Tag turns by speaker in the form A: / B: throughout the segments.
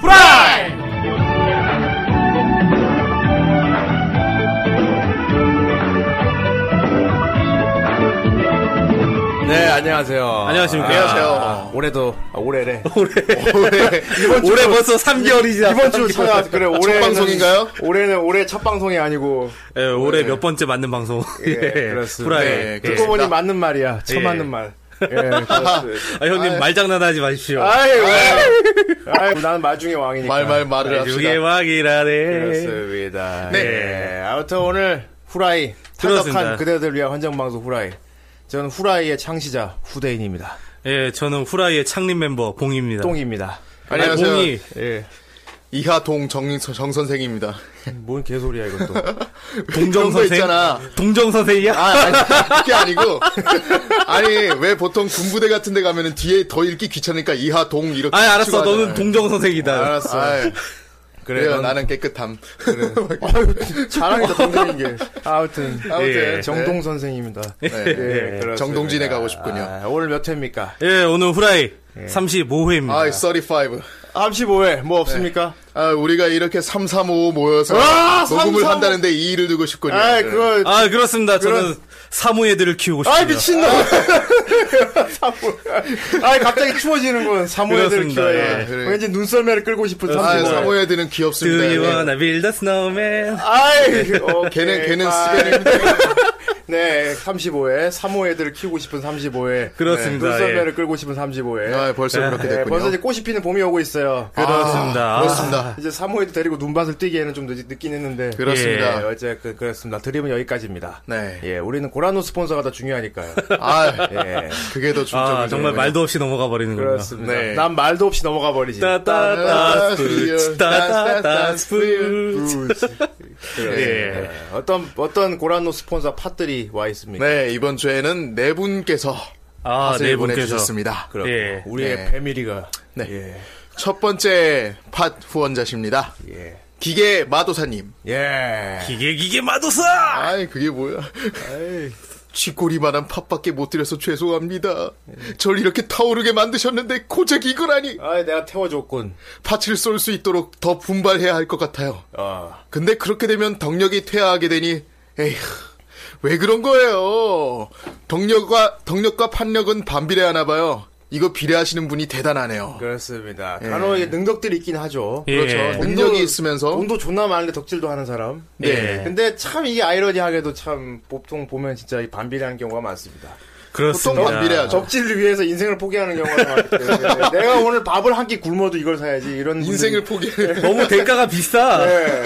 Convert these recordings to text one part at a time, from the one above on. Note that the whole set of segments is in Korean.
A: 후라이.
B: 네, 안녕하세요.
A: 안녕하십니까.
B: 아,
C: 안녕하세요.
B: 올해도 아, 올해래.
C: 올해 이번 주
B: 올해 벌써 3개월이 지났어.
C: 이번 주 첫, 그래 올해
B: 방송인가요?
C: 올해는 올해 첫 방송이 아니고
A: 예, 올해 몇 번째 맞는 방송. 예,
C: 그렇습니다.
A: 후라이.
C: 예,
A: 예.
C: 듣고 보니 맞는 말이야. 첫
A: 예.
C: 맞는 말. 예, 그렇습니다.
A: 아, 형님
D: 아이.
A: 말장난하지 마십시오. 예,
C: 아이고, 아이고, 나는 말 중에 왕이니까.
D: 말말 말을
A: 유게
D: 합시다.
A: 왕이라네.
C: 그렇습니다.
D: 네.
C: 예. 아무튼 오늘 후라이
A: 그렇습니다.
C: 타덕한 그대들 위한 헌정 방송 후라이. 저는 후라이의 창시자 후대인입니다.
A: 예, 저는 후라이의 창립 멤버 봉입니다.
C: 똥입니다.
A: 아니,
D: 안녕하세요.
A: 봉이
C: 예,
D: 이하동 정, 정 선생입니다.
C: 뭔 개소리야 이것도.
A: 동정
D: 그런 거
A: 선생.
D: 있잖아.
A: 동정 선생이야?
D: 아, 아니, 그게 아니고. 아니, 왜 보통 군부대 같은 데 가면은 뒤에 더 읽기 귀찮으니까 이하동 이렇게.
A: 아, 니 알았어.
D: 치고 하잖아요.
A: 너는 동정 선생이다.
D: 알았어. 아이,
C: 그래,
D: 그래요.
C: 넌-
D: 나는 깨끗함.
C: 자랑이다 동생인 게. 아무튼 예,
D: 아무튼.
C: 정동 선생입니다.
D: 네.
C: 예, 그렇습니다.
D: 정동진에 가고 싶군요.
C: 아, 오늘 몇 회입니까?
A: 예, 오늘 후라이 35회입니다.
D: 아이, 35.
C: 35회 뭐 없습니까?
D: 아, 우리가 이렇게 3, 3, 5 모여서
C: 아,
D: 녹음을
C: 335.
D: 한다는데 이 일을 두고 싶군요.
C: 아,
D: 네.
C: 그거
A: 아, 그렇습니다. 저는 사무 애들을 키우고 싶습니다.
C: 아 미친놈. 사물. 아 갑자기 추워지는 건 사물애들
A: 그렇습니다.
C: 키워야.
D: 예, 그래.
C: 왠지 눈썰매를 끌고 싶은
D: 아,
C: 사물.
D: 사모예드는
A: Do
D: 귀엽습니다.
A: you
D: 네.
A: wanna build a snowman?
C: 아이, 오케이,
D: 걔는- 걔는
C: 빠이.
D: 스페인입니다.
C: 네, 35회 사모애들을 키우고 싶은 35회. 네,
A: 그렇습니다.
C: 눈썰매를
A: 예.
C: 끌고 싶은 35회.
D: 아, 벌써 그렇게
C: 네,
D: 됐군요. 아.
C: 벌써 이제 꽃이 피는 봄이 오고 있어요.
A: 아, 그렇습니다.
D: 그렇습니다.
C: 이제 사모에도 데리고 눈밭을 뛰기에는 좀 늦, 늦긴 했는데.
D: 그렇습니다.
C: 예, 어제 그, 그렇습니다. 드림은 여기까지입니다.
D: 네.
C: 예, 우리는 고라노 스폰서가 더 중요하니까요.
D: 아,
C: 예.
D: 그게 더 중점이죠.
A: 아, 정말 말도 없이 넘어가 버리는 거요
C: 그렇습니다.
D: 네.
C: 난 말도 없이 넘어가 버리지.
A: 따따따 스푸츠 따따따 스푸츠
C: 음. 예. 어떤 어떤 고란노 스폰서 팟들이 와 있습니까?
D: 네, 이번 주에는 네 분께서
A: 아,
D: 팟을
A: 네 분께서.
D: 보내주셨습니다.
C: 그렇고
A: 예.
C: 우리의
D: 네.
C: 패밀리가
D: 네.
C: 예.
D: 첫 번째 팟 후원자십니다.
C: 예.
D: 기계 마도사님.
C: 예.
A: 기계 기계 마도사.
D: 아이, 그게 뭐야. 쥐꼬리만한 팥밖에 못 드려서 죄송합니다. 절 이렇게 타오르게 만드셨는데 고작 이거라니.
C: 아, 내가 태워줬군.
D: 팥을 쏠 수 있도록 더 분발해야 할 것 같아요.
C: 아,
D: 근데 그렇게 되면 덕력이 퇴화하게 되니 에휴 왜 그런 거예요 덕력과 덕력과 판력은 반비례하나 봐요 이거 비례하시는 분이 대단하네요
C: 그렇습니다. 간혹 이게 능력들이 있긴 하죠.
A: 예.
D: 그렇죠 예. 능력이
C: 돈도-
D: 있으면서
C: 돈도 존나 많은데 덕질도 하는 사람.
D: 네.
A: 예.
C: 근데 참 이게 아이러니하게도 참 보통 보면 진짜 이 반비례하는 경우가 많습니다.
A: 그렇습니다.
D: 보통 어, 반비례하죠.
C: 덕질을 위해서 인생을 포기하는 경우가 많기 때문에 내가 오늘 밥을 한 끼 굶어도 이걸 사야지 이런 분들이-
D: 인생을 포기해
A: 너무 대가가 비싸.
C: 네.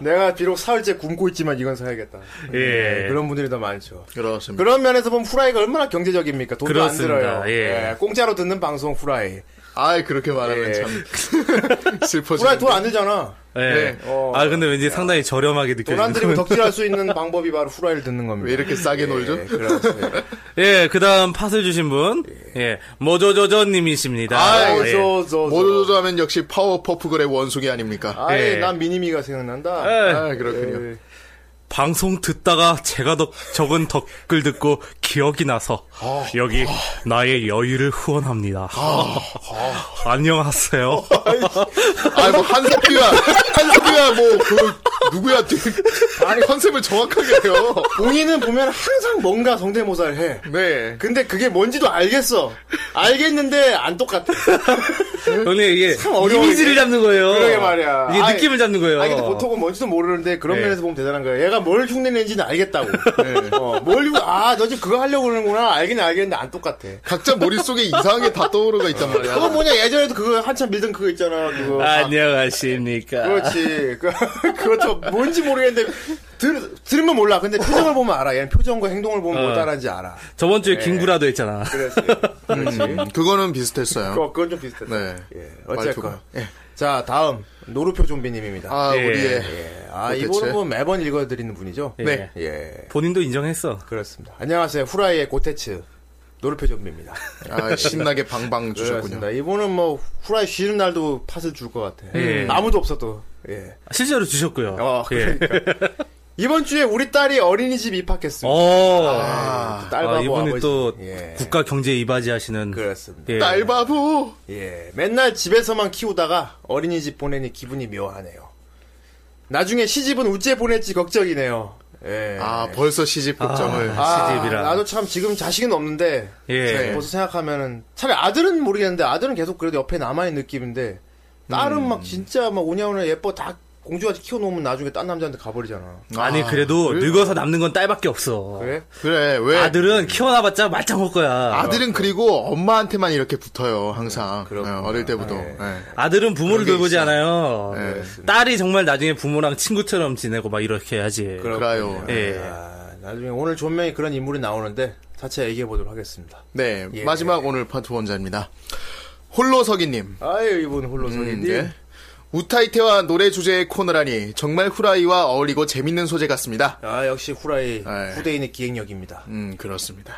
C: 내가 비록 사흘째 굶고 있지만 이건 사야겠다.
A: 예.
C: 네, 그런 분들이 더 많죠.
D: 그렇습니다
C: 그런 면에서 보면 후라이가 얼마나 경제적입니까? 돈도
A: 그렇습니다.
C: 안 들어요.
A: 예.
C: 예, 공짜로 듣는 방송 후라이.
D: 아이 그렇게 말하면
C: 예.
D: 참
C: 후라이 돈
D: 슬퍼지네
C: 안 들잖아.
A: 예.
D: 네.
C: 어.
A: 아 근데 왠지 상당히 저렴하게
C: 돈 안
A: 느껴지는.
C: 들이면 덕질할 수 있는 방법이 바로 후라이를 듣는 겁니다.
D: 왜 이렇게 싸게 놀죠
C: 예, 그렇습니다.
A: 예, 그다음 팟을 주신 분, 예, 모조조조님이십니다.
D: 아,
A: 예.
C: 저, 저, 저.
D: 모조조조 하면 역시 파워퍼프걸의 원숭이 아닙니까
C: 아이,
A: 예.
C: 난 미니미가 생각난다.
A: 예.
D: 아 그렇군요
C: 예.
A: 방송 듣다가 제가 덕, 적은 덕글 듣고 기억이 나서 여기 나의 여유를 후원합니다. 아. 안녕하세요.
D: 아이 뭐 한석규야 한석규야 뭐 그 누구야 아니 컨셉을 정확하게 해요
C: 본인은 보면 항상 뭔가 성대모사를 해.
D: 네
C: 근데 그게 뭔지도 알겠어. 알겠는데 안 똑같아.
A: 형님 이게
C: 참 어려워,
A: 이미지를
C: 이게.
A: 잡는 거예요.
C: 그러게 말이야.
A: 이게
C: 아이,
A: 느낌을 잡는 거예요.
C: 아니 근데 보통은 뭔지도 모르는데 그런
A: 예.
C: 면에서 보면 대단한 거예요. 얘가 뭘 흉내낸지는 알겠다고.
D: 네.
C: 어, 뭘 아너 지금 그거 하려고 그러는구나. 알긴 알겠는데 안 똑같아.
D: 각자 머릿속에 이상하게 다 떠오르가 있단 말이야.
C: 그거 뭐냐 예전에도 그거 한참 밀던 그거 있잖아. 네. 그거.
A: 안녕하십니까.
C: 그렇지. 그, 그것도 뭔지 모르겠는데 들, 들으면 몰라. 근데 표정을 보면 알아. 얘는 표정과 행동을 보면 뭘 따라하는지 알아.
A: 저번
C: 네.
A: 주에 김구라도 했잖아.
C: 그래서 그렇지.
D: 음, 그거는 비슷했어요.
C: 그거, 그건 좀 비슷해.
D: 네.
C: 예.
D: 말투가.
C: 어쨌건.
D: 예.
C: 자 다음 노루표 좀비님입니다.
D: 아,
A: 예.
D: 우리의.
C: 예. 아
D: 도대체?
C: 이분은 뭐 매번 읽어드리는 분이죠.
A: 네.
C: 예.
A: 본인도 인정했어.
C: 그렇습니다. 안녕하세요. 후라이의 고테츠. 노르페 전비입니다.
D: 아, 신나게 방방 주셨군요.
C: 그렇습니다. 이분은 뭐 후라이 쉬는 날도 팟을 줄 것 같아.
A: 예.
C: 아무도 없어도. 예.
A: 실제로 주셨고요.
C: 어,
A: 예.
C: 그러니까. 이번 주에 우리 딸이 어린이집 입학했습니다.
A: 어.
C: 아,
A: 아,
C: 딸바보
A: 이분이
C: 아버지.
A: 또
C: 예.
A: 국가 경제에 이바지하시는
C: 그렇습니다.
A: 예.
D: 딸바보.
C: 예, 맨날 집에서만 키우다가 어린이집 보내니 기분이 묘하네요. 나중에 시집은 우째 보낼지 걱정이네요. 예.
D: 아, 벌써 시집 걱정을.
A: 아. 시집이라.
C: 나도 참 지금 자식은 없는데
A: 예.
C: 벌써 생각하면은 차라리 아들은 모르겠는데 아들은 계속 그래도 옆에 남아있는 느낌인데 딸은
A: 음.
C: 막 진짜 막 오냐오냐 예뻐 다 공주같이 키워놓으면 나중에 딴 남자한테 가버리잖아.
A: 아니 그래도 늙어서 남는 건 딸밖에 없어.
C: 그래?
D: 그래, 왜?
A: 아들은 키워놔봤자 말짱 먹을 거야.
D: 아들은 그리고 엄마한테만 이렇게 붙어요, 항상.
C: 그렇구나.
D: 네, 어릴 때부터.
C: 예.
D: 네.
A: 아들은 부모를
D: 그런 게
A: 돌보지 않아요.
D: 있어요. 네.
A: 딸이 정말 나중에 부모랑 친구처럼 지내고 막 이렇게 해야지.
D: 그래요.
A: 예.
C: 아, 나중에 오늘 조명이 그런 인물이 나오는데 자체 얘기해 보도록 하겠습니다.
D: 네,
C: 예.
D: 마지막 오늘 파트 원자입니다. 홀로서기님.
C: 아유 이분 홀로서기
D: 음,
C: 님.
D: 네. 우타이테와 노래 주제의 코너라니 정말 후라이와 어울리고 재밌는 소재 같습니다.
C: 아 역시 후라이
D: 네.
C: 후대인의 기획력입니다.
D: 음, 그렇습니다.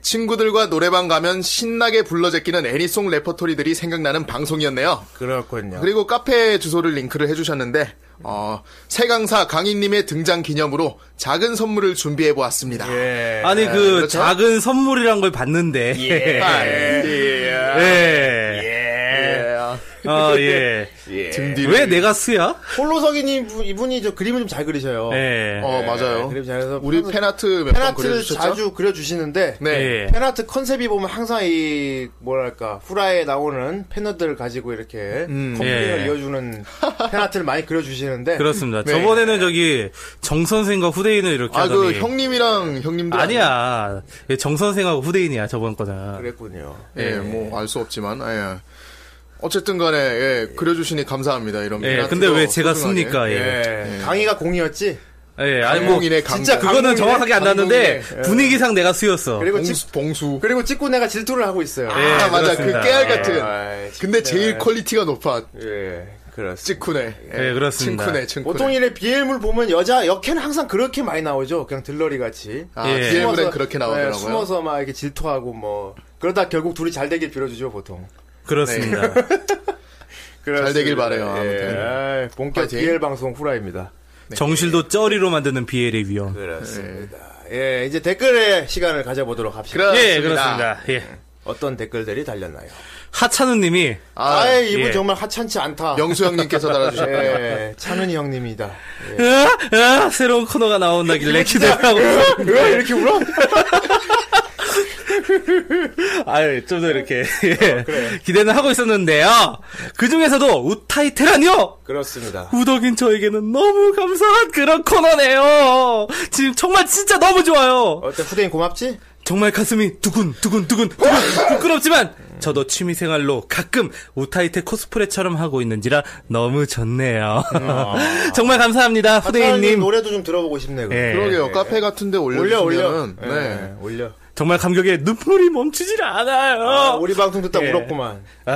D: 친구들과 노래방 가면 신나게 불러 제끼는 애니송 레퍼토리들이 생각나는 방송이었네요.
C: 그렇군요.
D: 그리고 카페 주소를 링크를 해주셨는데, 어, 세강사 강인님의 등장 기념으로 작은 선물을 준비해 보았습니다.
C: 예.
A: 아니 그
D: 그렇죠?
A: 작은 선물이란 걸 봤는데. 예.
D: 아, 예.
A: 어, 예.
D: 등 뒤로.
A: 왜 내가 쓰야?
C: 홀로서기님 분- 이분이 저 그림을 좀 잘 그리셔요. 네,
A: 예.
D: 어, 맞아요.
C: 그림 잘해서
D: 우리
A: 음,
C: 팬-
D: 팬아트 몇 번
C: 팬아트를
D: 그려주셨죠?
C: 자주 그려주시는데
D: 네.
A: 예.
C: 팬아트 컨셉이 보면 항상 이 뭐랄까 후라이에 나오는 패너들 가지고 이렇게
D: 음.
C: 커플링을
A: 예.
C: 이어주는 팬아트를 많이 그려주시는데
A: 그렇습니다.
D: 네.
A: 저번에는 저기 정 선생과 후대인을 이렇게
D: 아, 그
A: 하더니
D: 형님이랑 형님들.
A: 아니야. 정 선생하고 후대인이야 저번 거는.
C: 그랬군요.
A: 네.
D: 예, 뭐 알 수 없지만 예. 어쨌든 간에 예, 그려주시니 감사합니다 이런
A: 예,
D: 멘트도
A: 근데 왜 제가
D: 소중하게.
A: 씁니까? 예.
D: 네.
C: 예. 강의가 공이었지.
A: 예, 아니 뭐
D: 강공이네 강공
C: 진짜 강-
A: 그거는
C: 강공이네,
A: 정확하게 안 났는데 분위기상 내가 쓰였어.
C: 그리고 찍
D: 봉수, 봉수.
C: 그리고 찍고 내가 질투를 하고 있어요.
A: 예,
D: 아 맞아
A: 그렇습니다. 예.
D: 그 깨알 같은
C: 아이, 진짜.
D: 근데 제일 퀄리티가 높아
C: 예, 그렇습니다.
D: 찌쿠네
A: 예, 그렇습니다.
D: 칭쿠네 칭쿠네
C: 보통 일에 비엘물 보면 여자 역캐는 항상 그렇게 많이 나오죠. 그냥 들러리 같이.
D: 아
A: 예.
D: 비엘브엔 그렇게 나오더라고요
C: 네, 숨어서 막 이렇게 질투하고 뭐 그러다 결국 둘이 잘 되길 빌어주죠 보통.
A: 그렇습니다.
D: 잘 되길 바래요
C: 예,
D: 아무튼
C: 아이, 본격
D: 파이팅.
C: 비엘 방송 후라입니다.
A: 정실도 쩌리로 만드는 비엘의 위험.
C: 그- 그렇습니다. 예, 이제 댓글의 시간을 가져보도록 합시다.
D: 그렇습니다.
A: 예, 그렇습니다. 예.
C: 어떤 댓글들이 달렸나요?
A: 하찬우님이
D: 아,
C: 아, 이 이분
A: 예.
C: 정말 하찮지 않다.
D: 명수 형님께서 달아주셨군요
C: 예, 찬은이 형님이다.
A: 으아, 으아, 새로운 코너가 나온다길래 기대하고
C: 왜 이렇게 울어?
A: 아유 좀 더 이렇게 예. 기대는 하고 있었는데요. 그 중에서도 우타이 테라니요.
C: 그렇습니다.
A: 우덕인 저에게는 너무 감사한 그런 코너네요. 지금 정말 진짜 너무 좋아요.
C: 어때 후대인 고맙지?
A: 정말 가슴이 두근 두근 두근 두근 부끄럽지만 저도 취미생활로 가끔 우타이테 코스프레처럼 하고 있는지라 너무 좋네요. 정말 감사합니다
C: 하찬이
A: 후대인님.
C: 노래도 좀 들어보고 싶네. 그럼.
A: 예.
D: 그러게요 카페 같은데
C: 올려 올려.
D: 올려주시면
C: 예,
D: 네.
C: 올려.
A: 정말 감격에 눈물이 멈추질 않아요.
C: 아, 우리 방송 듣다
A: 예.
C: 울었구만. 네,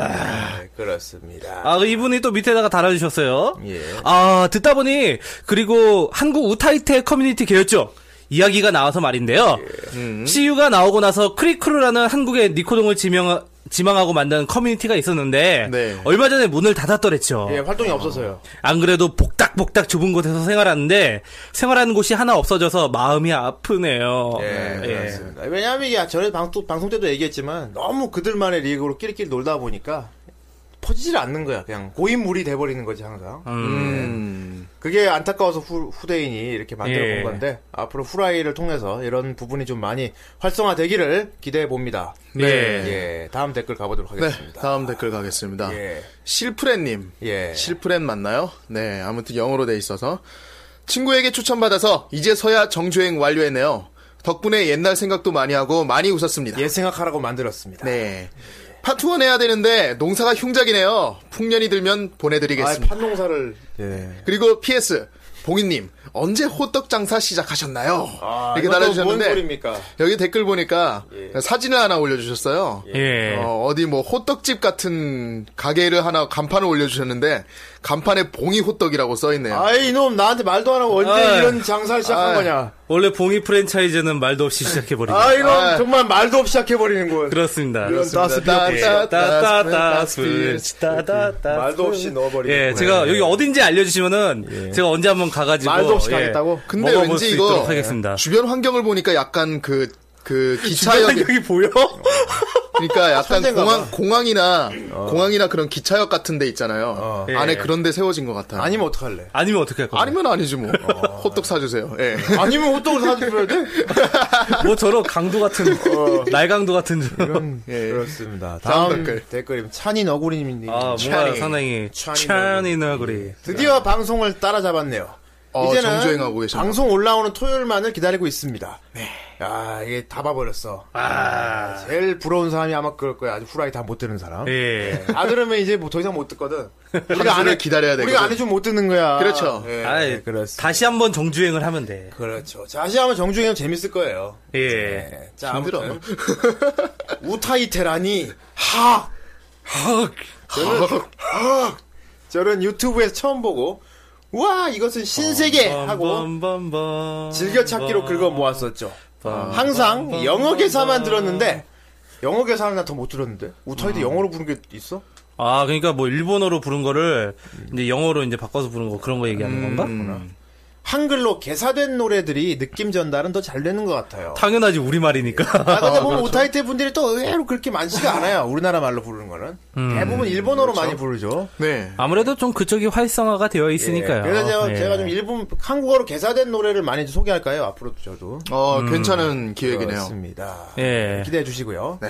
C: 그렇습니다.
A: 아, 그 이분이 또 밑에다가 달아주셨어요.
C: 예.
A: 아, 듣다 보니, 그리고 한국 우타이테 커뮤니티 개였죠. 이야기가 나와서 말인데요. CU가 나오고 나서 크리크루라는 한국의 니코동을 지명, 지망하고 만든 커뮤니티가 있었는데,
D: 네.
A: 얼마 전에 문을 닫았더랬죠.
C: 예, 활동이 없어서요.
A: 안 그래도 복닥복닥 좁은 곳에서 생활하는데, 생활하는 곳이 하나 없어져서 마음이 아프네요.
C: 예,
A: 예.
C: 그렇습니다. 왜냐하면 이게 전에 방, 또 방송 때도 얘기했지만 너무 그들만의 리그로 끼리끼리 놀다 보니까 퍼지질 않는 거야. 그냥 고인물이 돼버리는 거지 항상. 예.
D: 음.
C: 그게 안타까워서 후, 후대인이 이렇게 만들어 본
A: 예.
C: 건데 앞으로 후라이를 통해서 이런 부분이 좀 많이 활성화되기를 기대해 봅니다.
A: 네.
C: 예, 다음 댓글 가보도록
D: 네
C: 하겠습니다.
D: 다음 댓글
A: 네.
D: 가겠습니다
C: 예,
D: 실프레님
C: 예.
D: 실프렌 맞나요? 네, 아무튼 영어로 돼 있어서 친구에게 추천받아서 이제서야 정주행 완료했네요. 덕분에 옛날 생각도 많이 하고 많이 웃었습니다.
C: 예 생각하라고 만들었습니다.
D: 네. 파트 1 해야 되는데 농사가 흉작이네요. 풍년이 들면
C: 아,
D: 보내드리겠습니다.
C: 판농사를 예.
D: 그리고 PS 봉인님 언제 호떡 장사 시작하셨나요?
C: 아,
D: 이렇게
C: 이것도
D: 달아주셨는데
C: 뭔 소리입니까?
D: 여기 댓글 보니까
C: 예.
D: 사진을 하나 올려주셨어요.
A: 예.
D: 어, 어디 뭐 호떡집 같은 가게를 하나 간판을 올려주셨는데 간판에 봉이 호떡이라고 써있네요.
C: 아이 이놈 나한테 말도 안 하고 언제
A: 아이.
C: 이런 장사를 시작한
D: 아이.
C: 거냐?
A: 원래 봉이 프랜차이즈는 말도 없이 시작해버리죠.
C: 아 이놈
D: 아이.
C: 정말 말도 없이 시작해버리는군.
A: 그렇습니다.
D: 그렇습니다.
A: 따따따스필, 따따따.
C: 말도 없이 넣어버리고.
A: 예, 제가 여기 어딘지 알려주시면은 제가 언제 한번 가가지고
C: 말도 없이
A: 예,
C: 가겠다고?
D: 근데
A: 먹어볼
D: 왠지
A: 수
D: 이거
A: 있도록 하겠습니다.
C: 예.
D: 주변 환경을 보니까 약간 그, 그 기차역에
A: 여기 보여?
D: 그러니까 약간
C: 천재인가 어.
D: 공항 공항이나 공항이나 그런 기차역 같은 데 있잖아요.
A: 예.
D: 안에 그런 데 세워진 것 같아요.
C: 아니면 어떡할래?
A: 아니면 어떻게 할 거예요?
D: 아니면 아니지 뭐. 호떡 사주세요. 예.
C: 아니면 호떡을 사드려야 돼?
A: 뭐 저런 강도 같은
C: 어.
A: 날강도 같은
C: 그럼
D: 예.
C: 그렇습니다.
D: 다음
C: 다음
D: 댓글.
C: 댓글입니다. 뭐. 찬인 어구리님.
A: 아 뭔가 상당히
C: 찬이
A: 찬이너구리
C: 드디어 방송을 따라잡았네요.
D: 어,
C: 이제는
D: 정주행하고 계셨네요. 네.
C: 방송 올라오는 토요일만을 기다리고 있습니다. 아 이게 다 봐버렸어. 아, 제일 부러운 사람이 아마 그럴 거야. 아주 후라이 다 못 듣는 사람.
A: 예.
C: 다 들으면 이제 뭐 더 이상 못 듣거든. 우리가
D: 방송을
C: 해-
D: 기다려야
C: 우리가
D: 되거든.
C: 안 해주면 못 듣는 거야.
D: 그렇죠.
C: 예,
A: 아이,
C: 그렇습니다.
A: 네, 다시 한번 정주행을 하면 돼.
C: 그렇죠. 다시 하면 정중이면 재밌을 거예요.
A: 예.
C: 예. 자,
D: 힘들어.
C: 아무튼 우타이테라니 하 저는 유튜브에서 처음 보고 우와 이것은 신세계 예, 하고
A: 빰빰빰빰.
C: 즐겨찾기로 긁어 모았었죠. 항상 영어 개사만 들었는데 영어 개사는 나 더 못 들었는데 우타이테 영어로 부른 게 있어?
A: 아 그러니까 뭐 일본어로 부른 거를 이제 영어로 이제 바꿔서 부른 거 그런 거 얘기하는 건가?
C: 음. 한글로 개사된 노래들이 느낌 전달은 더 잘 되는 것 같아요.
A: 당연하지 우리 말이니까.
C: 나가다 보면 오타이테 분들이 또 의외로 그렇게 많지가 않아요. 우리나라 말로 부르는 거는.
A: 음.
C: 대부분 일본어로
A: 그렇죠.
C: 많이 부르죠.
D: 네.
A: 아무래도 좀 그쪽이 활성화가 되어 있으니까요.
C: 예, 그래서 제가,
A: 예.
C: 제가 좀 일본, 한국어로 개사된 노래를 많이 좀 소개할까요? 앞으로도 저도.
D: 어, 괜찮은 기획이네요. 네.
C: 그렇습니다.
A: 예.
C: 기대해 주시고요.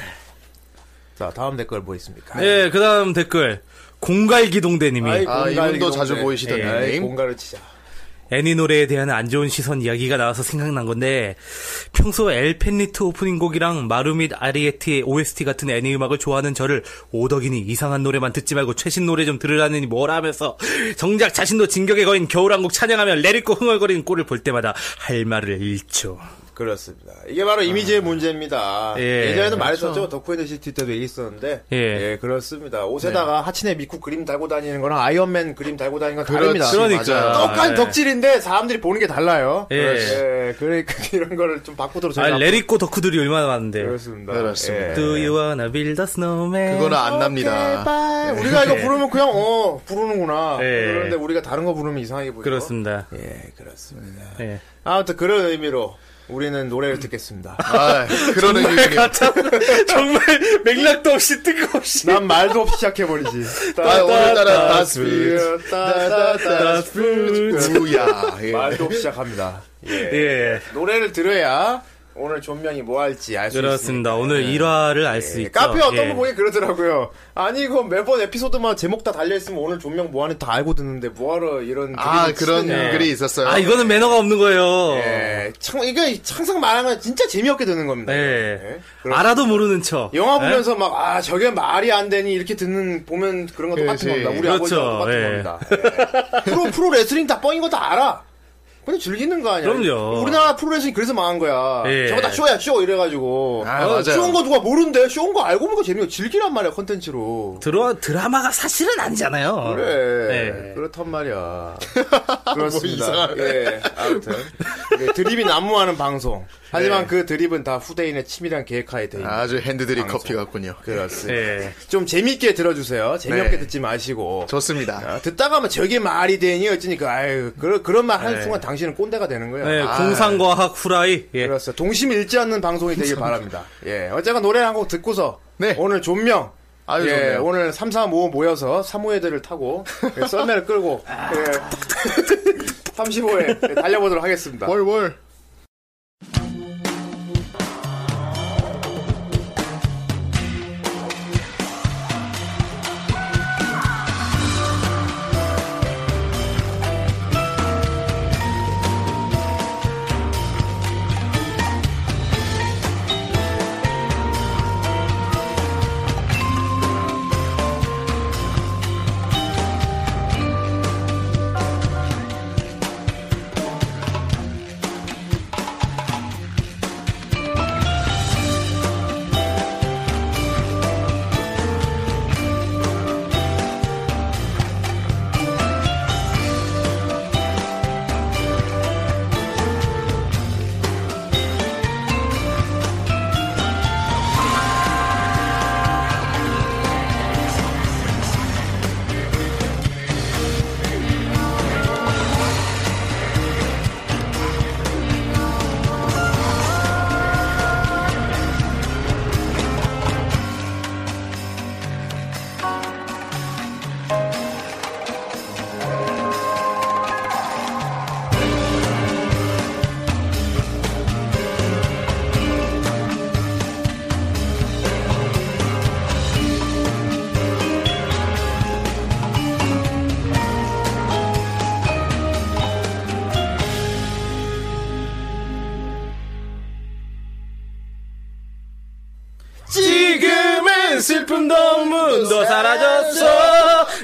C: 자, 다음 댓글 뭐 있습니까?
A: 예, 그다음 댓글 공갈기동대님이
C: 아이,
D: 아,
C: 공갈이
D: 이분도
C: 동네.
D: 자주 보이시던
C: 예,
D: 닉네임.
C: 공갈을 치자.
A: 애니 노래에 대한 안 좋은 시선 이야기가 나와서 생각난 건데 평소 엘펜리트 오프닝곡이랑 마루 및 아리에티의 OST 같은 애니 음악을 좋아하는 저를 오덕이니 이상한 노래만 듣지 말고 최신 노래 좀 들으라느니 뭐라 하면서 정작 자신도 진격에 거인 겨울왕국 찬양하며 내리고 흥얼거리는 꼴을 볼 때마다 할 말을 잃죠.
C: 그렇습니다. 이게 바로 이미지의 문제입니다.
A: 아. 예,
C: 예, 전에도 말했었죠. 덕후앤더시티 때도 얘기했었는데.
A: 예. 네.
C: 그렇습니다. 옷에다가 하친의 미쿠 그림 달고 다니는 거랑 아이언맨 그림 달고 다니는 건 다릅니다.
D: 그렇지,
A: 그러니까.
D: 맞아요.
C: 똑같은
A: 예.
C: 덕질인데 사람들이 보는 게 달라요.
A: 예.
C: 예, 그러니까 이런 거를 좀 바꾸도록
A: 아,
C: 저희가
A: 레리코 덕후들이 얼마나 많은데. 요
C: 그렇습니다. 예.
D: 그렇습니다.
A: Do you wanna build a snowman?
D: 그거는 안 납니다.
C: 아, 우리가 이거 부르면 그냥 어 부르는구나.
A: 예.
C: 그런데 우리가 다른 거 부르면 이상하게 보이죠.
A: 그렇습니다.
C: 예, 그렇습니다.
A: 예.
C: 아무튼 그런 의미로 우리는 노래를 듣겠습니다.
D: 아, 그런 의미군요.
A: 정말 맥락도 없이 뜬금없이.
C: 난 말도 없이 시작해버리지.
D: 아, 오늘따라
A: 따-
D: 다스필.
C: 따따따.
D: 우야. 예.
C: 말도 없이 시작합니다.
D: 네.
C: 예.
A: 예.
C: 노래를 들어야 오늘 존명이 뭐 할지 알 수 있습니다.
A: 그렇습니다. 오늘 일화를 알 수 있죠.
C: 예. 카페 어떤
A: 예.
C: 거 보기 그러더라고요. 아니 이거 매번 에피소드마다 제목 다 달려 있으면 오늘 존명 뭐하는다 알고 듣는데 뭐하러 이런
D: 아,
C: 드립을
D: 그런
C: 치느냐.
D: 글이 있었어요.
A: 아, 이거는 매너가 없는 거예요. 예.
C: 예, 참 이게 항상 말하는 건 진짜 재미없게 듣는 겁니다. 예, 그렇-
A: 네. 알아도 모르는 척.
C: 영화 보면서 막 아 저게 말이 안 되니 이렇게 듣는 보면 그런 거 똑같은
D: 그렇지.
C: 겁니다. 우리
A: 그렇죠.
C: 아버지랑 똑같은
A: 예.
C: 겁니다. 예. 프로 프로 레슬링 다 뻥인 거 다 알아. 근데 즐기는 거 아니야?
A: 그럼요.
C: 우리나라 프로레슬링 그래서 망한 거야.
A: 예.
C: 저거 다 쇼야 쇼 이래가지고
D: 아, 맞아요.
C: 쇼인 거 누가 모른대. 쇼인 거 알고 보니까 재미없. 즐기란 말이야 컨텐츠로.
A: 드라, 드라마가 사실은 아니잖아요.
C: 그래.
A: 예.
C: 그렇단 말이야.
D: 뭐
C: 그렇습니다.
D: 이상하네.
C: 예. 아무튼. 예, 드립이 난무하는 방송.
A: 네.
C: 하지만 그 드립은 다 후대인의 치밀한 계획하에 돼 있는.
D: 아주 핸드드립 커피 같군요.
C: 그렇습니다.
A: 예.
C: 좀 재미있게 들어주세요. 재미없게
D: 네.
C: 듣지 마시고.
D: 좋습니다.
C: 아, 듣다가 뭐 저게 말이 되니 어찌니까 아유 그런 그런 말
D: 네.
C: 하는 순간 당신은 꼰대가 되는 거예요.
A: 예,
D: 그-
A: 공상과학 후라이. 예.
C: 아. 그렇습니다. 동심 잃지 않는 방송이 되길 바랍니다. 예, 어쨌건 노래 한 곡 듣고서
D: 네.
C: 오늘 존명.
D: 아유,
C: 예,
D: 좋네요.
C: 오늘 3, 4, 5 모여서 사모예들을 타고 예, 썰매를 끌고 예,
D: 아.
C: 35회 예, 달려보도록 하겠습니다.
D: 월월.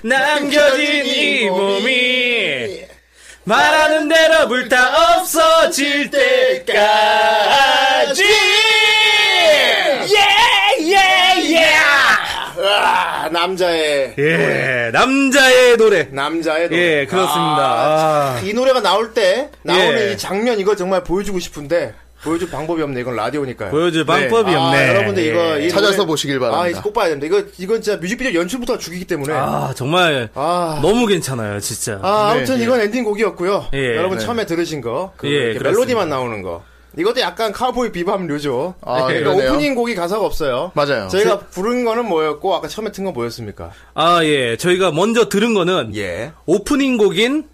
A: 남겨진 이 몸이 말하는 대로 불타 없어질 때까지 예예예
C: 아, 남자의
A: 예 남자의 노래
C: 남자의 네. 노래.
A: 예 그렇습니다 아,
C: 이 노래가 나올 때 나오는
A: 예.
C: 이 장면 이걸 정말 보여주고 싶은데 보여줄 방법이 없네. 이건 라디오니까요.
A: 보여줄 방법이
C: 아,
A: 없네
C: 여러분들 이거 이
D: 예. 찾아서 보시길 바랍니다.
C: 아, 이거 꼭 봐야 됩니다. 이거 이건 진짜 뮤직비디오 연출부터 죽이기 때문에. 아,
A: 아 정말
C: 아.
A: 너무 괜찮아요 진짜
C: 무튼 이건 엔딩 곡이었고요.
A: 네. 예.
C: 여러분
A: 네.
C: 처음에 들으신 거, 그
A: 예,
C: 이렇게
A: 그렇습니다.
C: 멜로디만 나오는 거. 이것도 약간 카우보이 비밤류죠.
D: 아,
C: 그러니까
D: 그러네요.
C: 오프닝 곡이 가사가 없어요.
D: 맞아요.
C: 저희가 부른 거는 뭐였고 아까 처음에 튼 건 뭐였습니까?
A: 아 예 저희가 먼저 들은 거는
C: 예.
A: 오프닝 곡인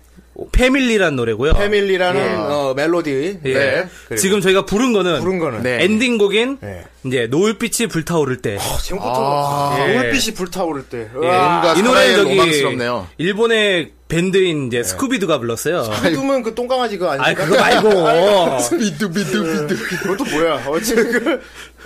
A: 패밀리란 노래고요
C: 패밀리라는 어, 멜로디.
A: 예.
C: 네. 그리고
A: 지금 저희가 부른 거는
C: 부른 거는
D: 네.
A: 엔딩곡인
C: 네.
A: 이제 노을빛이 불타오를 때.
C: 어, 지금부터
A: 예.
C: 노을빛이 아, 불타오를 때.
D: 뭔가
C: 와.
D: 아, 사나이 로망스럽네요.
A: 일본의 밴드인 이제 스쿠비드가 불렀어요.
C: 믿음은 그 똥강아지가 아니까.
A: 아 그거 말고
D: 비두 비두 비두.
C: 그것도 뭐야? 어쨌든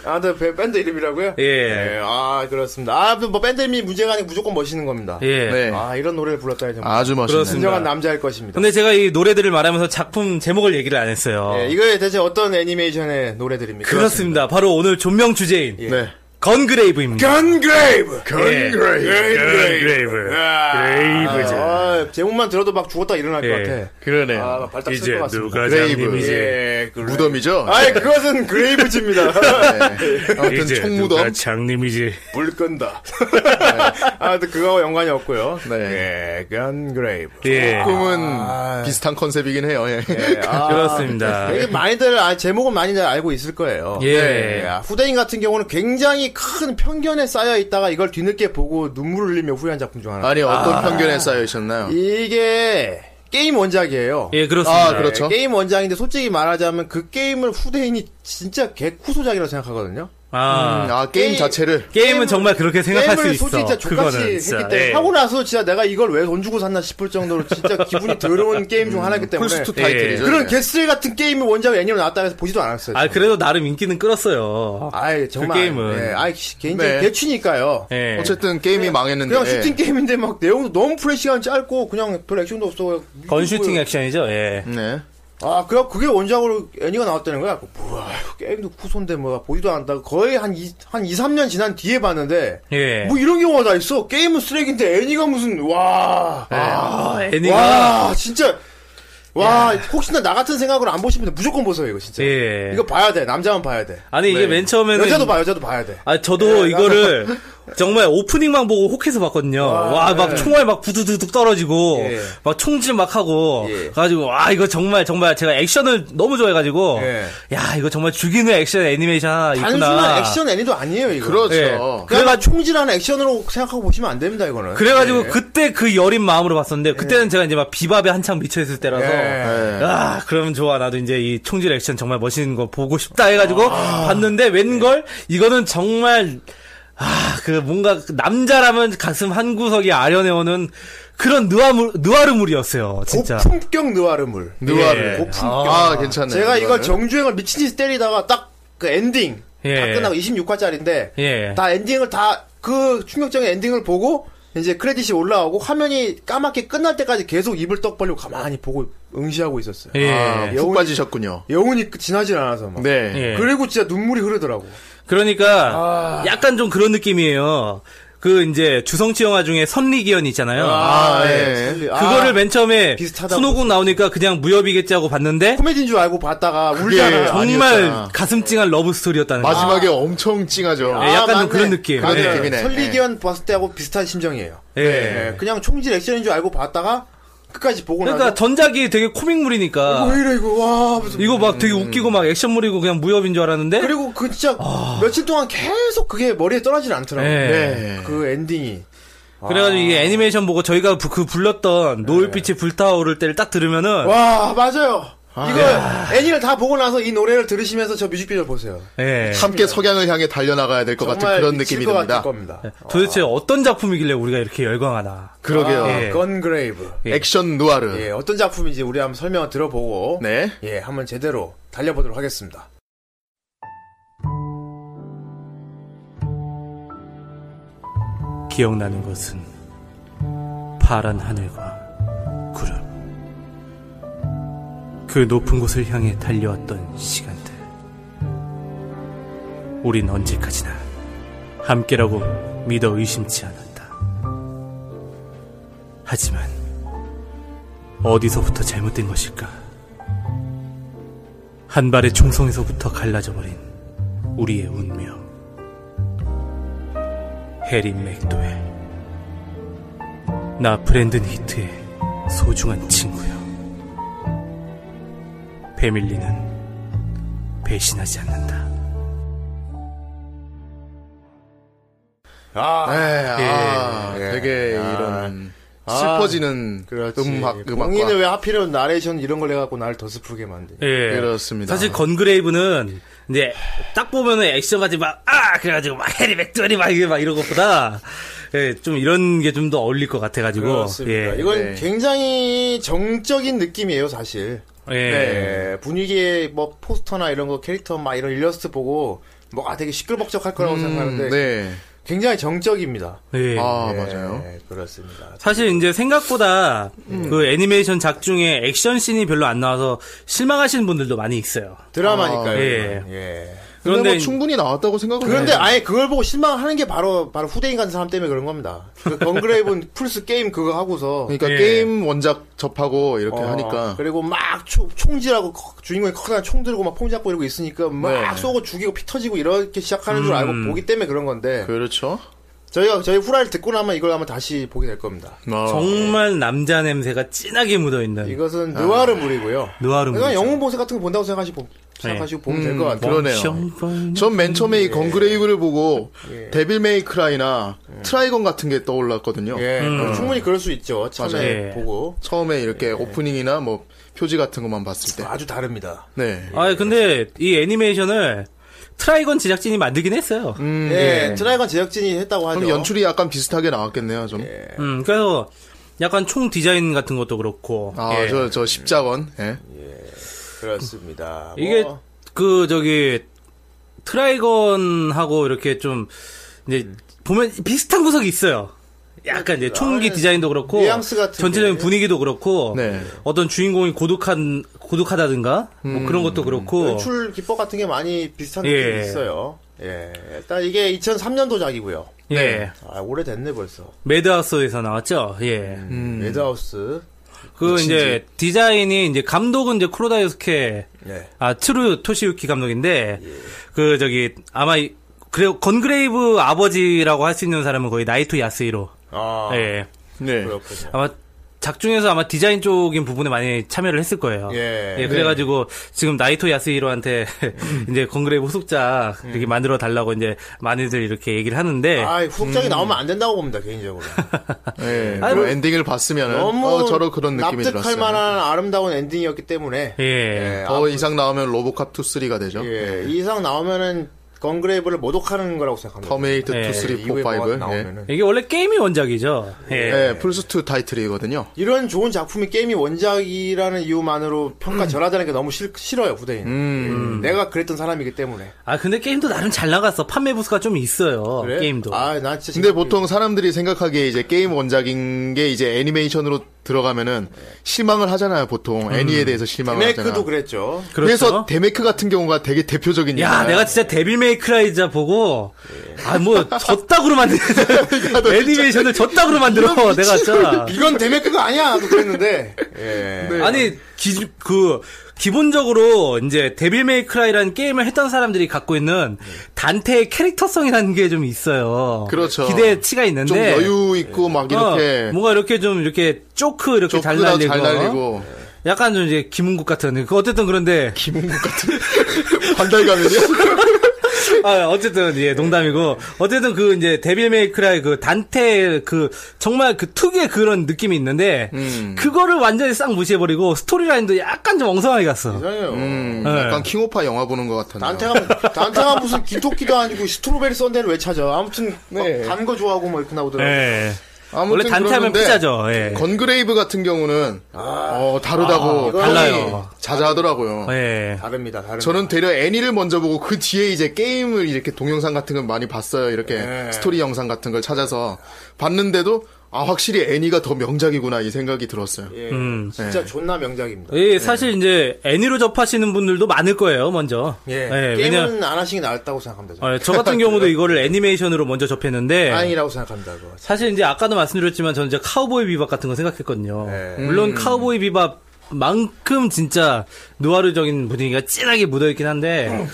C: 아, 네, 밴- 밴드 이름이라고요?
A: 예.
C: 네, 아 그렇습니다. 아, 뭐 밴드 이름이 문제가 아니고 무조건 멋있는 겁니다.
A: 예.
D: 네.
C: 아, 이런 노래를 불렀다니 정말
D: 아주 멋있네요.
A: 그렇습니다.
C: 진정한 남자일 것입니다.
A: 근데 제가 이 노래들을 말하면서 작품 제목을 얘기를 안 했어요.
C: 예, 이거에 대체 어떤 애니메이션의 노래들입니까? 예.
A: 그렇습니다. 바로 오늘 존명 주제인
D: 네.
A: 건그레이브입니다.
C: 건그레이브.
A: 예. 건그레이브.
C: 아, 아, 제목만 들어도 막 죽었다 일어날
A: 예.
C: 것
D: 그러네요.
C: 같아. 아, 발딱 쓸것 같습니다.
D: 그레이브.
A: 장님이지?
C: 예, 그래.
D: 무덤이죠.
C: 아이 그것은 그레이브즈입니다.
A: 예.
C: 예.
D: 아무튼 총무덤.
A: 장님이지?
C: 불 끈다. 아, 또 그거와 연관이 없고요.
D: 네.
C: 예, 건그레이브.
A: 예.
D: 조금은 비슷한 컨셉이긴 해요. 예.
C: 아,
A: 그렇습니다.
C: 되게 많이들 아, 제목은 많이들 알고 있을 거예요. 네. 아,
A: 예.
C: 후대인 같은 경우는 굉장히 큰 편견에 쌓여 있다가 이걸 뒤늦게 보고 눈물을 흘리며 후회한 작품 중 하나.
D: 아니 어떤 편견에 쌓여 있었나요?
C: 이게 게임 원작이에요. 네,
A: 예, 그렇습니다.
D: 아, 그렇죠.
C: 게임 원작인데 솔직히 말하자면 그 게임을 후대인이 진짜 개쿠소작이라고 생각하거든요.
A: 아.
D: 음, 아 게임
C: 게임- 예.
D: 자체를
A: 게임은 정말 그렇게 생각할 수
C: 게임을
A: 있어.
C: 솔직히 진짜 족같이
A: 그거는
C: 했기
A: 진짜.
C: 때문에
A: 예.
C: 하고 나서 진짜 내가 이걸 왜 돈 주고 샀나 싶을 정도로 진짜 기분이 더러운 게임 중 하나이기 때문에
D: 플스2
A: 예.
D: 타이틀이죠.
C: 그런
D: 예.
C: 개쓰레 같은 게임이 원작 애니로 나왔다 해서 보지도 않았어요.
A: 아 그래도 나름 인기는 끌었어요.
C: 아이 정말
A: 그 게임은.
C: 예, 아이 씨, 개인적인
D: 네.
C: 개취니까요.
A: 예. 네.
D: 어쨌든 게임이 망했는데
C: 그냥 슈팅 게임인데 막 내용도 너무 프레시한 짧고 그냥 별 액션도 없어. 그냥
A: 건슈팅
C: 미치고요. 음.
A: 액션이죠. 예.
D: 네.
C: 아 그래 그게 원작으로 애니가 나왔다는 거야. 뭐야 아휴, 게임도 쿠손데 뭐야 보지도 않다. 거의 한한 2, 3년 지난 뒤에 봤는데
A: 예.
C: 뭐 이런 경우가 다 있어. 게임은 쓰레기인데 애니가 무슨 와.
A: 아, 애니가
C: 와 진짜 와 혹시나 나 같은 생각으로 안 보시면 무조건 보세요 이거 진짜
A: 예.
C: 이거 봐야 돼 남자만 봐야 돼
A: 아니
D: 네.
A: 이게 맨 처음에는
C: 여자도 봐 여자도 봐야 돼
A: 아
C: 네,
A: 저도 이거를 정말 오프닝만 보고 혹해서 봤거든요. 와 막 총알 막 부두두둑 떨어지고
C: 네. 예.
A: 막 총질 막 하고
C: 예.
A: 가지고 와 이거 정말 정말 제가 액션을 너무 좋아해가지고
C: 예.
A: 야 이거 정말 죽이는 액션 애니메이션 하나 있구나.
C: 단순한 액션 애니도 아니에요 이거
D: 그렇죠.
A: 예.
C: 그러니까 총질하는 액션으로 생각하고 보시면 안 됩니다 이거는
A: 그래가지고
C: 예.
A: 그때 그 여린 마음으로 봤었는데 그때는 제가 이제 막 비밥에 한창 미쳐 있을 때라서
D: 어.
C: 예.
D: 네.
A: 아 그러면 좋아 나도 이제 이 총질 액션 정말 멋있는 거 보고 싶다 해가지고 봤는데 웬걸 이거는 정말 아 그 뭔가 남자라면 가슴 한 구석이 아련해오는 그런 느와물 느와르물이었어요 진짜
C: 고품격 느와르물
D: 누아르.
A: 예.
D: 고품격. 아 괜찮네.
C: 제가 이걸 정주행을 미친 듯이 때리다가 딱 그 엔딩
A: 예.
C: 다 끝나고 26화짜리인데
A: 예.
C: 다 엔딩을 다 그 충격적인 엔딩을 보고 이제 크레딧이 올라오고 화면이 까맣게 끝날 때까지 계속 입을 떡 벌리고 가만히 보고 응시하고 있었어요.
A: 예.
D: 훅 아, 빠지셨군요.
C: 여운이 그- 지나질 않아서 막.
D: 네.
A: 예.
C: 그리고 진짜 눈물이 흐르더라고.
A: 그러니까 약간 좀 그런 느낌이에요 그 이제 주성치 영화 중에 선리기현 있잖아요
D: 아, 예.
C: 네.
A: 그거를 맨 처음에
C: 비슷하다고
A: 순호국 나오니까 그냥 무협이겠지 하고 봤는데
C: 코미디인 줄 알고 봤다가
D: 그게
C: 예. 울잖아.
D: 정-
A: 정말
D: 아니었잖아.
A: 가슴 찡한 러브 스토리였다는 거.
D: 마지막에 엄청 찡하죠.
A: 예, 약간 좀
C: 아, 맞네.
A: 그런 느낌.
D: 그런
A: 예.
D: 느낌이네.
C: 설리기현 봤을 때하고 비슷한 심정이에요.
A: 예.
C: 예, 그냥 총질 액션인 줄 알고 봤다가 끝까지 보고
A: 그러니까
C: 나서 아,
A: 전작이 되게 코믹물이니까
C: 왜 이래 이거 와 무슨
A: 이거 막 되게 웃기고 막 액션물이고 그냥 무협인 줄 알았는데
C: 그리고 그 진짜 며칠 동안 계속 그게 머리에 떨어지질 않더라고요.
A: 아. 예.
D: 네.
C: 그 엔딩이.
A: 그래가지고
C: 아.
A: 이게 애니메이션 보고 저희가 부- 그 불렀던 노을빛이 불타오를 때를 딱 들으면은
C: 네. 와, 맞아요. 이거 애니를 다 보고 나서 이 노래를 들으시면서 저 뮤직비디오 를 보세요.
A: 예.
D: 함께 석양을 향해 달려나가야 될 것 같은 그런
C: 미칠
D: 느낌이
C: 것 같을
D: 듭니다.
C: 겁니다.
A: 도대체 어떤 작품이길래 우리가 이렇게 열광하나
D: 그러게요.
C: 아,
A: 예.
C: 건그레이브.
A: 예.
D: 액션 누아르.
C: 예, 어떤 작품인지 우리 한번 설명을 들어보고
D: 네.
C: 예, 한번 제대로 달려보도록 하겠습니다.
A: 기억나는 것은 파란 하늘과 구름. 그 높은 곳을 향해 달려왔던 시간들. 우린 언제까지나 함께라고 믿어 의심치 않았다. 하지만 어디서부터 잘못된 것일까? 한 발의 총성에서부터 갈라져버린 우리의 운명. 해리 맥도웰. 나 브랜든 히트의 소중한 친구요. 패밀리는 배신하지 않는다.
B: 아,
D: 아,
B: 예, 예.
D: 되게
B: 아.
D: 이런 슬퍼지는 음악 음악과
C: 예. 공인을 왜 하필이면 나레이션 이런 걸 해갖고 나를 더 슬프게 만드냐.
A: 예.
D: 그렇습니다.
A: 사실 건그레이브는 이제 딱 보면은 액션까지 막 아 그래가지고 막 해리 맥도리 막 이게 막 이런 것보다 예, 좀 이런 게 좀 더 어울릴 것 같아가지고
C: 그렇습니다.
A: 예.
C: 이건
D: 네.
C: 굉장히 정적인 느낌이에요, 사실.
A: 예.
D: 네.
C: 예, 분위기에 뭐 포스터나 이런 거 캐릭터 막 이런 일러스트 보고 뭐가 되게 시끌벅적할 거라고 생각하는데
D: 음, 네.
C: 굉장히 정적입니다.
A: 예.
D: 아,
C: 예,
D: 맞아요.
C: 그렇습니다.
A: 사실 이제 생각보다 그 애니메이션 작 중에 액션 씬이 별로 안 나와서 실망하시는 분들도 많이 있어요.
C: 드라마니까요.
A: 아, 예.
C: 이거는. 예.
D: 근데
A: 그런데
D: 뭐 충분히 나왔다고 생각을
C: 그런데
D: 해요.
C: 아예 그걸 보고 실망하는 게 바로 바로 후대인 같은 사람 때문에 그런 겁니다. 그 건그레이브는 풀스 게임 그거 하고서
D: 그러니까
A: 예.
D: 게임 원작 접하고 이렇게
C: 어,
D: 하니까
C: 그리고 막 초- 총질하고 커- 주인공이 커다란 총 들고 막 폼 잡고 이러고 있으니까 막
D: 네.
C: 쏘고 죽이고 피 터지고 이렇게 시작하는 줄 알고
A: 음.
C: 보기 때문에 그런 건데
D: 그렇죠.
C: 저희가 저희 후라이를 듣고 나면 이걸 한번 다시 보게 될 겁니다.
D: 어.
A: 정말 남자 냄새가 진하게 묻어있는
C: 이것은 느와르 물이고요.
A: 느와르
C: 그냥
A: 물이죠.
C: 영웅 보세 같은 거 본다고 생각하시고 생각하시고 보면 될 것 같아요.
D: 그러네요. 전 맨 처음에 이 건그레이브를 보고
C: 예.
D: 데빌 메이크라이나 트라이건 같은 게 떠올랐거든요.
C: 예,
A: 음.
C: 그럼 충분히 그럴 수 있죠. 처음에
A: 맞아요.
C: 보고
D: 처음에 이렇게 오프닝이나 뭐 표지 같은 것만 봤을 때.
C: 예. 아주 다릅니다.
D: 네.
A: 아 근데 이 애니메이션을 트라이건 제작진이 만들긴 했어요.
D: 음,
C: 예, 트라이건 제작진이 했다고 하죠.
D: 그럼 연출이 약간 비슷하게 나왔겠네요, 좀.
C: 예.
A: 음, 그래서 약간 총 디자인 같은 것도 그렇고
D: 아,
A: 예.
D: 저, 저 십자건. 예.
C: 그렇습니다.
A: 이게
C: 뭐,
A: 그 저기 트라이건하고 이렇게 좀 이제
C: 음.
A: 보면 비슷한 구석이 있어요. 약간 이제 총기
C: 아,
A: 디자인도 그렇고
C: 뉘앙스 같은
A: 전체적인
C: 게.
A: 분위기도 그렇고
D: 네.
A: 어떤 주인공이 고독한 고독하다든가 뭐 그런 것도 그렇고
C: 음. 연출 기법 같은 게 많이 비슷한
A: 예.
C: 느낌이 있어요. 예, 일단 이게 2003년도작이고요.
A: 예
C: 아, 오래됐네 벌써.
A: 매드하우스에서 나왔죠. 예.
C: 음. 매드하우스.
A: 그 이제 디자인이 이제 감독은 이제 쿠로다 요스케
C: 예.
A: 아 트루 토시유키 감독인데 그 저기 아마 이- 그래 건그레이브 아버지라고 할 수 있는 사람은 거의 나이토 야스히로
C: 아,
A: 예
D: 네.
C: 그렇군요.
A: 아마 작중에서 아마 디자인 쪽인 부분에 많이 참여를 했을 거예요.
C: 예.
A: 그래가지고 지금 나이토 야스히로한테
C: 음.
A: 이제 건그레이브 후속작 이렇게 만들어 달라고 이제 많이들 이렇게 얘기를 하는데
C: 아,
A: 음.
C: 후속작이 나오면 안 된다고 봅니다 개인적으로.
D: 예.
A: 아니,
D: 그
A: 뭐-
D: 엔딩을 봤으면은
C: 너무
D: 어, 저런 그런 느낌이
C: 납득할
D: 들었어요.
C: 만한 아름다운 엔딩이었기 때문에 아,
A: 예.
D: 더 이상 나오면 로보캅 2, 3가 되죠.
C: 예, 이 이상 나오면은 건그레이브를 모독하는 거라고 생각합니다.
D: 터메이트 2, 3,
A: 예,
D: 4, 5.
C: 이후에 뭐가
D: 예.
C: 나오면은
A: 이게 원래 게임이 원작이죠. 예.
D: 예, 플스2 타이틀이거든요.
C: 이런 좋은 작품이 게임이 원작이라는 이유만으로
D: 음.
C: 평가 절하자는 게 너무 싫, 어요 후대인. 음. 내가 그랬던 사람이기 때문에.
A: 아 근데 게임도 나름 잘 나갔어. 판매 부수가 좀 있어요.
C: 그래?
A: 게임도.
C: 아, 나 진짜.
D: 근데
C: 생각해.
D: 보통 사람들이 생각하기에 이제 게임 원작인 게 이제 애니메이션으로 들어가면은 실망을 하잖아요, 보통. 애니에 대해서 실망을 하잖아요.
C: 메이크도 그랬죠.
D: 래서
A: 음. 그렇죠.
D: 데메크 같은 경우가 되게 대표적인
A: 야,
D: 예잖아요.
A: 내가 진짜 데빌 메이크라이자 보고 아 뭐 졌다구로 만든 애니메이션을 졌다구로 만들어 내가
D: 그,
A: 진짜
C: 아. 이건 데메크가 아니야! 나도 그랬는데. 예.
A: 아니 기, 그 기본적으로 이제 데빌 메이크라이라는 게임을 했던 사람들이 갖고 있는 단테의 캐릭터성이라는 게 좀 있어요.
D: 네. 그렇죠.
A: 기대치가 있는데
D: 좀 여유 있고 막 이렇게
A: 어, 뭔가 이렇게 좀 이렇게 쪼크 이렇게 잘
D: 조크나
A: 날리고,
D: 잘 날리고
A: 약간 좀 이제 김은국 같은 그 어쨌든 그런데
D: 반달가면요.
A: 아, 어쨌든 예 농담이고 어쨌든 그 이제 데빌 메이크라의 그 단테 그 정말 그 특유의 그런 느낌이 있는데
C: 음.
A: 그거를 완전히 싹 무시해버리고 스토리라인도 약간 좀 엉성하게 갔어.
C: 이상해요.
D: 음,
A: 네.
D: 약간 킹오파 영화 보는 것 같았네요.
C: 단테가, 단테가 무슨 기토끼도 아니고 스트로베리 썬데는 왜 찾아? 아무튼,
D: 네.
C: 단 거 좋아하고 뭐 이렇게 나오더라고요.
A: 예.
D: 아무튼
A: 원래 단테하면
D: 그러는데
A: 피자죠. 예.
D: 건그레이브 같은 경우는 어, 다르다고
C: 아,
A: 달라요.
D: 자자하더라고요.
A: 예.
C: 다릅니다, 다릅니다.
D: 저는 되려 애니를 먼저 보고 그 뒤에 이제 게임을 이렇게 동영상 같은 걸 많이 봤어요. 이렇게
C: 예.
D: 스토리 영상 같은 걸 찾아서 봤는데도 아 확실히 애니가 더 명작이구나 이 생각이 들었어요.
C: 예.
A: 음.
C: 진짜
D: 네.
C: 존나 명작입니다.
D: 예.
A: 이 사실 이제 애니로 접하시는 분들도 많을 거예요, 먼저.
C: 예.
D: 네,
A: 예,
C: 게임은
A: 왜냐
C: 안 하시는 게 낫다고 생각합니다.
A: 어,
C: 저는.
D: 아,
A: 저 같은 경우도 이거를 애니메이션으로 먼저
D: 네.
A: 접했는데
C: 다행이라고 생각합니다. 그거.
A: 사실 이제 아까도 말씀드렸지만 저는 이제 카우보이 비밥 같은 거 생각했거든요.
C: 네.
A: 물론 카우보이 비밥 만큼 진짜 누아르적인 분위기가 진하게 묻어있긴 한데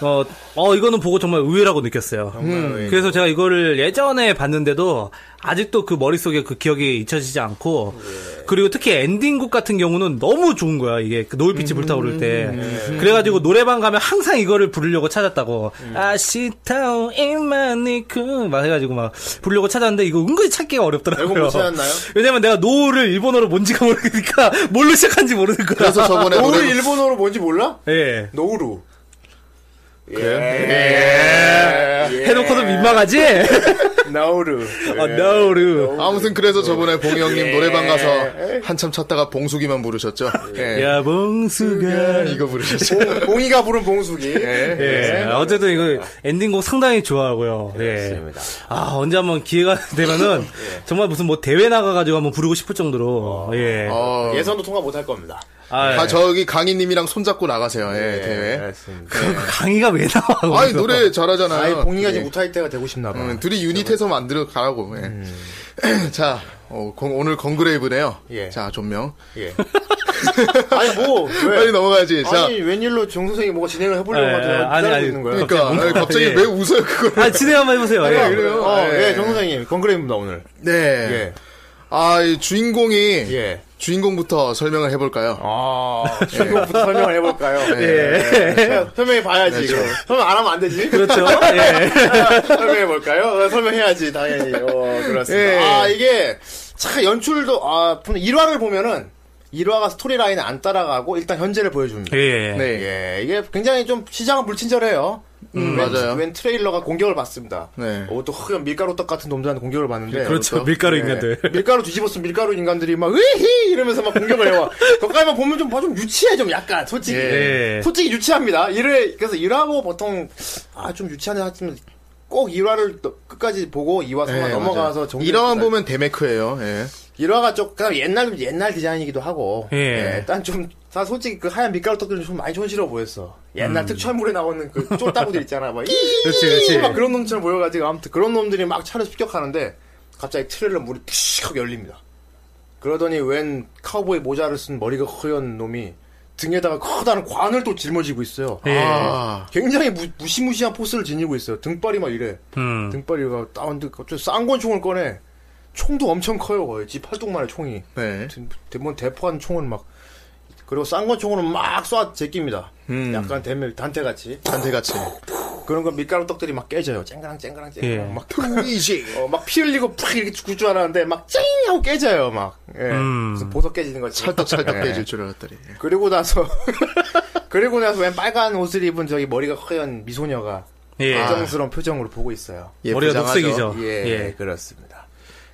A: 어, 어 이거는 보고 정말 의외라고 느꼈어요. 음.
C: 정말
A: 그래서 제가 이거를 예전에 봤는데도 아직도 그 머릿속에 그 기억이 잊혀지지 않고 그리고 특히 엔딩곡 같은 경우는 너무 좋은 거야 이게 그 노을빛이 불타오를 때 그래가지고 노래방 가면 항상 이거를 부르려고 찾았다고 아시타오 이마니쿠 막 해가지고 막 부르려고 찾았는데 이거 은근히 찾기가
C: 결국
A: 어렵더라고요
C: 못 찾았나요?
A: 왜냐면 내가 노를 일본어로 뭔지가 모르니까 뭘로 시작한지 모르는 거야
D: 그래서 저번에 네.
C: 노루
D: 노래
C: 일본어로 뭔지 몰라?
A: 예.
C: 노루.
A: 해놓고도 민망하지?
C: 노루.
A: 어, 노루
D: 아무튼 그래서 저번에 봉이
C: 예.
D: 형님 노래방 가서 한참 찾다가 봉숙이만 부르셨죠. 예.
A: 야 봉수가
D: 이거 부르셨죠.
C: 네. 봉이가 부른 봉숙이. 네.
A: 예. 어쨌든 이거 엔딩곡 상당히 좋아하고요. 예.
B: 그렇습니다.
A: 아, 언제 한번 기회가 되면은 정말 무슨 뭐 대회 나가가지고 한번 부르고 싶을 정도로. 예.
D: 어,
C: 예선도 통과 못 할 겁니다.
A: 아,
C: 예.
D: 아, 저기 강희님이랑 손잡고 나가세요. 예,
C: 네,
D: 대회.
C: 알겠습니다.
A: 그 강의가 왜 나와?
D: 아이
A: 거기서.
D: 노래 잘하잖아요.
C: 아이 봉이가
D: 예.
C: 지금 우타이 때가 되고 싶나 봐.
D: 음, 둘이 유닛해서 만들어 가라고. 예.
C: 음.
D: 자, 어, 공- 오늘 건그레이브네요.
C: 예.
D: 자, 존명.
C: 예. 아니 뭐 왜?
D: 빨리 넘어가야지. 자,
C: 아니 웬일로 정 선생이 뭔가 진행을 해보려고
A: 예,
C: 하더니
A: 예, 아니,
C: 기다리고
A: 아니.
C: 있는 거야.
D: 그러니까
A: 갑자기
D: 아니,
A: 뭔가-
D: 갑자기
A: 예.
D: 왜 웃어요 그걸?
A: 아, 진행 한번 해보세요. 예.
D: 그래요?
C: 어,
D: 예.
C: 예, 정 선생님 건그레입니다 오늘.
D: 네.
C: 예,
D: 아, 이 주인공이
C: 예.
D: 주인공부터 설명을 해볼까요?
C: 아, 주인공부터 설명을 해볼까요? 예. 설명해 봐야지. 이거. 설명 안 하면 안 되지.
A: 그렇죠. 예.
C: 설명해 볼까요? 어, 설명해야지 당연히. 어, 그렇습니다.
D: 예.
C: 아 이게 참 연출도 아 1화를 보면은 1화가 스토리라인을 안 따라가고 일단 현재를 보여줍니다.
A: 예.
D: 네.
C: 예, 이게 굉장히 좀 시장은 불친절해요.
D: 음,
C: 웬,
D: 맞아요.
C: 웬 트레일러가 공격을 받습니다.
D: 네.
C: 오, 또 흑연 밀가루 떡 같은 놈들한테 공격을 받는데.
A: 그렇죠. 밀가루
C: 예.
A: 인간들.
D: 네.
C: 밀가루 뒤집어쓴 밀가루 인간들이 막, 으히! 이러면서 막 공격을 해와. 거기까지만 보면 좀, 봐, 좀 유치해, 좀 약간, 솔직히.
D: 네.
A: 예.
C: 솔직히 유치합니다. 일을, 그래서 일하고 보통, 아, 좀 유치하네 하지만 꼭 1화를 끝까지 보고 2화, 3화
D: 예,
C: 넘어가서
D: 맞아요.
C: 정리.
D: 이러만 보면 데메크예요. 예.
C: 1화가 좀, 그냥 옛날, 옛날 디자인이기도 하고.
A: 예.
C: 예, 일단 좀, 사 솔직히 그 하얀 밀가루 떡들은 좀 많이 촌스러워 보였어. 옛날 특촬물에 나오는 그 쫄따구들 있잖아. 막, 이!
A: 음. 그렇지, 그렇지.
C: 막 그런 놈처럼 보여가지고, 아무튼 그런 놈들이 막 차를 습격하는데, 갑자기 트레일러 물이 푸식 하고 열립니다. 그러더니 웬 카우보이 모자를 쓴 머리가 허연 놈이 등에다가 커다란 관을 또 짊어지고 있어요.
A: 예.
D: 아,
C: 굉장히 무, 무시무시한 포스를 지니고 있어요. 등발이 막 이래.
A: 음.
C: 등발이가 다운데 갑자기 쌍권총을 꺼내. 총도 엄청 커요, 거의. 지 팔뚝만의 총이.
D: 네.
C: 대본 대포한 총은 막 그리고 싼건 총으로는 막 쏴 제낍니다.
A: 음.
C: 약간 대밀 단테 같이
D: 단태같이.
C: 그런 거 밀가루 떡들이 막 깨져요. 쨍그랑 쨍그랑 쨍그랑
A: 예.
D: 풍이지.
C: 막어막피 흘리고 푹 이렇게 죽을 줄 알았는데 막쨍 하고 깨져요 막. 예.
A: 음.
C: 그래서 보석 깨지는 거지.
D: 찰떡찰떡
C: 예.
D: 깨질 줄 알았더니. 예.
C: 그리고 나서 그리고 나서 웬 빨간 옷을 입은 저기 머리가 허연 미소녀가
A: 예.
C: 애정스러운 표정으로 보고 있어요.
A: 머리가
D: 예쁘장하죠.
A: 녹색이죠.
C: 예,
A: 예.
C: 그렇습니다.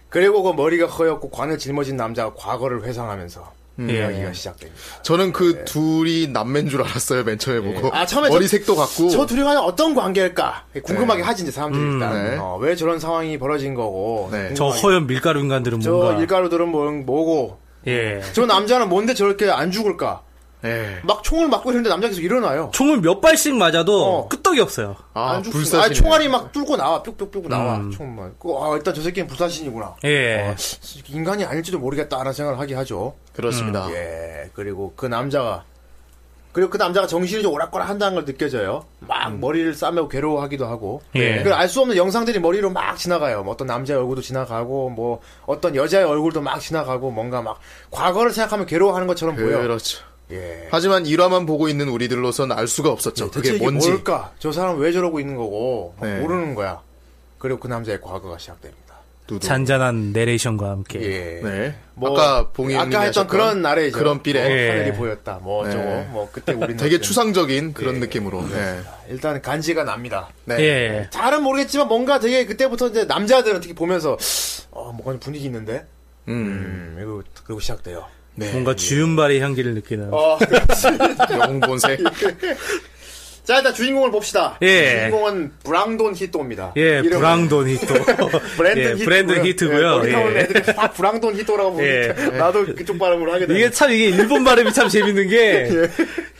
C: 그리고 그 머리가 허옇고 관을 짊어진 남자가 과거를 회상하면서
A: 예.
C: 이야기가 시작됩니다.
D: 저는 그 둘이 남매인 줄 알았어요. 맨 처음에 보고.
C: 예. 아, 처음에 저-
D: 머리 색도 같고.
C: 저 둘이 과연 어떤 관계일까 궁금하게 하지 이제 사람들이 일단
D: 네.
C: 어, 왜 저런 상황이 벌어진 거고
D: 네.
A: 저
C: 궁금하게.
A: 허연 밀가루 인간들은
C: 저
A: 뭔가.
C: 밀가루들은 뭐, 뭐고
A: 예.
C: 저 남자는 뭔데 저렇게 안 죽을까
D: 예.
C: 막 총을 맞고 있는데 남자 계속 일어나요
A: 총을 몇 발씩 맞아도
C: 어.
A: 끄떡이 없어요.
D: 아,
C: 안 죽습니다.
D: 불사신.
C: 아니, 총알이 막 뚫고 나와 뿅뿅뿅 나와
A: 음.
C: 총만 아 일단 저 새끼는 불사신이구나
A: 예.
C: 인간이 아닐지도 모르겠다라는 생각을 하게 하죠
D: 그렇습니다.
C: 예 그리고 그 남자가 그리고 그 남자가 정신이 좀 오락가락 한다는 걸 느껴져요. 막
D: 음.
C: 머리를 싸매고 괴로워하기도 하고. 네.
A: 예.
C: 그걸 알 수 없는 영상들이 머리로 막 지나가요. 뭐 어떤 남자의 얼굴도 지나가고 뭐 어떤 여자의 얼굴도 막 지나가고 뭔가 막 과거를 생각하면 괴로워하는 것처럼 보여.
D: 그렇죠.
C: 예.
D: 하지만 일화만 보고 있는 우리들로선 알 수가 없었죠.
C: 대체
D: 그게
C: 이게
D: 뭔지.
C: 뭘까? 저 사람 왜 저러고 있는 거고
D: 네.
C: 모르는 거야. 그리고 그 남자의 과거가 시작됩니다.
D: 두두.
A: 잔잔한 내레이션과 함께.
C: 예.
D: 네.
C: 뭐,
D: 아까 봉이 형님이
C: 아까 했던
D: 하셨던
C: 그런 나레이션
D: 그런 삐래.
C: 뭐,
A: 예.
C: 하늘이 보였다. 뭐
D: 네.
C: 저거 뭐 그때 우리는
D: 되게
C: 어쨌든
D: 추상적인 그런
C: 네.
D: 느낌으로. 예.
C: 일단 간지가 납니다.
D: 네.
A: 예.
C: 잘은 모르겠지만 뭔가 되게 그때부터 이제 남자들은 특히 보면서 어 뭔가 좀 분위기 있는데
D: 음.
C: 음 이거 그리고 시작돼요.
A: 음.
D: 네.
A: 뭔가 주윤발의 향기를 느끼는.
C: 어
D: 영웅본색.
C: 자, 일단 주인공을 봅시다.
A: 예.
C: 주인공은 브랑돈 히토입니다.
A: 예,
C: 이름은
A: 브랑돈 히토.
C: 브랜든
A: 예,
C: 히토고요.
A: 브랜든 히트고요.
C: 예, 머리
A: 예.
C: 애들이 다 브랑돈 히토라고 부르니까
A: 예.
C: 나도 그쪽 발음을 하게 되
A: 이게 참 이게 일본 발음이 참 재밌는
C: 예.
A: 게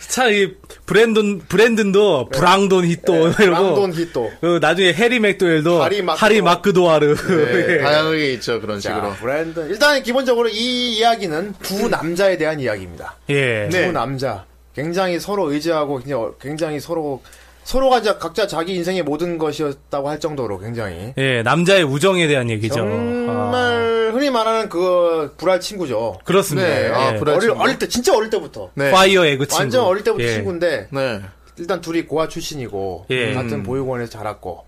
A: 참이 브랜돈 브랜든도 브랑돈 히토 이러고
C: 예. 브랑돈 히토.
A: 어, 나중에 해리 맥도웰도
C: 하리 그 예. 마크도-
A: 하리 마크도아르
D: 네, 다양하게 있죠 그런 식으로.
C: 자, 브랜든. 일단 기본적으로 이 이야기는 두
A: 음.
C: 남자에 대한 이야기입니다.
A: 예.
D: 네.
C: 두 남자 굉장히 서로 의지하고 굉장히 어- 굉장히 서로 서로가 자- 각자 자기 인생의 모든 것이었다고 할 정도로 굉장히
A: 예, 남자의 우정에 대한 얘기죠.
C: 음.
A: 아,
C: 정말 흔히 말하는 그 불알 친구죠.
A: 그렇습니다.
D: 네, 아,
A: 예.
D: 불알
C: 어릴
D: 친구.
C: 어릴 때 진짜 어릴 때부터
D: 네.
A: 파이어 에그 친구.
C: 완전 어릴 때부터
A: 예.
C: 친구인데
D: 네.
C: 일단 둘이 고아 출신이고
A: 예.
C: 같은 보육원에서 자랐고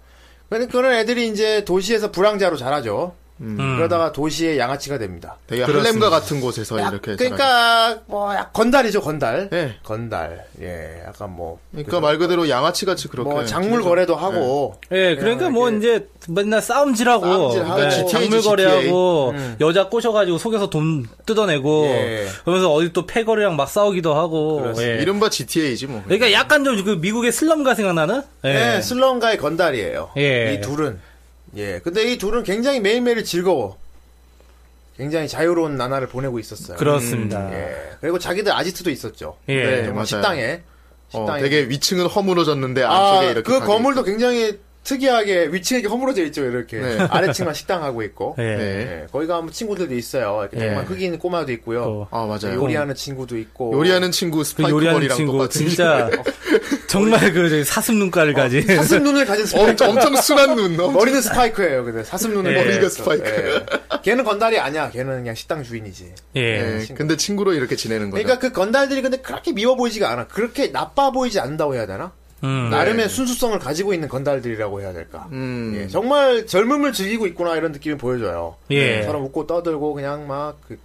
C: 그런 그런 애들이 이제 도시에서 불황자로 자라죠.
A: 음.
C: 그러다가 도시의 양아치가 됩니다.
D: 되게
A: 그렇습니다.
D: 할렘과 같은 곳에서
C: 약-
D: 네, 이렇게. 자라요.
C: 그러니까 뭐 약- 건달이죠 건달.
D: 예.
C: 건달. 예, 약간 뭐
D: 그러니까 말 그대로 양아치 같이 그렇게.
C: 뭐 작물 거래도 하고
A: 예, 그러니까 뭐 이제 맨날 싸움질하고
C: 싸움질하고 GTA,
A: 장물거래하고 여자 꼬셔가지고 속여서 돈 뜯어내고
C: 예.
A: 그러면서 어디 또 패거리랑 막 싸우기도 하고. 예.
C: 네.
D: 이른바 GTA지 뭐.
A: 그러니까 약간 좀 그 미국의 슬럼가 생각나는? 예.
C: 네, 슬럼가의 건달이에요.
A: 예.
C: 이 둘은. 예. 근데 이 둘은 굉장히 매일매일 즐거워. 굉장히 자유로운 나날을 보내고 있었어요.
A: 그렇습니다.
C: 예. 그리고 자기들 아지트도 있었죠.
A: 예.
C: 네,
D: 맞아요.
C: 정말 식당에.
D: 어,
C: 식당에.
D: 되게 위층은 허물어졌는데
C: 아,
D: 안쪽에 이렇게.
C: 그
D: 가게
C: 건물도 굉장히 특이하게 위층이 허물어져 있죠. 이렇게.
D: 네.
C: 아래층만 식당하고 있고.
A: 예.
D: 네.
C: 예. 거기 가면 친구들도 있어요. 이렇게
A: 예.
C: 정말 흑인 꼬마도 있고요.
A: 또
D: 아 맞아요.
C: 요리하는 친구도 있고.
D: 요리하는 친구
A: 그
D: 스파이크
A: 요리하는
D: 머리랑
A: 친구
D: 똑같은.
A: 진짜 정말 그 저기 사슴 눈깔을 가진
C: 사슴 눈을 가진 스파이크.
D: 엄청, 엄청 순한 눈. 엄청
C: 머리는 네. 스파이크예요. 근데 사슴 눈을
A: 예.
D: 어, 머리가 스파이크.
C: 예. 걔는 건달이 아니야. 걔는 그냥 식당 주인이지.
A: 예.
D: 예, 근데 친구로 이렇게 지내는 거죠.
C: 네. 그러니까 그 건달들이 근데 그렇게 미워 보이지가 않아. 그렇게 나빠 보이지 않는다고 해야 되나?
A: 음.
C: 나름의 순수성을 가지고 있는 건달들이라고 해야 될까?
D: 네. 음.
C: 예, 정말 젊음을 즐기고 있구나 이런 느낌이 보여줘요.
A: 예.
C: 네, 서로 웃고 떠들고 그냥 막 그,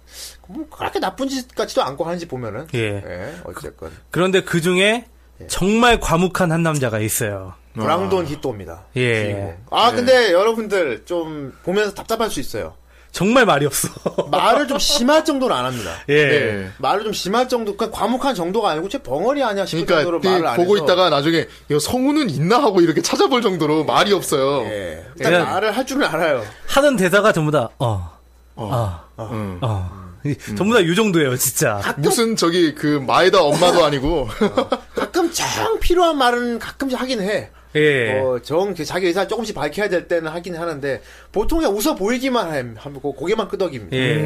C: 뭐 그렇게 나쁜 짓 같지도 않고 하는지 보면은
A: 예.
C: 어쨌건
A: 그런데 그 중에 정말 과묵한 한 남자가 있어요.
D: 아.
C: 브랑돈 히토입니다.
A: 예.
C: 주인공. 아 근데 여러분들 좀 보면서 답답할 수 있어요.
A: 정말 말이 없어.
C: 말을 좀 심할 정도는 안 합니다.
A: 예.
D: 예.
C: 말을 좀 심할 정도, 그냥 과묵한 정도가 아니고 쟤 벙어리 아니야 싶을 정도로
D: 그러니까
C: 말을 안
D: 띠- 보고
C: 해서
D: 있다가 나중에 이 성우는 있나 하고 이렇게 찾아볼 정도로 말이 없어요.
C: 예. 일단
A: 그냥-
C: 말을 할 줄은 알아요.
A: 하는 대사가 전부 다 어. 어. 어.
C: 아.
D: 음.
A: 아,
D: 아,
A: 이- 전부 다 이 정도예요, 진짜.
D: 무슨 저기 그 마에다 엄마도 아니고
C: 가끔 정 필요한 말은 가끔씩 하긴 해.
A: 예.
C: 어, 정그 자기 의사 조금씩 밝혀야 될 때는 하긴 하는데 보통 그냥 웃어 보이기만 함- 하고 고개만 끄덕입니다.
A: 예.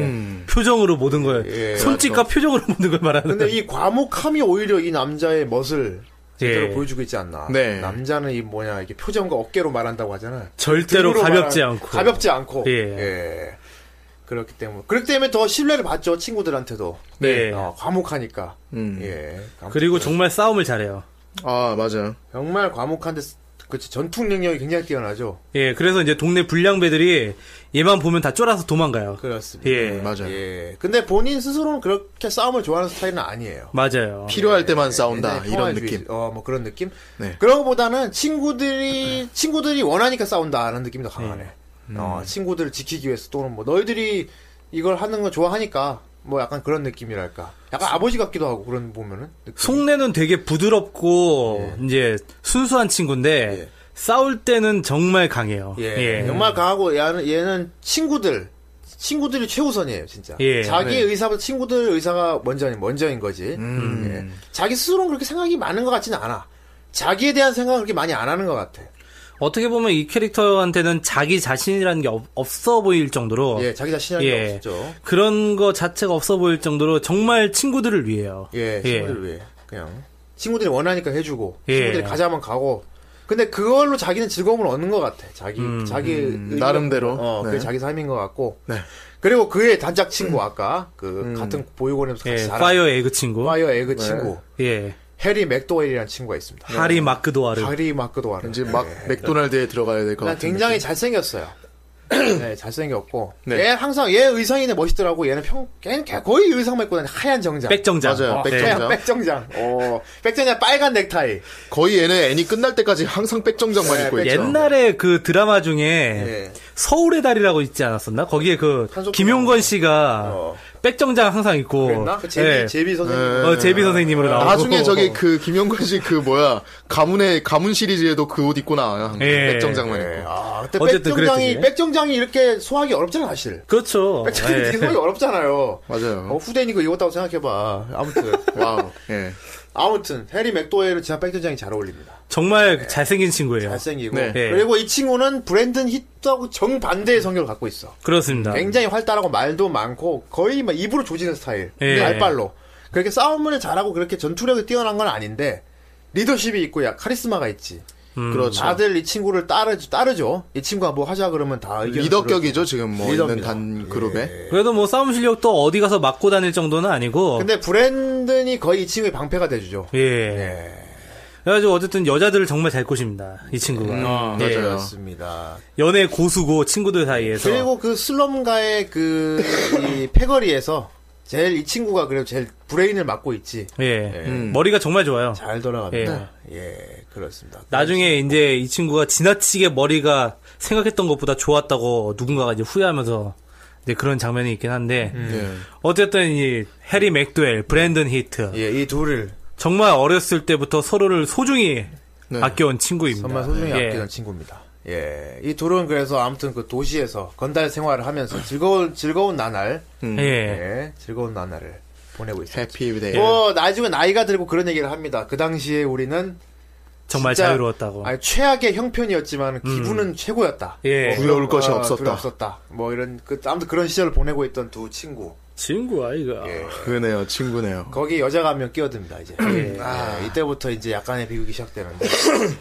A: 표정으로 모든 걸
C: 음. 예,
A: 손짓과 표정으로 모든 걸 말하는.
C: 근데 이 과묵함이 오히려 이 남자의 멋을 제대로
A: 예.
C: 보여주고 있지 않나.
D: 네.
C: 남자는 이 뭐냐 이게 표정과 어깨로 말한다고 하잖아요.
A: 절대로
C: 등으로
A: 가볍지
C: 말하-
A: 않고.
C: 가볍지 않고.
A: 예.
C: 예. 그렇기 때문에 그렇기 때문에 더 신뢰를 받죠 친구들한테도.
A: 네.
C: 어, 과묵하니까.
D: 음.
C: 예.
A: 그리고 정말 싸움을 잘해요.
D: 아 맞아요.
C: 정말 과묵한데 그 전투 능력이 굉장히 뛰어나죠.
A: 예, 그래서 이제 동네 불량배들이 얘만 보면 다 쫄아서 도망가요.
C: 그렇습니다.
A: 예,
D: 음, 맞아요.
C: 예. 근데 본인 스스로는 그렇게 싸움을 좋아하는 스타일은 아니에요.
A: 맞아요.
C: 예.
D: 필요할 때만 싸운다
C: 굉장히
D: 이런
C: 평화주의-
D: 느낌.
C: 어, 뭐 그런 느낌?
D: 네.
C: 그런 것보다는 친구들이, 친구들이 원하니까 싸운다라는 느낌이 더 강하네. 어,
D: 음.
C: 친구들을 지키기 위해서 또는 뭐 너희들이 이걸 하는 거 좋아하니까 뭐 약간 그런 느낌이랄까. 약간 아버지 같기도 하고 그런 보면은. 느낌.
A: 속내는 되게 부드럽고 이제 순수한 친구인데
C: 예.
A: 싸울 때는 정말 강해요.
C: 예. 정말 강하고 얘는, 얘는 친구들. 친구들이 최우선이에요, 진짜.
A: 예.
C: 자기
D: 네.
C: 의사보다 친구들 의사가 먼저, 먼저인 거지.
D: 음.
C: 예. 자기 스스로는 그렇게 생각이 많은 것 같지는 않아. 자기에 대한 생각을 그렇게 많이 안 하는 것 같아.
A: 어떻게 보면 이 캐릭터한테는 자기 자신이라는 게 없, 없어 보일 정도로
C: 예, 자기 자신이
A: 예.
C: 없죠
A: 그런 거 자체가 없어 보일 정도로 정말 친구들을 위해요.
C: 예, 친구들 위해. 그냥. 친구들이 원하니까 해주고,
A: 예.
C: 친구들이 가자면 가고. 근데 그걸로 자기는 즐거움을 얻는 것 같아. 자기, 자기. 의미가-
D: 음, 나름대로.
C: 어, 그게
D: 네.
C: 자기 삶인 것 같고.
D: 네. 음.
C: 그리고 그의 단짝 친구, 아까. 그, 같은 보육원에서
A: 예,
C: 같이 자란.
A: 파이어 에그 친구.
C: 파이어 네. 에그
D: 네.
C: 친구.
A: 예.
C: 해리 맥도웰이라는 친구가 있습니다.
A: 하리 마크도아르.
C: 하리 마크도아르.
D: 이제 막 맥도날드에 들어가야 될 것
C: 난
D: 같은.
C: 굉장히 잘생겼어요. 네, 잘생겼고.
D: 네.
C: 얘 항상 얘 의상이네 멋있더라고. 얘는 평, 걔는 개- 거의 의상만 입고 다니는 하얀 정장.
A: 백정장.
D: 맞아요,
A: 어,
D: 백정장.
A: 네.
C: 하얀 백정장. 어, 백정장 빨간 넥타이.
D: 거의 얘는 애니 끝날 때까지 항상 백정장만
C: 네,
D: 입고 있죠.
A: 옛날에 그 드라마 중에
C: 예.
A: 서울의 달이라고 있지 않았었나? 거기에 그
C: 한석규
A: 김용건 씨가
C: 어.
A: 백정장 항상 입고
C: 그랬나? 그 제비,
A: 예.
C: 제비 선생님.
A: 어, 제비 선생님으로 나오고
D: 나중에 저기 그 김영관 씨 그 뭐야 가문의 가문 시리즈에도 그 옷 입고 나와요.
A: 예.
D: 백정장만 입고.
C: 네, 아, 그때
A: 어쨌든
C: 백정장이,
A: 그랬지.
C: 백정장이 이렇게 소화하기 어렵잖아, 사실.
A: 그렇죠.
C: 백정장이
A: 예.
C: 되게 소화하기 어렵잖아요.
D: 맞아요.
C: 어, 후대니까 입었다고 생각해봐. 아무튼.
D: 와우. 예.
C: 아무튼, 해리 맥도웰은 진짜 백정장이 잘 어울립니다.
A: 정말 잘생긴 친구예요.
C: 네. 잘생기고.
D: 네.
C: 그리고 이 친구는 브랜든 히트하고 정반대의 성격을 갖고 있어.
A: 그렇습니다.
C: 굉장히 활달하고 말도 많고 거의 막 입으로 조지는 스타일
A: 예.
C: 말빨로 그렇게 싸움을 잘하고 그렇게 전투력이 뛰어난 건 아닌데 리더십이 있고 야 카리스마가 있지
D: 그렇죠.
C: 다들 이 친구를 따르 따르죠 이 친구가 뭐 하자 그러면 다 의견을
D: 리더격이죠 지금 뭐 있는
C: 리더입니다.
D: 단 그룹에.
A: 그래도 뭐 싸움 실력도 어디 가서 맞고 다닐 정도는 아니고.
C: 들어요. 근데 네. 브랜든이 거의 이 친구의 방패가 돼주죠
A: 예. 그래가지고 어쨌든 여자들을 정말 잘 꼬십니다. 이 친구가. 예.
D: 음, 맞아요.
C: 그렇습니다
A: 연애 고수고 친구들 사이에서.
C: 그리고 그 슬럼가의 그 이 패거리에서 제일 이 친구가 그래도 제일 브레인을 맡고 있지
A: 예.
D: 음.
A: 머리가 정말 좋아요.
C: 잘 돌아갑니다 예 그렇습니다
A: 나중에 이제 이 친구가 지나치게 머리가 생각했던 것보다 좋았다고 누군가가 이제 후회하면서 이제 그런 장면이 있긴 한데
D: 음.
C: 예. 네.
D: 예.
A: 어쨌든 이 해리 맥도웰, 브랜든 히트
C: 예, 이 둘을
A: 정말 어렸을 때부터 서로를 소중히
D: 네.
A: 아껴온 친구입니다.
C: 정말 소중히
A: 예.
C: 아끼는 친구입니다. 예, 이 둘은 그래서 아무튼 그 도시에서 건달 생활을 하면서 즐거운 즐거운 나날,
D: 음.
A: 예.
C: 예, 즐거운 나날을 보내고 있어요.
D: 해피데이.
C: 뭐 나중에 나이가 들고 그런 얘기를 합니다. 그 당시에 우리는
A: 정말
C: 진짜,
A: 자유로웠다고. 음.
C: 아니, 최악의 형편이었지만 기분은 최고였다.
A: 예.
D: 두려울 것이
C: 아,
D: 없었다.
C: 두려울 없었다. 뭐 이런 그 아무튼 그런 시절을 보내고 있던 두 친구.
A: 친구 아이가.
C: 예.
D: 그네요 친구네요.
C: 거기 여자가 한 명 끼어듭니다 이제
A: 음. 아.
C: 예, 이때부터 이제 약간의 비극이 시작되는데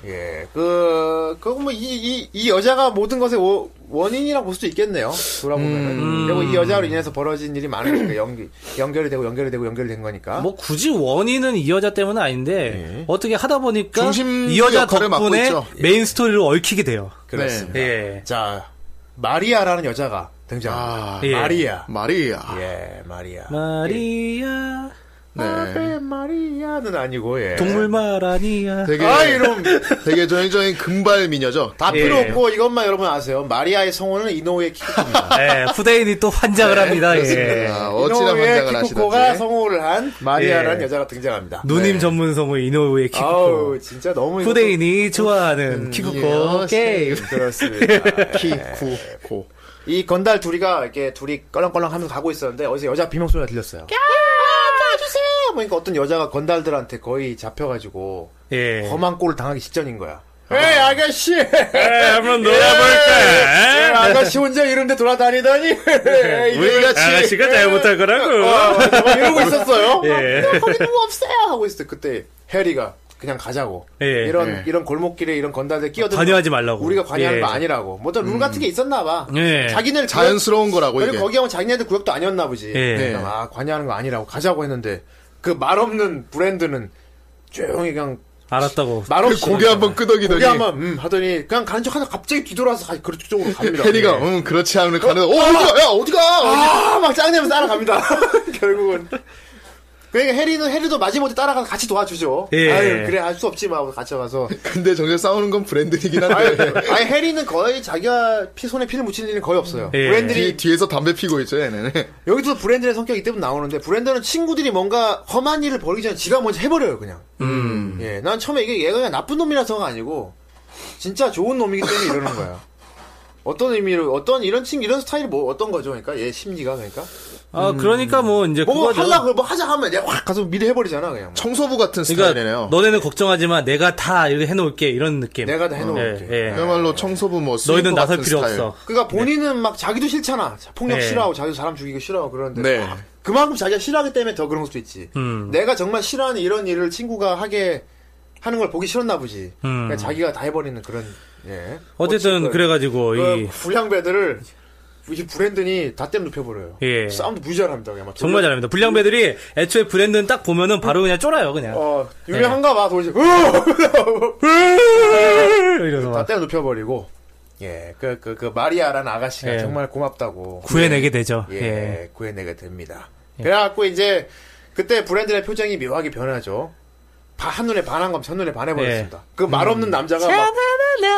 C: 예, 그, 예그그뭐이이 이 여자가 모든 것의 오- 원인이라 볼 수도 있겠네요 돌아보면은
A: 음.
C: 그리고 이 여자로 인해서 벌어진 일이 많으니까 연기 연결이 되고 연결이 되고 연결이 된 거니까
A: 뭐 굳이 원인은 이 여자 때문은 아닌데 어떻게 하다 보니까
D: 중심
A: 이 여자
D: 역할을 맡고
A: 덕분에
D: 있죠.
A: 메인 스토리로 얽히게 돼요.
C: 그렇습니다
A: 예.
C: 자 마리아라는 여자가 등장합니다
D: 아
A: 예.
C: 마리아
D: 마리아.
C: 예 마리아
A: 마리아
D: 네.
C: 아, 마리아는 아니고 예
A: 동물 말 아니야.
D: 되게
C: 아 이런
D: 되게 전형적인 금발 미녀죠.
C: 다 필요
A: 예.
C: 없고 이것만 여러분 아세요 마리아의 성호는 이노우의 키코입니다
A: 예, 후대인이 또 환장을 합니다. 예.
D: 아, 어찌나
C: 네. 이노우의
D: 환장을
C: 키쿠코가
D: 하시던지.
C: 성호를 한 마리아라는
A: 예.
C: 여자가 등장합니다.
A: 누님 전문 성우 이노우의 키쿠코.
C: 아우 진짜 너무 이것도-
A: 후대인이 좋아하는 키쿠코
C: 어,
D: 예,
A: 게임.
C: 그렇습니다.
D: 키쿠코.
C: 이 건달 둘이가 이렇게 둘이 껄렁껄렁하면서 가고 있었는데 어디서 여자 비명 소리가 들렸어요. 도와주세요. 그러니까 어떤 여자가 건달들한테 거의 잡혀가지고
A: 예.
C: 험한 꼴을 당하기 직전인 거야.
D: 예,
C: 에이 아가씨.
A: 한번
C: 예, 아가씨 혼자 이런데 돌아다니다니. 에이,
D: 예. 우리가 지
A: 예. 잘못할 거라고.
C: 아, 정말 이러고 있었어요.
A: 어, 예.
C: 야, 거기 누구 없어요 하고 있을 때 그때 해리가 그냥 가자고
A: 예.
C: 이런
D: 예.
C: 이런 골목길에 이런 건달들 끼어들
A: 관여하지 말라고.
C: 우리가 관여하는
A: 예.
C: 거 아니라고 뭐 어떤 룰 같은 게 있었나 봐
A: 예.
C: 자기네들
D: 자연스러운 거라고
C: 그리고
D: 이게.
C: 거기 하면 자기네들 구역도 아니었나 보지
A: 예.
C: 그냥 아 관여하는 거 아니라고 가자고 했는데 그 말 없는 브랜드는 조용히 그냥
A: 알았다고.
C: 말 없이
D: 그 고개 한번 끄덕이더니
C: 고개 한번 음 하더니 그냥 가는 척 하다 갑자기 뒤돌아서 가- 그쪽으로 갑니다 예. 아!
D: 해리가 음 그렇지 않으면 가는. 어 어디가? 야 어디가?
C: 아막 짱내면 따라갑니다. 결국은. 그러니까 해리는 해리도 마지못해 따라가서 같이 도와주죠.
A: 예.
C: 아유 그래 할 수 없지 마 하고 같이 가서.
D: 근데 정작 싸우는 건 브랜든이긴
C: 아유,
D: 한데.
C: 아니 해리는 거의 자기가 피 손에 피를 묻히는 일은 거의 없어요.
A: 예.
D: 뒤,
C: 브랜들이
D: 뒤에서 담배 피고 있죠 얘네는.
C: 여기도 브랜드의 성격이 때문에 나오는데 브랜드는 친구들이 뭔가 험한 일을 벌이기 전에 지가 먼저 해버려요 그냥.
A: 음.
C: 예, 난 처음에 이게 얘가 그냥 나쁜 놈이라서가 아니고 진짜 좋은 놈이기 때문에 이러는 거야. 어떤 의미로 어떤 이런 친 이런 스타일이 뭐 어떤 거죠 그러니까 얘 심리가 그러니까
A: 아, 그러니까 뭐 이제
C: 뭐
A: 그거죠.
C: 하려고 뭐 하자 하면 얘가 확 가서 미리 해버리잖아 그냥. 뭐.
D: 청소부 같은
A: 그러니까
D: 스타일이네요.
A: 너네는 걱정하지 마. 내가 다 이렇게 해놓을게. 이런 느낌.
C: 내가 다 해놓을게.
A: 예, 예.
D: 그야말로 청소부 뭐
A: 너희는
D: 스니커
A: 나설
D: 같은
A: 필요
D: 스타일.
A: 없어.
C: 그러니까 본인은 막 자기도 싫잖아. 자, 폭력
A: 네.
C: 싫어하고 자기도 사람 죽이고 싫어하고 그러는데
D: 네.
C: 아, 그만큼 자기가 싫어하기 때문에 더 그런 것도 있지.
A: 음.
C: 내가 정말 싫어하는 이런 일을 친구가 하게 하는 걸 보기 싫었나 보지.
A: 음.
C: 그러니까 자기가 다 해버리는 그런. 예.
A: 어쨌든
C: 어쨌든
A: 그래가지고
C: 그
A: 이
C: 불량배들을 이 브랜든이 다 땜 눕혀버려요.
A: 예.
C: 싸움도 무지 잘합니다. 그냥 막
A: 정말 잘합니다. 불량배들이 애초에 브랜드는 딱 보면은 바로 그냥 쫄아요, 그냥.
C: 어
A: 네.
C: 유명한가 봐 도대체.
A: 이러서
C: 다
A: 막.
C: 아. 땜 눕혀버리고 예, 그, 그, 그, 마리아라는 아가씨가
A: 예.
C: 정말 고맙다고.
A: 구해내게 되죠.
C: 예,
A: 예.
C: 구해내게 됩니다. 그래갖고 이제, 그때 브랜드의 표정이 묘하게 변하죠. 바- 한눈에 반한 검, 첫눈에 반해버렸습니다. 그 말없는 남자가 막,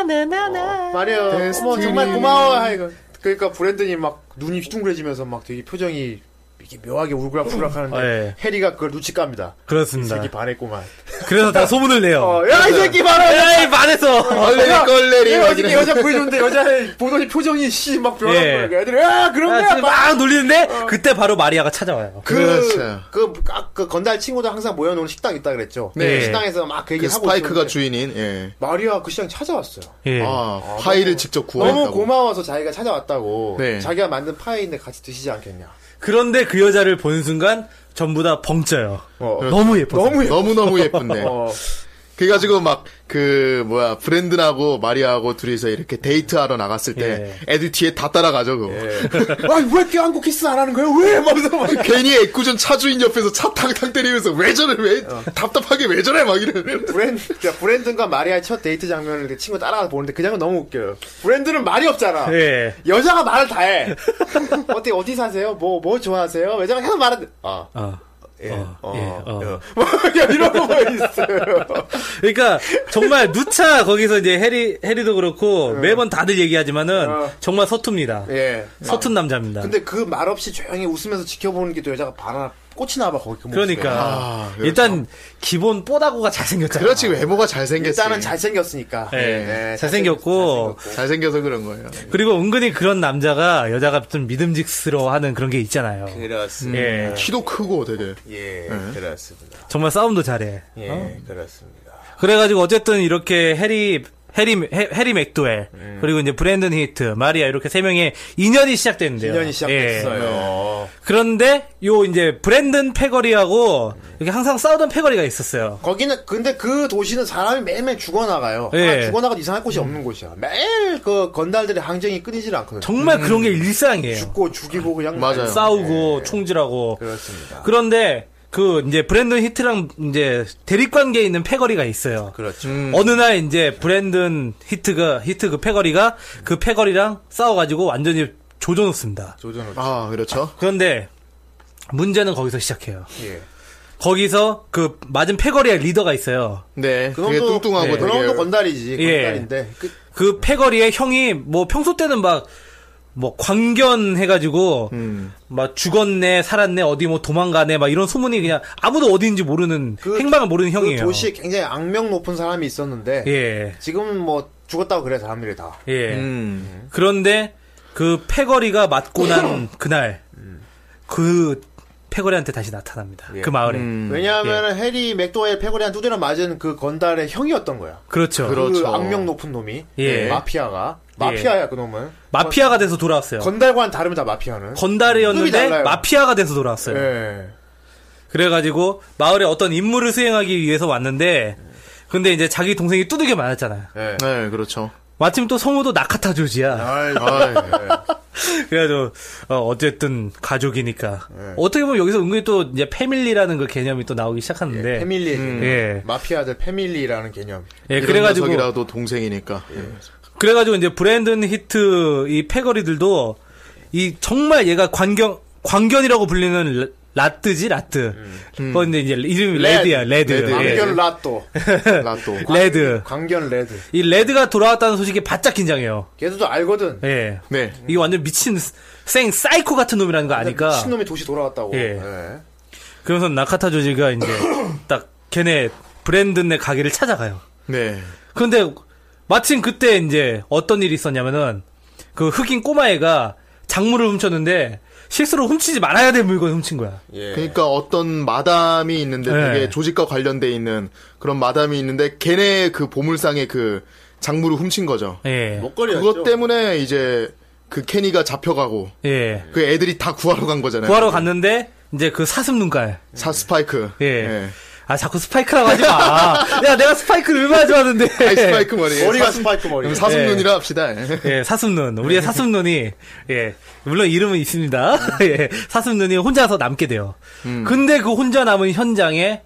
C: 어, 마리아, 어머, 정말 고마워. 하이고. 그러니까 브랜드님 막 눈이 휘둥그레지면서 막 되게 표정이 이렇게 묘하게 울그락불락 하는데,
A: 예.
C: 해리가 그걸 눈치 깝니다. 이
A: 그렇습니다.
C: 새끼 반했구만.
A: 그래서 다 소문을 내요.
C: 어, 아, 야, 이 새끼 봐라! 야,
A: 에이, 반했어.
D: 얼레리 껄레리
C: 얘가 어저께
D: 확인해.
C: 여자 보여줬는데 여자의 보더니 표정이 씨 막 변한
A: 예.
C: 거야. 그 애들이 야 어.
A: 아,
C: 그런데
A: 막 놀리는데 그때 바로 마리아가 찾아와요.
D: 그렇죠.
C: 그그 그 건달 친구들 항상 모여놓은 식당 있다 그랬죠.
A: 네.
C: 식당에서 막 그 얘기
D: 그
C: 하고
D: 스파이크가
C: 있었는데
D: 주인인 예.
C: 마리아 그 시장 찾아왔어요.
A: 예.
D: 아, 파이를 직접 구하였다고.
C: 너무 고마워서 자기가 찾아왔다고.
D: 네.
C: 자기가 만든 파이인데 같이 드시지 않겠냐.
A: 그런데 그 여자를 본 순간 전부 다 벙쪄요.
C: 어.
D: 그-
A: 너무 예뻐.
C: 너무 예뻐.
D: 너무 너무 예쁜데.
C: 어,
D: 그래가지고 막 그 뭐야 브랜든하고 마리아하고 둘이서 이렇게 데이트하러 나갔을 때 애들 뒤에 다 따라가죠 그거.
C: 예. 아왜 이렇게 한국 키스 안 하는 거야? 왜? 막 이러면서 막
D: 그 괜히 애꿎은 차주인 옆에서 차 탕탕 때리면서 왜 저래 왜 답답하게 왜 저래 막 이러는.
C: 브랜드, 그러니까 브랜든과 마리아의 첫 데이트 장면을 이렇게 친구 따라가 보는데 그 장면 너무 웃겨요. 브랜드는 말이 없잖아.
A: 예.
C: 여자가 말을 다 해. 어디, 어디 사세요? 뭐, 뭐 좋아하세요? 여자가 계속 말하는데, 아,
A: 어.
C: 예,
A: 어,
C: 어,
A: 예, 어.
C: 어. 뭐, 이런 거 있어요.
A: 그러니까 정말 누차 거기서 이제 해리 해리도 그렇고 매번 다들 얘기하지만은
C: 어.
A: 정말 서툽니다.
C: 예.
A: 서툰 남자입니다.
C: 근데 그 말 없이 조용히 웃으면서 지켜보는 게 또 여자가 반하, 꽂히나 봐, 거기 그 모습에.
A: 그러니까
D: 아, 그렇죠.
A: 일단 기본 뽀다구가 잘생겼잖아.
D: 그렇지 외모가 잘생겼어.
C: 일단은 잘생겼으니까.
A: 예.
C: 네,
A: 잘생겼고
C: 잘생겼고.
D: 잘생겨서 그런 거예요.
A: 그리고 은근히 그런 남자가 여자가 좀 믿음직스러워하는 그런 게 있잖아요.
C: 그렇습니다.
A: 예.
D: 키도 크고 되게.
C: 예, 그렇습니다.
A: 정말 싸움도 잘해.
C: 예,
A: 어?
C: 그렇습니다.
A: 그래가지고 어쨌든 이렇게 해리 해리 해- 해리 맥도웰
C: 예.
A: 그리고 이제 브랜든 히트 마리아 이렇게 세 명의 인연이 시작됐는데요.
C: 인연이 시작됐어요.
A: 예. 그런데 요 이제 브랜든 패거리하고 이렇게 항상 싸우던 패거리가 있었어요.
C: 거기는 근데 그 도시는 사람이 매일매일 죽어나가요.
A: 예.
C: 하나 죽어나가도 이상할 곳이 없는 곳이야. 매일 그 건달들의 항쟁이 끊이질 않거든요.
A: 정말 그런 게 일상이에요.
C: 음. 죽고 그렇죠. 죽이고 그냥
D: 맞아요.
A: 싸우고 총질하고
C: 그렇습니다.
A: 그런데 그 이제 브랜든 히트랑 이제 대립 관계에 있는 패거리가 있어요. 음.
C: 그렇죠.
A: 어느 날 이제 브랜든 히트가 히트 그 패거리가 그 패거리랑 싸워가지고 완전히 조져놓습니다.
C: 조전을
D: 아 그렇죠.
A: 그런데 문제는 거기서 시작해요.
C: 예.
A: 거기서 그 맞은 패거리의 리더가 있어요.
D: 네. 되게
C: 그놈도
D: 뚱뚱하고
C: 예.
D: 되게.
C: 그놈도 건달이지.
A: 예.
C: 건달인데 그,
A: 그 패거리의 형이 뭐 평소 때는 막 뭐 광견 해가지고
C: 음.
A: 막 죽었네 살았네 어디 뭐 도망가네 막 이런 소문이 그냥 아무도 어디인지 모르는
C: 그-
A: 행방을 모르는 형이에요.
C: 그 도시에 굉장히 악명 높은 사람이 있었는데
A: 예.
C: 지금 뭐 죽었다고 그래 사람들이 다.
A: 예.
D: 음.
A: 그런데 그 패거리가 맞고
C: 음.
A: 난 그날 그 패거리한테 다시 나타납니다.
C: 예.
A: 그 마을에.
D: 음,
A: 예.
C: 왜냐하면 해리 맥도웰 패거리한 두드려 맞은 그 건달의 형이었던 거야.
A: 그렇죠.
C: 그
D: 그렇죠.
C: 악명 높은 놈이
A: 예.
C: 마피아가 마피아야 그 놈은
A: 마피아가 돼서 돌아왔어요.
C: 건달과는 다릅니다 마피아는. 급이
A: 건달이었는데 네.
C: 달라요.
A: 마피아가 돼서 돌아왔어요.
C: 예.
A: 그래가지고 마을에 어떤 임무를 수행하기 위해서 왔는데 근데 이제 자기 동생이 두들겨 맞았잖아요.
C: 예.
D: 네 그렇죠.
A: 마침 또 성우도 나카타 조지야.
C: 아이,
D: 아이.
A: 그래가지고 어, 쨌든 가족이니까 어떻게 보면 여기서 은근히 또 이제 패밀리라는 그 개념이 또 나오기 시작하는데
C: 패밀리
A: 네.
C: 그
A: 예.
C: 마피아들 패밀리라는 개념.
A: 예,
D: 이런
A: 그래가지고
D: 녀석이라도 동생이니까. 예.
A: 그래가지고 이제 브랜든 히트 이 패거리들도 이 정말 얘가 관경 관견이라고 불리는 라- 라뜨지 라뜨. 그런데 이제 이름이
C: 레드.
A: 레드. 야 레드.
D: 레드.
A: 예.
C: 광견 라또.
D: 예. 나또.
A: 레드.
C: 광견 레드.
A: 이 레드가 돌아왔다는 소식에 바짝 긴장해요.
C: 걔들도 알거든.
A: 예.
D: 네.
A: 이게 완전 미친 생 사이코 같은 놈이라는 거 아니까.
C: 신놈이 도시 돌아왔다고.
A: 예.
C: 예.
A: 그러면서 나카타 조지가 이제 딱 걔네 브랜든네 가게를 찾아가요.
D: 네.
A: 그런데 마침 그때 이제 어떤 일이 있었냐면은 그 흑인 꼬마애가 작물을 훔쳤는데 실수로 훔치지 말아야 될 물건을 훔친 거야.
C: 예.
D: 그러니까 어떤 마담이 있는데
A: 네.
D: 되게 조직과 관련돼 있는 그런 마담이 있는데 걔네 그 보물상의 그 작물을 훔친 거죠.
A: 예.
C: 목걸이였죠.
D: 그것 때문에 이제 그 케니가 잡혀가고
A: 예.
D: 그 애들이 다 구하러 간 거잖아요.
A: 구하러 갔는데 이제 그 사슴 눈깔.
D: 사 스파이크.
A: 예.
D: 네.
A: 아 자꾸 스파이크라고 하지 마. 야 내가 스파이크를 얼마나 좋아하는데.
D: 아이 스파이크 머리.
C: 머리가
D: 사슴-
C: 스파이크 머리.
D: 그럼 사슴눈이라
A: 예.
D: 합시다. 예.
A: 예, 사슴눈. 우리의 사슴눈이, 예, 물론 이름은 있습니다. 예, 사슴눈이 혼자서 남게 돼요. 근데 그 혼자 남은 현장에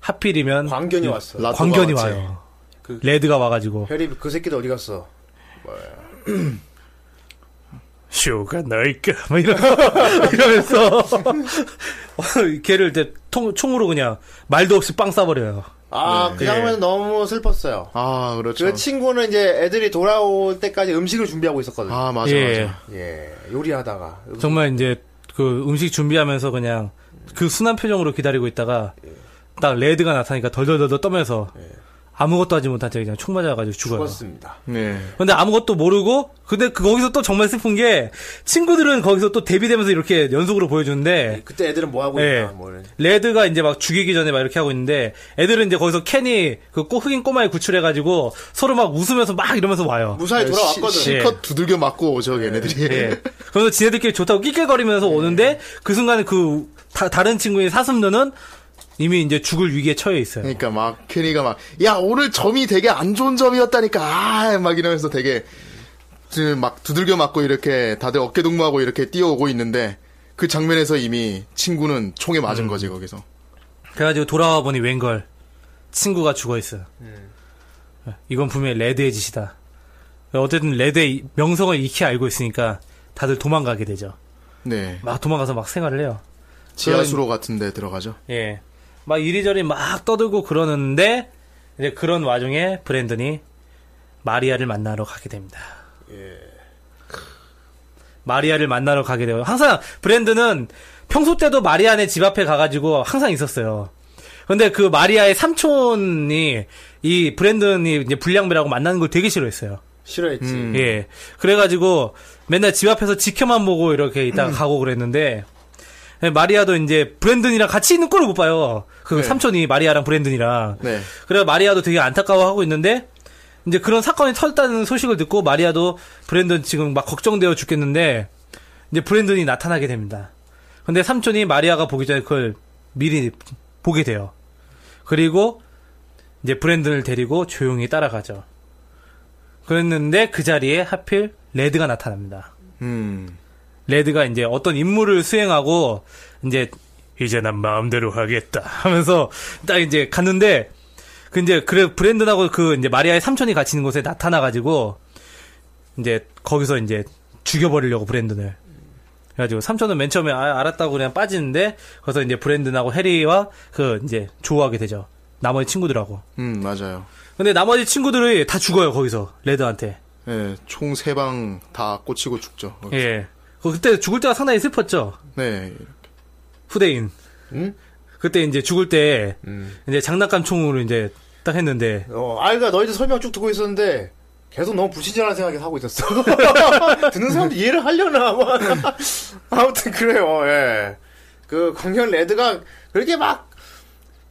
A: 하필이면
C: 광견이 왔어.
D: 라-
A: 음. 광견이
D: 왔지.
A: 와요.
C: 그-
A: 레드가 와가지고.
C: 혈이 그 새끼들 어디 갔어?
A: 쇼가 날까 막뭐 이러, 이러면서 어, 걔를 이제 통, 총으로 그냥 말도 없이 빵 싸버려요.
D: 네.
C: 아, 그
A: 예.
C: 장면 너무 슬펐어요.
D: 아,
C: 그
D: 그렇죠.
C: 친구는 이제 애들이 돌아올 때까지 음식을 준비하고 있었거든요.
D: 아, 맞아,
A: 예.
D: 맞아.
C: 예, 요리하다가. 음-
A: 정말 이제 그 음식 준비하면서 그냥 그 순한 표정으로 기다리고 있다가 딱 레드가 나타나니까 덜덜덜덜 떠면서 아무것도 하지 못한 채 그냥 총 맞아가지고 죽어요.
C: 죽었습니다.
D: 네.
A: 근데 아무것도 모르고 근데 그 거기서 또 정말 슬픈 게 친구들은 거기서 또 데뷔되면서 이렇게 연속으로 보여주는데
C: 그때 애들은 뭐 하고
A: 예.
C: 있나, 뭐. 이런.
A: 레드가 이제 막 죽이기 전에 막 이렇게 하고 있는데 애들은 이제 거기서 캔이 그 꼬- 흑인 꼬마에 구출해가지고 서로 막 웃으면서 막 이러면서 와요.
C: 무사히 돌아왔거든.
D: 그 네, 시- 실컷 두들겨 맞고 오죠, 얘네들이.
A: 예. 그래서 지네들끼리 좋다고 낄낄거리면서 오는데 그 순간에 그 다, 른 친구의 사슴녀는 이미 이제 죽을 위기에 처해 있어요.
D: 그러니까 막 케니가 막 야 오늘 점이 되게 안 좋은 점이었다니까 아막 이러면서 되게 지금 막 두들겨 맞고 이렇게 다들 어깨 동무하고 이렇게 뛰어오고 있는데 그 장면에서 이미 친구는 총에
C: 음.
D: 맞은 거지 거기서
A: 그래가지고 돌아와 보니 웬걸 친구가 죽어 있어요. 예. 이건 분명히 레드의 짓이다. 어쨌든 레드의 이- 명성을 익히 알고 있으니까 다들 도망가게 되죠.
D: 네
A: 막 도망가서 막 생활을 해요.
D: 지하수로 같은데 들어가죠
A: 예. 막 이리저리 막 떠들고 그러는데 이제 그런 와중에 브랜든이 마리아를 만나러 가게 됩니다. 마리아를 만나러 가게 돼요. 항상 브랜드는 평소 때도 마리아네 집 앞에 가가지고 항상 있었어요. 근데 그 마리아의 삼촌이 이 브랜든이 이제 불량배라고 만나는 걸 되게 싫어했어요.
C: 싫어했지.
D: 음.
A: 예. 그래가지고 맨날 집 앞에서 지켜만 보고 이렇게
D: 음.
A: 있다가 가고 그랬는데 예, 마리아도 이제 브랜든이랑 같이 있는 꼴을 못 봐요. 그
D: 네.
A: 삼촌이 마리아랑 브랜든이랑.
D: 네
A: 그래 마리아도 되게 안타까워하고 있는데 이제 그런 사건이 터졌다는 소식을 듣고 마리아도 브랜든 지금 막 걱정되어 죽겠는데 이제 브랜든이 나타나게 됩니다. 근데 삼촌이 마리아가 보기 전에 그걸 미리 보게 돼요. 그리고 이제 브랜든을 데리고 조용히 따라가죠. 그랬는데 그 자리에 하필 레드가 나타납니다.
D: 음
A: 레드가 이제 어떤 임무를 수행하고 이제 이제 난 마음대로 하겠다 하면서 딱 이제 갔는데 그 이제 그래 브랜든하고 그 이제 마리아의 삼촌이 같이 있는 곳에 나타나 가지고 이제 거기서 이제 죽여버리려고 브랜든을 그래가지고 삼촌은 맨 처음에 아, 알았다고 그냥 빠지는데 거기서 이제 브랜든하고 해리와 그 이제 조우하게 되죠 나머지 친구들하고
D: 음, 맞아요
A: 근데 나머지 친구들이 다 죽어요 거기서 레드한테
D: 네. 예총 세 방 다 꽂히고 죽죠
C: 그렇죠.
A: 예 그때 죽을 때가 상당히 슬펐죠
D: 네
A: 후대인.
C: 응?
A: 그때 이제 죽을 때
C: 음.
A: 이제 장난감 총으로 이제 딱 했는데
C: 어, 아이가 너희들 설명 쭉 듣고 있었는데 계속 너무 불친절한 생각을 하고 있었어. 듣는 사람도 이해를 하려나. 뭐. 아무튼 그래요. 예. 그 광년 레드가 그렇게 막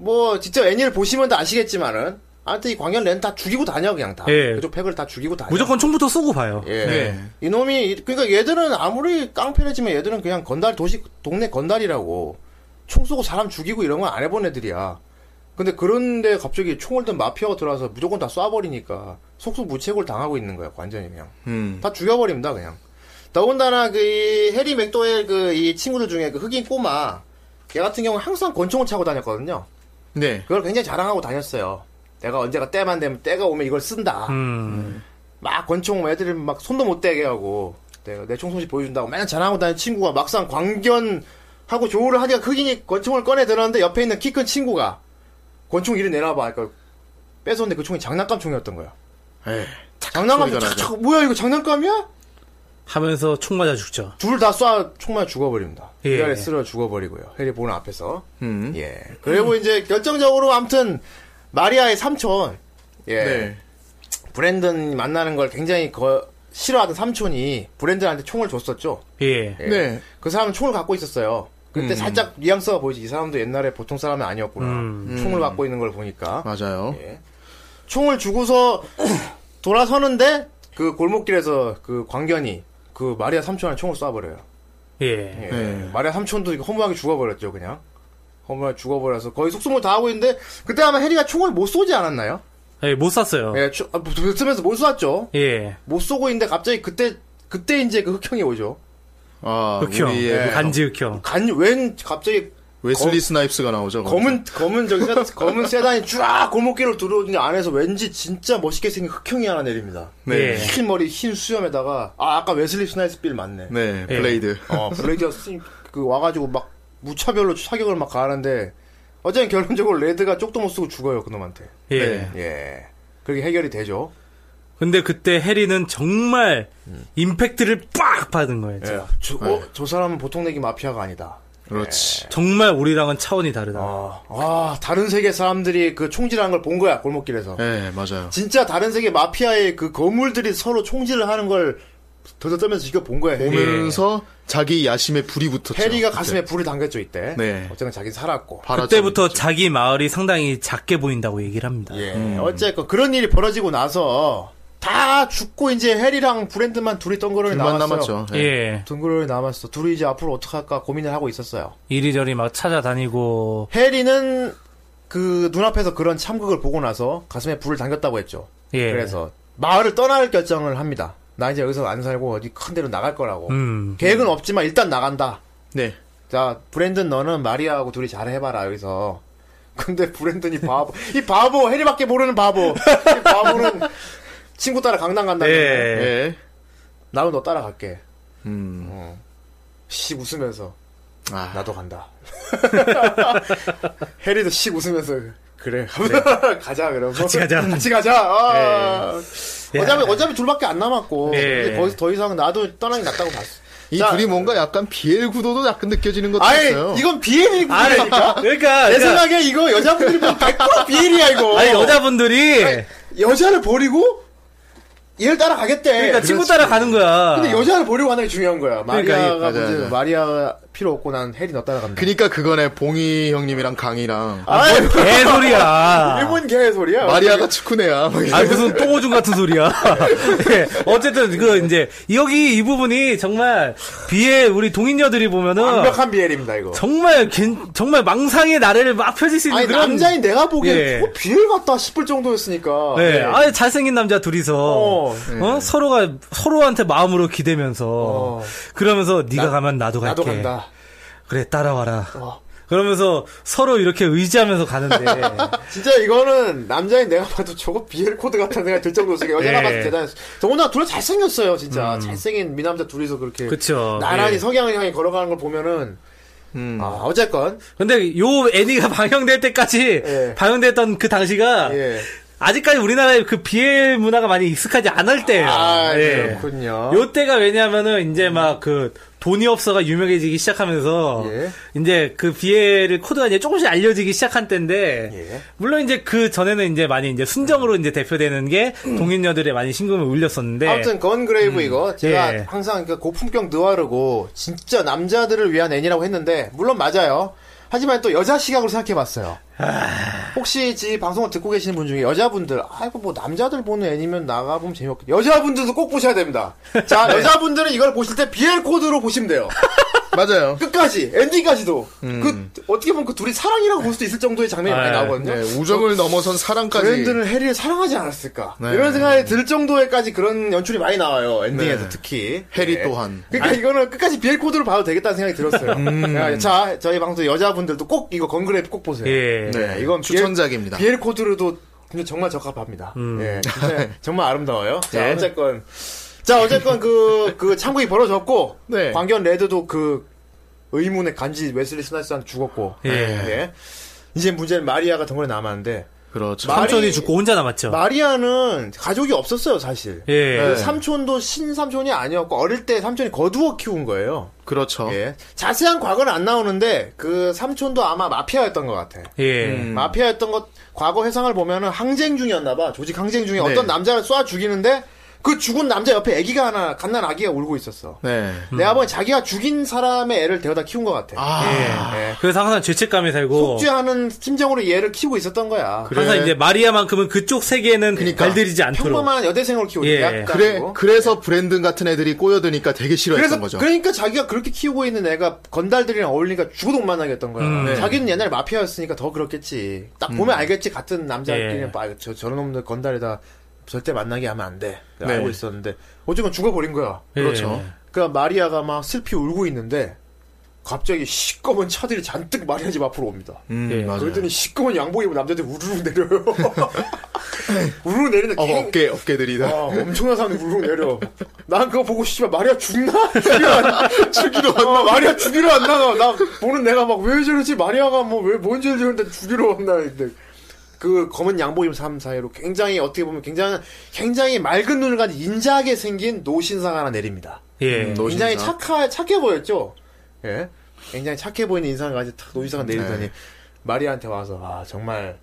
C: 뭐 진짜 애니를 보시면 다 아시겠지만은 아무튼 이 광년 레드 다 죽이고 다녀 그냥 다.
A: 예.
C: 그쪽 팩을 다 죽이고 다녀.
A: 무조건 총부터 쏘고 봐요.
C: 예.
A: 네.
C: 이놈이 그러니까 얘들은 아무리 깡패라지만 얘들은 그냥 건달 도시 동네 건달이라고 총 쏘고 사람 죽이고 이런 건 안 해본 애들이야. 근데 그런데 갑자기 총을 든 마피아가 들어와서 무조건 다 쏴버리니까 속수무책을 당하고 있는 거야 완전히 그냥
D: 음
C: 다 죽여버립니다 그냥. 더군다나 그이 해리 맥도웰 그 이 친구들 중에 그 흑인 꼬마 걔 같은 경우 는 항상 권총을 차고 다녔거든요.
D: 네
C: 그걸 굉장히 자랑하고 다녔어요. 내가 언제가 때만 되면 때가 오면 이걸 쓴다.
A: 음.
C: 막 권총 뭐 애들이 막 손도 못 대게 하고 내가 내 총솜씨 보여준다고 맨날 자랑하고 다니는 친구가 막상 광견하고 조우를 하니까 흑인이 권총을 꺼내 들었는데 옆에 있는 키 큰 친구가 권총 이리 내놔봐 그러니까 뺏었는데 그 총이 장난감 총이었던 거야 예.
D: 에이,
C: 장난감 총
D: 소리가 나죠.
C: 착착 뭐야 이거 장난감이야?
A: 하면서 총 맞아 죽죠.
C: 둘 다 쏴 총만 죽어버립니다
A: 예.
C: 예. 쓰러 죽어버리고요 해리 보는 앞에서
D: 음
C: 예 그리고 이제 결정적으로 아무튼 마리아의 삼촌 예
D: 네.
C: 브랜든 만나는 걸 굉장히 거- 싫어하던 삼촌이 브랜든한테 총을 줬었죠.
A: 예.
C: 예.
D: 네. 음.
C: 그 사람은 총을 갖고 있었어요. 그때 살짝 뉘앙스가 보이지. 이 사람도 옛날에 보통 사람이 아니었구나.
A: 음.
C: 총을 갖고 있는 걸 보니까.
D: 맞아요
C: 예. 총을 주고서 돌아서는데 그 골목길에서 그 광견이 그 마리아 삼촌한테 총을 쏴버려요.
A: 예.
C: 예.
D: 네.
C: 마리아 삼촌도 이거 허무하게 죽어버렸죠, 그냥. 허무하게 죽어버려서 거의 속수무를 다 하고 있는데 그때 아마 해리가 총을 못 쏘지 않았나요?
A: 예, 못 쐈어요. 예.
C: 예, 총, 아, 쓰면서 못 쏘았죠. 못 쏘고 있는데 갑자기 그때 그때 이제 그 흑형이 오죠.
D: 아
A: 흑형.
D: 우리의
A: 간지 흑형.
C: 간 웬 갑자기
D: 웨슬리
C: 검-
D: 스나이프스가 나오죠. 거기서.
C: 검은 검은 저기 세, 검은 세단이 쫙 골목길을 들어오더니 안에서 왠지 진짜 멋있게 생긴 흑형이 하나 내립니다.
A: 네.
C: 흰 머리 흰 수염에다가 아 아까 웨슬리 스나이스빌 맞네.
D: 네 블레이드.
C: 어 블레이드가 스님 그 와가지고 막 무차별로 사격을 막 가는데 어쨌든 결론적으로 레드가 쪽도 못 쓰고 죽어요 그놈한테.
A: 예.
D: 네.
C: 예. 그렇게 해결이 되죠.
A: 근데 그때 해리는 정말 임팩트를 빡 받은 거예요.
C: 예.
A: 진짜.
C: 저, 어, 저 사람은 보통 내기 마피아가 아니다.
D: 그렇지.
A: 정말 우리랑은 차원이 다르다.
C: 아, 아 다른 세계 사람들이 그 총질하는 걸 본 거야 골목길에서.
D: 네 맞아요.
C: 진짜 다른 세계 마피아의 그 거물들이 서로 총질을 하는 걸 더더떠면서 지켜본 거야. 해리.
D: 보면서 자기 야심에 불이 붙었죠.
C: 예. 해리가 가슴에 불을 당겼죠 이때.
D: 그렇죠. 네.
C: 어쨌든 자기는 살았고.
D: 바라죠.
A: 그때부터 자기 마을이 상당히 작게 보인다고 얘기를 합니다.
C: 예. 어쨌건 그런 일이 벌어지고 나서 다 죽고 이제 해리랑 브랜드만 둘이 덩그러니
D: 불만
C: 남았어요.
D: 남았죠. 네.
A: 예.
C: 덩그러니 남았어. 둘이 이제 앞으로 어떻게 할까 고민을 하고 있었어요.
A: 이리저리 막 찾아다니고
C: 해리는 그 눈앞에서 그런 참극을 보고 나서 가슴에 불을 당겼다고 했죠.
A: 예.
C: 그래서 마을을 떠날 결정을 합니다. 나 이제 여기서 안 살고 어디 큰 데로 나갈 거라고.
A: 음.
C: 계획은 없지만 일단 나간다.
D: 네.
C: 자, 브랜든 너는 마리아하고 둘이 잘 해봐라 여기서. 근데 브랜든이 바보. 이 바보 해리밖에 모르는 바보. 이 바보는 친구 따라 강남 간다.
A: 예.
D: 예.
C: 나도 너 따라갈게.
D: 음.
C: 씩 웃으면서
D: 아.
C: 나도 간다. 해리도 씩 웃으면서 그래. 가자 그러고 같이
A: 네. 가자. 네.
C: 같이 가자. 아. 어차피 어차피 둘밖에 안 남았고
A: 예.
C: 근데 거기서 더 이상 나도 떠나기 낫다고 봤어.
D: 이
C: 자,
D: 둘이 뭔가 약간 비엘 구도도 약간 느껴지는 것도
C: 아니
D: 있어요.
C: 이건 비엘이니까.
A: 아니, 그러니까
C: 내
A: 그러니까
C: 생각에 뭐. 이거 여자분들이 보면 100% 비엘이야 이거.
A: 아니 여자분들이
C: 여자를 버리고 얘를 따라가겠대.
A: 그러니까 친구 따라 가는 거야.
C: 근데 여자를 버리고 가는 게 중요한 거야. 마리아가
D: 그러니까 이- 맞아,
C: 문제-
D: 맞아.
C: 마리아가 필요 없고 난 해리 너 따라간다.
D: 그러니까 그니까 그거네 봉이 형님이랑 강이랑
C: 아이,
A: 개소리야.
C: 일본 개 소리야.
D: 마리아가 축구네야. 막
A: 아
D: 이러면서.
A: 무슨 똥오줌 같은 소리야. 예. 어쨌든 그 이제 여기 이 부분이 정말 비에 우리 동인녀들이 보면은
C: 완벽한 비엘입니다 이거.
A: 어. 정말 긴- 정말 망상의 나래를 막 펼칠 수 있는
C: 아니
A: 그런
C: 남자인 내가 보기엔
A: 예.
C: 어, 비엘 같다 싶을 정도였으니까.
A: 네. 아예 잘생긴 남자 둘이서
C: 어.
A: 어? 서로가 서로한테 마음으로 기대면서
C: 어.
A: 그러면서 네가 가면 나도 갈게.
C: 나도 간다.
A: 그래 따라와라.
C: 어.
A: 그러면서 서로 이렇게 의지하면서 가는데
C: 진짜 이거는 남자인 내가 봐도 저거 비엘 코드 같은 생각이 들 정도였으니까 여자가
A: 예.
C: 봐도 대단했어. 더구나 둘이 잘생겼어요 진짜. 잘생긴 미남자 둘이서 그렇게
A: 음. 그쵸.
C: 나란히
A: 예. 음.
C: 성향을 향해 걸어가는 걸 보면은 아, 어쨌건
A: 근데 요 애니가 방영될 때까지
C: 예.
A: 방영됐던 그 당시가
C: 예.
A: 아직까지 우리나라에 그 비엘 문화가 많이 익숙하지 않을 때예요.
C: 아
A: 예.
C: 그렇군요.
A: 요 때가 왜냐면은 이제 막 그 돈이 없어가 유명해지기 시작하면서
C: 예.
A: 이제 그 비엘을 코드가 이제 조금씩 알려지기 시작한 때인데
C: 예.
A: 물론 이제 그 전에는 이제 많이 이제 순정으로 이제 대표되는 게 동인녀들의 많이 신금을 울렸었는데
C: 음. 아무튼 건그레이브 이거 제가
A: 네. 예.
C: 항상 그 고품격 느와르고 진짜 남자들을 위한 애니라고 했는데 물론 맞아요. 하지만 또 여자 시각으로 생각해봤어요. 혹시 지 방송을 듣고 계시는 분 중에 여자분들 아이고 뭐 남자들 보는 애니면 나가보면 재미없겠 여자분들도 꼭 보셔야 됩니다. 자 여자분들은 이걸 보실 때 BL 코드로 보시면 돼요.
D: 맞아요.
C: 끝까지 엔딩까지도 그 어떻게 보면 그 둘이 사랑이라고 볼 수도 있을 정도의 장면이 많이
A: 네.
C: 나오거든요.
D: 네, 우정을 넘어선 사랑까지.
C: 브랜드는 해리를 사랑하지 않았을까
D: 네.
C: 이런 생각이 들 정도에까지 그런 연출이 많이 나와요 엔딩에서 특히
D: 해리
C: 네.
D: 또한. 아.
C: 그러니까 이거는 끝까지 비엘 코드로 봐도 되겠다는 생각이 들었어요
D: 음.
C: 야, 자 저희 방송 여자분들도 꼭 이거 건그랩 꼭 보세요
A: 예.
C: 네, 이건
D: 추천작입니다. 음.
C: BL, BL 코드로도 근데 정말 적합합니다. 예, 진짜 정말 아름다워요. 자,
D: 예.
C: 어쨌건 자 어쨌건 그 그 참고이 벌어졌고
D: 네.
C: 광견 레드도 그 의문의 간지 웨슬리 스나이스한 죽었고
A: 예.
C: 예. 이제 문제는 마리아가 덩어리 남았는데
D: 그렇죠.
C: 마-
A: 삼촌이
C: 말이-
A: 죽고 혼자 남았죠.
C: 마리아는 가족이 없었어요 사실.
A: 어. 예.
C: 그 삼촌도 신삼촌이 아니었고 어릴 때 삼촌이 거두어 키운 거예요.
D: 그렇죠.
C: 예. 자세한 과거는 안 나오는데 그 삼촌도 아마 마피아였던 것 같아.
A: 예.
D: 음.
C: 마피아였던 것 과거 회상을 보면은 항쟁 중이었나 봐. 조직 항쟁 중에
D: 네.
C: 어떤 남자를 쏴 죽이는데 그 죽은 남자 옆에 아기가 하나 갓난 아기가 울고 있었어.
D: 네.
C: 내 아버지 자기가 죽인 사람의 애를 데려다 키운 것 같아.
D: 아.
C: 예.
A: 그래서 항상 죄책감이 살고
C: 속죄하는 심정으로 얘를 키우고 있었던 거야.
A: 항상
D: 그래.
A: 이제 마리아만큼은 그쪽 세계에는 발들이지 않도록
C: 그러니까. 평범한 여대생으로 키우고 뭐.
A: 예.
C: 대학
D: 그래
C: 다니고.
D: 그래서 브랜든 같은 애들이 꼬여드니까 되게 싫어했던
C: 그래서
D: 거죠.
C: 그러니까 자기가 그렇게 키우고 있는 애가 건달들이랑 어울리니까 죽어도 못 만나게 했던 거야.
A: 음, 네.
C: 자기는 옛날에 마피아였으니까 더 그렇겠지. 딱
D: 음.
C: 보면 알겠지. 같은 남자끼리는
A: 예.
C: 빠- 저, 저런 놈들 건달이다. 절대 만나게 하면 안 돼.
D: 네.
C: 알고 있었는데 어쨌건 죽어버린 거야.
A: 예.
D: 그렇죠.
C: 그러니까 마리아가 막 슬피 울고 있는데 갑자기 시꺼먼 차들이 잔뜩 마리아 집 앞으로 옵니다.
D: 음,
A: 예.
C: 그랬더니 시꺼먼 양복 입은 남자들이 우르르 내려요. 우르르 내리는데
D: 어,
C: 캥-
D: 어깨 어깨들이
C: 아,
D: 다
C: 엄청난 사람이 우르르 내려. 난 그거 보고 씨발 마리아 죽나? 죽이러 안 죽이러 왔나? 마리아 죽이러 왔나? 나, 나 보는 내가 막 왜 저러지? 마리아가 뭐 왜 뭔지를 저는데 죽이러 왔나? 근데 그 검은 양복 입은 사람 사이로 굉장히 어떻게 보면 굉장히 굉장히 맑은 눈을 가진 인자하게 생긴 노신사가 하나 내립니다.
A: 예.
C: 굉장히 착하, 착해 보였죠. 예. 굉장히 착해 보이는 인상을 가진 탁 노인사가
A: 네.
C: 내리더니 마리아한테 와서 아 정말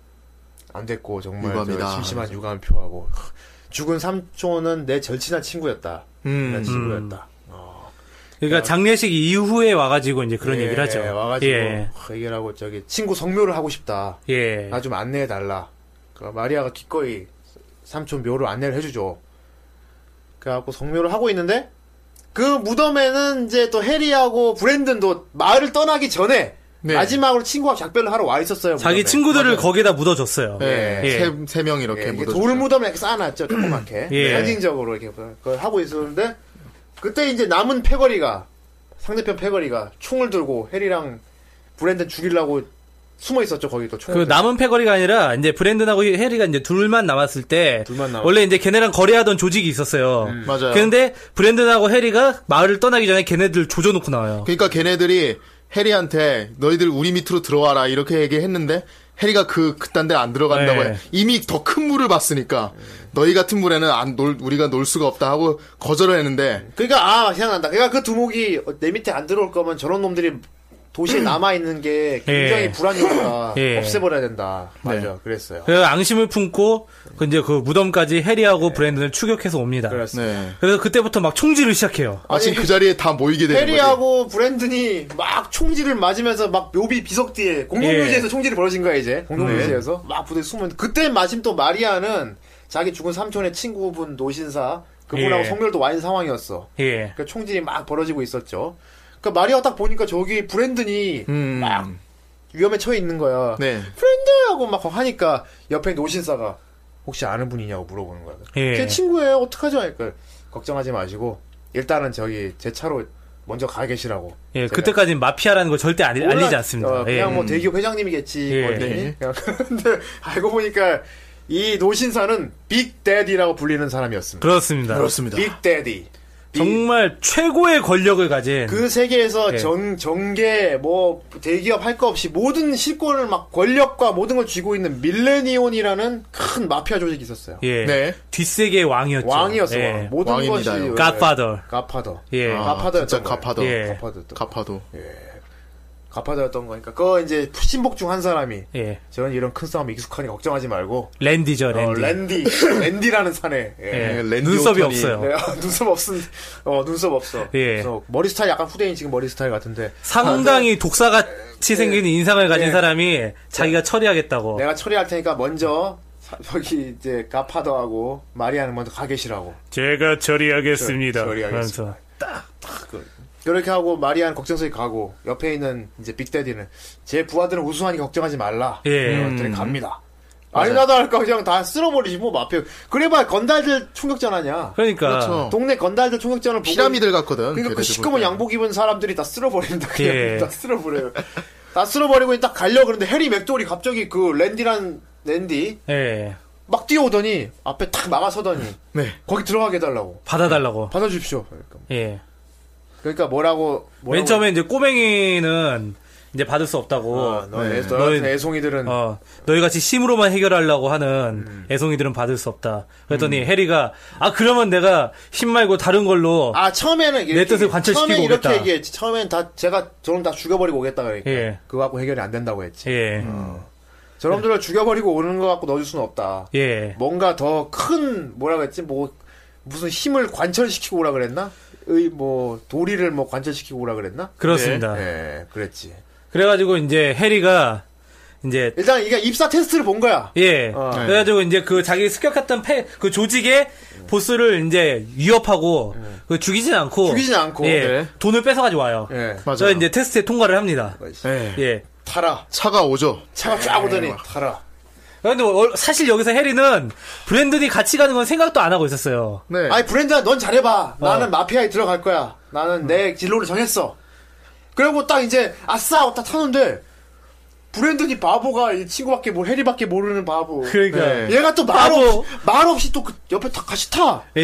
C: 안 됐고 정말 저
D: 유감이다.
C: 심심한 유감을 표하고 죽은 삼촌은 내 절친한 친구였다.
A: 음.
C: 내 친구였다.
A: 그러니까 장례식 이후에 와가지고 이제 그런
C: 예,
A: 얘기를 하죠.
C: 와가지고
A: 예.
C: 하, 얘기를 하고 저기 친구 성묘를 하고 싶다.
A: 예.
C: 나 좀 안내해 달라. 그 마리아가 기꺼이 삼촌 묘를 안내를 해주죠. 그래갖고 성묘를 하고 있는데 그 무덤에는 이제 또 해리하고 브랜든도 마을을 떠나기 전에
D: 네.
C: 마지막으로 친구와 작별을 하러 와 있었어요.
A: 자기
C: 무덤에.
A: 친구들을 거기다 묻어줬어요.
D: 네,
A: 예.
D: 세, 세명 이렇게
C: 예, 이게
D: 묻어
C: 돌 무덤에 이렇게 쌓아놨죠 조그맣게
A: 예.
C: 상징적으로 이렇게 그걸 하고 있었는데 그때 이제 남은 패거리가 상대편 패거리가 총을 들고 해리랑 브랜든 죽이려고 숨어 있었죠 거기 또
A: 그
C: 총을 들고.
A: 남은 패거리가 아니라 이제 브랜든하고 해리가 이제 둘만 남았을 때
C: 둘만 남았- 음,
A: 원래 이제 걔네랑 거래하던 조직이 있었어요.
D: 맞아요.
A: 근데 브랜든하고 해리가 마을을 떠나기 전에 걔네들 조져놓고 나와요.
D: 그러니까 걔네들이 해리한테 너희들 우리 밑으로 들어와라 이렇게 얘기했는데 해리가 그 그딴 데 안
C: 예.
D: 들어간다고
A: 네.
D: 해. 이미 더 큰 물을 봤으니까 너희 같은 물에는 안 놀 우리가 놀 수가 없다 하고 거절을 했는데
C: 그러니까 아 생각난다. 그러니까 그 두목이 내 밑에 안 들어올 거면 저런 놈들이 도시에 남아 있는 게 굉장히
A: 음. 예.
C: 불안이다.
A: 예. 네.
C: 없애버려야 된다. 맞아, 그랬어요.
A: 그래서 앙심을 품고 그 이제 그 무덤까지 해리하고 브랜든을 추격해서 옵니다.
C: 네. 그랬어요.
D: 네.
A: 그래서 그때부터 막 총질을 시작해요.
D: 아 지금 그 자리에 다 모이게
A: 네.
D: 되는 거지.
C: 페리하고 브랜든이 막 총질을 맞으면서 막 묘비 비석 뒤에 공동묘지에서
A: 예.
C: 총질이 벌어진 거야 이제 공동묘지에서
A: 네.
C: 막 부대 숨은 그때 마침 또 마리아는 자기 죽은 삼촌의 친구분 노신사 그분하고
A: 예.
C: 성별도 와인 상황이었어.
A: 예.
C: 그러니까 총질이 막 벌어지고 있었죠. 그러니까 마리아 딱 보니까 저기 브랜든이
D: 음.
C: 막 위험에 처해 있는 거야.
D: 네.
C: 프렌드 하고 막 하니까 옆에 노신사가 혹시 아는 분이냐고 물어보는 거야.
A: 예.
C: 제 친구예요. 어떡하죠? 그러니까 걱정하지 마시고 일단은 저기 제 차로 먼저 가 계시라고.
A: 예.
C: 제가
A: 그때까지는 마피아라는 걸 절대 알리,
C: 몰라-
A: 알리지 않습니다.
C: 어, 그냥
A: 예.
C: 뭐 대기업 회장님이겠지.
A: 예.
C: 그랬더니 그냥 그런데 알고 보니까 이 노신사는 빅데디라고 불리는 사람이었습니다.
A: 그렇습니다.
D: 그렇습니다.
C: 빅데디.
A: 정말 최고의 권력을 가진
C: 그 세계에서
A: 예.
C: 정, 정계, 뭐, 대기업 할 거 없이 모든 실권을 막 권력과 모든 걸 쥐고 있는 밀레니온이라는 큰 마피아 조직이 있었어요.
A: 예.
D: 네.
A: 뒷세계의 왕이었죠.
C: 왕이었어. 뭐, 그
A: 예.
C: 왕. 모든
D: 왕입니다,
C: 것이.
D: 이거.
A: 갓파더.
C: 가파더.
A: 예.
D: 아,
C: 가파더였던
D: 진짜
C: 거예요.
D: 가파더.
A: 예.
C: 가파더였던 거.
D: 가파도.
C: 가파더였던 거니까. 그거 이제 신복 중 한 사람이.
A: 예.
C: 저는 이런 큰 싸움에 익숙하니 걱정하지 말고.
A: 랜디죠,
C: 어,
A: 랜디.
C: 랜디. 랜디라는 사내. 예.
A: 예.
D: 네, 랜디
A: 눈썹이
D: 오턴이-
A: 없어요.
C: 네, 어, 눈썹 없은, 어, 눈썹 없어.
A: 예.
C: 그래서 머리 스타일 약간 후대인 지금 머리 스타일 같은데.
A: 상당히 독사같이 생긴 인상을 가진
C: 예.
A: 사람이 자기가 처리하겠다고.
C: 어. 내가 처리할 테니까 먼저 사- 여기 이제 가파더하고 마리아는 먼저 가 계시라고
A: 제가 처리하겠습니다.
C: 처- 처리하겠습니다.
A: 그러면서.
C: 그렇게 하고 마리아는 걱정스레 가고 옆에 있는 이제 빅데디는 제 부하들은 우수하니 걱정하지 말라
A: 예.
C: 이런 것들이 갑니다 아니 나도 할까 그냥 다 쓸어버리지 뭐 마피아 그래봐야 건달들 총격전 하냐
A: 그러니까.
D: 그렇죠.
C: 동네 건달들 총격전을 보고
D: 피라미들 같거든.
C: 그러니까 그
D: 걔네들
C: 시꺼먼
D: 보니까.
C: 양복 입은 사람들이 다 쓸어버린다 그냥
A: 예.
C: 다 쓸어버려요 다 쓸어버리고 딱 갈려 그러는데 해리 맥돌이 갑자기 그 랜디란 랜디
A: 예.
C: 막 뛰어오더니 앞에 탁 막아서더니
D: 네.
C: 거기 들어가게 해달라고
A: 받아달라고.
C: 받아주십시오. 그러니까,
A: 예.
C: 그러니까 뭐라고, 뭐라고-
A: 맨 처음에 이제 꼬맹이는 이제 받을 수 없다고.
C: 어, 너 애,
D: 네.
C: 너희
A: 뭐, 너희-
C: 애송이들은
A: 어, 너희 같이 심으로만 해결하려고 하는 애송이들은 받을 수 없다. 그랬더니 해리가 아 그러면 내가 힘 말고 다른 걸로
C: 아 처음에는 이렇게
A: 내 뜻을 관철시키고
C: 처음에 이렇게
A: 오겠다.
C: 얘기했지. 처음엔 다 제가 저놈 다 죽여버리고 오겠다 그러니까
A: 예.
C: 그거 갖고 해결이 안 된다고 했지.
A: 예.
C: 저놈들을 죽여버리고 오는 거 갖고 넣어줄 수는 없다.
A: 예.
C: 뭔가 더 큰 뭐라 그랬지 뭐 무슨 힘을 관철시키고 오라 그랬나? 의 뭐 도리를 뭐 관철시키고 오라 그랬나?
A: 그렇습니다.
C: 예, 그랬지.
A: 그래가지고 이제 해리가 이제
C: 일단 이게 입사 테스트를 본 거야.
A: 예.
C: 어.
A: 그래가지고 이제 그 자기 습격했던 패, 그 조직의 보스를 이제 위협하고 그 죽이진 않고
C: 죽이진 않고.
A: 예.
D: 네.
A: 돈을 뺏어가지고 와요.
C: 예,
A: 저
D: 맞아요.
A: 이제 테스트에 통과를 합니다.
C: 네.
D: 예.
A: 예.
C: 타라.
D: 차가 오죠.
C: 차가 쫙 오더니 타라.
A: 근데 월- 사실 여기서 해리는 브랜든이 같이 가는 건 생각도 안 하고 있었어요.
D: 네.
C: 아니 브랜드야 넌 잘해봐 나는 마피아에 들어갈 거야 나는 내 진로를 정했어 그리고 딱 이제 아싸 하고 딱 타는데 브랜든이 바보가 이 친구밖에 모 해리밖에 모르는 바보.
A: 그러니까.
D: 네.
C: 얘가 또
A: 바보.
C: 말없이 말없이 또 그 옆에 딱 같이 타.
A: 예.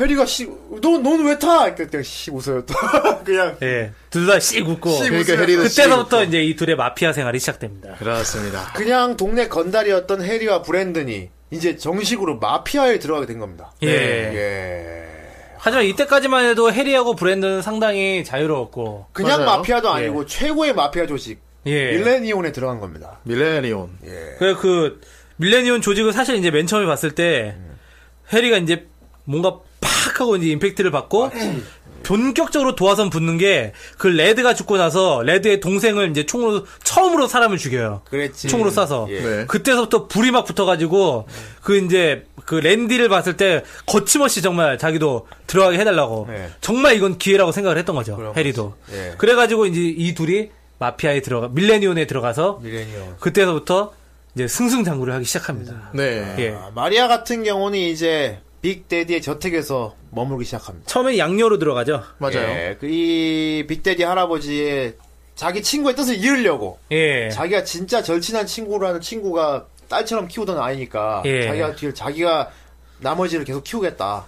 C: 해리가 씨너넌왜 타? 그때 그냥 씨 웃어요 또 그냥
A: 예. 둘다씩 웃고.
D: 그러니까 해리도
A: 그때서부터 이제 이 둘의 마피아 생활이 시작됩니다.
D: 그렇습니다.
C: 그냥 동네 건달이었던 해리와 브랜든이 이제 정식으로 마피아에 들어가게 된 겁니다. 네.
A: 예.
C: 예.
A: 하지만 이때까지만 해도 해리하고 브랜드는 상당히 자유로웠고.
C: 그냥
D: 맞아요.
C: 마피아도 아니고 최고의 마피아 조직
A: 예.
C: 밀레니온에 들어간 겁니다.
D: 밀레니온.
C: 예.
A: 그래 그 밀레니온 조직을 사실 이제 맨 처음에 봤을 때 해리가 이제 뭔가 팍 하고 이제 임팩트를 받고 본격적으로 도화선 붙는 게 그 레드가 죽고 나서 레드의 동생을 이제 총으로 처음으로 사람을 죽여요.
C: 그랬지.
A: 총으로 쏴서
C: 예.
D: 네.
A: 그때서부터 불이 막 붙어가지고 그 이제 그 랜디를 봤을 때 거침없이 정말 자기도 들어가게 해달라고
C: 네.
A: 정말 이건 기회라고 생각을 했던 거죠
C: 그런
A: 해리도
C: 거지. 예.
A: 그래가지고 이제 이 둘이 마피아에 들어가 밀레니온에 들어가서
C: 밀레니온.
A: 그때서부터 이제 승승장구를 하기 시작합니다.
D: 네.
A: 예.
C: 아, 마리아 같은 경우는 이제 빅데디의 저택에서 머물기 시작합니다.
A: 처음엔 양녀로 들어가죠.
D: 맞아요.
C: 예, 그이 빅데디 할아버지의 자기 친구의 뜻을 이으려고
A: 예.
C: 자기가 진짜 절친한 친구라는 친구가 딸처럼 키우던 아이니까
A: 예.
C: 자기가 뒤를 자기가 나머지를 계속 키우겠다.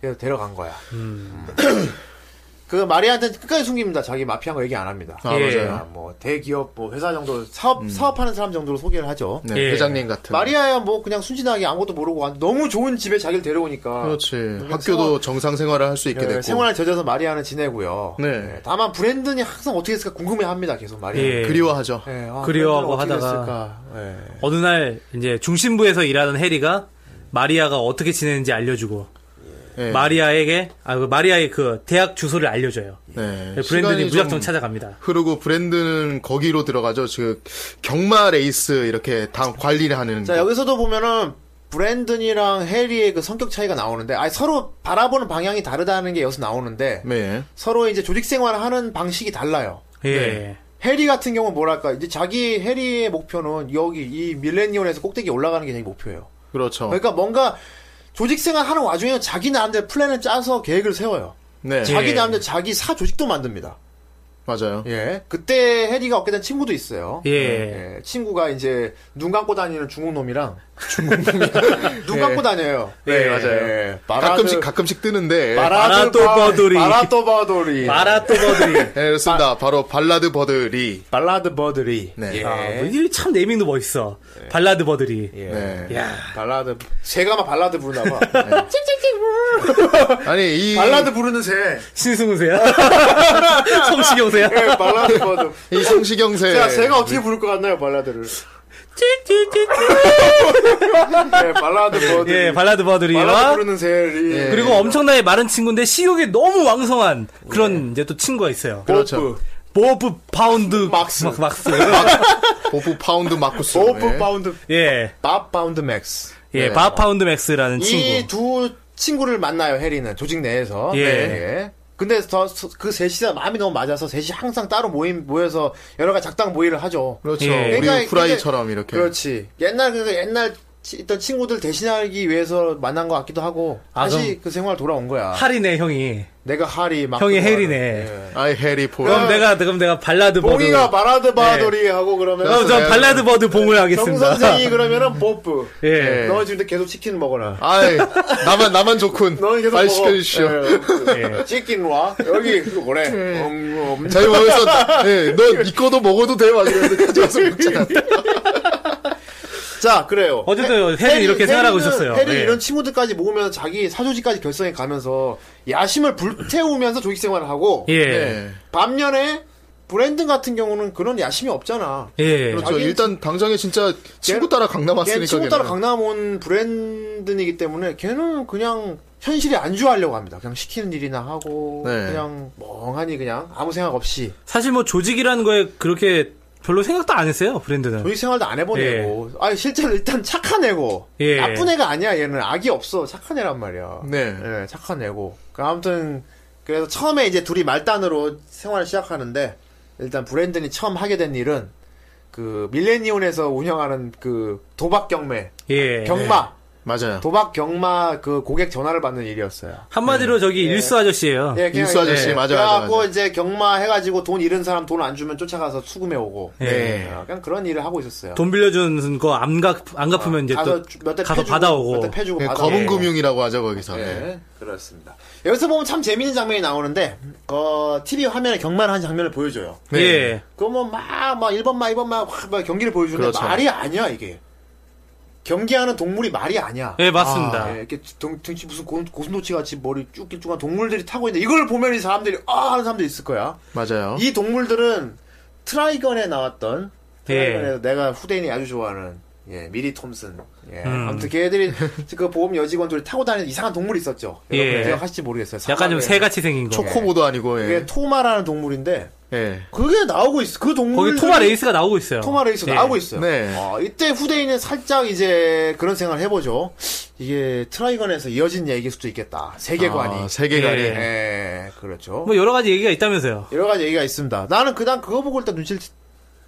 C: 그래서 데려간 거야.
A: 음.
C: 그 마리아한테 끝까지 숨깁니다. 자기 마피아인 거 얘기 안 합니다.
D: 아,
A: 예.
D: 맞아요. 음.
C: 뭐 대기업 뭐 회사 정도 사업 사업하는 사람 정도로 소개를 하죠.
D: 네,
A: 예.
D: 회장님 같은.
C: 마리아야 뭐 그냥 순진하게 아무것도 모르고 왔- 너무 좋은 집에 자기를 데려오니까
D: 그렇지. 학교도 정상 생활을 할 수 있게
C: 예,
D: 됐고.
C: 생활을 젖어서 마리아는 지내고요.
D: 네.
C: 예, 다만 브랜든이 항상 어떻게 했을까 궁금해합니다. 계속 마리아.
A: 예.
D: 그리워하죠.
C: 예, 아,
A: 그리워하고
C: 브랜든은 어떻게
A: 하다가.
C: 됐을까? 예.
A: 어느 날 이제 중심부에서 일하는 해리가 마리아가 어떻게 지내는지 알려주고
D: 예.
A: 마리아에게 아그 마리아의 그 대학 주소를 알려줘요.
D: 네.
A: 브랜든이
D: 시간이 좀
A: 무작정 찾아갑니다.
D: 흐르고 브랜드는 거기로 들어가죠. 지금 경마 레이스 이렇게 다 관리를 하는.
C: 자
D: 곳.
C: 여기서도 보면은 브랜든이랑 해리의 그 성격 차이가 나오는데 아니 서로 바라보는 방향이 다르다는 게 여기서 나오는데
D: 네.
C: 서로 이제 조직 생활을 하는 방식이 달라요. 네.
A: 예.
C: 해리 같은 경우는 뭐랄까 이제 자기 해리의 목표는 여기 이 밀레니온에서 꼭대기 올라가는 게 자기 목표예요.
D: 그렇죠.
C: 그러니까 뭔가 조직 생활 하는 와중에 자기 나름대로 플랜을 짜서 계획을 세워요.
D: 네.
A: 예.
C: 자기 나름대로 자기 사 조직도 만듭니다.
D: 맞아요.
C: 예. 그때 해리가 얻게 된 친구도 있어요.
A: 예.
C: 예, 친구가 이제 눈 감고 다니는 중국 놈이랑 중국 눈 감고 다녀요.
A: 네,
D: 맞아요.
C: 예,
D: 가끔씩 가끔씩 뜨는데.
C: 바라도
A: 바라또버돌이.
C: 바라또버돌이.
A: 마라또버들이.
D: 네, 그렇습니다. 바로 발라드 버들이.
C: 발라드 버들이.
D: 네.
C: 예.
A: 아, 뭐 이름이 참 네이밍도 멋있어. 발라드버들이.
C: 예.
D: 네.
A: 야.
C: 발라드 새가 막 발라드 부르나 봐.
D: 아니 이
C: 예. 발라드 부르는 새.
A: 신승우세요? 성시경세요?
C: 예, 발라드 버들.
D: 이 성시경세.
C: 자, 새가 어떻게 부를 것 같나요, 발라드를? 예, 발라드 버들.
A: 예,
C: 발라드
A: 발라드버들이와
C: 부르는 새리.
D: 예.
A: 그리고 엄청나게 마른 친구인데 식욕이 너무 왕성한
C: 예.
A: 그런 이제 또 친구가 있어요.
D: 그렇죠.
A: 보브 파운드
C: 막스.
A: 막, 막스.
D: 보프 파운드 마쿠스.
C: 오프
D: 네.
C: 바운드
A: 예.
C: 밥 바운드 맥스.
A: 예,
D: 네.
A: 밥 파운드 맥스라는
C: 이
A: 친구.
C: 두 친구를 만나요, 해리는. 조직 내에서.
A: 예.
C: 근데 더 그 셋이 마음이 너무 맞아서 셋이 항상 따로 모임 모여서 여러 가지 작당 모의를 하죠.
D: 그렇죠.
A: 예.
D: 우리
C: 그러니까
D: 후라이처럼 이렇게.
C: 그렇지. 옛날 그 옛날 치- 있던 친구들 대신하기 위해서 만난 것 같기도 하고
A: 아,
C: 다시
A: 그럼-
C: 그 생활 돌아온 거야.
A: 할인해 형이.
C: 내가 하리 막
A: 형이
C: 그거를.
A: 해리네.
C: 예.
D: 아이 해리 포.
A: 그럼 내가 그럼 내가 발라드 버드.
C: 봉이가 바라드 바돌이 하고 그러면
A: 그럼 전 발라드 버드 봉을
C: 정
A: 하겠습니다.
C: 선생이 그러면은 뽀프.
A: 예.
C: 너 지금 계속 치킨 먹어라.
D: 아이 나만 나만 좋군.
C: 너는 계속
D: 빨리
C: 먹어.
D: 시켜주시오.
C: 예. 치킨 와 여기 그거 뭐래. 음, 음.
D: 자기 보면서 예, 넌 이거도 먹어도 돼. 막 이러는데 가져와서
C: 네.
D: 먹잖아.
C: 자 그래요.
A: 어쨌든
C: 해-
A: 해리 이렇게 생활하고
C: 해리는-
A: 있었어요.
C: 해리
A: 예.
C: 이런 친구들까지 모으면 자기 사조직까지 결성해 가면서 야심을 불태우면서 조직 생활을 하고
A: 예.
D: 예.
C: 반면에 브랜든 같은 경우는 그런 야심이 없잖아.
A: 예.
D: 그렇죠.
C: 자기
D: 일단 당장에 진짜 친구 따라 강남
C: 걔
D: 왔으니까.
C: 친구 따라
D: 걔는.
C: 강남 온 브랜든이기 때문에 걔는 그냥 현실에 안주하려고 합니다. 그냥 시키는 일이나 하고
D: 네.
C: 그냥 멍하니 그냥 아무 생각 없이
A: 사실 뭐 조직이라는 거에 그렇게 별로 생각도 안 했어요. 브랜드는.
C: 조직 생활도 안 해보내고 아니 실제로 일단 착한 애고
A: 예.
C: 나쁜 애가 아니야 얘는 악이 없어 착한 애란 말이야.
D: 네.
C: 예, 착한 애고. 그 아무튼 그래서 처음에 이제 둘이 말단으로 생활을 시작하는데 일단 브랜든이 처음 하게 된 일은 그 밀레니온에서 운영하는 그 도박 경매
A: 예.
C: 경마
D: 맞아요.
C: 도박 경마 그 고객 전화를 받는 일이었어요.
A: 한마디로 저기 일수 아저씨예요.
C: 예, 그냥
D: 아, 일수 아저씨,
C: 이제
D: 맞아, 맞아,
C: 그래갖고
D: 맞아.
C: 이제 경마 해가지고 돈 잃은 사람 돈 안 주면 쫓아가서 수금해 오고.
A: 예.
C: 어, 그냥 그런 일을 하고 있었어요.
A: 돈 빌려준 거 안 갚, 안 갚으면 이제 또
C: 가서 주- 몇대
A: 가서
C: 패주고,
A: 받아오고.
C: 몇대 패주고
D: 예,
C: 받아오고.
D: 검은금융이라고 하죠 거기서.
C: 예,
D: 예.
C: 그렇습니다. 여기서 보면 참 재밌는 장면이 나오는데, 어, TV 화면에 경마를 한 장면을 보여줘요.
D: 네.
A: 예.
C: 그러면 뭐 막, 막, 1번마, 2번마, 확막 경기를 보여주는데
D: 그렇죠.
C: 말이 아니야, 이게. 경기하는 동물이 말이 아니야.
A: 예, 맞습니다.
C: 예, 이렇게 등, 등치 무슨 고, 고슴도치 같이 머리 쭉쭉한 동물들이 타고 있는데 이걸 보면 이 사람들이 아 하는 사람도 있을 거야.
A: 어?
D: 맞아요.
C: 이 동물들은 트라이건에 나왔던 트라이건에서
A: 예.
C: 내가 후대인이 아주 좋아하는 예, 미리 톰슨. 예.
A: 음.
C: 아무튼 걔들이 그 보험 여직원들이 타고 다니는 이상한 동물이 있었죠.
A: 예.
C: 여러분 기억하실지 모르겠어요.
A: 약간 좀
C: 사막에.
A: 새같이 생긴 거.
D: 초코보도 아니고
C: 그게
D: 예.
C: 토마라는 동물인데
D: 예.
C: 그게 나오고 있어. 그 동물
A: 거기 토마 레이스가 나오고 있어요.
C: 토마 레이스
A: 예.
C: 나오고 있어요.
D: 네.
C: 어, 이때 후대인은 살짝 이제 그런 생각을 해보죠. 이게 트라이건에서 이어진 얘기일 수도 있겠다. 세계관이.
D: 아, 세계관이.
A: 예.
C: 예, 그렇죠.
A: 뭐 여러 가지 얘기가 있다면서요.
C: 여러 가지 얘기가 있습니다. 나는 그냥 그거 보고 일단 눈치를 치-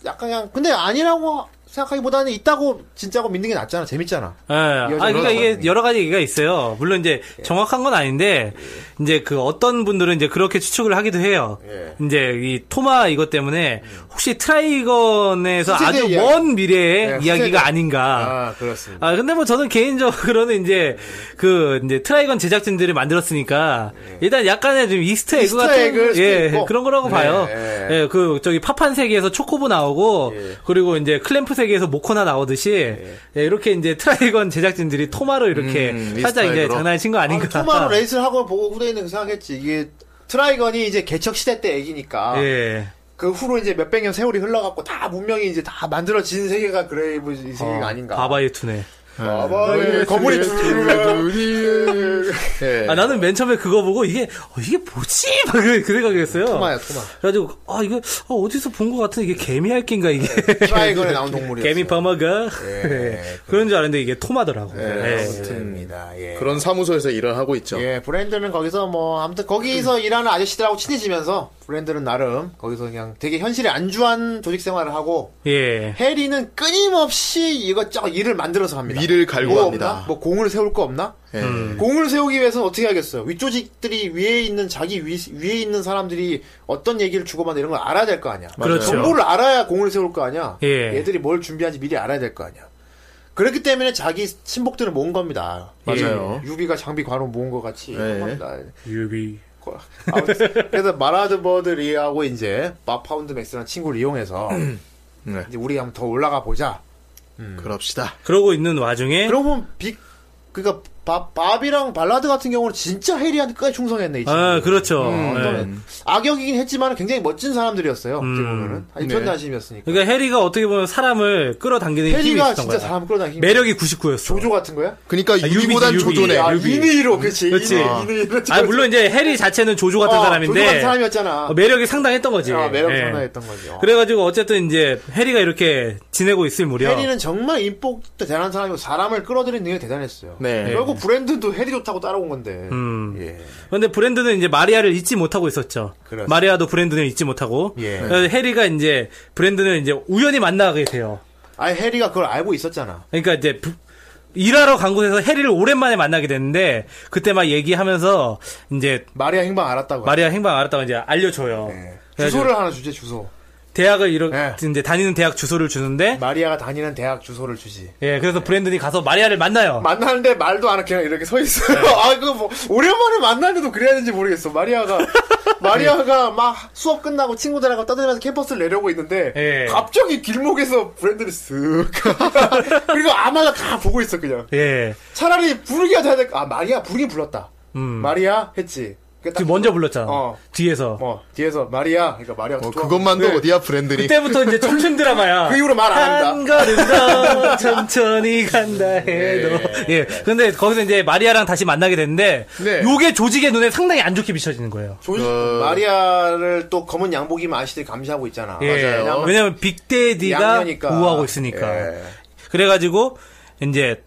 C: 약간 그냥 근데 아니라고 생각하기보다는 있다고 진짜고 믿는 게 낫잖아. 재밌잖아.
A: 예. 아, 그러니까 이게 여러 가지 얘기가 있어요. 물론 이제
C: 예.
A: 정확한 건 아닌데 이제 그 어떤 분들은 이제 그렇게 추측을 하기도 해요.
C: 예.
A: 이제 이 토마 이것 때문에 혹시 트라이건에서
C: 후세대
A: 아주
C: 이야기.
A: 먼 미래의
C: 예, 후세대.
A: 이야기가 아닌가.
C: 아, 그렇습니다.
A: 아, 근데 뭐 저는 개인적으로는 이제 그 이제 트라이건 제작진들이 만들었으니까 일단 약간의 좀 이스터 에그
C: 네. 이스터
A: 같은
C: 에그일 수도
A: 예,
C: 있고.
A: 그런 거라고
C: 네,
A: 봐요.
C: 예.
A: 예. 그 저기 파판 세계에서 초코보 나오고
C: 예.
A: 그리고 이제 클램프 세계에서 모코나 나오듯이 예, 이렇게 이제 트라이건 제작진들이 토마로 이렇게
D: 음,
A: 살짝
D: 이스터
A: 이제
D: 에그로.
A: 장난을 친 거 아닌가?
C: 토마로 레이스를 하고 보고 후대인은 생각했지. 이게 트라이건이 이제 개척 시대 때 얘기니까
A: 예.
C: 그 후로 이제 몇백 년 세월이 흘러갖고 다 문명이 이제 다 만들어진 세계가 뭐 그레이브 이
A: 어,
C: 세계가 아닌가.
A: 바바의 투네.
D: 아,
C: 바바의 거물이 둘.
D: 둘.
C: 네.
D: 예.
A: 아 나는 맨 처음에 그거 보고 이게 어, 이게 뭐지? 막 그, 그 생각했어요.
C: 토마야, 토마.
A: 그래가지고 아 이거 어, 어디서 본 것 같은 이게 개미핥기인가 이게
C: 네. 트라이건에 나온 동물이었어요.
A: 개미 파마가
C: 그렇죠. 예,
A: 그런 줄 알았는데 이게 토마더라고. 예.
C: 네, 아무튼입니다.
A: 네.
C: 예.
A: 그렇죠.
D: 그런 사무소에서 일을 하고 있죠.
C: 예, 브랜드는 거기서 뭐 아무튼 거기서 일하는 아저씨들하고 친해지면서 브랜드는 나름 거기서 그냥 되게 현실에 안주한 조직 생활을 하고
A: 예.
C: 해리는 끊임없이 이것저것 일을 만들어서 합니다.
D: 위를 갈고
C: 뭐
D: 합니다.
C: 없나? 뭐 공을 세울 거 없나?
D: 예.
C: 공을 세우기 위해서는 어떻게 하겠어요? 윗조직들이 위에 있는 자기 위, 위에 있는 사람들이 어떤 얘기를 주고받는 이런 걸 알아야 될 거 아니야.
A: 그렇죠.
C: 정보를 알아야 공을 세울 거 아니야.
A: 예.
C: 얘들이 뭘 준비하는지 미리 알아야 될 거 아니야. 그렇기 때문에 자기 친복들은 모은 겁니다.
D: 맞아요.
C: 예. 유비가 장비 관원 모은 것 같이.
D: 예.
C: 겁니다.
A: 유비.
C: 거- 아무튼 그래서 마라드 버드리하고 이제 마파운드 맥스라는 친구를 이용해서
D: 네.
C: 이제 우리 한번 더 올라가 보자.
D: 그럽시다.
A: 그러고 있는 와중에
C: 그러고 보면 빅 그러니까 밥, 밥이랑 발라드 같은 경우는 진짜 해리한테 끝까지 음, 충성했네 이 친구.
A: 아 그렇죠. 예.
C: 어떤 악역이긴 했지만 굉장히 멋진 사람들이었어요. 어떻게 보면은 아니
D: 네.
A: 음.
C: 편단심이었으니까.
A: 그러니까 해리가 어떻게 보면 사람을 끌어당기는 힘이
C: 해리가
A: 있었던
C: 진짜
A: 거야.
C: 사람 끌어당기는
A: 매력이 99였어.
C: 조조 같은 거야?
D: 그러니까
A: 유비지,
D: 유비보단
A: 유비.
D: 조조네.
A: 아,
C: 야,
A: 유비.
C: 위니로 그렇지.
A: 그렇지.
C: 위니, 위니, 그렇지.
A: 아 물론 이제 해리 자체는 조조 같은
C: 어, 조조 같은
A: 사람인데
C: 사람이었잖아.
A: 어, 매력이 상당했던 거지.
C: 아, 매력
A: 예.
C: 장난했던 거죠.
A: 그래가지고 어쨌든 이제 해리가 이렇게 지내고 있을 무렵
C: 해리는 정말 인복도 대단한 사람이고 사람을 끌어들이는 능력이 대단했어요.
D: 네.
C: 결국 브랜드도 해리 좋다고 따라온 건데.
A: 음.
C: 예.
A: 그런데 브랜드는 이제 마리아를 잊지 못하고 있었죠.
C: 그렇죠.
A: 마리아도 브랜드는 잊지 못하고.
C: 예.
A: 그래서 해리가 이제 브랜드는 이제 우연히 만나게 돼요.
C: 아니 해리가 그걸 알고 있었잖아.
A: 그러니까 이제 부- 일하러 간 곳에서 해리를 오랜만에 만나게 됐는데 그때 막 얘기하면서 이제
C: 마리아 행방 알았다고.
A: 마리아 행방 알았다고 이제 알려줘요.
C: 예.
A: 그래가지고
C: 주소를 하나 주제 주소.
A: 대학을 이렇게
C: 예.
A: 이제 다니는 대학 주소를 주는데
C: 마리아가 다니는 대학 주소를 주지.
A: 예 그래서 브랜든이 가서 마리아를 만나요.
C: 만나는데 말도 안 하고 그냥 이렇게 서 있어요.
A: 네.
C: 아, 그거 뭐, 오랜만에 만나는데도 그래야 되는지 모르겠어. 마리아가, 마리아가 막 수업 끝나고 친구들하고 떠들면서 캠퍼스를 내려오고 있는데,
A: 예.
C: 갑자기 길목에서 브랜드를 쓱. 그리고 아마가 다 보고 있어, 그냥.
A: 예 음.
C: 차라리 부르기가 돼야 될, 아, 마리아, 부르긴 불렀다. 마리아? 했지. 그게 딱-
A: 지금 뭐- 먼저 불렀잖아.
C: 어.
A: 뒤에서
C: 어, 뒤에서 마리아. 그러니까 마리아가.
A: 어,
D: 뭐
C: 좋아.
D: 그것만도 어디야 브랜드니.
A: 그때부터 이제 청춘 드라마야.
C: 그 이후로 말안
A: 한 걸음 더 천천히 간다 해도.
C: 네.
A: 예. 근데 거기서 이제 마리아랑 다시 만나게 됐는데,
D: 네.
A: 요게 조직의 눈에 상당히 안 좋게 비춰지는 거예요.
C: 조지-
D: 어.
A: 그
C: 마리아를 또 검은 양복이면 아시들이 감시하고 있잖아.
A: 예. 왜냐면 빅데디가
C: 양녀니까.
A: 보호하고 있으니까.
C: 예.
A: 그래가지고, 이제,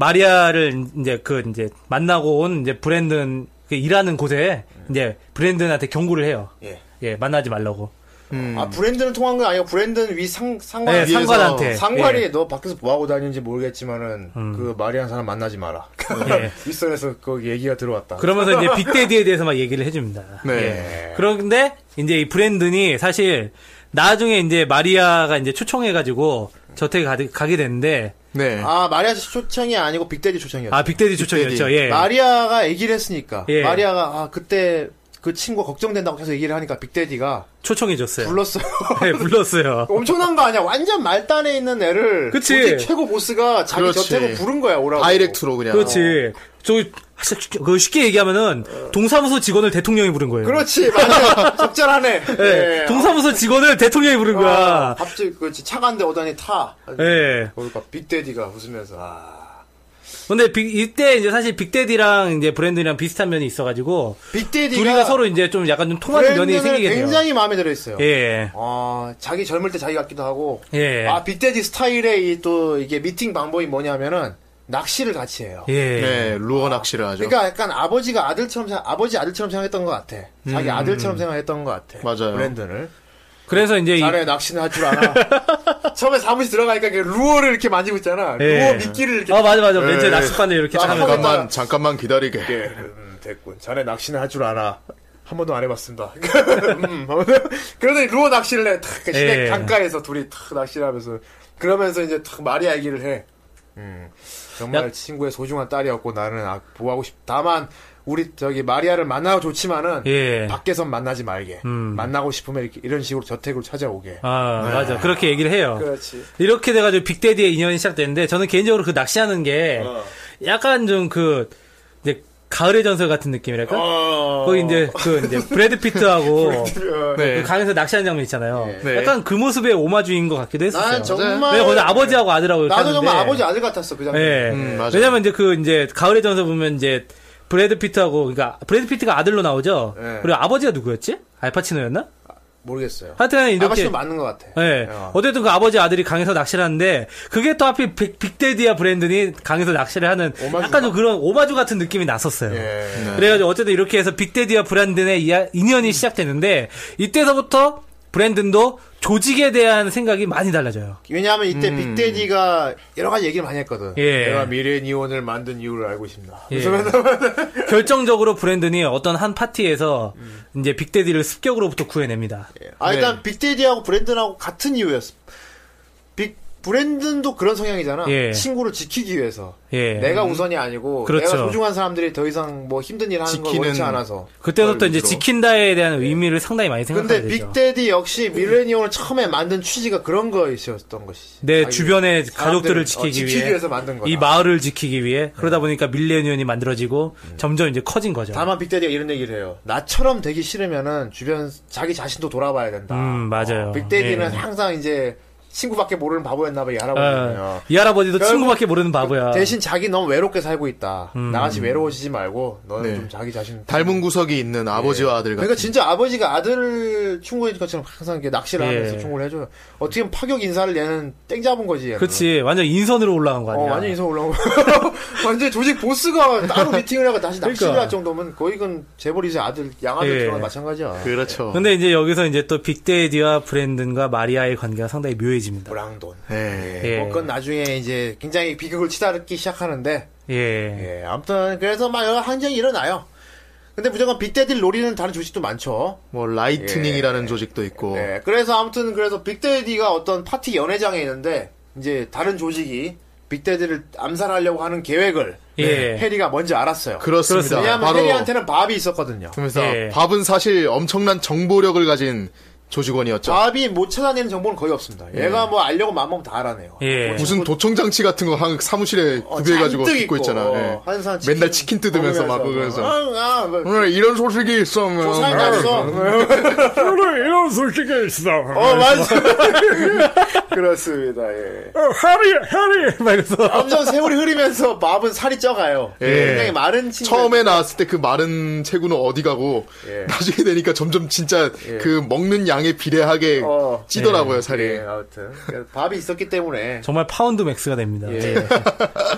A: 마리아를 이제 그 이제 만나고 온 이제 브랜든 그 일하는 곳에 이제 브랜든한테 경고를 해요.
C: 예.
A: 예, 만나지 말라고.
C: 아 브랜드는 통한 건 아니고 브랜드는 위 상 상관
A: 네,
D: 위에서
A: 상관한테.
C: 상관이
A: 예. 음.
C: 너 밖에서 뭐 하고 다니는지 모르겠지만은 그 말이란 사람 만나지 마라.
A: 예.
C: 윗선에서 그 얘기가 들어왔다.
A: 그러면서 이제 빅데디에 대해서 막 얘기를 해줍니다.
D: 네.
A: 예. 그런데 이제 이 브랜든이 사실 나중에 이제 마리아가 이제 초청해가지고 저택에 가드- 가게 됐는데
D: 네.
C: 아 마리아 초청이 아니고 빅데디 초청이었어.
A: 아 빅데디 초청이었죠. 예.
C: 마리아가 얘기를 했으니까
A: 예.
C: 마리아가 아 그때 그 친구가 걱정된다고 계속 얘기를 하니까 빅데디가
A: 초청해줬어요.
C: 불렀어요.
A: 예, 불렀어요.
C: 엄청난 거 아니야? 완전 말단에 있는 애를
A: 그치.
C: 조직 최고 보스가 자기
D: 그렇지.
C: 곁으로 부른 거야 오라고.
D: 다이렉트로 그냥.
A: 그렇지. 저기 사실 그 쉽게 얘기하면은 동사무소 직원을 대통령이 부른 거예요.
C: 그렇지 맞아 적절하네.
A: 예.
C: 예.
A: 동사무소 직원을 대통령이 부른
C: 아,
A: 거야.
C: 밥집 그차가한데 오더니 타.
A: 예.
C: 그러니까 빅데디가 웃으면서 아.
A: 근데 빅- 이때 이제 사실 빅데디랑 이제 브랜든이랑 비슷한 면이 있어가지고
C: 빅데디가
A: 둘이가 서로 이제 좀 약간 좀 통하는 면이
C: 브랜드는
A: 생기게 돼요.
C: 굉장히 마음에 들어 있어요.
A: 예.
C: 아, 자기 젊을 때 자기 같기도 하고.
A: 예.
C: 아, 빅데디 스타일의 이 또 이게 미팅 방법이 뭐냐면은 낚시를 같이 해요.
A: 예.
D: 네, 루어 낚시를 하죠.
C: 그러니까 약간 아버지가 아들처럼 생각, 아버지 아들처럼 생각했던 것 같아. 자기
A: 음.
C: 아들처럼 생각했던 것 같아.
D: 맞아요.
C: 브랜드를.
A: 그래서 이제 이-
C: 나래 낚시는 할 줄 알아. 처음에 사무실 들어가니까 이렇게 루어를 이렇게 만지고 있잖아.
A: 예.
C: 루어 미끼를 이렇게.
A: 아 맞아 맞아 렌즈
D: 예.
A: 낚싯바늘 이렇게
C: 아,
A: 딱 하면서
D: 잠깐만, 잠깐만 기다리게.
C: 예, 음, 됐군. 자네 낚시는 할 줄 알아. 한 번도 안 해봤습니다. 음, 그러더니 루어 낚시를 해. 탁, 시내
A: 예.
C: 강가에서 둘이 탁 낚시를 하면서. 그러면서 이제 탁 말이 얘기를 해. 음, 정말
A: 야.
C: 친구의 소중한 딸이었고 나는 아, 보호하고 싶. 다만 우리 저기 마리아를 만나고 좋지만은
A: 예.
C: 밖에선 만나지 말게.
A: 음.
C: 만나고 싶으면 이렇게 이런 식으로 저택으로 찾아오게.
A: 아 맞아 그렇게 얘기를 해요.
C: 네. 그렇지.
A: 이렇게 돼가지고 빅데디의 인연이 시작되는데 저는 개인적으로 그 낚시하는 게
C: 어.
A: 약간 좀 그 이제 가을의 전설 같은 느낌이랄까.
C: 어.
A: 거기 이제 그 이제 브래드 피트하고 그
D: 네.
A: 강에서 낚시하는 장면 있잖아요.
D: 네.
A: 약간 그 모습의 오마주인 것 같기도 했었어요.
C: 난 정말
A: 네, 거기 아버지하고 아들하고 이렇게
C: 나도 정말
A: 하는데.
C: 아버지 아들 같았어 그 장면.
A: 예.
D: 음, 맞아요.
A: 왜냐면 이제 그 이제 가을의 전설 보면 이제 브래드 피트하고 그러니까 브래드 피트가 아들로 나오죠.
C: 예.
A: 그리고 아버지가 누구였지? 알파치노였나?
C: 모르겠어요.
A: 하여튼 이렇게
C: 아마씨는 맞는 것 같아.
A: 예.
C: 어.
A: 어쨌든 그 아버지 아들이 강에서 낚시를 하는데 그게 또 하필 빅, 빅데디와 브랜든이 강에서 낚시를 하는
C: 오마주가?
A: 약간 좀 그런 오마주 같은 느낌이 났었어요. 네.
C: 예.
A: 그래가지고 어쨌든 이렇게 해서 빅데디와 브랜든의 이야- 인연이 시작되는데 이때서부터 브랜든도 조직에 대한 생각이 많이 달라져요.
C: 왜냐하면 이때 빅데디가 여러 가지 얘기를 많이 했거든.
A: 음. 예.
C: 내가 미래니온을 만든 이유를 알고 싶나.
A: 예.
C: 그래서
A: 결정적으로 브랜든이 어떤 한 파티에서
C: 음.
A: 이제 빅데디를 습격으로부터 구해냅니다.
C: 아 일단 빅데디하고 브랜든하고 같은 이유였어. 빅 브랜든도 그런 성향이잖아.
A: 예.
C: 친구를 지키기 위해서.
A: 예.
C: 내가 우선이 아니고
A: 그렇죠.
C: 내가 소중한 사람들이 더 이상 뭐 힘든 일 하는 걸
D: 지키는-
C: 원치 않아서.
A: 그때부터 이제
D: 위주로.
A: 지킨다에 대한 의미를 상당히 많이 생각하게
C: 네. 근데
A: 되죠.
C: 빅데디 역시 미래니온을 처음에 만든 취지가 그런 것이었던 것이지.
A: 내
C: 자기
A: 주변의
C: 사람들을,
A: 가족들을
C: 어,
A: 지키기,
C: 지키기
A: 위해
C: 위해서 만든 거다. 네.
A: 이 마을을 지키기 위해 그러다 보니까 밀레니언이 만들어지고 점점 이제 커진 거죠.
C: 음. 다만 빅데디가 이런 얘기를 해요. 나처럼 되기 싫으면은 주변 자기 자신도 돌아봐야 된다.
A: 음, 맞아요.
C: 어, 빅데디는
A: 예.
C: 항상 이제 친구밖에 모르는 바보였나봐 이
A: 어,
C: 할아버지는요.
A: 이 할아버지도
C: 결국- 그
A: 친구밖에 모르는 바보야. 음.
C: 대신 자기 너무 외롭게 살고 있다. 나같이 외로워지지 말고 너는
D: 네.
C: 좀 자기 자신
D: 닮은 구석이 있는 아버지와 아들 같은.
C: 그러니까 진짜 아버지가 아들 충고인 것처럼 항상 이렇게 낚시를
A: 예.
C: 하면서 충고를 해줘요. 어떻게 보면 파격 인사를 얘는 땡 잡은 거지. 얘는.
A: 그렇지 완전 인선으로 올라간 거
C: 어,
A: 아니야.
C: 완전 인사 올라온 거. 완전 조직 보스가 따로 미팅을 하고 다시 낚시를
A: 그러니까.
C: 할 정도면 거의 건 재벌 이제 아들 양아들
A: 예.
C: 들어랑 마찬가지야.
D: 그렇죠.
A: 근데 이제 여기서 이제 또 빅데디와 브랜든과 마리아의 관계가 상당히 묘해집니다.
C: 브랑돈.
D: 네.
C: 예.
A: 예.
C: 뭐 그건 나중에 이제 굉장히 비극을 치닫기 시작하는데
A: 예.
C: 예, 아무튼 그래서 막 여러 항쟁이 일어나요. 근데 무조건 빅데디를 노리는 다른 조직도 많죠.
D: 뭐 라이트닝이라는 조직도 있고.
C: 예, 그래서 아무튼 그래서 빅데디가 어떤 파티 연회장에 있는데 이제 다른 조직이 빅데디를 암살하려고 하는 계획을
A: 예.
C: 해리가 먼저 알았어요.
D: 그렇습니다.
C: 왜냐하면
D: 바로 음.
C: 해리한테는 밥이 있었거든요.
D: 그러면서
A: 예.
D: 밥은 사실 엄청난 정보력을 가진 조직원이었죠.
C: 밥이 못 찾아내는 정보는 거의 없습니다.
D: 예.
C: 얘가 뭐 알려고 마음먹으면 다 알아내요. 뭐
A: 예.
D: 네. 무슨 도청 장치 같은 거 한 사무실에
C: 어,
D: 구비해가지고
C: 잔뜩
D: 입고 있잖아.
C: 어,
D: 예.
C: 한산
D: 맨날 치킨 뜯으면서 막
C: 먹으면서.
D: 그러면서 음,
C: 아, 아, 뭐,
D: 오늘 이런 소식이 있어.
C: 조사에
D: 음,
C: 나서
E: 이런 소식이 있어.
C: 어, 맞아. 그렇습니다, 예.
E: 어, 해리, 해리! 막 이래서.
C: 점점 세월이 흐르면서 밥은 살이 쪄가요.
D: 예.
C: 굉장히 마른 친구.
D: 처음에 나왔을 때 그 마른 체구는 어디 가고
C: 네. 예.
D: 나중에 되니까 점점 진짜 그 먹는 양에 비례하게
C: 어.
D: 찌더라고요 살이.
C: 예, 아무튼. 그래서 밥이 있었기 때문에.
A: 정말 파운드 맥스가 됩니다.
C: 예.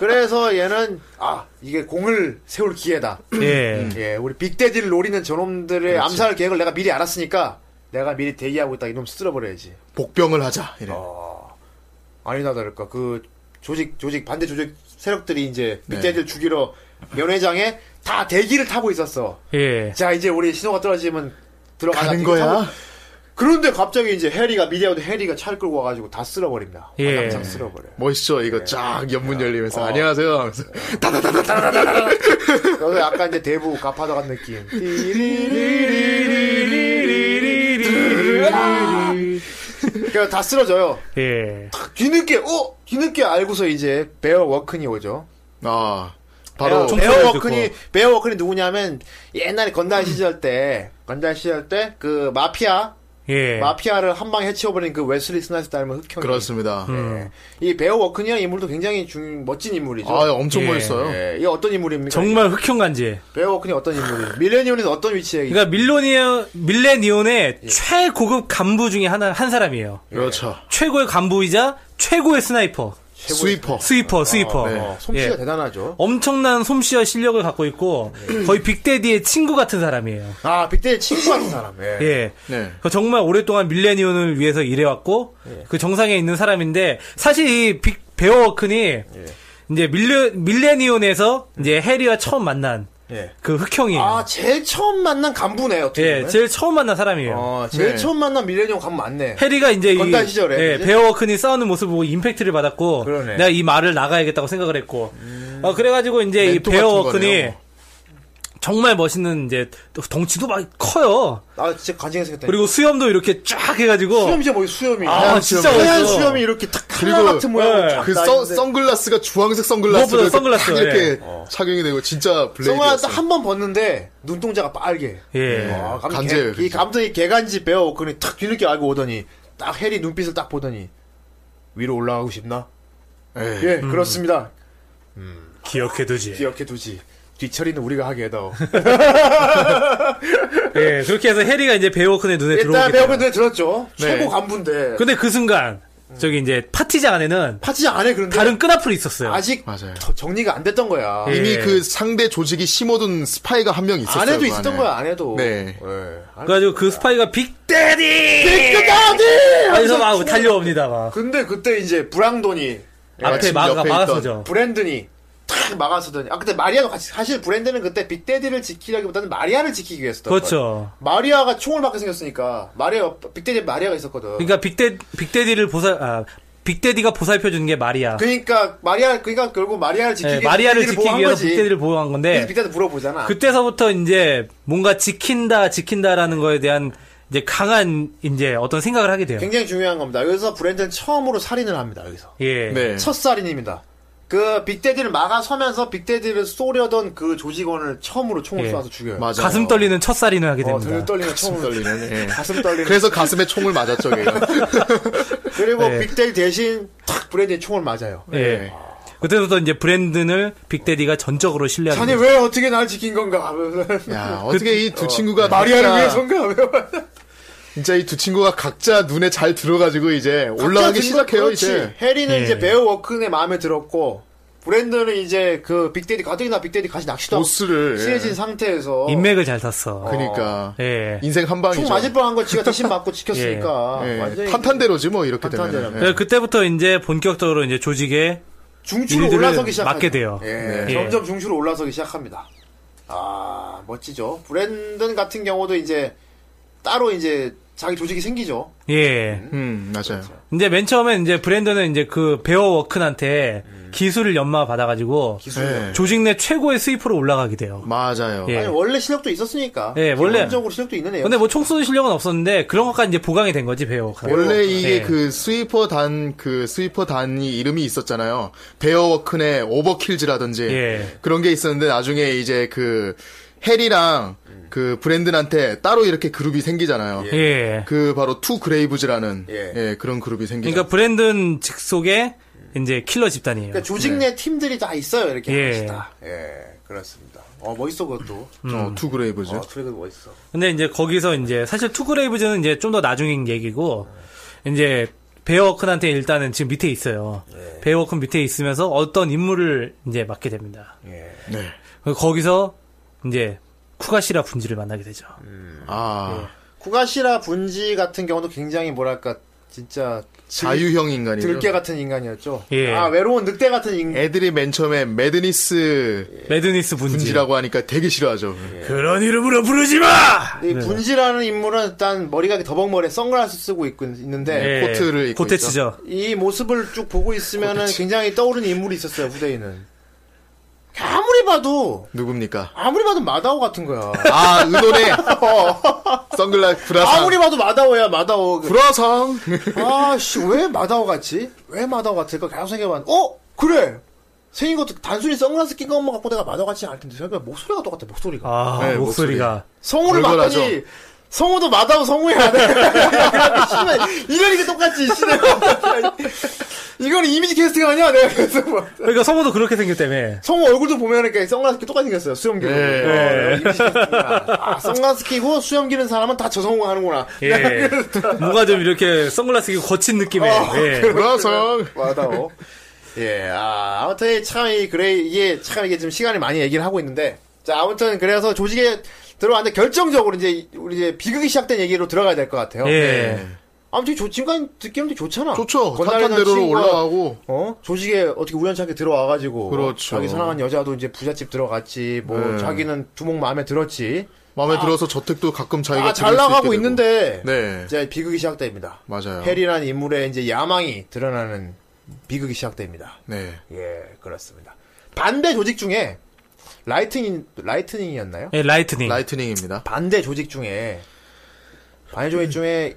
C: 그래서 얘는, 아, 이게 공을 세울 기회다.
A: 예.
C: 예, 우리 빅데디를 노리는 저놈들의 암살 계획을 내가 미리 알았으니까 내가 미리 대기하고 있다 이놈 쓸어버려야지.
D: 복병을 하자 이래.
C: 아니나 다를까 그 조직 조직 반대 조직 세력들이 이제 밑에 애들 죽이러 면회장에 다 대기를 타고 있었어.
A: 예.
C: 자 이제 우리 신호가 떨어지면 들어가자.
D: 가는
C: 대기 타고.
D: 거야.
C: 그런데 갑자기 이제 해리가 미디어도 해리가 차를 끌고 와가지고 다 쓸어버립니다.
A: 예.
C: 당장 쓸어버려.
D: 멋있죠 이거 쫙 연문 열리면서 안녕하세요 하면서
C: 그래서 약간 이제 대부 가파도 같은 느낌.
A: 예.
C: 그러니까 다 쓰러져요.
A: 예.
C: 탁 뒤늦게 어 뒤늦게 알고서 이제 베어 워큰이 오죠.
D: 아 바로
A: 총-
C: 베어
A: 총소리
C: 워큰이 베어 워큰이 누구냐면 옛날에 건달 시절 때 건달 시절 때 그 마피아
A: 예.
C: 마피아를 한 방에 해치워버린 그 웨슬리 스나이스 닮은 흑형.
D: 그렇습니다. 음.
C: 예. 이 베어 워큰이라는 인물도 굉장히 중, 멋진 인물이죠.
D: 아 엄청
A: 예.
D: 멋있어요.
C: 예, 이 어떤 인물입니까?
A: 정말 흑형간지.
C: 베어 워큰이 어떤 인물이? 밀레니엄에서 어떤 위치에? 있-
A: 그러니까 밀로니어
C: 예.
A: 밀레니온의 최고급 간부 중에 하나 한 사람이에요.
D: 그렇죠.
A: 최고의 간부이자 최고의 스나이퍼.
D: 스위퍼.
A: 스위퍼, 스위퍼.
C: 어, 솜씨가
A: 예.
C: 대단하죠.
A: 엄청난 솜씨와 실력을 갖고 있고 거의 빅데디의 친구 같은 사람이에요.
C: 아, 빅데이 친구 같은 사람. 예.
A: 예.
D: 네.
A: 그 정말 오랫동안 밀레니온을 위해서 일해왔고
C: 예.
A: 그 정상에 있는 사람인데 사실 이 빅 베어워큰이
C: 예.
A: 이제 밀레, 밀레니온에서 이제 해리와 처음 만난
C: 예.
A: 그 흑형이에요.
C: 아, 제일 처음 만난 간부네요. 어떻게
A: 예,
C: 보면.
A: 제일 처음 만난 사람이에요.
C: 어, 제일
D: 네.
C: 처음 만난 밀레니엄 간 맞네.
A: 해리가 이제 이
C: 건달 시절에,
A: 예,
C: 그지?
A: 베어워크니 싸우는 모습 을 보고 임팩트를 받았고
C: 그러네. 음.
A: 내가 이 말을 나가야겠다고 생각을 했고 어, 그래가지고 이제 이
D: 멘토 같은
A: 베어워크니
D: 거네요.
A: 정말 멋있는 이제 덩치도 막 커요.
C: 아, 진짜 간지게 생겼다.
A: 그리고 수염도 이렇게 쫙 해가지고
C: 수염이 진짜 뭐 수염이.
A: 아 진짜
D: 수염이.
C: 하얀
A: 멋있어. 네.
C: 수염이 이렇게 탁 칼라
D: 그리고
C: 같은 모양.
D: 그 선, 선글라스가 주황색
A: 무엇보다
D: 선글라스로 이렇게
A: 선글라스,
D: 딱
A: 예.
D: 이렇게 착용이 되고 진짜 블레이드
C: 선글라스 한번 벗는데 눈동자가 빨개.
A: 예.
C: 와, 감,
D: 간지예요,
C: 개, 이
D: 진짜.
C: 감독이 개간지 배워 그니 탁 뒤늦게 알고 오더니 딱 해리 눈빛을 딱 보더니 위로 올라가고 싶나? 예,
A: 음.
C: 그렇습니다.
A: 기억해두지.
C: 기억해 두지. 뒤처리는 우리가 하게해다
A: 예, 그렇게 해서 해리가 이제 베어워크의 눈에
C: 일단
A: 들어오게
C: 배우분
A: 돼요.
C: 들 들었죠.
D: 네.
C: 최고 간부인데.
A: 근데 그 순간 저기 이제 파티장 안에는
C: 파티장 안에 그런데
A: 다른 끈앞으로 있었어요.
C: 아직
D: 맞아요.
C: 더 정리가 안 됐던 거야.
A: 예.
D: 이미 그 상대 조직이 심어둔 스파이가 한 명 있었어요.
C: 안에도
D: 그
C: 있었던
D: 안에.
C: 거야, 안에도.
D: 네.
C: 예. 안-
A: 그래가지고 그 스파이가 빅데디!
C: 끝까지!
A: 하면서 아, 막
C: 하면서
A: 달려옵니다. 막
C: 근데 그때 이제 브랑돈이
A: 앞에
D: 마침
A: 막
D: 옆에
A: 막아서죠.
C: 아,
A: 그렇죠.
C: 마리아가 총을 맞게 생겼으니까 마리아 빅데디 에 마리아가 있었거든.
A: 그러니까
C: 그러니까,
A: 빅데 빅데디를 보살 아 빅데디가 보살펴 주는 게 마리아.
C: 마리아 그러니까 결국 마리아를 지키기
A: 예,
C: 위해서
A: 마리아를
C: 그 빅데디를
A: 지키기
C: 보호한
A: 위해서
C: 거지.
A: 빅데디를 보호한
C: 그래서
A: 건데
C: 빅데디 물어보잖아.
A: 그때서부터 이제 뭔가 지킨다 지킨다라는 거에 대한 이제 강한 이제 어떤 생각을 하게 돼요.
C: 굉장히 중요한 겁니다. 여기서 브랜드는 처음으로 살인을 합니다. 여기서
A: 예.
D: 네.
C: 첫 살인입니다. 그 빅데디를 막아서면서 빅데디를 쏘려던 그 조직원을 처음으로 총을
A: 예.
C: 쏴서 죽여요.
D: 맞아요.
A: 가슴 떨리는 첫 살인을 하게
C: 어,
A: 됩니다.
C: 등 떨리는
D: 가슴
C: 총을
D: 떨리는. 예.
C: 가슴 떨리는
D: 그래서 가슴에 총을 맞았죠, 걔가.
C: 그리고
A: 네.
C: 빅데이 대신 탁 브랜드의 총을 맞아요.
D: 네.
A: 예. 그때부터 이제 브랜든을 빅데디가 전적으로 신뢰하게
C: 자네
A: 됩니다.
C: 왜 어떻게 날 지킨 건가? 하면서
D: 야, 어떻게 이 두 친구가
C: 그, 마리아를
D: 각자-
C: 위해서인가? 하면서
D: 진짜 이 두 친구가 각자 눈에 잘 들어가지고 이제 올라가기
C: 각자
D: 시작해요,
C: 그렇지.
D: 이제.
C: 해리는
A: 예.
C: 이제 배우 워크의 마음에 들었고 브랜드는 이제 그 빅데디 가뜩이나 빅데디 같이 낚시도 하고
D: 보스를.
C: 친해진 상태에서
A: 인맥을 잘 탔어.
D: 그니까.
A: 예.
D: 그러니까. 인생 한 방이죠.
C: 총 맞을 뻔한 거 지가 대신 맞고 지켰으니까
D: 예.
C: 완전히
D: 탄탄대로지, 뭐, 이렇게
C: 탄탄대로. 네.
D: 되면.
A: 그래서 그때부터 이제 본격적으로 이제 조직에
C: 중추로
A: 일들을
C: 올라서기 시작하죠.
A: 맞게 돼요.
C: 예,
A: 예.
C: 점점 중추로 올라서기 시작합니다. 아 멋지죠. 브랜든 같은 경우도 이제 따로 이제 자기 조직이 생기죠.
A: 예.
D: 음, 맞아요.
A: 이제 맨 처음에 이제 브랜드는 이제 그 베어워큰한테
D: 음.
A: 기술을 연마 받아가지고
D: 예.
A: 조직 내 최고의 스위퍼로 올라가게 돼요.
D: 맞아요.
A: 예.
C: 아니 원래 실력도 있었으니까.
A: 예, 원래.
C: 기본적으로 실력도 있는 애요.
A: 근데 뭐 총 쏘는 실력은 없었는데 그런 것까지 이제 보강이 된 거지 베어워큰.
D: 원래 이게
A: 예.
D: 그 스위퍼 단, 그 스위퍼 단이 이름이 있었잖아요. 베어워큰의 오버킬즈라든지.
A: 예.
D: 그런 게 있었는데 나중에 이제 그 해리랑 그 브랜든한테 따로 이렇게 그룹이 생기잖아요.
A: 예.
D: 그 바로 투 그레이브즈라는
C: 예.
D: 예. 그런 그룹이 생기죠.
A: 그러니까 브랜든 직속의 이제 킬러 집단이에요.
C: 그러니까 조직 내 팀들이 다 있어요 이렇게
A: 예.
C: 하나씩 다. 예, 그렇습니다. 어 멋있어 그것도.
A: 음, 그러니까,
D: 어, 투 그레이브즈.
C: 어, 트랙은 멋있어.
A: 근데 이제 거기서 이제 사실 투그레이브즈는 이제 좀 더 나중인 얘기고 이제 베어워큰한테 일단은 지금 밑에 있어요.
D: 네.
A: 베어워큰 밑에 있으면서 어떤 임무를 이제 맡게 됩니다.
D: 네. 음.
A: 거기서 이제 쿠가시라 분지를 만나게 되죠.
D: 아.
C: 쿠가시라 분지 같은 경우도 굉장히 뭐랄까 진짜
D: 자유형 인간이죠.
C: 들깨 같은 인간이었죠.
A: 예.
C: 아 외로운 늑대 같은 인간.
D: 애들이 맨 처음에
C: 예.
D: 매드니스
A: 매드니스 분지.
D: 분지라고 하니까 되게 싫어하죠.
A: 그런 이름으로 부르지 마.
C: 이 분지라는 인물은 일단 머리가 더벅머리에 선글라스 쓰고 있고 있는데
A: 예,
D: 네, 코트를 입고
A: 고태치죠.
C: 이 모습을 쭉 보고 있으면은 굉장히 떠오르는 인물이 있었어요 후대인은. 아무리 봐도
D: 누굽니까?
C: 아무리 봐도 마다오 같은 거야.
D: 아, 은혼의 선글라스 브라상.
C: 어. 아무리 봐도 마다오야 마다오.
D: 브라상.
C: 아씨 왜 마다오 같지? 왜 마다오 같을까? 계속 생각해봤는데 어 그래 생긴 것도 단순히 선글라스 낀 것만 갖고 내가 마다오 같지 않을 텐데 생각해 목소리가 똑같아 목소리가
A: 아
D: 네,
A: 목소리가
C: 성우를
D: 얼굴하죠.
C: 봤더니 성우도 마다오 성우야. 내가 씨발, 이러니까 똑같지 씨발. 이건 이미지 캐스팅 아니야 내가 그래서 뭐.
A: 그러니까 성우도 그렇게 생겼다며.
C: 성우 얼굴도 보면 이렇게 선글라스 끼 똑같이 생겼어요 수염기. 로 아, 선글라스 끼고 수염 기는 사람은 다 저 성우 하는구나.
A: 예. 뭔가 좀 이렇게 선글라스 끼고 거친 느낌의.
D: 어,
A: 예.
D: 브라상.
C: 와다오. 예, 아, 아무튼 참 이 그래 이게 참 이게 지금 시간을 많이 얘기를 하고 있는데 자 아무튼 그래서 조직에 들어왔는데 결정적으로 이제 우리 이제 비극이 시작된 얘기로 들어가야 될 것 같아요. 네.
A: 예.
C: 아무튼 조, 지금까지 듣기는 좋잖아.
D: 좋죠.
C: 건달이나
D: 탄탄 대로로
C: 친구가,
D: 올라가고.
C: 어 조직에 어떻게 우연찮게 들어와가지고
D: 그렇죠.
C: 자기 사랑한 여자도 이제 부잣집 들어갔지 뭐
D: 네.
C: 자기는 두목 마음에 들었지
D: 마음에 들어서 저택도 가끔 자기가
C: 아. 아잘
D: 들릴 수
C: 나가고
D: 있게 되고.
C: 있는데
D: 네.
C: 이제 비극이 시작됩니다.
D: 맞아요.
C: 해리라는 인물의 이제 야망이 드러나는 비극이 시작됩니다.
D: 네.
C: 예, 그렇습니다. 반대 조직 중에 라이트닝 라이트닝이었나요?
A: 예, 라이트닝.
D: 라이트닝입니다.
C: 반대 조직 중에 반대 조직 중에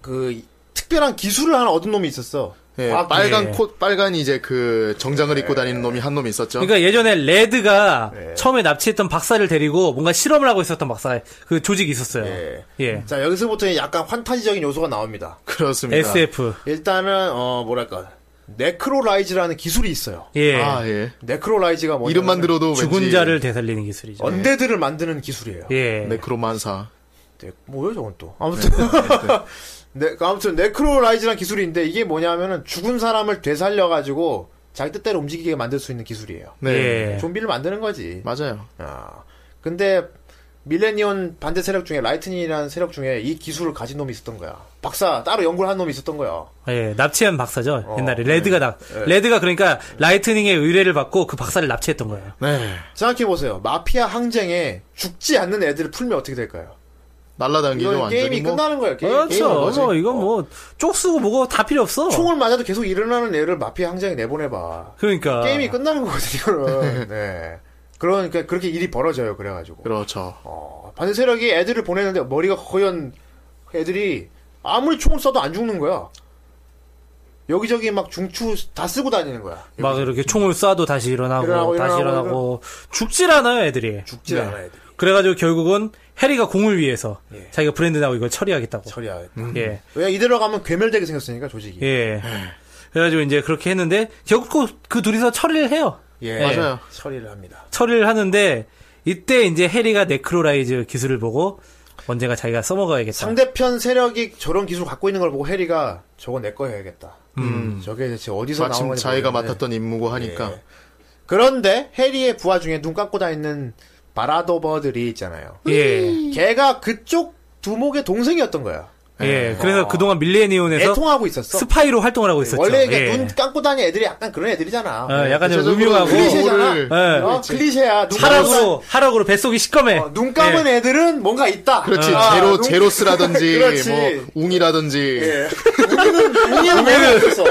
C: 그 특별한 기술을 하나 얻은 놈이 있었어.
D: 예,
C: 과학-
D: 빨간
A: 예.
D: 콧, 빨간 이제 그 정장을 입고 다니는 놈이 한 놈 있었죠.
A: 그러니까 예전에 레드가
C: 예.
A: 처음에 납치했던 박사를 데리고 뭔가 실험을 하고 있었던 박사 그 조직이 있었어요.
C: 예.
A: 예.
C: 자 여기서부터 약간 환타지적인 요소가 나옵니다.
D: 그렇습니다.
A: SF.
C: 일단은 어 뭐랄까 네크로라이즈라는 기술이 있어요.
A: 예.
D: 아, 예.
C: 네크로라이즈가 뭐냐
D: 이름만 들어도
A: 죽은
D: 왠지
A: 자를 되살리는 기술이죠.
C: 언데드를 만드는 기술이에요.
A: 예.
D: 네크로만사.
C: 네, 뭐예요 저건 또 아무튼
A: 네,
C: 네, 아무튼 네크로라이즈란 기술인데 이게 뭐냐면은 죽은 사람을 되살려 가지고 자기 뜻대로 움직이게 만들 수 있는 기술이에요.
D: 네.
A: 예.
C: 좀비를 만드는 거지.
D: 맞아요.
C: 아, 근데 밀레니온 반대 세력 중에 라이트닝이라는 세력 중에 이 기술을 가진 놈이 있었던 거야. 박사 따로 연구를 한 놈이 있었던 거야.
A: 예, 납치한 박사죠.
C: 어, 네.
A: 옛날에 레드가 납 레드가 그러니까 라이트닝의 의뢰를 받고 그 박사를 납치했던 거예요.
D: 네.
C: 생각해 보세요. 마피아 항쟁에 죽지 않는 애들을 풀면 어떻게 될까요?
D: 날라다니죠
C: 이건
D: 완전히
C: 게임이
D: 뭐.
C: 끝나는 거야. 게, 게임은
A: 그렇죠.
C: 뭐지? 어.
A: 뭐 이건 뭐 쪽 쓰고 뭐고 다 필요 없어.
C: 총을 맞아도 계속 일어나는 애를 마피아 항쟁에 내보내봐.
A: 그러니까
D: 아.
C: 게임이 끝나는 거거든요, 이거는. 네. 그러니까 그렇게 일이 벌어져요, 그래가지고.
D: 그렇죠.
C: 어, 반대 세력이 애들을 보내는데 머리가 허연 애들이 아무리 총을 쏴도 안 죽는 거야. 여기저기 막 중추 다 쓰고 다니는 거야.
A: 막 이렇게 총을 쏴도 다시 일어나고,
C: 일어나고,
A: 다시
C: 일어나고,
A: 일어나고, 죽질 않아요 애들이.
D: 네.
C: 죽질 않아, 애들이.
D: 어.
A: 그래가지고 결국은 해리가 공을 위해서 자기가 브랜드 나고 이걸 처리하겠다고.
C: 예. 처리야.
D: 음.
C: 음.
A: 예,
C: 왜 이대로 가면 괴멸되게 생겼으니까, 조직이.
A: 예. 그래가지고 이제 그렇게 했는데 결국 그, 그 둘이서 처리를 해요.
C: 예.
D: 네. 맞아요. 어.
C: 처리를 합니다.
A: 처리를 하는데 이때 이제 해리가 네크로라이즈 기술을 보고 언젠가 자기가 써먹어야겠다.
C: 상대편 세력이 저런 기술 갖고 있는 걸 보고 해리가 저거 내 거 해야겠다. 저게 대체 어디서 나온
D: 음. 마침
C: 건지.
D: 자기가
C: 모르겠는데. 네.
D: 맡았던 임무고 하니까
C: 예. 그런데 해리의 부하 중에 눈 감고 다니는 바라더버들이 있잖아요. 음.
A: 예,
C: 걔가 그쪽 두목의 동생이었던 거야.
A: 예. 그래서 그동안 밀레니온에서
C: 어. 애통하고 있었어.
A: 스파이로 활동을 하고 있었죠.
C: 원래 이게
A: 예.
C: 눈 감고 다니는 애들이 약간 그런 애들이잖아.
A: 어, 약간 좀
D: 대체적으로
A: 음흉하고
D: 클리셰-
C: 클리셰잖아.
D: 그거를-
A: 예.
C: 어, 클리셰야. 눈 감고
A: 하락으로 하락으로 뱃속이 시꺼매. 예.
C: 다- 어, 눈 감은 애들은 뭔가 있다.
D: 그렇지
C: 아,
D: 제로
C: 눈-
D: 제로스라든지
C: 그렇지.
D: 뭐 웅이라든지
C: 예. 웅이는 뭐 있었어.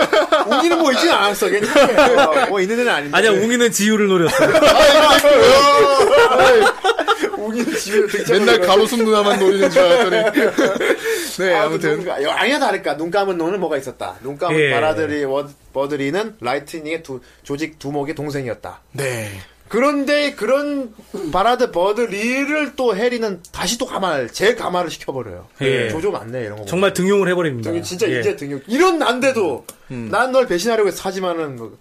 C: 웅이는 뭐 있진 않았어. 괜찮아. 뭐 있는 애는 아닌데.
A: 아니야 웅이는 지우를 노렸어.
C: 아, 웅이는 집에 득점.
D: 맨날 가로수 누나만 노리는 줄 알았더니 네
C: 아,
D: 아무튼
C: 눈가, 아니야 다를까 눈 감은 너는 뭐가 있었다 눈 감은
A: 예.
C: 바라들이 워- 버드리는 라이트닝의 두- 조직 두목의 동생이었다
D: 네
C: 그런데 그런 바라드 버드리를 또 해리는 다시 또 가말 제 가말을 시켜버려요
A: 예.
C: 조조 맞네 이런 거
A: 정말 등용을 해버립니다.
C: 보면. 등유- 진짜
A: 예. 음.
C: 이제 등유 이런 그, 난데도 난 널 배신하려고 해서 하지만은 뭐-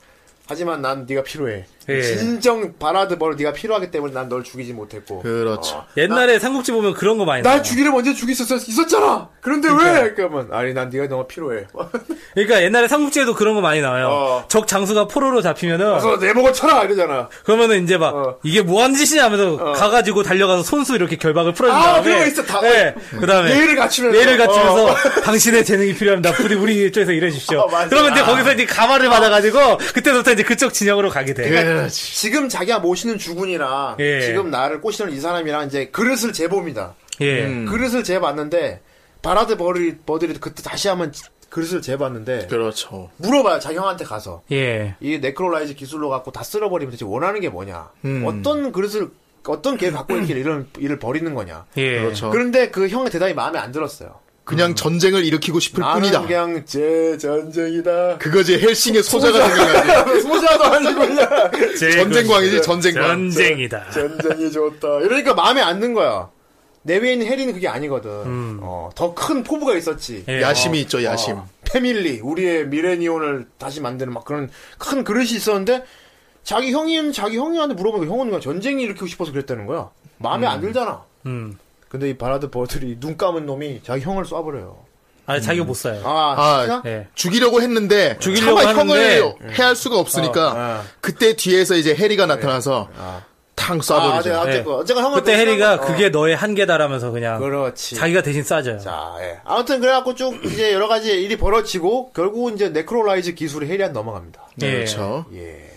C: 하지만 난 네가 필요해
A: 예.
C: 진정 바라드 벌 네가 필요하기 때문에 난 널 죽이지 못했고.
D: 그렇죠.
C: 어,
A: 옛날에 삼국지 보면 그런 거 많이
C: 날
A: 나와요.
C: 죽이려 먼저 죽였었어 있었잖아. 그런데 왜? 그러면 아니 난 네가 너무 필요해.
A: 그러니까 옛날에 삼국지에도 그런 거 많이 나와요.
C: 어.
A: 적 장수가 포로로 잡히면은
C: 그래서 내 목을 쳐라 이러잖아.
A: 그러면은 이제 막
C: 어.
A: 이게 뭐 하는 짓이냐 하면서 가가지고 달려가서 손수 이렇게 결박을 풀어준
C: 아,
A: 다음에
C: 그거 있어. 다-
A: 예. 그다음에
C: 예의를 갖추면서.
A: 예의를 갖추면서
C: 어.
A: 당신의 재능이 필요합니다. 부디 우리 쪽에서 일해 주십시오.
C: 어, 맞아.
A: 그러면 이제 거기서 이제 가마를 받아가지고 그때부터 이제 그쪽 진영으로 가게 돼.
D: 그렇지.
C: 지금 자기가 모시는 주군이랑
A: 예.
C: 지금 나를 꼬시는 이 사람이랑 이제 그릇을 재봅니다.
A: 예.
C: 그릇을 재봤는데 바라드 버리, 버들이 그때 다시 한번 그릇을 재봤는데
D: 그렇죠.
C: 물어봐요 자기 형한테 가서
A: 예.
C: 이 네크롤라이즈 기술로 갖고 다 쓸어버리면 대체 원하는 게 뭐냐 어떤 그릇을 어떤 계획 갖고 있길래 이런 일을 벌이는 거냐
A: 예.
D: 그렇죠.
C: 그런데 그 형의 대답이 마음에 안 들었어요
D: 그냥 전쟁을 일으키고 싶을
C: 나는
D: 뿐이다.
C: 그냥 제 전쟁이다
D: 그거지 헬싱의 소자가 생각나지.
C: 소자도 아니고 그냥
D: 전쟁광이지 전쟁광.
A: 전쟁이다.
C: 전쟁이 좋다 이러니까 마음에 안 든 거야 내 위에 있는 해리는 그게 아니거든 어, 더 큰 포부가 있었지
A: 예.
D: 야심이 있죠 야심.
C: 어, 패밀리 우리의 미래니온을 다시 만드는 막 그런 큰 그릇이 있었는데 자기 형인 자기 형이한테 물어보니까 형은 그냥 전쟁이 일으키고 싶어서 그랬다는 거야 마음에 안 들잖아
A: 음.
C: 근데 이 바라드 버들이 눈 감은 놈이 자기 형을 쏴버려요
A: 아, 자기가 못 사요.
C: 아,
D: 아,
C: 진짜?
A: 예.
D: 죽이려고 했는데
A: 죽이려고
D: 차마
A: 하는데,
D: 형을 해할 수가 없으니까
C: 어.
D: 그때 뒤에서 이제 해리가 나타나서 탕
C: 아, 네,
D: 쏴버리죠.
C: 어쨌건, 어쨌건 형을
A: 예. 그때
C: 또
A: 해리가
C: 쏴버려.
A: 그게 너의 한계다라면서 그냥
C: 그렇지
A: 자기가 대신 싸줘요.
C: 자, 예. 아무튼 그래갖고 쭉 이제 여러 가지 일이 벌어지고 결국은 이제 네크로라이즈 기술이 해리한 넘어갑니다
A: 예.
D: 그렇죠.
C: 예.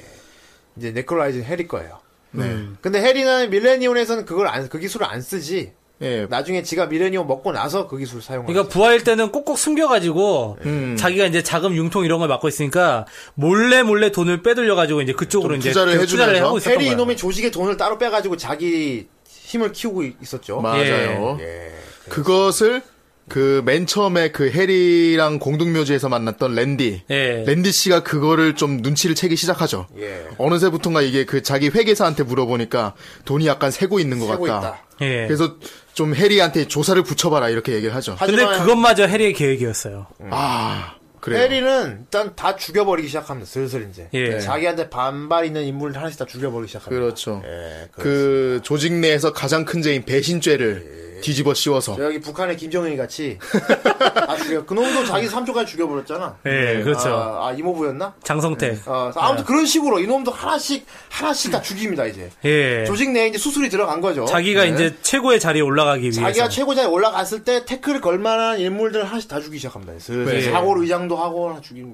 C: 이제 네크로라이즈는 해리 거예요
D: 네.
A: 음.
C: 근데 해리는 밀레니온에서는 그걸 안, 그 기술을 안 쓰지
D: 예.
C: 나중에 지가 미레니온 먹고 나서 그 기술 사용하는
A: 그러니까 부하일 때는 꼭꼭 숨겨가지고
D: 음.
A: 자기가 이제 자금 융통 이런 걸 맡고 있으니까 몰래 몰래 돈을 빼돌려가지고 이제 그쪽으로
D: 좀
A: 이제
D: 투자를
A: 계속 투자를
D: 해주면서
A: 하고 있었던
C: 페리
A: 거야.
C: 이놈이 조직의 돈을 따로 빼가지고 자기 힘을 키우고 있- 있었죠.
D: 맞아요.
C: 예.
D: 네. 그것을 그 맨 처음에 그 해리랑 공동묘지에서 만났던 랜디.
A: 예.
D: 랜디 씨가 그거를 좀 눈치를 채기 시작하죠.
C: 예.
D: 어느새부턴가 이게 그 자기 회계사한테 물어보니까 돈이 약간 새고 있는 것
C: 세고
D: 같다.
C: 있다.
A: 예.
D: 그래서 좀 해리한테 조사를 붙여봐라 이렇게 얘기를 하죠.
A: 근데
C: 하지만
A: 그것마저 해리의 계획이었어요.
D: 아 그래요.
C: 페리는 일단 다 죽여버리기 시작합니다. 슬슬 이제
A: 예.
C: 자기한테 반발 있는 인물을 하나씩 다 죽여버리기 시작합니다.
D: 그렇죠.
C: 예, 그
D: 그 조직 내에서 가장 큰 죄인
C: 예.
D: 배신죄를 뒤집어 씌워서
C: 여기 북한의 김정은이 같이 다 죽여. 그놈도 자기 삼촌까지 죽여버렸잖아.
A: 예, 그렇죠. 네.
C: 아, 아, 이모부였나?
A: 장성택.
C: 어, 아무튼 그런 식으로 이놈도 하나씩 하나씩 다 죽입니다 이제.
A: 예.
C: 조직 내에 이제 수술이 들어간 거죠.
A: 자기가
C: 네.
A: 이제 최고의 자리에 올라가기 위해서.
C: 자기가 최고자에 올라갔을 때 태클을 걸만한 인물들을 하나씩 다 죽이기 시작합니다. 슬슬
A: 네.
C: 사고로 의장도 하고 하나 죽임.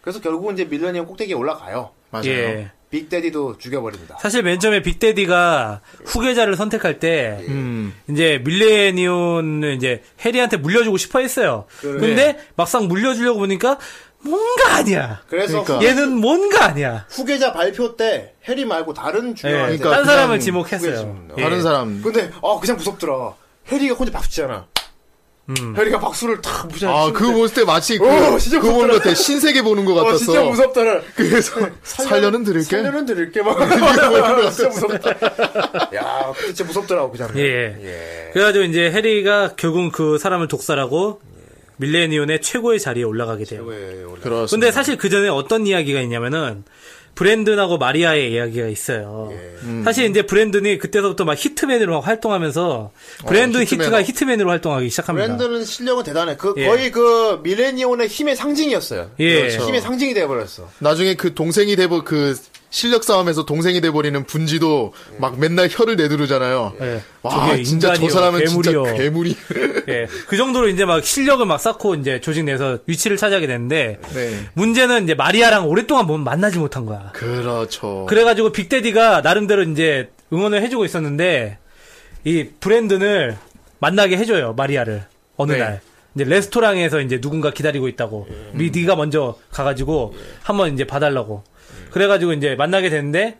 C: 그래서 결국은 이제 밀레니엄 꼭대기에 올라가요.
D: 맞아요.
A: 예.
C: 빅데디도 죽여버립니다.
A: 사실 맨 처음에 빅데디가 후계자를 선택할 때
D: 음.
A: 이제 밀레니온을 이제 해리한테 물려주고 싶어 했어요. 근데 막상 물려주려고 보니까 뭔가 아니야.
C: 그래서
D: 그러니까.
C: 후-
A: 얘는 뭔가 아니야.
C: 후계자 발표 때 해리 말고 다른
A: 예,
C: 중요한
D: 그러니까
A: 딴
D: 그냥
A: 사람을 지목했어요.
C: 후계자.
A: 예.
D: 다른 사람
C: 근데 어 그냥 무섭더라. 해리가 혼자 박수치잖아. 해리가 박수를 탁 무시하는.
D: 음. 아 그거 봤을 때 마치 그,
C: 어, 진짜
D: 그거 보는
C: 무섭더라.
D: 것 같아 신세계 보는 것
C: 어
D: 같았어
C: 진짜 무섭더라. 네.
D: 그래서 살려는 들을게 어,
C: 살려는 들을게 막. 진짜 무섭다. 야, 진짜 무섭더라고 그 장면.
A: 예.
C: 예.
A: 그래가지고 이제 해리가 결국 그 사람을 독살하고 밀레니온의 예. 최고의 자리에 올라가게 돼요.
C: 왜 원래
D: 그렇습니다.
A: 근데 사실 그 전에 어떤 이야기가 있냐면은 브랜든하고 마리아의 이야기가 있어요.
D: 음.
A: 사실 이제 브랜든이 그때서부터 막 히트맨으로 막 활동하면서 브랜든
D: 어, 히트맨.
A: 히트가 히트맨으로 활동하기 시작합니다.
C: 브랜드는 실력은 대단해. 그
A: 예.
C: 거의 그 밀레니온의 힘의 상징이었어요.
A: 예.
C: 그렇죠. 힘의 상징이 돼버렸어.
D: 나중에 그 동생이 돼버 그 실력 싸움에서 동생이 돼버리는 분지도 막 맨날 혀를 내두르잖아요
A: 예.
D: 와
A: 저게
D: 진짜 저
A: 인간이요,
D: 사람은 진짜
A: 괴물이요.
D: 괴물이
A: 예. 그 정도로 이제 막 실력을 막 쌓고 이제 조직 내에서 위치를 차지하게 되는데
D: 네.
A: 문제는 이제 마리아랑 오랫동안 못 만나지 못한 거야.
D: 그렇죠
A: 어. 그래가지고 빅데디가 나름대로 이제 응원을 해주고 있었는데 이 브랜든을 만나게 해줘요 마리아를 어느
D: 네. 예.
A: 날 이제 레스토랑에서 이제 누군가 기다리고 있다고 미 네가 먼저 가가지고 한번 이제 봐달라고
D: 예.
A: 그래가지고 이제 만나게 되는데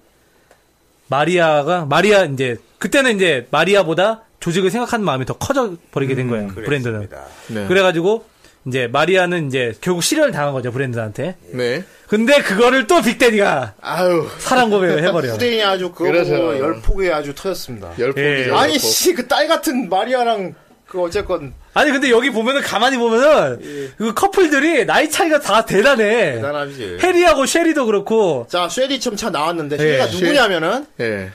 A: 마리아가 마리아 이제 그때는 이제 마리아보다 조직을 생각하는 마음이 더 커져 버리게 된 거예요 브랜드는
D: 네.
A: 그래가지고 이제 마리아는 이제 결국 실현을 당한 거죠 브랜드한테
D: 네
A: 근데 그거를 또 빅데디가
D: 아유
A: 사랑 고백을 해버려요.
C: 후대인이 아주 그거
D: 네. 그렇죠.
C: 보고 열폭에 아주 터졌습니다.
D: 열폭이죠
A: 예.
D: 열폭.
C: 아니 씨 그 딸 같은 마리아랑 그 어쨌건
A: 아니 근데 여기 보면은 가만히 보면은 그 커플들이 나이 차이가 다 대단해.
D: 네.
C: 대단하지.
A: 해리하고 쉐리도 그렇고
C: 자 쉐리 첨 차 나왔는데 쉐리가
D: 예,
C: 누구냐면은
D: 예.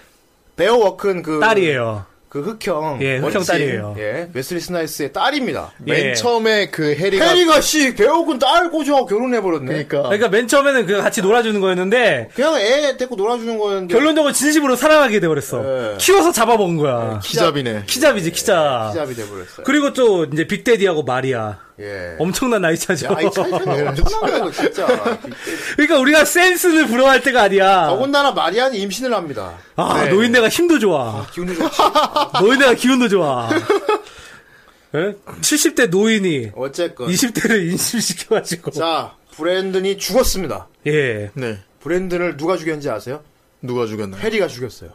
C: 베어 워큰 그
A: 딸이에요.
C: 그 흑형
A: 예, 흑형
C: 멋진,
A: 딸이에요.
C: 예, 웨슬리 스나이스의 딸입니다.
D: 맨
A: 예.
D: 처음에 그 해리가
C: 해리가 씨 베어 워큰 딸 고정하고 결혼해 버렸네.
D: 그러니까
A: 그러니까 맨 처음에는 그 같이 놀아주는 거였는데
C: 그냥 애 데리고 놀아주는 거였는데
A: 결론적으로 진심으로 사랑하게 돼버렸어.
C: 예.
A: 키워서 잡아먹은 거야.
D: 예. 기잡이네.
A: 키잡이지 키잡.
C: 시잡이 돼 버렸어요.
A: 그리고 또 이제 빅데디하고 마리아.
C: 예.
A: 엄청난 나이 차죠.
C: 야, 이 차이가 엄청난 거예요, 진짜.
A: 그러니까 우리가 센스를 부러워할 때가 아니야.
C: 더군다나 마리아는 임신을 합니다.
A: 아 노인네가 힘도 좋아.
C: 기운이 좋지.
A: 노인네가 기운도 좋아. 예? 70대 노인이
C: 어쨌건.
A: 20대를 임신시켜가지고.
C: 자, 브랜든이 죽었습니다.
A: 예.
D: 네.
C: 브랜든을 누가 죽였는지 아세요?
D: 누가 죽였나요?
C: 해리가 죽였어요.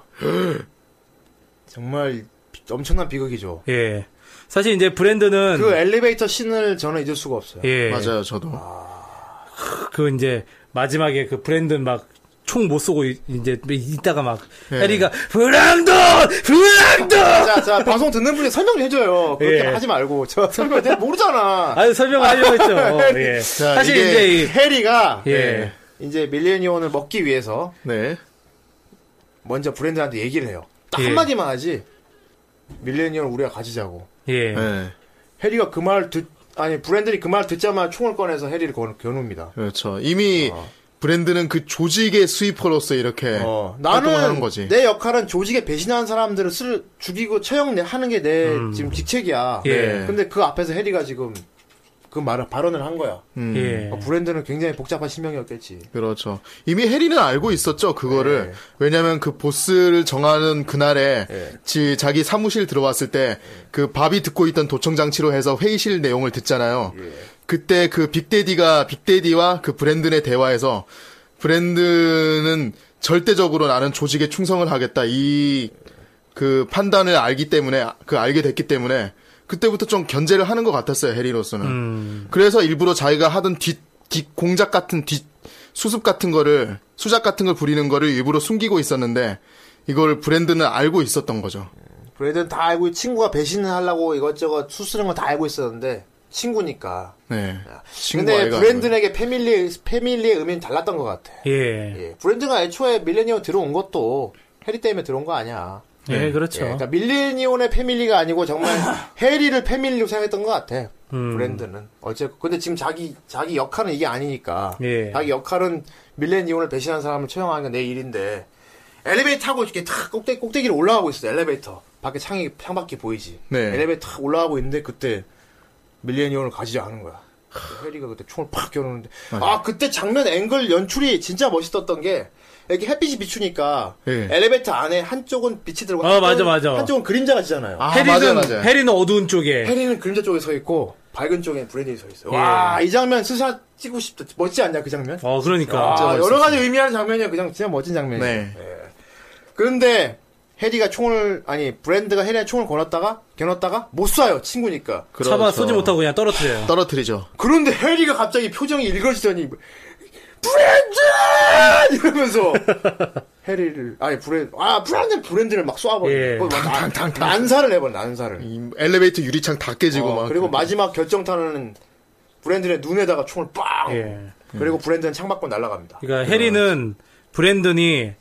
C: 정말 비- 엄청난 비극이죠.
A: 예. 사실 이제 브랜드는
C: 그 엘리베이터 씬을 저는 잊을 수가 없어요.
A: 음. 예.
D: 맞아요, 저도.
A: 그 이제 마지막에 그 브랜드는 막 총 못 쏘고 이- 이제 이따가 막
D: 예.
A: 해리가 브랑돈 브랑돈
C: 자, 자, 방송 듣는 분이 설명 좀 해줘요. 그렇게
A: 예.
C: 하지 말고. 저 설명 내가 모르잖아.
A: 아유 설명하려고 했죠. 예.
D: 자,
A: 사실
D: 이게-
A: 이제 이-
C: 해리가
A: 예.
C: 이제 밀레니온을 먹기 위해서
D: 네.
C: 먼저 브랜드한테 얘기를 해요. 딱
A: 예.
C: 한마디만 하지. 밀레니언 우리가 가지자고.
A: 예.
D: 네.
C: 해리가 그 말 듣, 아니, 브랜들이 그 말 듣자마자 총을 꺼내서 해리를 거- 겨눕니다.
D: 그렇죠. 이미
A: 아.
D: 브랜드는 그 조직의 수입퍼로서 이렇게
C: 어,
D: 네. 활동하는
C: 나는
D: 거지.
C: 내 역할은 조직에 배신한 사람들을 쓸, 죽이고 처형하는 게 내 지금 직책이야.
D: 네.
A: 예.
C: 근데 그 앞에서 해리가 지금 그 말을, 발언을 한 거야.
D: 음.
A: 예.
C: 어, 브랜드는 굉장히 복잡한 신명이었겠지.
D: 그렇죠. 이미 해리는 알고 있었죠, 그거를. 왜냐면 그 보스를 정하는 그날에 지, 자기 사무실 들어왔을 때 그 밥이 듣고 있던 도청 장치로 해서 회의실 내용을 듣잖아요. 그때 그 빅데디가 빅데디와 그 브랜든의 대화에서 브랜드는 절대적으로 나는 조직에 충성을 하겠다 이 그 판단을 알기 때문에 그 알게 됐기 때문에 그때부터 좀 견제를 하는 것 같았어요 해리로서는
A: 음.
D: 그래서 일부러 자기가 하던 뒷, 뒷 공작 같은 뒷 수습 같은 거를 수작 같은 걸 부리는 거를 일부러 숨기고 있었는데 이걸 브랜드는 알고 있었던 거죠
C: 브랜드는 다 알고, 있- 친구가 배신을 하려고 이것저것 수스른 거 다 알고 있었는데, 친구니까.
D: 네 친구
C: 근데
D: 아이가
C: 브랜든에게 패밀리, 패밀리의 의미는 달랐던 것 같아.
A: 예.
C: 예, 브랜드가 애초에 밀레니온 들어온 것도 해리 때문에 들어온 거 아니야.
A: 예, 그렇죠.
C: 예, 그러니까 밀레니온의 패밀리가 아니고 정말 해리를 패밀리로 생각했던 것 같아.
A: 음.
C: 브랜드는 어쨌든 근데 지금 자기 자기 역할은 이게 아니니까
A: 예.
C: 자기 역할은 밀레니온을 배신한 사람을 처형하는 게 내 일인데 엘리베이터 타고 이렇게 탁 꼭대기 꼭대기로 올라가고 있어 엘리베이터 밖에 창이 창밖에 보이지
D: 네.
C: 엘리베이터 탁 올라가고 있는데 그때 밀레니온을 가지려 하는 거야 해리가 그때 총을 팍 겨누는데 아 그때 장면 앵글 연출이 진짜 멋있었던 게 이렇게 햇빛이 비추니까
D: 예.
C: 엘리베이터 안에 뭐 한쪽은 빛이 들어가
A: 어, 맞아, 맞아.
C: 한쪽은 그림자가 지잖아요 예.
D: 아,
A: 해리는
D: 맞아요, 맞아요.
A: 해리는 어두운 쪽에
C: 해리는 그림자 쪽에 서 있고 밝은 쪽에 브랜디 서 있어요 와 이 장면 스샷 찍고 싶다 멋지 않냐 그 장면
A: 어 그러니까
C: 아, 여러 가지 의미하는 장면이야 그냥 진짜 멋진 장면이에요
D: 네.
C: 그런데 해리가 총을 아니 브랜드가 해리한테 총을 걸었다가 겨눴다가 못 쏴요 친구니까
A: 차마
D: 그렇죠.
A: 쏘지 못하고 그냥 떨어뜨려요.
D: 떨어뜨리죠
C: 그런데 해리가 갑자기 표정이 일그러지더니 브랜드 이러면서 해리를 아니 브랜드 아 브랜드 브랜드를 막
A: 예.
C: 쏴버려 탕탕탕 난사를 해버려 난사를
D: 이 엘리베이터 유리창 다 깨지고
C: 어,
D: 막
C: 그리고 마지막 결정타는 브랜드의 눈에다가 총을 빵
A: 예.
C: 그리고 브랜드는 창밖으로 날아갑니다
A: 그러니까 해리는 브랜든이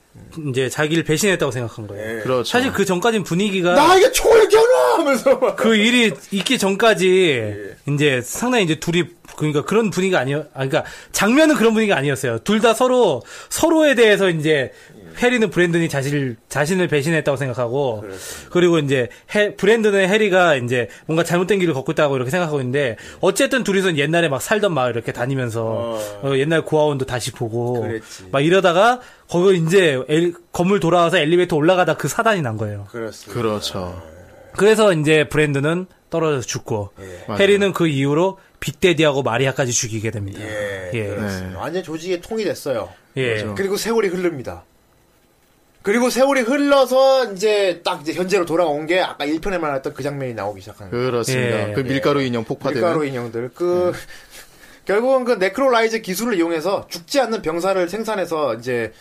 A: 이제 자기를 배신했다고 생각한 거예요.
D: 그렇죠.
A: 사실 그 전까진 분위기가
C: 나에게 총을 겨눠 하면서 막
A: 그 일이 있기 전까지 이제 상당히 이제 둘이 그러니까 그런 분위기가 아니었 아 그러니까 장면은 그런 분위기가 아니었어요. 둘 다 서로 서로에 대해서 이제 해리는 브랜든이 자신을 자신을 배신했다고 생각하고
C: 그렇죠.
A: 그리고 이제 해, 브랜든은 해리가 이제 뭔가 잘못된 길을 걷고 있다고 이렇게 생각하고 있는데 어쨌든 둘이서 옛날에 막 살던 마을 이렇게 다니면서 어, 옛날 고아원도 다시 보고
C: 그랬지.
A: 막 이러다가 거기 이제 엘- 건물 돌아와서 엘리베이터 올라가다 그 사단이 난 거예요.
C: 그렇습니다
D: 그렇죠
A: 그래서 이제 브랜드는 떨어져 죽고
C: 예.
A: 해리는 그 이후로 빅데디하고 마리아까지 죽이게 됩니다.
C: 예,
A: 예.
D: 네.
C: 그렇습니다. 완전 조직에 통이 됐어요
A: 예.
D: 그렇죠.
C: 그리고 세월이 흐릅니다. 그리고 세월이 흘러서 이제 딱 이제 현재로 돌아온 게 아까 1편에 말했던 그 장면이 나오기 시작하는 거예요.
D: 그렇습니다
A: 예.
D: 그 밀가루 인형 폭파되는 예.
C: 밀가루 인형들. 그 결국은 그 네크로라이즈 기술을 이용해서 죽지 않는 병사를 생산해서 이제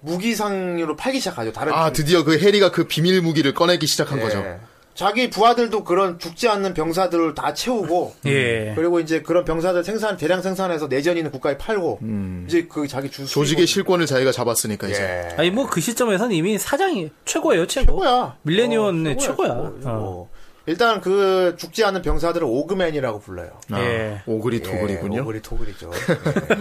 C: 무기상으로 팔기 시작하죠. 다른
D: 아
C: 팀.
D: 드디어 그 해리가 그 비밀 무기를 꺼내기 시작한
C: 예.
D: 거죠
C: 자기 부하들도 그런 죽지 않는 병사들을 다 채우고
A: 예.
C: 그리고 이제 그런 병사들 생산 대량 생산해서 내전 있는 국가에 팔고 이제 그 자기 주
D: 음. 조직의 실권을 자기가 잡았으니까 이제
C: 예.
A: 아니 뭐 그 시점에선 이미 사장이 최고예요 최고.
C: 최고야.
A: 밀레니언의 네,
C: 어,
A: 최고야.
C: 최고.
A: 어.
C: 일단 그 죽지 않은 병사들을 오그맨이라고 불러요.
D: 아,
A: 예.
D: 오그리 도그리군요.
C: 예, 오그리 토그리죠. 예.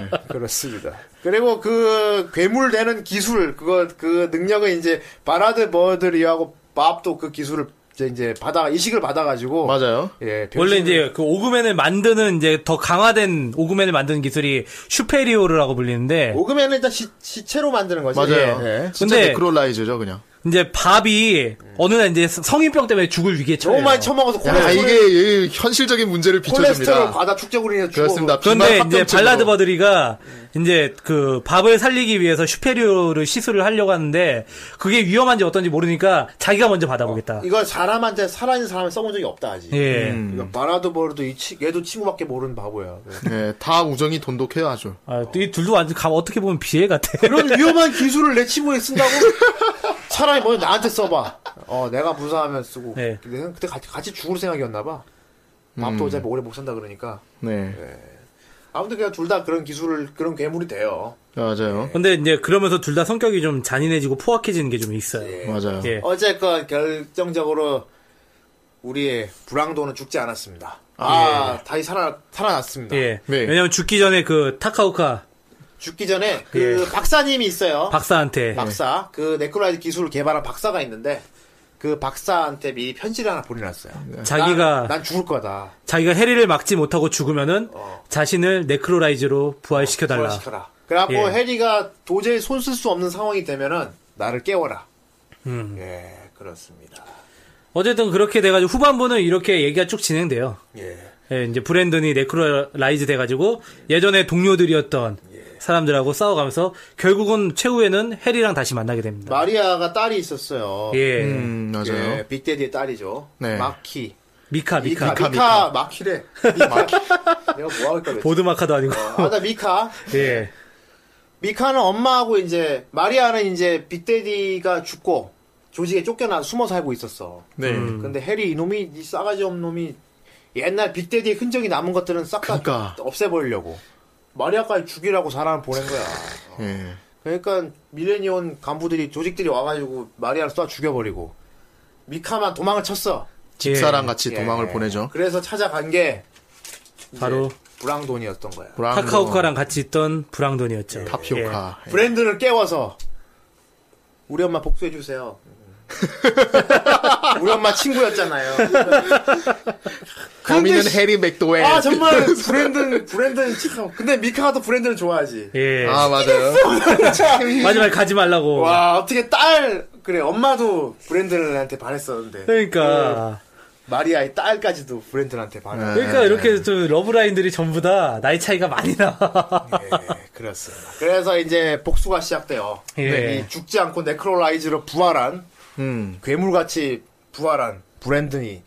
C: 네, 그렇습니다. 그리고 그 괴물 되는 기술 그거 그 능력을 이제 바라드 버드리하고 밥도 그 기술을 이제, 이제 받아 이식을 받아가지고
D: 맞아요.
C: 예, 변신을-
A: 원래 이제 그 오그맨을 만드는 이제 더 강화된 오그맨을 만드는 기술이 슈페리오르라고 불리는데
C: 오그맨은 일단 시, 시체로 만드는 거죠.
D: 네. 맞아요.
C: 예, 예.
D: 진짜
A: 근데-
D: 네크롤라이즈죠 그냥.
A: 이제 밥이 어느 날 이제 성인병 때문에 죽을 위기에 처해요.
C: 너무 많이 처먹어서
D: 야,
C: 콜레스테롤,
D: 이게 이 현실적인 문제를
C: 콜레스테롤
D: 비춰줍니다.
C: 과다 축적으로 인해 죽어.
D: 그렇습니다.
A: 그런데
D: 비만
A: 뭐 이제
D: 합병증으로.
A: 발라드 버드리가 이제 그 밥을 살리기 위해서 슈페리오를 시술을 하려고 하는데 그게 위험한지 어떤지 모르니까 자기가 먼저 받아보겠다.
C: 어, 이걸 사람한테 살아있는 사람을 써본 적이 없다 아직. 음.
A: 예.
D: 음.
C: 이거 바라도 버르도 이 치- 얘도 친구밖에 모르는 바보야.
D: 예, 다 우정이 돈독해요 아주.
A: 아, 또이 둘도 완전 감 어떻게 보면 비애 같아.
C: 그런 위험한 기술을 내 친구에 쓴다고? 차라리 먼저 나한테 써봐. 어, 내가 무사하면 쓰고.
A: 네.
C: 근데 형 그때 같이, 같이 죽을 생각이었나봐.
D: 음.
C: 밥도 어차피 오래 못 산다 그러니까.
D: 네,
A: 예.
C: 아무튼 그냥 둘 다 그런 기술을, 그런 괴물이 돼요.
D: 맞아요.
A: 근데 이제 그러면서 둘 다 성격이 좀 잔인해지고 포악해지는 게 좀 있어요.
D: 맞아요.
A: 예.
C: 어쨌건 결정적으로 우리의 불황도는 죽지 않았습니다. 아, 다시 살아, 살아났습니다.
A: 예.
D: 네.
A: 왜냐면 죽기 전에 그 타카오카
C: 죽기 전에 그 박사님이 있어요.
A: 예. 박사한테 예.
C: 박사 그 네크로라이즈 기술을 개발한 박사가 있는데 그 박사한테 미리 편지를 하나 보내놨어요.
D: 네.
A: 자기가-
C: 난, 난 죽을 거다.
A: 자기가 해리를 막지 못하고 죽으면은 자신을 네크로라이즈로 부활시켜 달라.
C: 부활시켜라. 그래갖고
A: 예.
C: 해리가 도저히 손 쓸 수 없는 상황이 되면은 나를 깨워라.
A: 음.
C: 예 그렇습니다.
A: 어쨌든 그렇게 돼가지고 후반부는 이렇게 얘기가 쭉 진행돼요.
C: 예
A: 예, 이제 브랜든이 네크로라이즈 돼가지고 예전에 동료들이었던 사람들하고 싸워가면서 결국은 최후에는 해리랑 다시 만나게 됩니다.
C: 마리아가 딸이 있었어요.
A: 예,
D: 음, 맞아요.
C: 예, 빅데디의 딸이죠.
D: 네.
C: 마키.
D: 아,
A: 미카, 미카,
C: 아, 미카, 미카, 마키래. 마키. 내가 뭐 하고 있다.
A: 보드마카도 아니고.
C: 아나 미카.
A: 예,
C: 미카는 엄마하고 이제 마리아는 이제 빅데디가 죽고 조직에 쫓겨나 숨어 살고 있었어.
D: 네.
C: 근데 해리 이놈이 이 싸가지 없는 놈이 옛날 빅데디의 흔적이 남은 것들은 싹 다
D: 그러니까.
C: 없애버리려고 마리아까지 죽이라고 사람을 보낸 거야.
D: 예.
C: 그러니까 밀레니온 간부들이 조직들이 와가지고 마리아를 쏴 죽여버리고 미카만 도망을 쳤어.
D: 집사랑 같이
C: 예.
D: 도망을 보내죠.
C: 그래서 찾아간 게
A: 바로
C: 브랑돈이었던 거야.
D: 브랑도,
A: 타카오카랑 같이 있던 브랑돈이었죠.
D: 타피오카. 예.
C: 브랜드를 깨워서 우리 엄마 복수해 주세요. 우리 엄마 친구였잖아요.
D: 범인은
C: 근데
D: 해리 맥도웰. 예.
C: 아 정말 브랜드는 브랜드는 참. 근데 미카가 또 브랜드를 좋아하지.
A: 예,
D: 아, 맞아요.
A: 마지막에 가지 말라고.
C: 와 어떻게 딸 그래 엄마도 브랜드한테 반했었는데
A: 그러니까,
C: 마리아의 딸까지도 브랜드한테 반해.
A: 그러니까
D: 네.
A: 이렇게 좀 러브라인들이 전부 다 나이 차이가 많이 나.
C: 예, 그렇습니다. 그래서 이제 복수가 시작돼요. 네,
A: 예.
C: 이 죽지 않고 네크로라이즈로 부활한
D: 음.
C: 괴물같이 부활한 브랜든이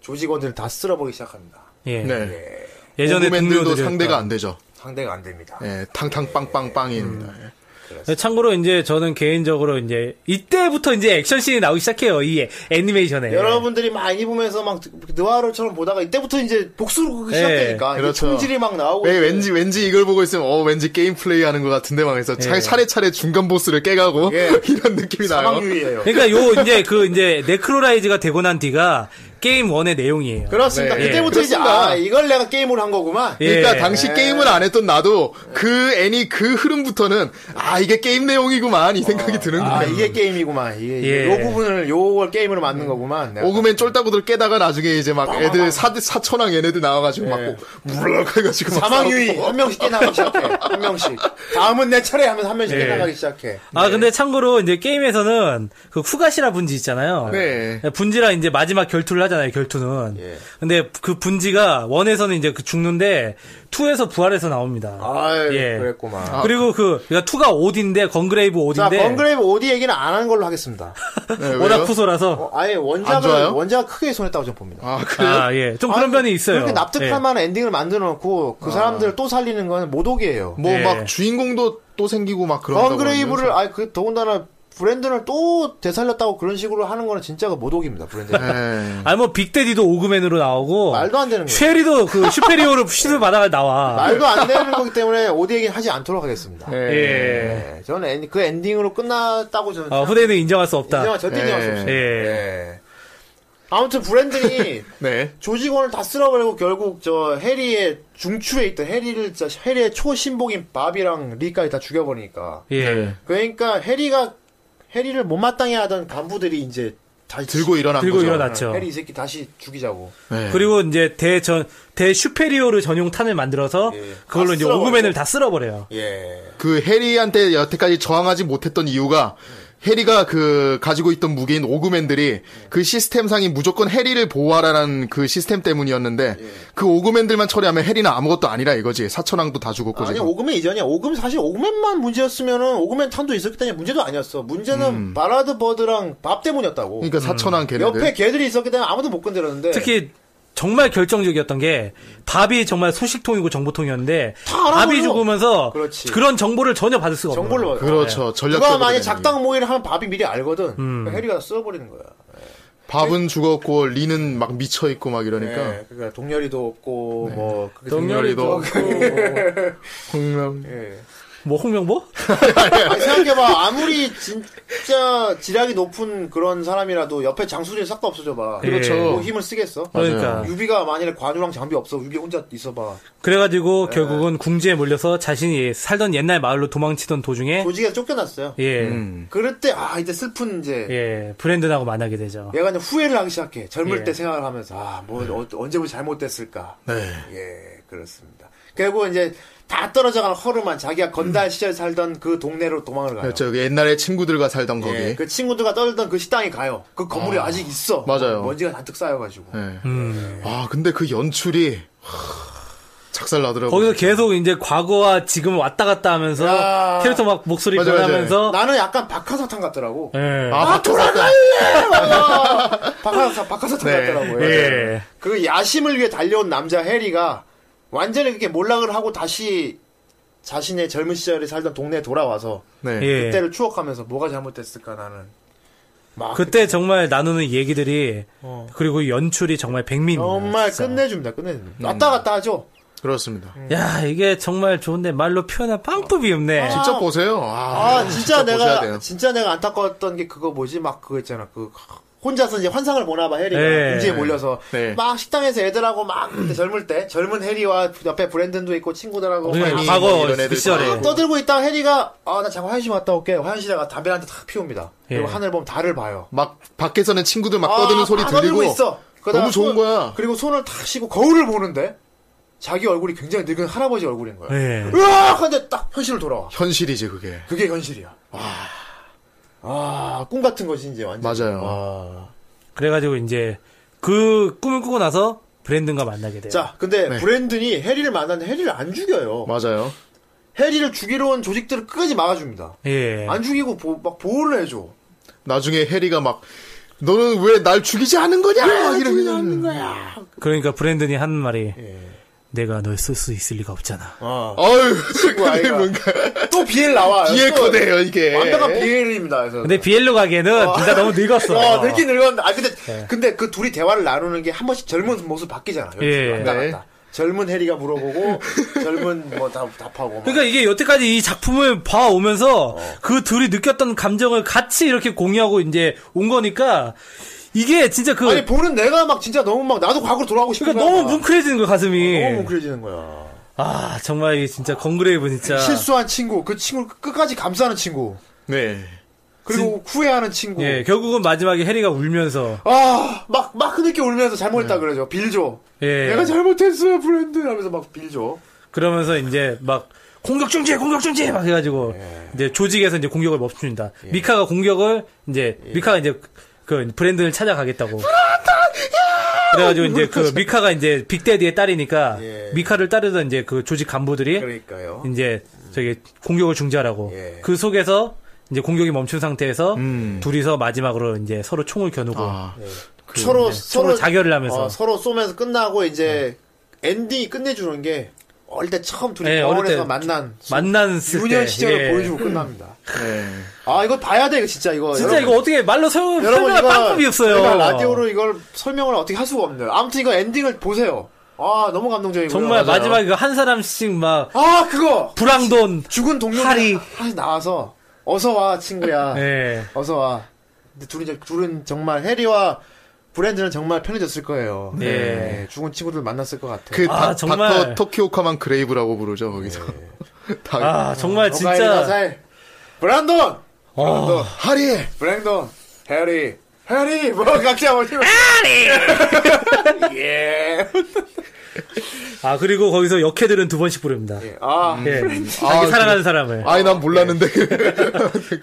C: 조직원들을 다 쓸어버리기 시작합니다.
A: 예,
D: 네.
A: 예전에
D: 오그맨들도
A: 동료들이었던.
D: 상대가 안 되죠.
C: 상대가 안 됩니다.
D: 예, 탕탕빵빵빵입니다. 예.
A: 네, 참고로 이제 저는 개인적으로 이제 이때부터 이제 액션 씬이 나오기 시작해요. 이 애- 애니메이션에.
C: 여러분들이 많이 보면서 막 느와르처럼 보다가 이때부터 이제 복수로
A: 예,
C: 시작되니까 이게
D: 그렇죠.
C: 총질이 막 나오고
D: 왜 왠지 왠지 이걸 보고 있으면 어 왠지 게임 플레이 하는 것 같은데 막
A: 예.
D: 해서 차- 차례차례 중간 보스를 깨가고
C: 예.
D: 이런 느낌이 나요.
C: 사망유예요.
A: 그러니까 요 이제 그 이제 네크로라이즈가 되고 난 뒤가 게임 원의 내용이에요.
C: 그렇습니다.
D: 네.
C: 이때부터 이제
D: 그렇습니다.
C: 아 이걸 내가 게임으로 한 거구만.
A: 예.
D: 그러니까 당시 게임을 안 했던 나도 그 애니 그 흐름부터는 아 이게 게임 내용이구만 이 생각이 드는
C: 아
D: 거예요.
C: 이게 게임이구만. 이게
A: 예.
C: 요 부분을 요걸 게임으로 만든 거구만. 내가.
D: 오그맨 쫄따구들 깨다가 나중에 이제 막
C: 아.
D: 애들 사, 사천왕 얘네들 나와가지고
A: 예.
D: 막 물럭 해가지고 막
C: 사망유의
D: 싸우고.
C: 한 명씩 깨나가기 시작해. 한 명씩. 다음은 내 차례 하면서 한 명씩
A: 예.
C: 깨나가기 시작해.
A: 아 근데 참고로 이제 게임에서는 그 후가시라 분지 있잖아요.
D: 네.
A: 분지랑 이제 마지막 결투를 하잖아요. 결투는.
C: 예.
A: 근데 그 분지가 원에서는 이제 그 죽는데 투에서 부활해서 나옵니다.
C: 아
A: 예.
C: 그랬구만.
A: 그리고 그 그러니까 투가 오딘데 건그레이브
C: 자,
A: 오딘데
C: 번그레이브 오디 얘기는 안 하는 걸로 하겠습니다.
D: 네, 왜요?
A: 워낙 후소라서
C: 어, 아예
D: 안
C: 원작을
D: 좋아요?
C: 원작 크게 손했다고 저는 봅니다.
D: 아 그래요?
A: 아 예. 좀 그런
C: 아니,
A: 면이 있어요.
C: 그렇게
A: 예.
C: 납득할 만한 엔딩을 만들어 놓고 그 사람들을 또 살리는 건 모독이에요.
D: 뭐
A: 예.
D: 막 주인공도 또 생기고 막 그런.
C: 번그레이브를 아예 그 더군다나 브랜드를 또 되살렸다고 그런 식으로 하는 거는 진짜가 모독입니다. 브랜드.
D: 예.
A: 아니 뭐 빅데디도 오그맨으로 나오고
C: 말도 안 되는 거예요.
A: 쉐리도 그 슈페리오로 시술 받아가 나와.
C: 말도 안 되는 거기 때문에 오디 얘기는 하지 않도록 하겠습니다.
D: 예.
A: 예.
C: 네, 저는 엔- 그 엔딩으로 끝났다고 저는
A: 어, 후대는 인정할 수 없다.
C: 인정할 절대
D: 예.
C: 인정할 수 없어요.
A: 예.
C: 예. 아무튼 브랜든이
D: 네.
C: 조직원을 다 쓸어버리고 결국 저 해리의 중추에 있던 해리를 진짜 해리의 초신복인 밥이랑 리까지 다 죽여버리니까
A: 예.
C: 그러니까 해리가 해리를 못마땅해 하던 간부들이 이제 다시
D: 들고 일어난
A: 들고
C: 예.
D: 거죠.
A: 일어났죠.
C: 해리 이 새끼 다시 죽이자고
D: 예.
A: 그리고 이제 대전 대슈페리오르 전용 탄을 만들어서
C: 예.
A: 그걸로
C: 다
A: 이제
C: 쓸어버려.
A: 오그맨을 다 쓸어버려요.
C: 예
D: 그 해리한테 여태까지 저항하지 못했던 이유가 해리가 그 가지고 있던 무기인 오그맨들이 그 시스템상이 무조건 해리를 보호하라는 그 시스템 때문이었는데
C: 예.
D: 그 오그맨들만 처리하면 해리는 아무것도 아니라 이거지 사천왕도 다 죽었고
C: 아니
D: 지금
C: 오금의 이전이야 오금 사실 오금맨만 문제였으면은 오금맨 탄도 있었기 때문에 문제도 아니었어 문제는 바라드 버드랑 밥 때문이었다고
D: 음. 그러니까 사천왕 걔네들
C: 음. 옆에 개들이 있었기 때문에 아무도 못 건드렸는데
A: 특히 정말 결정적이었던 게 밥이 정말 소식통이고 정보통이었는데
C: 다 알아버려.
A: 밥이 죽으면서
C: 그렇지.
A: 그런 정보를 전혀 받을 수가 없어요.
C: 정보를
D: 그렇죠 전략적으로
C: 아, 예.
D: 음.
C: 누가 만약에
D: 되는
C: 작당 모의를 하면 밥이 미리 알거든 그러니까 해리가 다 쓸어버리는 거야
D: 얘기. 밥은 죽었고 리는 막 미쳐 있고 막 이러니까 네.
C: 예, 그러니까 동열이도 없고 뭐 그게
D: 동열이도
C: 없고
D: 홍명
C: 예.
A: 뭐 홍명보?
C: 아니, 생각해봐 아무리 진짜 지략이 높은 그런 사람이라도 옆에 장수들이 싹 다 없어져봐
D: 그렇죠.
C: 뭐 힘을 쓰겠어
A: 그러니까
C: 유비가 만일에 관우랑 장비 없어 유비 혼자 있어봐
A: 그래가지고
C: 네.
A: 결국은 궁지에 몰려서 자신이 살던 옛날 마을로 도망치던 도중에
C: 조직에서 쫓겨났어요
A: 예,
C: 그럴 때 아 이제 슬픈 이제
A: 예 브랜든하고 만나게 되죠.
C: 얘가 이제 후회를 하기 시작해 젊을
A: 예.
C: 때 생각을 하면서 아뭐 어, 언제부터 잘못됐을까
D: 네.
C: 예 그렇습니다 결국 이제 다 떨어져가는 허름한 자기가 건달 시절 살던 그 동네로 도망을 가요
D: 음. 그렇죠 옛날에 친구들과 살던 거기
C: 예, 그 친구들과 떨던 그 식당에 가요. 그 건물이 아, 직 있어.
D: 맞아요.
C: 먼지가 잔뜩 쌓여가지고.
D: 예.
A: 음.
D: 아 근데 그 연출이 작살 나더라고
A: 거기서 계속 이제 과거와 지금 왔다 갔다 하면서
C: 야.
A: 캐릭터 막 목소리
D: 맞아, 맞아.
A: 변하면서
C: 나는 약간 박하사탕 같더라고.
A: 예.
D: 아, 아 돌아가
C: 박하사탕, 박하사탕
D: 네.
C: 같더라고요.
A: 예.
C: 그 야심을 위해 달려온 남자 해리가 완전히 그렇게 몰락을 하고 다시 자신의 젊은 시절에 살던 동네에 돌아와서
D: 네
A: 예. 음,
C: 그때를 추억하면서 뭐가 잘못됐을까 나는. 막
A: 그때 정말 나누는 얘기들이
C: 어.
A: 그리고 연출이 정말 백미입니다.
C: 정말
A: 진짜.
C: 끝내줍니다. 끝내줍니다. 왔다 갔다 하죠.
D: 그렇습니다
C: 네.
A: 야 이게 정말 좋은데 말로 표현할 방법이 없네.
D: 직접 보세요 아,
C: 아, 진짜
D: 보셔야
C: 내가
D: 돼요.
C: 진짜 내가 안타까웠던 게 그거 뭐지 막 그거 있잖아 그 혼자서 이제 환상을 보나 봐 해리가
A: 네.
C: 궁지에 몰려서
D: 네.
C: 막 식당에서 애들하고 막 그때 젊을 때 젊은 해리와 옆에 브랜든도 있고 친구들하고
A: 우리
C: 막
A: 과거
D: 뭐 이런 애들
A: 그 시절에
C: 막 떠들고 있다가 해리가 아 나 잠깐 화장실 갔다 올게 화장실에가 담배 한대 탁 피웁니다 그리고
A: 예.
C: 하늘 보면 달을 봐요
D: 막 밖에서는 친구들 막
C: 아,
D: 떠드는 소리
C: 다
D: 들리고
C: 떠들고 있어 그러다가
D: 너무
C: 손-
D: 좋은 거야.
C: 그리고 손을 탁 씻고 거울을 보는데 자기 얼굴이 굉장히 늙은 할아버지 얼굴인 거야
A: 예.
C: 으악 하는데 딱 현실로 돌아와
D: 현실이지 그게
C: 그게 현실이야. 아, 꿈 같은 거지, 이제 완전.
D: 맞아요.
C: 와.
A: 그래가지고 이제 그 꿈을 꾸고 나서 브랜든과 만나게 돼요.
C: 자, 근데
D: 네.
C: 브랜든이 해리를 만났는데 해리를 안 죽여요.
D: 맞아요
C: 해리를 죽이러 온 조직들을 끝까지 막아줍니다.
A: 예.
D: 네.
C: 안 죽이고 보- 막 보호를 해줘.
D: 나중에 해리가 막 너는 왜 날 죽이지 않은 거냐 막 이러면
C: 거야.
A: 그러니까 브랜든이 하는 말이
C: 예.
A: 내가 널 쓸 수 있을 리가 없잖아.
C: 아.
D: 아유 근데
C: 아이가. 아,
D: 뭔가
C: 또 비엘 나와요.
D: 비엘
C: 또
D: 거대요 예. 이게 네.
C: 완벽한 비엘입니다. 그래서.
A: 근데 비엘로 가기에는 둘 다 너무 늙었어.
C: 어, 늙긴 늙었는데. 아, 근데,
A: 네.
C: 근데 그 둘이 대화를 나누는 게 한 번씩 젊은 모습 바뀌잖아.
A: 예.
C: 왔다
D: 네.
C: 갔다. 젊은 해리가 물어보고, 젊은 뭐 다, 답하고. 막.
A: 그러니까 이게 여태까지 이 작품을 봐오면서
C: 어.
A: 그 둘이 느꼈던 감정을 같이 이렇게 공유하고 이제 온 거니까 이게 진짜 그
C: 아니 보는 내가 막 진짜 너무 막 나도 과거로 돌아가고 싶은
A: 그러니까
C: 거야,
A: 너무
C: 막.
A: 뭉클해지는 거야 가슴이.
C: 어, 너무 뭉클해지는 거야.
A: 아 정말 이 진짜 건그레이브 진짜.
C: 실수한 친구, 그 친구를 끝까지 감싸는 친구,
D: 네
C: 그리고 후회하는 친구.
A: 예 결국은 마지막에 해리가 울면서
C: 아, 막, 막 흐느껴 울면서 잘못했다 그러죠. 빌죠.
A: 네. 예
C: 내가 잘못했어요, 브랜드. 하면서 막 빌죠.
A: 그러면서 이제 막 공격 중지 공격 중지 막 해가지고
C: 예.
A: 이제 조직에서 이제 공격을 멈춥니다. 미카가 공격을 이제
C: 예.
A: 미카가 이제 그 브랜든을 찾아가겠다고. 그래가지고 이제 그 미카가 이제 빅데디의 딸이니까
C: 예.
A: 미카를 따르던 이제 그 조직 간부들이
C: 그러니까요.
A: 이제 저기 공격을 중지하라고.
C: 예. 음.
A: 그 속에서 이제 공격이 멈춘 상태에서 둘이서 마지막으로 이제 서로 총을 겨누고
D: 아,
C: 서로,
A: 서로 그, 네. 자결을 하면서.
C: 어, 서로 쏘면서 끝나고 이제 엔딩이 끝내주는 게 어릴 때 처음 둘이
A: 네, 어릴
C: 병원에서
A: 때
C: 만난
A: 만난 때,
C: 유년 시절을
A: 예.
C: 보여주고 끝납니다.
D: 네.
C: 아 이거 봐야 돼 이거 진짜 이거
A: 진짜
C: 여러분.
A: 이거 어떻게 말로 세우
C: 여러분
A: 설명할 방법이 없어요.
C: 제가 라디오로 이걸 설명을 어떻게 할 수가 없네요. 아무튼 이거 엔딩을 보세요. 아 너무 감동적이고
A: 정말 마지막에 그한 사람씩 막
C: 아 그거
A: 불황돈 파리.
C: 죽은 동료들이 하- 나와서 어서 와 친구야
A: 예.
C: 어서 와. 근데 둘이 이제- 둘은 정말 해리와 브랜드는 정말 편해졌을 거예요.
A: 네.
C: 죽은 친구들 만났을 것 같아요.
D: 그
A: 아,
D: 닥-
A: 정말.
D: 닥터 토키오카만 그레이브라고 부르죠 거기서. 다-
A: 아 정말
C: 어가이가
A: 진짜
C: 살. 브랜돈
A: 어,
D: 하리
C: 브랜돈 해리 해리 뭐 각자 올리면 해리 예.
A: 아 그리고 거기서 역해들은 두 번씩 부릅니다.
C: 예. 아
A: 예.
D: 아,
A: 자기 사랑하는 네. 사람을
D: 아이 난 몰랐는데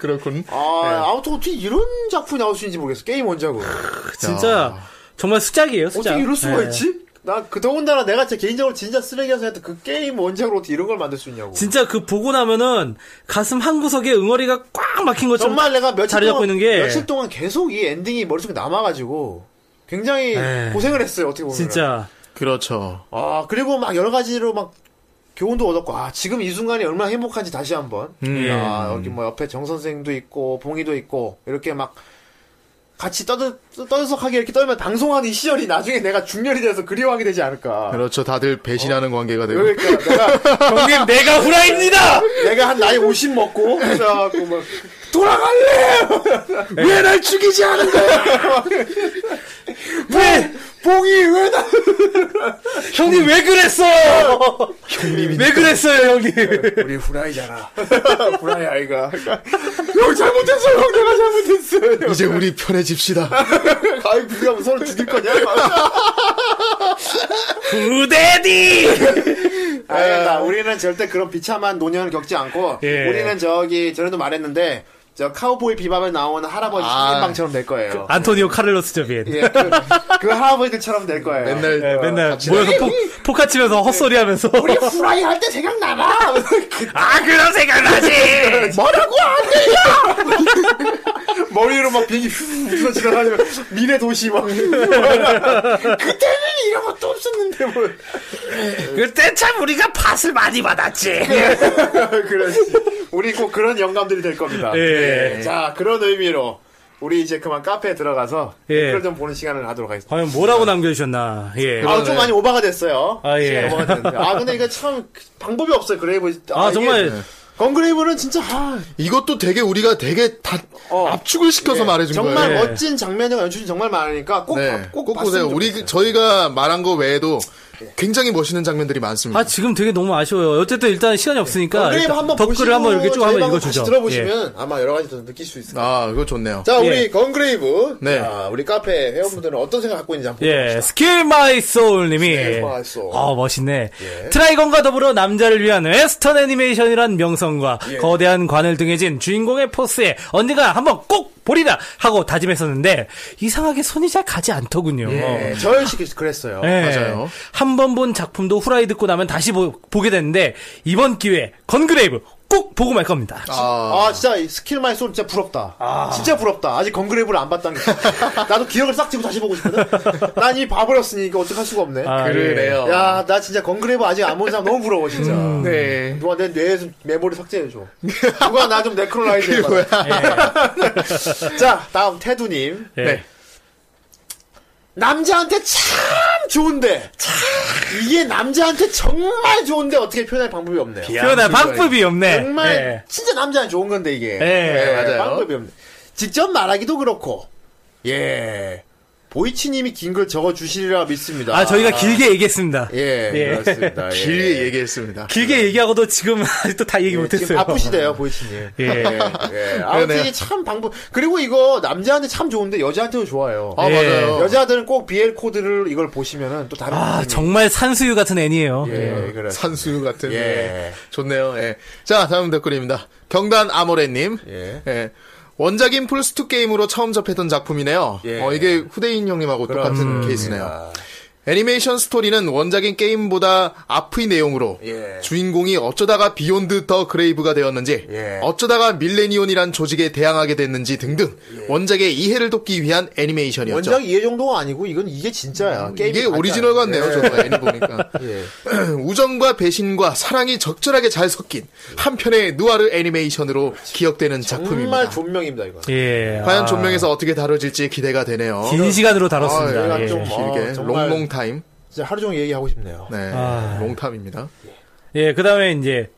D: 그렇군.
C: 아,
A: 네.
C: 아무튼 어떻게 이런 작품이 나올 수 있는지 모르겠어. 게임 원작으로.
A: 진짜 정말 수작이에요. 수작.
C: 어떻게 이럴 수가
A: 예.
C: 있지? 나, 그 더군다나 내가 진짜 개인적으로 진짜 쓰레기라서 했던 그 게임 원작으로 어떻게 이런 걸 만들 수 있냐고.
A: 진짜 그 보고 나면은 가슴 한 구석에 응어리가 꽉 막힌 것처럼
C: 정말 내가 며칠
A: 자리 잡고
C: 동안,
A: 있는 게-
C: 며칠 동안 계속 이 엔딩이 머릿속에 남아가지고 굉장히
A: 네.
C: 고생을 했어요, 어떻게 보면.
A: 진짜
D: 그렇죠.
C: 아, 그리고 막 여러 가지로 막 교훈도 얻었고, 아, 지금 이 순간이 얼마나 행복한지 다시 한 번.
A: 예.
C: 아, 여기 뭐 옆에 정선생도 있고, 봉이도 있고, 이렇게 막 같이 떠들, 떠들썩하게 이렇게 떨면 방송하는 이 시절이 나중에 내가 중년이 돼서 그리워하게 되지 않을까.
D: 그렇죠. 다들 배신하는 관계가 되고.
C: 그러니까 내가,
A: 형님 내가 후라입니다.
C: 내가 한 나이 50 먹고, 그래갖고 막, 돌아갈래! 네.
D: 왜 날 죽이지 않은 거야?
A: 왜
C: 봉이 왜 나,
A: 형님 왜 그랬어? 왜 그랬어요 형님?
C: 우리 후라이잖아. 후라이 아이가. 형 잘못했어, 형 내가 잘못했어.
D: 이제 우리 편해집시다.
C: 아이, 우리가 뭐 서로 죽일 거냐?
A: 부대디.
C: 아니다. 그러니까 우리는 절대 그런 비참한 노년을 겪지 않고,
A: 예.
C: 우리는 저기, 전에도 말했는데, 저 카우보이 비밥에 나오는 할아버지
D: 아.
C: 살인방처럼 될 거예요.
A: 안토니오 카를로스 저비엔.
C: 예, 그, 그 할아버지들처럼 될 거예요.
D: 맨날
A: 예, 맨날
D: 같이
A: 모여서 포, 포카 치면서 헛소리 하면서
C: 우리 후라이 할 때 생각나봐!
A: 아 그런 생각나지
C: 뭐라고 안 돼요! 머리로 막 비행기 휘휘 지나가지고 미래 도시 막 그때는 이런 것도 없었는데 뭐
A: 그때 참 우리가 팥을 많이 받았지
C: 그렇지 우리 꼭 그런 영감들이 될 겁니다
A: 예.
C: 네. 자 그런 의미로 우리 이제 그만 카페에 들어가서
A: 예.
C: 댓글 좀 보는 시간을 하도록 하겠습니다
A: 과연 뭐라고 남겨주셨나 예.
C: 아, 좀 많이 오바가 됐어요.
A: 아, 예.
C: 시간이 오바가 됐는데. 아, 근데 이거 참 방법이 없어요. 그레이브.
A: 아,
C: 이게
A: 정말
C: 건그레이브는 진짜 아,
D: 이것도 되게 우리가 되게 다
C: 어.
D: 압축을 시켜서 말해준
C: 정말
D: 거예요.
A: 예.
C: 멋진 장면이나 연출이 정말 많으니까 꼭,
D: 네,
C: 꼭, 네.
D: 꼭 보세요. 우리 그- 저희가 말한 거 외에도 굉장히 멋있는 장면들이 많습니다.
A: 아 지금 되게 너무 아쉬워요 어쨌든 일단 시간이 없으니까
C: 건그레이브
A: 일단
C: 한번
A: 댓글을
C: 보시고
A: 한번 이렇게 쭉
C: 저희
A: 한번
C: 방송 다시
A: 읽어주죠 예.
C: 들어보시면 아마 여러 가지 더 느낄 수 있을 것 같아요.
D: 아, 이거 좋네요.
C: 자,
A: 예.
C: 우리 건그레이브.
D: 네.
C: 자, 우리 카페 회원분들은 어떤 생각 갖고 있는지 한번
A: 예,
C: 봅시다.
A: 스킬 마이 소울님이.
C: 스킬 마이 소울.
A: 어, 멋있네.
C: 예.
A: 트라이건과 더불어 남자를 위한 웨스턴 애니메이션이란 명성과
C: 예.
A: 거대한 관을 등해진 주인공의 포스에 언젠가 한번 꼭 보리라 하고 다짐했었는데 이상하게 손이 잘 가지 않더군요.
C: 예. 저 역시 그랬어요.
A: 어. 예.
D: 맞아요.
A: 한 번 본 작품도 후라이 듣고 나면 다시 보, 게 되는데 이번 기회에 건그레이브 꼭 보고 말 겁니다.
C: 아, 진짜 이 스킬 마이 소울 진짜 부럽다. 진짜 부럽다. 아직 건그레이브를 안 봤다는 게. 나도 기억을 싹 지고 다시 보고 싶거든. 난 이미 봐버렸으니 이거 어떡할 수가 없네.
A: 아, 예.
D: 그래요.
C: 야, 나 진짜 건그레이브 아직 안 본 사람 너무 부러워, 진짜.
A: 음.
D: 네.
C: 누가 내 뇌에서 메모리 삭제해줘. 누가 나 좀 네크로라이즈 해봐. 자, 다음 태두님.
A: 예.
C: 남자한테 참 좋은데 참 이게 남자한테 정말 좋은데 어떻게 표현할 방법이 없네요.
A: 예. 표현할 방법이 없네.
C: 정말
A: 예.
C: 진짜 남자는 좋은 건데 이게. 네,
A: 예,
D: 맞아요.
C: 방법이 없네. 직접 말하기도 그렇고. 예. 보이치님이 긴 걸 적어 주시리라 믿습니다.
A: 아, 저희가 길게 얘기했습니다.
C: 예,
A: 예.
C: 그렇습니다. 예.
D: 길게 얘기했습니다.
A: 길게 얘기하고도 지금 아직도 다 얘기
C: 지금
A: 못했어요.
C: 바쁘시대요, 보이치님.
A: 예.
C: 예. 아무튼 이게 참 방법. 그리고 이거 남자한테 참 좋은데 여자한테도 좋아요.
A: 예.
D: 아,
C: 네.
D: 맞아요.
C: 여자들은 꼭 BL 코드를 이걸 보시면은 또 다른.
A: 아,
C: 느낌이-
A: 정말 산수유 같은 애니에요.
C: 예, 그래.
D: 산수유 같은.
C: 예.
D: 예. 좋네요. 예. 자, 다음 댓글입니다. 경단 아모레님.
C: 예.
D: 예. 원작인 플스2 게임으로 처음 접했던 작품이네요.
C: 예.
D: 어, 이게 후대인 형님하고 똑같은 케이스네요. 애니메이션 스토리는 원작인 게임보다 앞의 내용으로
C: 예.
D: 주인공이 어쩌다가 비욘드 더 그레이브가 되었는지
C: 예.
D: 어쩌다가 밀레니온이란 조직에 대항하게 됐는지 등등 원작의 이해를 돕기 위한 애니메이션이었죠.
C: 예. 원작 이해 정도가 아니고 이건 이게 진짜야. 게임이
D: 음, 이게
C: 가짜.
D: 오리지널 같네요.
C: 예.
D: 저도 애니 보니까
C: 예.
D: 우정과 배신과 사랑이 적절하게 잘 섞인 한편의 누아르 애니메이션으로 기억되는 작품입니다.
C: 정말 존명입니다 이거.
A: 예.
D: 과연
A: 아,
D: 존명에서 어떻게 다뤄질지 기대가 되네요.
A: 긴 시간으로
D: 아,
A: 다뤘습니다.
C: 저희가
A: 예.
C: 좀- 어,
D: 길게
C: 정말-
D: 롱롱 타임.
C: 진짜 하루 종일 얘기하고 싶네요.
D: 네,
A: 아.
D: 롱탐입니다.
A: 예, 그다음에 이제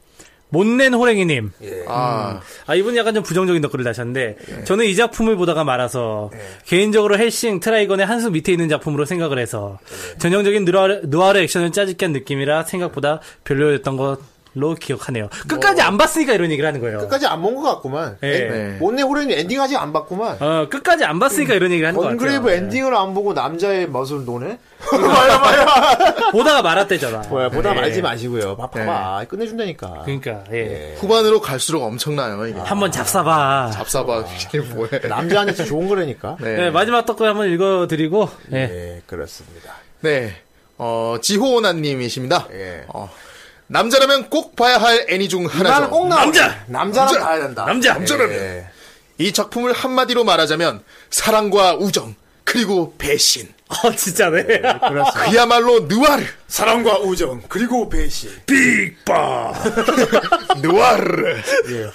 A: 못낸 호랭이님.
D: 아,
A: 아 이분 약간 좀 부정적인 댓글을 다셨는데 저는 이 작품을 보다가 말아서 개인적으로 헬싱 트라이건의 한수 밑에 있는 작품으로 생각을 해서 전형적인 누아르, 누아르 액션을 짜집게 한 느낌이라 생각보다 별로였던 것로 기억하네요. 끝까지 안 봤으니까 이런 얘기를 하는 거예요.
C: 끝까지 안 본 것 같구만.
A: 예.
D: 네.
C: 못내 호랭이 엔딩 아직 안 봤구만.
A: 어, 끝까지 안 봤으니까 이런 얘기를 하는 것 같아요.
C: 원그레이브
A: 예.
C: 엔딩을 안 보고 남자의 멋을 노네? 말야 말야.
A: 보다가 말았대잖아.
C: 뭐야 보다
A: 예.
C: 말지 마시고요. 봐-
D: 네.
C: 봐봐 끝내준다니까.
A: 그러니까 예.
D: 후반으로 갈수록 엄청나요, 이게.
A: 한번 잡사봐.
D: 잡사봐, 이게 뭐해.
A: 그-
C: 남자한테 좋은 거라니까.
D: 네.
A: 예, 마지막 덕후 한번 읽어드리고 예.
C: 예, 그렇습니다.
D: 네. 어, 지호오나님이십니다.
C: 예.
D: 어, 남자라면 꼭 봐야 할 애니 중
C: 나는
D: 하나죠.
C: 꼭 나와.
A: 남자!
C: 남자는
D: 남자!
C: 가야 된다. 예,
A: 남자!
D: 남자라면. 이 작품을 한마디로 말하자면, 사랑과 우정, 그리고 배신.
A: 어 진짜네.
D: 그야말로 느와르!
C: 사랑과 우정 그리고 배신.
D: 누아르.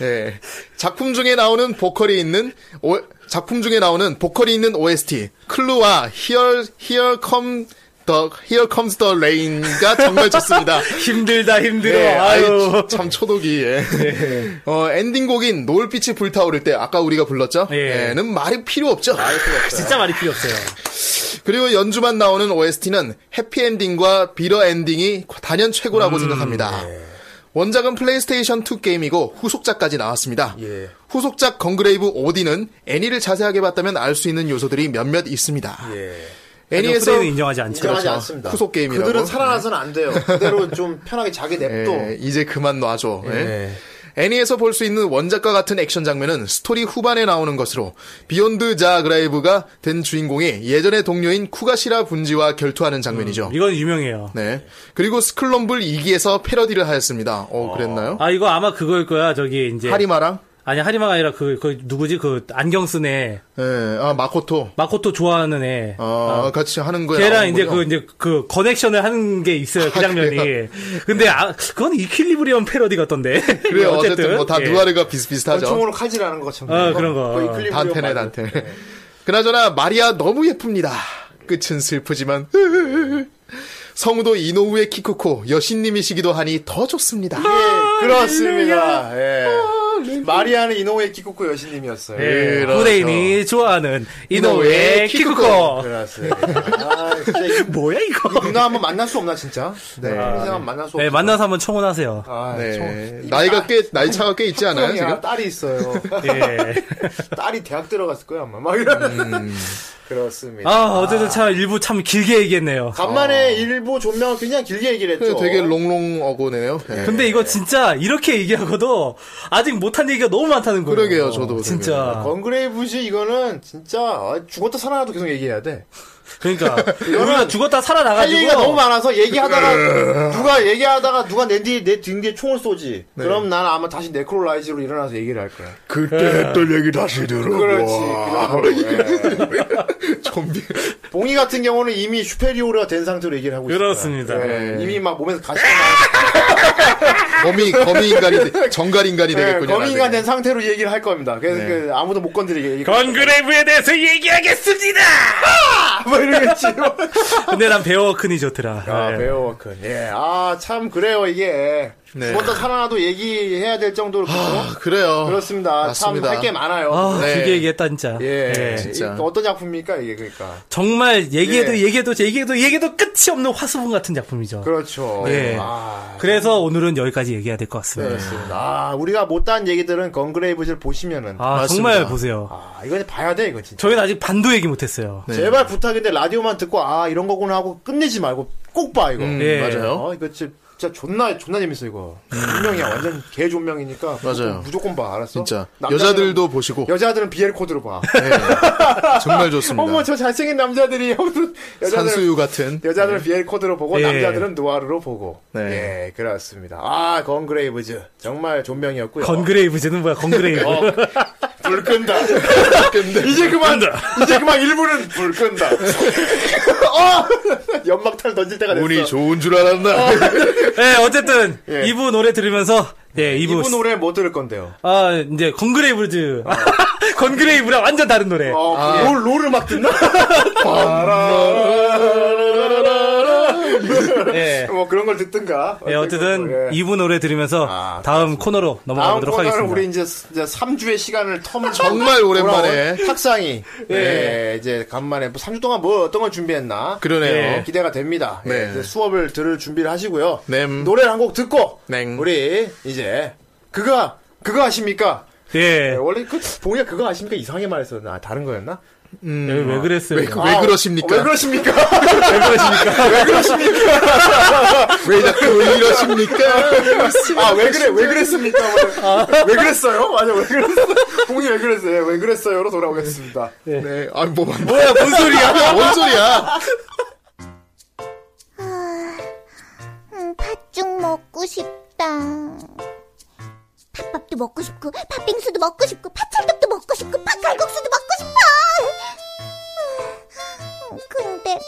D: 예. 작품 중에 나오는 보컬이 있는 오- 작품 중에 나오는 보컬이 있는 OST 클루와 Here Here Come the Here Comes the Rain가 정말 좋습니다.
A: 힘들다 힘들어.
D: 예,
A: 아유.
D: 아유, 참 초독이. 예. 어, 엔딩곡인 노을빛이 불타오를 때 아까 우리가 불렀죠?
A: 예.
D: 예,는 말이 필요 없죠.
A: 진짜 말이 필요 없어요.
D: 그리고 연주만 나오는 OST는 해피엔딩과 비러 엔딩이 단연
C: 음,
D: 최고라고 생각합니다.
C: 예.
D: 원작은 플레이스테이션 2 게임이고 후속작까지 나왔습니다.
C: 예.
D: 후속작 건그레이브 오디는 애니를 자세하게 봤다면 알 수 있는 요소들이 몇몇 있습니다.
C: 예.
D: 애니에서
A: 프레임은 인정하지 않죠.
C: 인정하지
D: 네. 그렇죠.
C: 않습니다.
D: 후속 게임이라고. 네.
C: 그들은 살아나서는 안 돼요. 그대로 좀 편하게 자기
D: 예,
C: 냅둬.
D: 이제 그만 놔줘. 예.
C: 예.
D: 애니에서 볼 수 있는 원작과 같은 액션 장면은 스토리 후반에 나오는 것으로 비욘드 자 그라이브가 된 주인공이 예전의 동료인 쿠가시라 분지와 결투하는 장면이죠.
A: 이건 유명해요.
D: 네. 그리고 스클럼블 2기에서 패러디를 하였습니다. 어, 그랬나요?
A: 아 이거 아마 그거일 거야 저기 이제
D: 하리마랑?
A: 아니 하리마가 아니라 그, 그 누구지 그 안경 쓴 애
D: 예, 아, 마코토.
A: 마코토 좋아하는 애
D: 아, 같이 하는 거예요.
A: 걔랑 이제 그 이제 그 커넥션을 하는 게 있어요
D: 아,
A: 그 장면이 근데 아 그건 이퀄리브리엄 패러디 같던데
D: 그래요. 어쨌든, 뭐 다
A: 예.
D: 누아르가 비슷비슷하죠.
C: 어, 권총으로 칼질하는 것처럼.
A: 어, 그런 거.
C: 거의 클리블리언
D: 단테네,
C: 말고.
D: 단테. 그나저나, 마리아 너무 예쁩니다. 끝은 슬프지만, 성우도 이노우의 키쿠코, 여신님이시기도 하니 더 좋습니다.
C: 예.
D: 아,
C: 그렇습니다. 예. 마리아는 이노우의 키쿠코 여신님이었어요.
A: 예,
D: 그렇죠.
A: 후레인이 좋아하는 이노우의
D: 이노우의
A: 키쿠코
C: 그렇습니다. 아, 진짜 이
A: 뭐야 이거
C: 누나 한번 만날 수 없나 진짜? 네. 평생 한번 만날 수 없나?
A: 네, 만나서 한번 청혼하세요
C: 아,
D: 아, 네. 나이가 꽤, 나이 차가 꽤 있지 않아요,
C: 형이야
D: 지금?
C: 딸이 있어요.
A: 예.
C: 딸이 대학 들어갔을 거야 아마. 막 이런.
D: 음.
C: 그렇습니다.
A: 아 어쨌든 참 일부 참 길게 얘기했네요
C: 간만에 일부 존명을 그냥 길게 얘기를 했죠.
D: 어. 되게 롱롱 어고네요. 예.
A: 근데 이거 진짜 이렇게 얘기하고도 아직 못한 얘기가 너무 많다는 거예요.
D: 그러게요, 저도 되게.
C: 아,
A: 진짜.
C: 건그레이브시 이거는 진짜 아, 죽었다 살아나도 계속 얘기해야 돼.
A: 그러니까 우리가 죽었다
C: 할
A: 살아나가지고
C: 얘기가 너무 많아서 얘기하다가 누가 얘기하다가 누가 내 뒤에 내등 뒤에 총을 쏘지.
D: 네.
C: 그럼 난 아마 다시 네크로라이즈로 일어나서 얘기를 할 거야.
D: 그때 했던 얘기 다시 들어.
C: 예. 그렇지. 그 정도로. 예.
D: 좀비.
C: 봉이 같은 경우는 이미 슈페리오르가 된 상태로 얘기를 하고 있어요.
A: 그렇습니다.
D: 네.
C: 이미 막 몸에서
D: 아,
C: 가시가 나와서
D: 거미, 거미 인간이, 되- 정갈 인간이 되겠군요.
C: 예, 네, 거미가
D: 나중에. 네.
C: 된 상태로 얘기를 할 겁니다. 그래서 그 아무도 못 건드리게 얘기.
A: 건그레이브에 대해서 얘기하겠습니다.
C: 뭐 이러겠지.
A: 근데 난 베어워크니 좋더라.
C: 아,
A: 네.
C: 베어워크. 예. 아, 참, 그래요, 이게.
D: 네.
C: 죽었다 살아나도 얘기해야 될 정도로. 그렇죠?
D: 아, 그래요.
C: 어? 그렇습니다. 참,
D: 맞습니다.
C: 할 게 많아요.
A: 아,
D: 네.
A: 길게 얘기했다 진짜.
C: 예.
A: 예.
D: 진짜.
C: 이- 어떤 작품입니까, 이게, 그러니까.
A: 정말 얘기해도
C: 예.
A: 얘기해도 얘기해도 얘기해도 끝이 없는 화수분 같은 작품이죠.
C: 그렇죠.
A: 예.
C: 아,
A: 그래서 오늘은 여기까지 얘기해야 될 것 같습니다.
D: 네.
C: 그렇습니다. 아, 우리가 못한 얘기들은 건그레이브즈를 보시면은. 아,
A: 아
D: 맞습니다.
A: 정말 보세요.
C: 이건 봐야 돼, 이거 진짜.
A: 저희는 아직 반도 얘기 못했어요.
C: 네.
D: 네.
C: 제발 부탁인데 라디오만 듣고, 아, 이런 거구나 하고 끝내지 말고 꼭 봐, 이거.
D: 음,
A: 예.
D: 맞아요. 음.
C: 어, 이거 진짜 진짜 존나 존나 재밌어 이거. 존명이야 완전 개 존명이니까
D: 맞아요.
C: 무조건 봐 알았어.
D: 진짜
C: 남자들은-
D: 여자들도 보시고
C: 여자들은 BL 코드로 봐.
D: 정말 좋습니다.
C: 어머 저 잘생긴 남자들이 여자들
D: 산수유 같은
C: 여자들은 BL 코드로 보고
A: 예.
C: 남자들은 노아르로 보고.
D: 네.
C: 예 그렇습니다. 아 건그레이브즈 정말 존명이었고요.
A: 건그레이브즈는 뭐야? 건그레이브.
C: 어, 불 끈다. 이제 그만, 이제 그만 1부는 불 끈다. 어! 연막탄 던질 때가 됐어.
D: 운이 좋은 줄 알았나?
A: 예, 어쨌든 이 2부 노래 들으면서 예, 2부,
C: 이분 노래 뭐 들을 건데요?
A: 아, 이제 건그레이브즈. 건그레이브랑 완전 다른 노래.
C: 어, 롤, 롤을 막 듣나?
A: 예.
C: 뭐 그런 걸 듣든가.
A: 예, 어쨌든
C: 예.
A: 2부 노래 들으면서
C: 아,
A: 다음 코너로
C: 다음
A: 넘어가도록
C: 코너는
A: 하겠습니다.
C: 우리 이제, 이제 3주의 시간을 텀을
D: 정말
C: 돌아온
D: 오랜만에. 네.
C: 탁상이 예, 이제 간만에 3주 동안 뭐 어떤 걸 준비했나
D: 그러네요.
C: 예, 기대가 됩니다. 예,
D: 네.
C: 이제 수업을 들을 준비를 하시고요.
D: 네.
C: 노래를 한 곡 듣고
D: 네.
C: 우리 이제 그거 그거 아십니까? 예,
D: 네.
A: 예.
C: 원래 그 봉이가 그거 아십니까 이상하게 말했었나 아, 다른 거였나?
A: 예, 왜 그랬어요?
D: 왜, 왜 그러십니까?
C: 왜 그러십니까? 왜 그러십니까?
D: 왜 자꾸 왜 이러십니까?
C: 아 왜 그래 왜 그랬습니까? 왜 그랬어요? 맞아 왜 그랬어? 봉이 왜 그랬어요? 왜 그랬어요?로 돌아오겠습니다.
D: 네, 아, 뭐, 뭐야, 뭔 소리야? 뭔 소리야?
F: 음, 팥죽 먹고 싶다. 팥밥도 먹고 싶고, 팥빙수도 먹고 싶고, 팥찰떡도 먹고 싶고, 팥칼국수도 먹고 싶어! 음, 근데,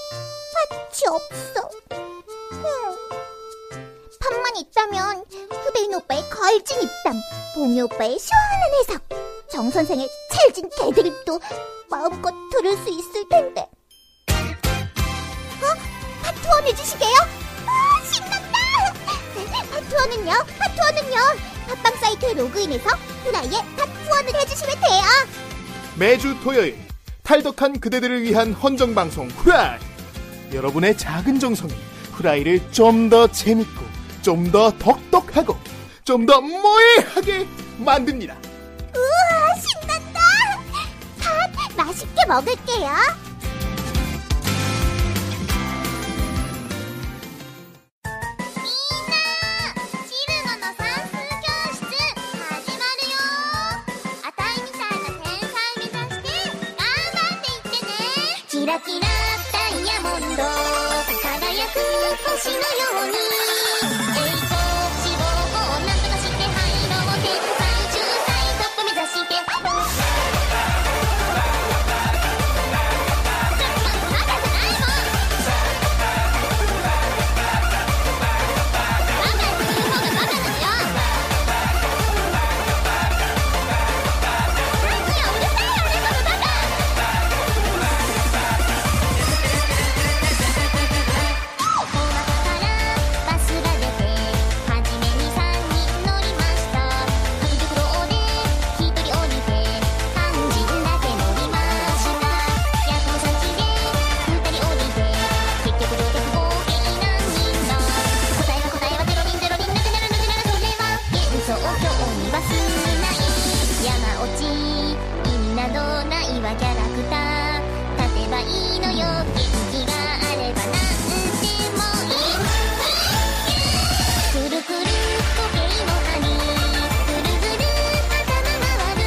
F: 팥이 없어. 음. 팥만 있다면, 후대인 오빠의 걸진 입담, 봉이 오빠의 시원한 해석, 정선생의 찰진 개드립도 마음껏 들을 수 있을 텐데. 어? 파트원 해주시게요? 아, 신난다! 파트원은요, 파트원은요, 팟빵 사이트에 로그인해서 후라이에 파트원을 해주시면 돼요!
D: 매주 토요일, 탈덕한 그대들을 위한 헌정방송 후라이! 여러분의 작은 정성이 후라이를 좀 더 재밌고, 좀 더 덕덕하고, 좀 더 모해하게 만듭니다.
F: 우와, 신난다! 팥 맛있게 먹을게요!キラキラダイヤモンド輝く星のように栄光希望をなんとかして灰色を天才中最トップ目指してまだじゃないもんバカって言う方がバカなのよ最近はうるさいよねこのバカ「おまからバスが出て」「はじめに3人乗りました」「紙袋で1人降りて」「肝心だけ乗りました」「夜行先で2人降りて」「結局乗客合計何人だ」「答えは答えはゼロ人ゼロ人なくなるなくなるそれは幻想郷にはすない」「山落ち意味などないわキャラクター」「立てばいいのよ景色があればなんでもいい」「くるくる時計の針」「ぐるぐる頭回る」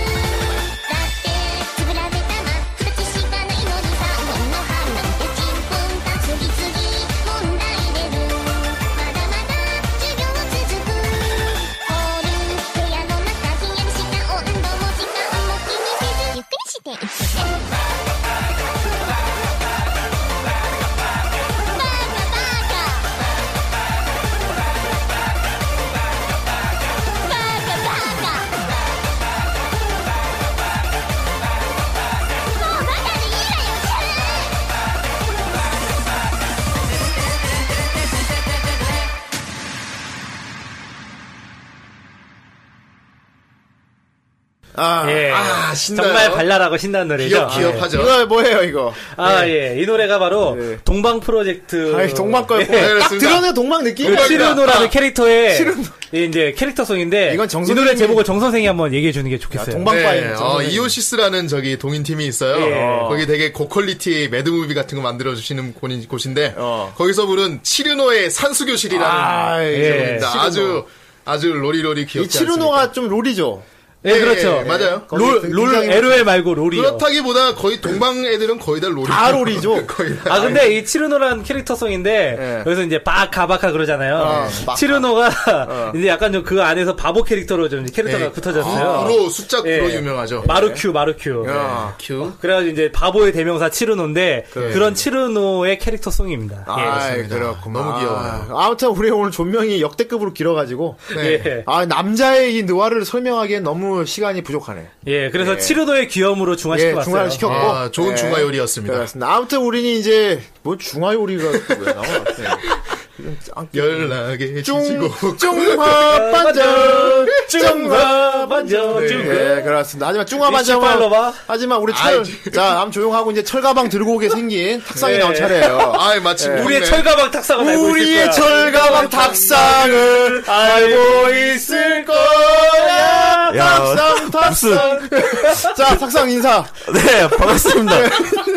F: 「だってつぶられたま形しかないのにさ」「ほんの半なんてちんぷんか次々問題出る」「まだまだ授業続く」「ホール部屋の中ひんやりした温度も時間も気にせずゆっくりしていって」「
D: 아,
A: 예.
D: 아 신나요.
A: 정말 발랄하고 신나는 노래죠.
D: 기억 기억하죠.
C: 이거 뭐예요 이거?
A: 아, 예. 이 노래가 바로 동방 프로젝트.
C: 아이, 동방 거예요.
A: 예.
D: 네,
C: 딱
D: 그렇습니다.
C: 들어내 동방 느낌.
A: 그
C: 아,
A: 시르노라는 캐릭터의
C: 시르노.
A: 예, 이제 캐릭터송인데
C: 이건
A: 이
C: 정선생님이-
A: 노래 제목을 정 선생이 한번 얘기해 주는 게 좋겠어요.
D: 네,
C: 동방파인.
D: 어, 이오시스라는 저기 동인 팀이 있어요.
A: 예.
D: 거기 되게 고퀄리티 매드무비 같은 거 만들어 주시는 곳인데
C: 어.
D: 거기서 부른 치르노의 산수교실이라는
C: 아, 예.
D: 제목입니다.
C: 치르노.
D: 아주 아주 로리로리
C: 이
D: 귀엽지 않습니까?
C: 치르노가 좀 롤이죠.
A: 예,
D: 예,
A: 그렇죠.
D: 예, 맞아요.
A: 롤, 롤, LOL 말고 롤이요.
D: 그렇다기보다 거의 동방 애들은 거의 다 롤이
C: 다 롤이죠.
D: 거의 다.
A: 아 근데 이 치르노라는 캐릭터송인데
C: 예.
A: 여기서 이제 바카 바카 그러잖아요. 예.
D: 바카.
A: 치르노가 이제 약간 좀 그 안에서 바보 캐릭터로 좀 캐릭터가
D: 예.
A: 붙어졌어요.
D: 구로 숫자 구로
A: 예.
D: 유명하죠.
A: 마르큐 마르큐. 예. 어,
C: 야.
D: 큐.
A: 그래가지고 이제 바보의 대명사 치르노인데 그런 치르노의 캐릭터송입니다. 예.
C: 아이,
D: 그렇습니다.
C: 그렇구만.
D: 너무 귀여워요.
C: 아, 아무튼 우리 오늘 존명이 역대급으로 길어가지고
D: 네.
A: 예.
C: 아 남자의 이 느와르를 설명하기엔 너무 시간이 부족하네.
A: 예, 그래서 치르노의 귀염으로 중화시켜
C: 예,
A: 왔어요.
C: 중화를 시켰고
D: 아, 좋은
C: 예.
D: 중화 요리였습니다.
C: 그렇습니다. 아무튼 우리는 이제 뭐 중화 요리가 왜 나와?
D: 연락에 지치고
C: 중화 반전, 중화
A: 반전,
C: 네,
A: 중화.
C: 예, 그렇습니다. 하지만 중화
A: 이 시발로
C: 반전은
A: 봐.
C: 하지만 우리
D: 아이,
C: 철, 자, 다음 조용하고 이제 철가방 들고 오게 생긴 탁상이
A: 네.
C: 나올 차례예요.
D: 아이 마침
A: 우리의 철가방 탁사가 날고 있을 거야.
C: 우리의 철가방 탁상을 알고 있을 거야. 탁상, 탁상. 자, 탁상 인사.
G: 네, 반갑습니다.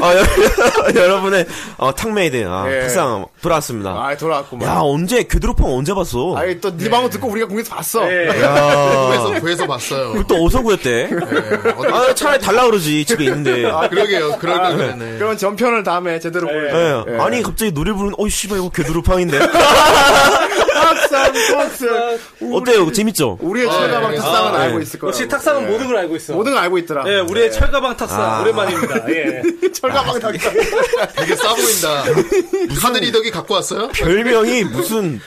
G: 어, 여- 여러분의 어, 탕메이드 아,
C: 예.
G: 탁상 돌아왔습니다.
C: 아, 돌아왔구만.
G: 야, 언제 괴드로팡 언제 봤어?
C: 아이, 또, 네 방송 듣고 우리가 공개해서 봤어.
A: 예.
D: 구에서 구에서 봤어요. 예,
G: 그걸 또 어디서 구했대? 아, 차라리 달라 그러지 집에 있는데.
D: 아, 그러게요. 그럴 걸 그랬네.
C: 그럼 전편을 다음에 제대로 보여요.
G: 예. 아니 갑자기 노래 부르는 어이 씨발 이거 괴드로팡인데
C: 탁상, 탁상.
G: 어때요? 재밌죠?
C: 우리의 철가방
D: 예.
C: 탁상은
A: 아,
C: 알고
G: 예.
C: 있을 거야.
A: 역시 탁사는 모든 걸 알고 있어.
C: 모든 걸 알고 있더라.
A: 예, 우리의 철가방 탁사
G: 아.
A: 오랜만입니다. 예.
C: 철가방 탁상.
D: 되게 싸 보인다. 하늘이 덕이 갖고 왔어요?
G: 별명이 무슨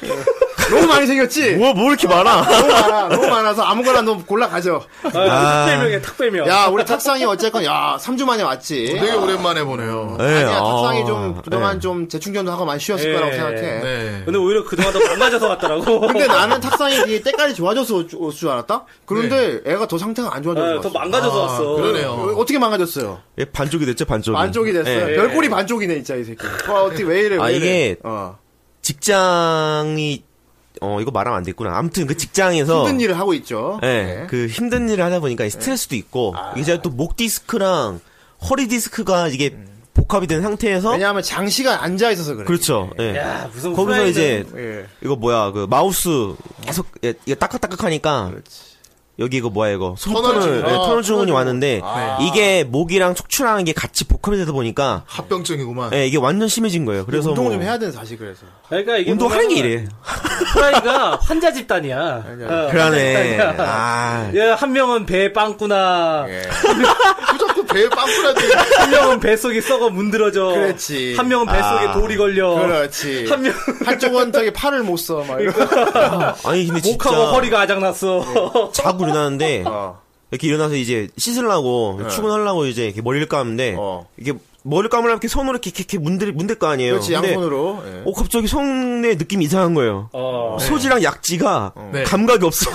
C: 너무 많이 생겼지?
G: 뭐뭐 이렇게 많아?
C: 너무 많아. 너무 많아서 아무거나 너 골라 가져.
A: 아, 탁배명이야, 탁배명.
C: 야, 우리 탁상이 어쨌건 야, 3주 만에 왔지.
D: 되게 오랜만에 보네요.
G: 예,
C: 아니야, 탁상이
G: 네. 아,
C: 좀 그동안 좀 재충전도 하고 많이 쉬었을
A: 예.
C: 거라고 생각해.
D: 네.
A: 근데 오히려 그동안 더 망가져서 왔더라고.
C: 근데 나는 탁상이 뒤에 때깔이 좋아져서 올 줄- 올줄 알았다? 그런데 애가 더 상태가 안 좋아져서
A: 어, 더 망가져서 왔어.
D: 그러네요.
C: 어떻게 망가졌어요?
G: 예, 반쪽이 됐죠 반쪽이.
C: 반쪽이 됐어요.
G: 예.
C: 별꼴이 반쪽이네, 진짜, 이 새끼. 와, 어떻게, 왜 이래, 왜
G: 아,
C: 이래.
G: 이게
C: 어.
G: 직장이 어 이거 말하면 안 됐구나. 아무튼 그 직장에서
C: 힘든 일을 하고 있죠.
G: 예,
C: 네.
G: 그 힘든 일을 하다 보니까 스트레스도 있고 이게 제가 또 목 디스크랑 허리 디스크가 이게 복합이 된 상태에서
C: 왜냐하면 장시간 앉아있어서 그래.
G: 그렇죠. 예.
A: 야, 무슨
G: 거기서
A: 후라이는-
G: 이제
C: 예.
G: 이거 뭐야 그 마우스 계속 예, 이게 따깍따깍하니까 여기 이거 뭐야 이거
D: 터널
G: 소프트를
D: 주문.
G: 예, 터널 주문이 왔는데 이게 목이랑 척추라는 게 같이 복합이 되다 보니까
D: 합병증이구만.
G: 예, 이게 완전 심해진 거예요. 그래서
C: 운동을
G: 뭐
C: 좀 해야 돼, 사실, 그래서.
A: 그러니까 이게
G: 운동하는 게
A: 뭐냐면
G: 이래.
A: 후라이가 환자 집단이야. 어,
G: 그러네. 아,
A: 예, 한 명은 배에 빵꾸나,
C: 예.
D: 또그 자꾸 배에 빵꾸라도
A: 한 명은 뱃속이 썩어 문드러져.
C: 그렇지.
A: 한 명은 뱃속에
G: 아.
A: 돌이 걸려.
C: 그렇지.
A: 어, 한 명,
C: 한쪽은 저기 팔을 못 써, 막 이러고.
G: 아니 근데 진짜
A: 목하고 허리가
C: 예.
A: 아작났어.
G: 자고 일어나는데 이렇게 일어나서 이제 씻으려고 출근하려고 이제 이렇게 머리를 감는데
C: 네. 어.
G: 이게 머리를 감으려면 이렇게 손으로 이렇게 이렇게, 이렇게 문들 문들 거 아니에요.
C: 그렇지,
G: 그렇죠. 근데
C: 양손으로. 예.
G: 어 갑자기 손의 느낌이 이상한 거예요.
A: 어.
G: 소지랑 약지가
D: 네.
G: 감각이 없어.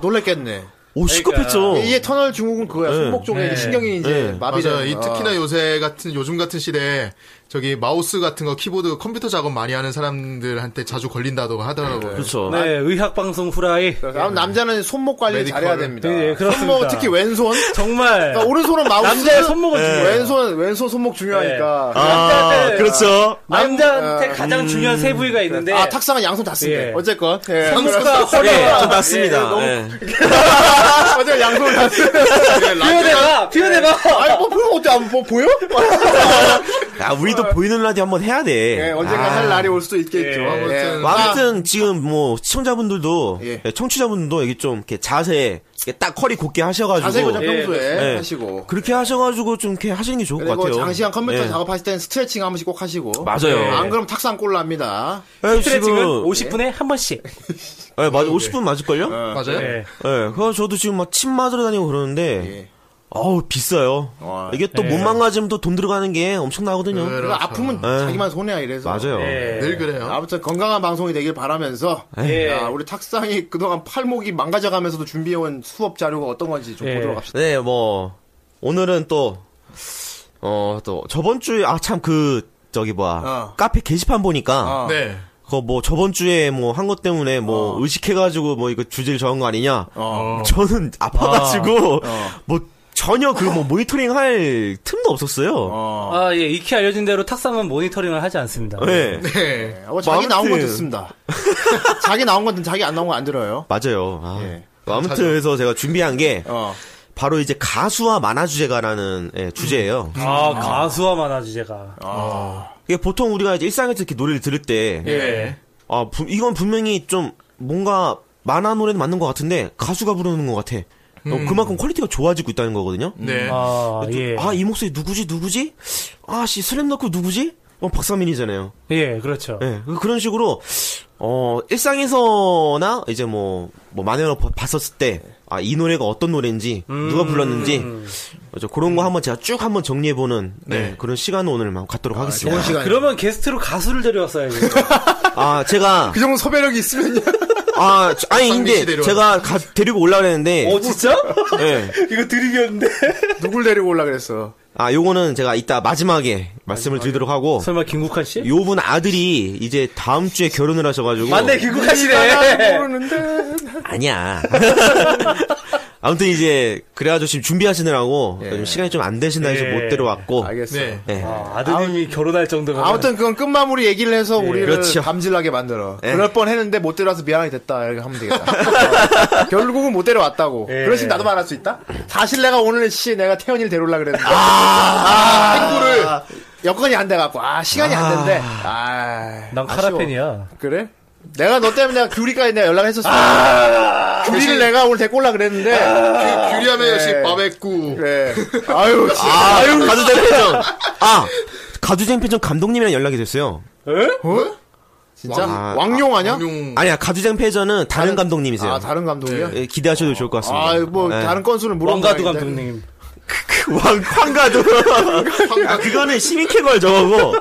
C: 놀랬겠네.
G: 오 시급했죠.
C: 아. 그러니까 이게 터널 증후군 그거야.
G: 어. 네.
C: 손목 쪽에
A: 네.
C: 신경이 이제 어.
G: 네.
C: 마비돼.
D: 맞아요. 이 특히나 요새 같은 요즘 같은 시대에 저기 마우스 같은 거 키보드 컴퓨터 작업 많이 하는 사람들한테 자주 걸린다고 하더라고요.
G: 그렇죠.
A: 네, 의학방송 후라이.
C: 아, 남자는 손목 관리 를
D: 메디컬.
C: 잘해야 됩니다.
A: 네, 네, 그렇습니다.
C: 손목 특히 왼손.
A: 정말.
C: 그러니까 오른손은 마우스.
A: 남자의 손목은 중요해요. 네.
C: 왼손 왼손 손목 중요하니까.
G: 아,
A: 남자한테-
G: 그렇죠.
A: 남자한테
C: 아,
A: 가장 중요한 세 부위가 있는데.
C: 아 탁상은 양손 다 쓴대.
A: 네. 예.
C: 어쨌건 예.
A: 손목과
G: 예,
A: 허리가.
G: 좀 낫습니다.
C: 너무-
G: 예.
C: 어제 양손 다 쓴. 아,
A: 아, 표현해봐! 표현해봐!
C: 아니 뭐 보면 어때? 안 보- 보여?
G: 야, 우리도 보이는 라디오 한번 해야 돼.
C: 아. 예, 언젠가
G: 아.
C: 할 날이 올 수도 있겠죠.
A: 예.
C: 아무튼.
G: 뭐 아무튼 지금 뭐 시청자분들도
C: 예.
G: 예, 청취자분들도 이게 좀 이렇게 자세 이렇게 딱 허리 곧게 하셔가지고
C: 자세히 보자
A: 예.
C: 평소에
G: 예.
C: 하시고.
G: 그렇게 하셔가지고 좀 이렇게 하시는 게 좋을 것
C: 그리고
G: 같아요.
C: 장시간 컴퓨터
G: 예.
C: 작업하실 때는 스트레칭 한 번씩 꼭 하시고.
G: 맞아요.
C: 예. 안 그러면 탁상 꼴 납니다.
G: 예,
A: 스트레칭은
G: 지금
A: 50분에 한 번씩.
G: 예, 맞아 50분 맞을걸요?
D: 맞아요.
A: 예.
G: 예, 그래서 저도 지금 막 침 맞으러 다니고 그러는데
C: 예.
G: 어우 비싸요.
C: 아,
G: 이게 또 못
A: 예.
G: 망가지면 또 돈 들어가는 게 엄청나거든요.
D: 그렇죠.
C: 그러니까 아프면
G: 예.
C: 자기만 손해야 이래서.
G: 맞아요.
A: 예.
D: 늘 그래요.
C: 아무튼 건강한 방송이 되길 바라면서
A: 예.
C: 야, 아, 우리 탁상이 그동안 팔목이 망가져가면서도 준비해온 수업 자료가 어떤 건지 좀
A: 예.
C: 보도록 합시다.
G: 네, 뭐 오늘은 또 어, 또 저번 주에 아 참 그 저기 뭐야
C: 어.
G: 카페 게시판 보니까
C: 어.
D: 네.
G: 그거 뭐 저번 주에 뭐 한 것 때문에 뭐 의식해가지고 뭐 이거 주제를 정한 거 아니냐? 저는 아파가지고 뭐 전혀 그 뭐 모니터링 할 틈도 없었어요.
C: 어.
A: 아, 예. 익히 알려진 대로 탁상은 모니터링을 하지 않습니다.
G: 네,
D: 네.
C: 어, 자기
G: 아무튼-
C: 나온 건 듣습니다. 자기 나온 건 듣- 자기 안 나온 건 안 들어요.
G: 맞아요. 아.
C: 예.
G: 아무튼 그래서 제가 준비한 게
C: 어.
G: 바로 이제 가수와 만화 주제가라는 예, 주제예요.
A: 아, 가수와 만화 주제가.
G: 이게 보통 우리가 이제 일상에서 이렇게 노래를 들을 때
A: 예.
G: 아, 부- 이건 분명히 좀 뭔가 만화 노래는 맞는 것 같은데 가수가 부르는 것 같아. 어, 그만큼 퀄리티가 좋아지고 있다는 거거든요.
D: 네.
A: 아, 예.
G: 아, 이 목소리 누구지, 누구지? 아, 씨, 슬램덩크 누구지? 어, 박사민이잖아요.
A: 예, 그렇죠.
G: 예, 그- 그런 식으로, 어, 일상에서나, 이제 뭐, 뭐, 만화로 봐- 봤었을 때, 아, 이 노래가 어떤 노래인지, 누가 불렀는지, 어, 저 그런 거 한번 제가 쭉 한번 정리해보는, 예, 그런 시간을 오늘 한번 갖도록 하겠습니다.
C: 시간.
A: 그러면 게스트로 가수를 데려왔어야겠네요.
G: 아, 제가,
D: 그 정도 섭외력이 있으면요.
G: 아, 저- 아니,
D: 박상민 씨
G: 근데,
D: 데려와.
G: 제가 가- 데리고 올라가려 했는데,
A: 어, 진짜?
G: 예.
A: 이거 드립이었는데.
C: 누굴 데리고 올라 그랬어.
G: 아, 요거는 제가 이따 마지막에 말씀을 드리도록 하고,
A: 설마 김국환 씨?
G: 요 분 아들이 이제 다음 주에 결혼을 하셔가지고,
A: 맞네, 김국환 씨네.
G: 아니야. 아무튼 이제 그래가지고 지금 준비하시느라고 요즘 시간이 좀 안 되신다 해서
A: 예.
G: 못 데려왔고.
C: 예. 알겠어.
D: 네.
G: 예.
A: 아, 아드님이 결혼할 정도가.
C: 어, 아무튼 그건 끝마무리 얘기를 해서 우리를
G: 그렇죠.
C: 감질나게 만들어.
G: 예.
C: 그럴 뻔 했는데 못 데려와서 미안하게 됐다. 이렇게 하면 되겠다. 어, 결국은 못 데려왔다고.
A: 예.
C: 그러신 나도 말할 수 있다? 사실 내가 오늘 씨 내가 태연이를 데려올라 그랬는데.
D: 친구를
C: 여건이 안 돼갖고 아 시간이 안 된대. 아,
A: 난
C: 아쉬워.
A: 카라펜이야.
C: 그래? 내가 너 때문에 내가 규리까지 내가 연락했었어. 규리를 내가 오늘 데리고 올라 그랬는데.
D: 아. 규리하면 역시
C: 네.
D: 바베꾸.
C: 그래. 아유,
G: 아, 가두쟁 편정. 아, 가두쟁 편정 감독님이랑 연락이 됐어요.
C: 진짜
G: 왕-
C: 왕용 아니야?
D: 용
G: 아니야, 가두쟁 패전은 다른, 감독님이세요.
C: 아 다른 감독이야?
G: 예, 기대하셔도 좋을 것 같습니다.
C: 아, 뭐
G: 예.
C: 다른 건수는 물어본
A: 왕가두
C: 거 아닌데.
A: 감독님.
G: 왕 황가두. 아, 그거는 시민 캐걸 저거고. 뭐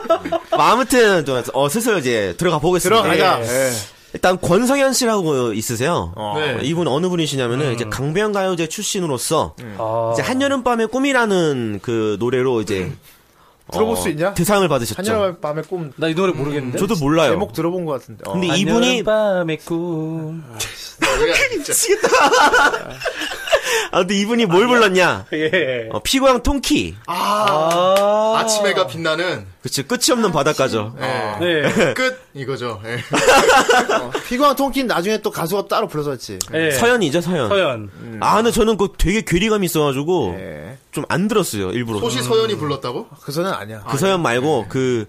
G: 아무튼 좀, 어 슬슬 이제 들어가 보겠습니다.
C: 들어가자.
G: 예.
C: 예.
G: 일단 권성현 씨라고 있으세요.
D: 네.
G: 어, 이분 어느 분이시냐면은
C: 음.
G: 이제 강변 가요제 출신으로서
A: 아.
G: 이제 한여름밤의 꿈이라는 그 노래로 이제
C: 들어볼 수 있냐?
G: 대상을 받으셨죠.
C: 한여름 밤의 꿈
A: 나 이 노래 모르겠는데. 음.
G: 저도 몰라요.
C: 제목 들어본 것 같은데. 어.
G: 근데 이분이
A: 밤의 꿈.
G: 미치겠다. 아 근데 이분이 뭘 불렀냐?
A: 예.
G: 어, 피고양 통키.
A: 아.
D: 아침해가 빛나는
G: 그치 끝이 없는 바닷가죠.
A: 네.
D: 끝 이거죠. 예.
C: 피광 통킨 나중에 또 가수가 따로 불러서였지.
A: 예.
G: 음. 어, 서현이죠 서현.
A: 서현.
G: 아 근데 저는 그 되게 괴리감이 있어가지고
C: 예.
G: 좀 안 들었어요 일부러. 음.
D: 소시 서연이 불렀다고?
C: 그 선은 아니야. 네.
G: 그 서현 말고 그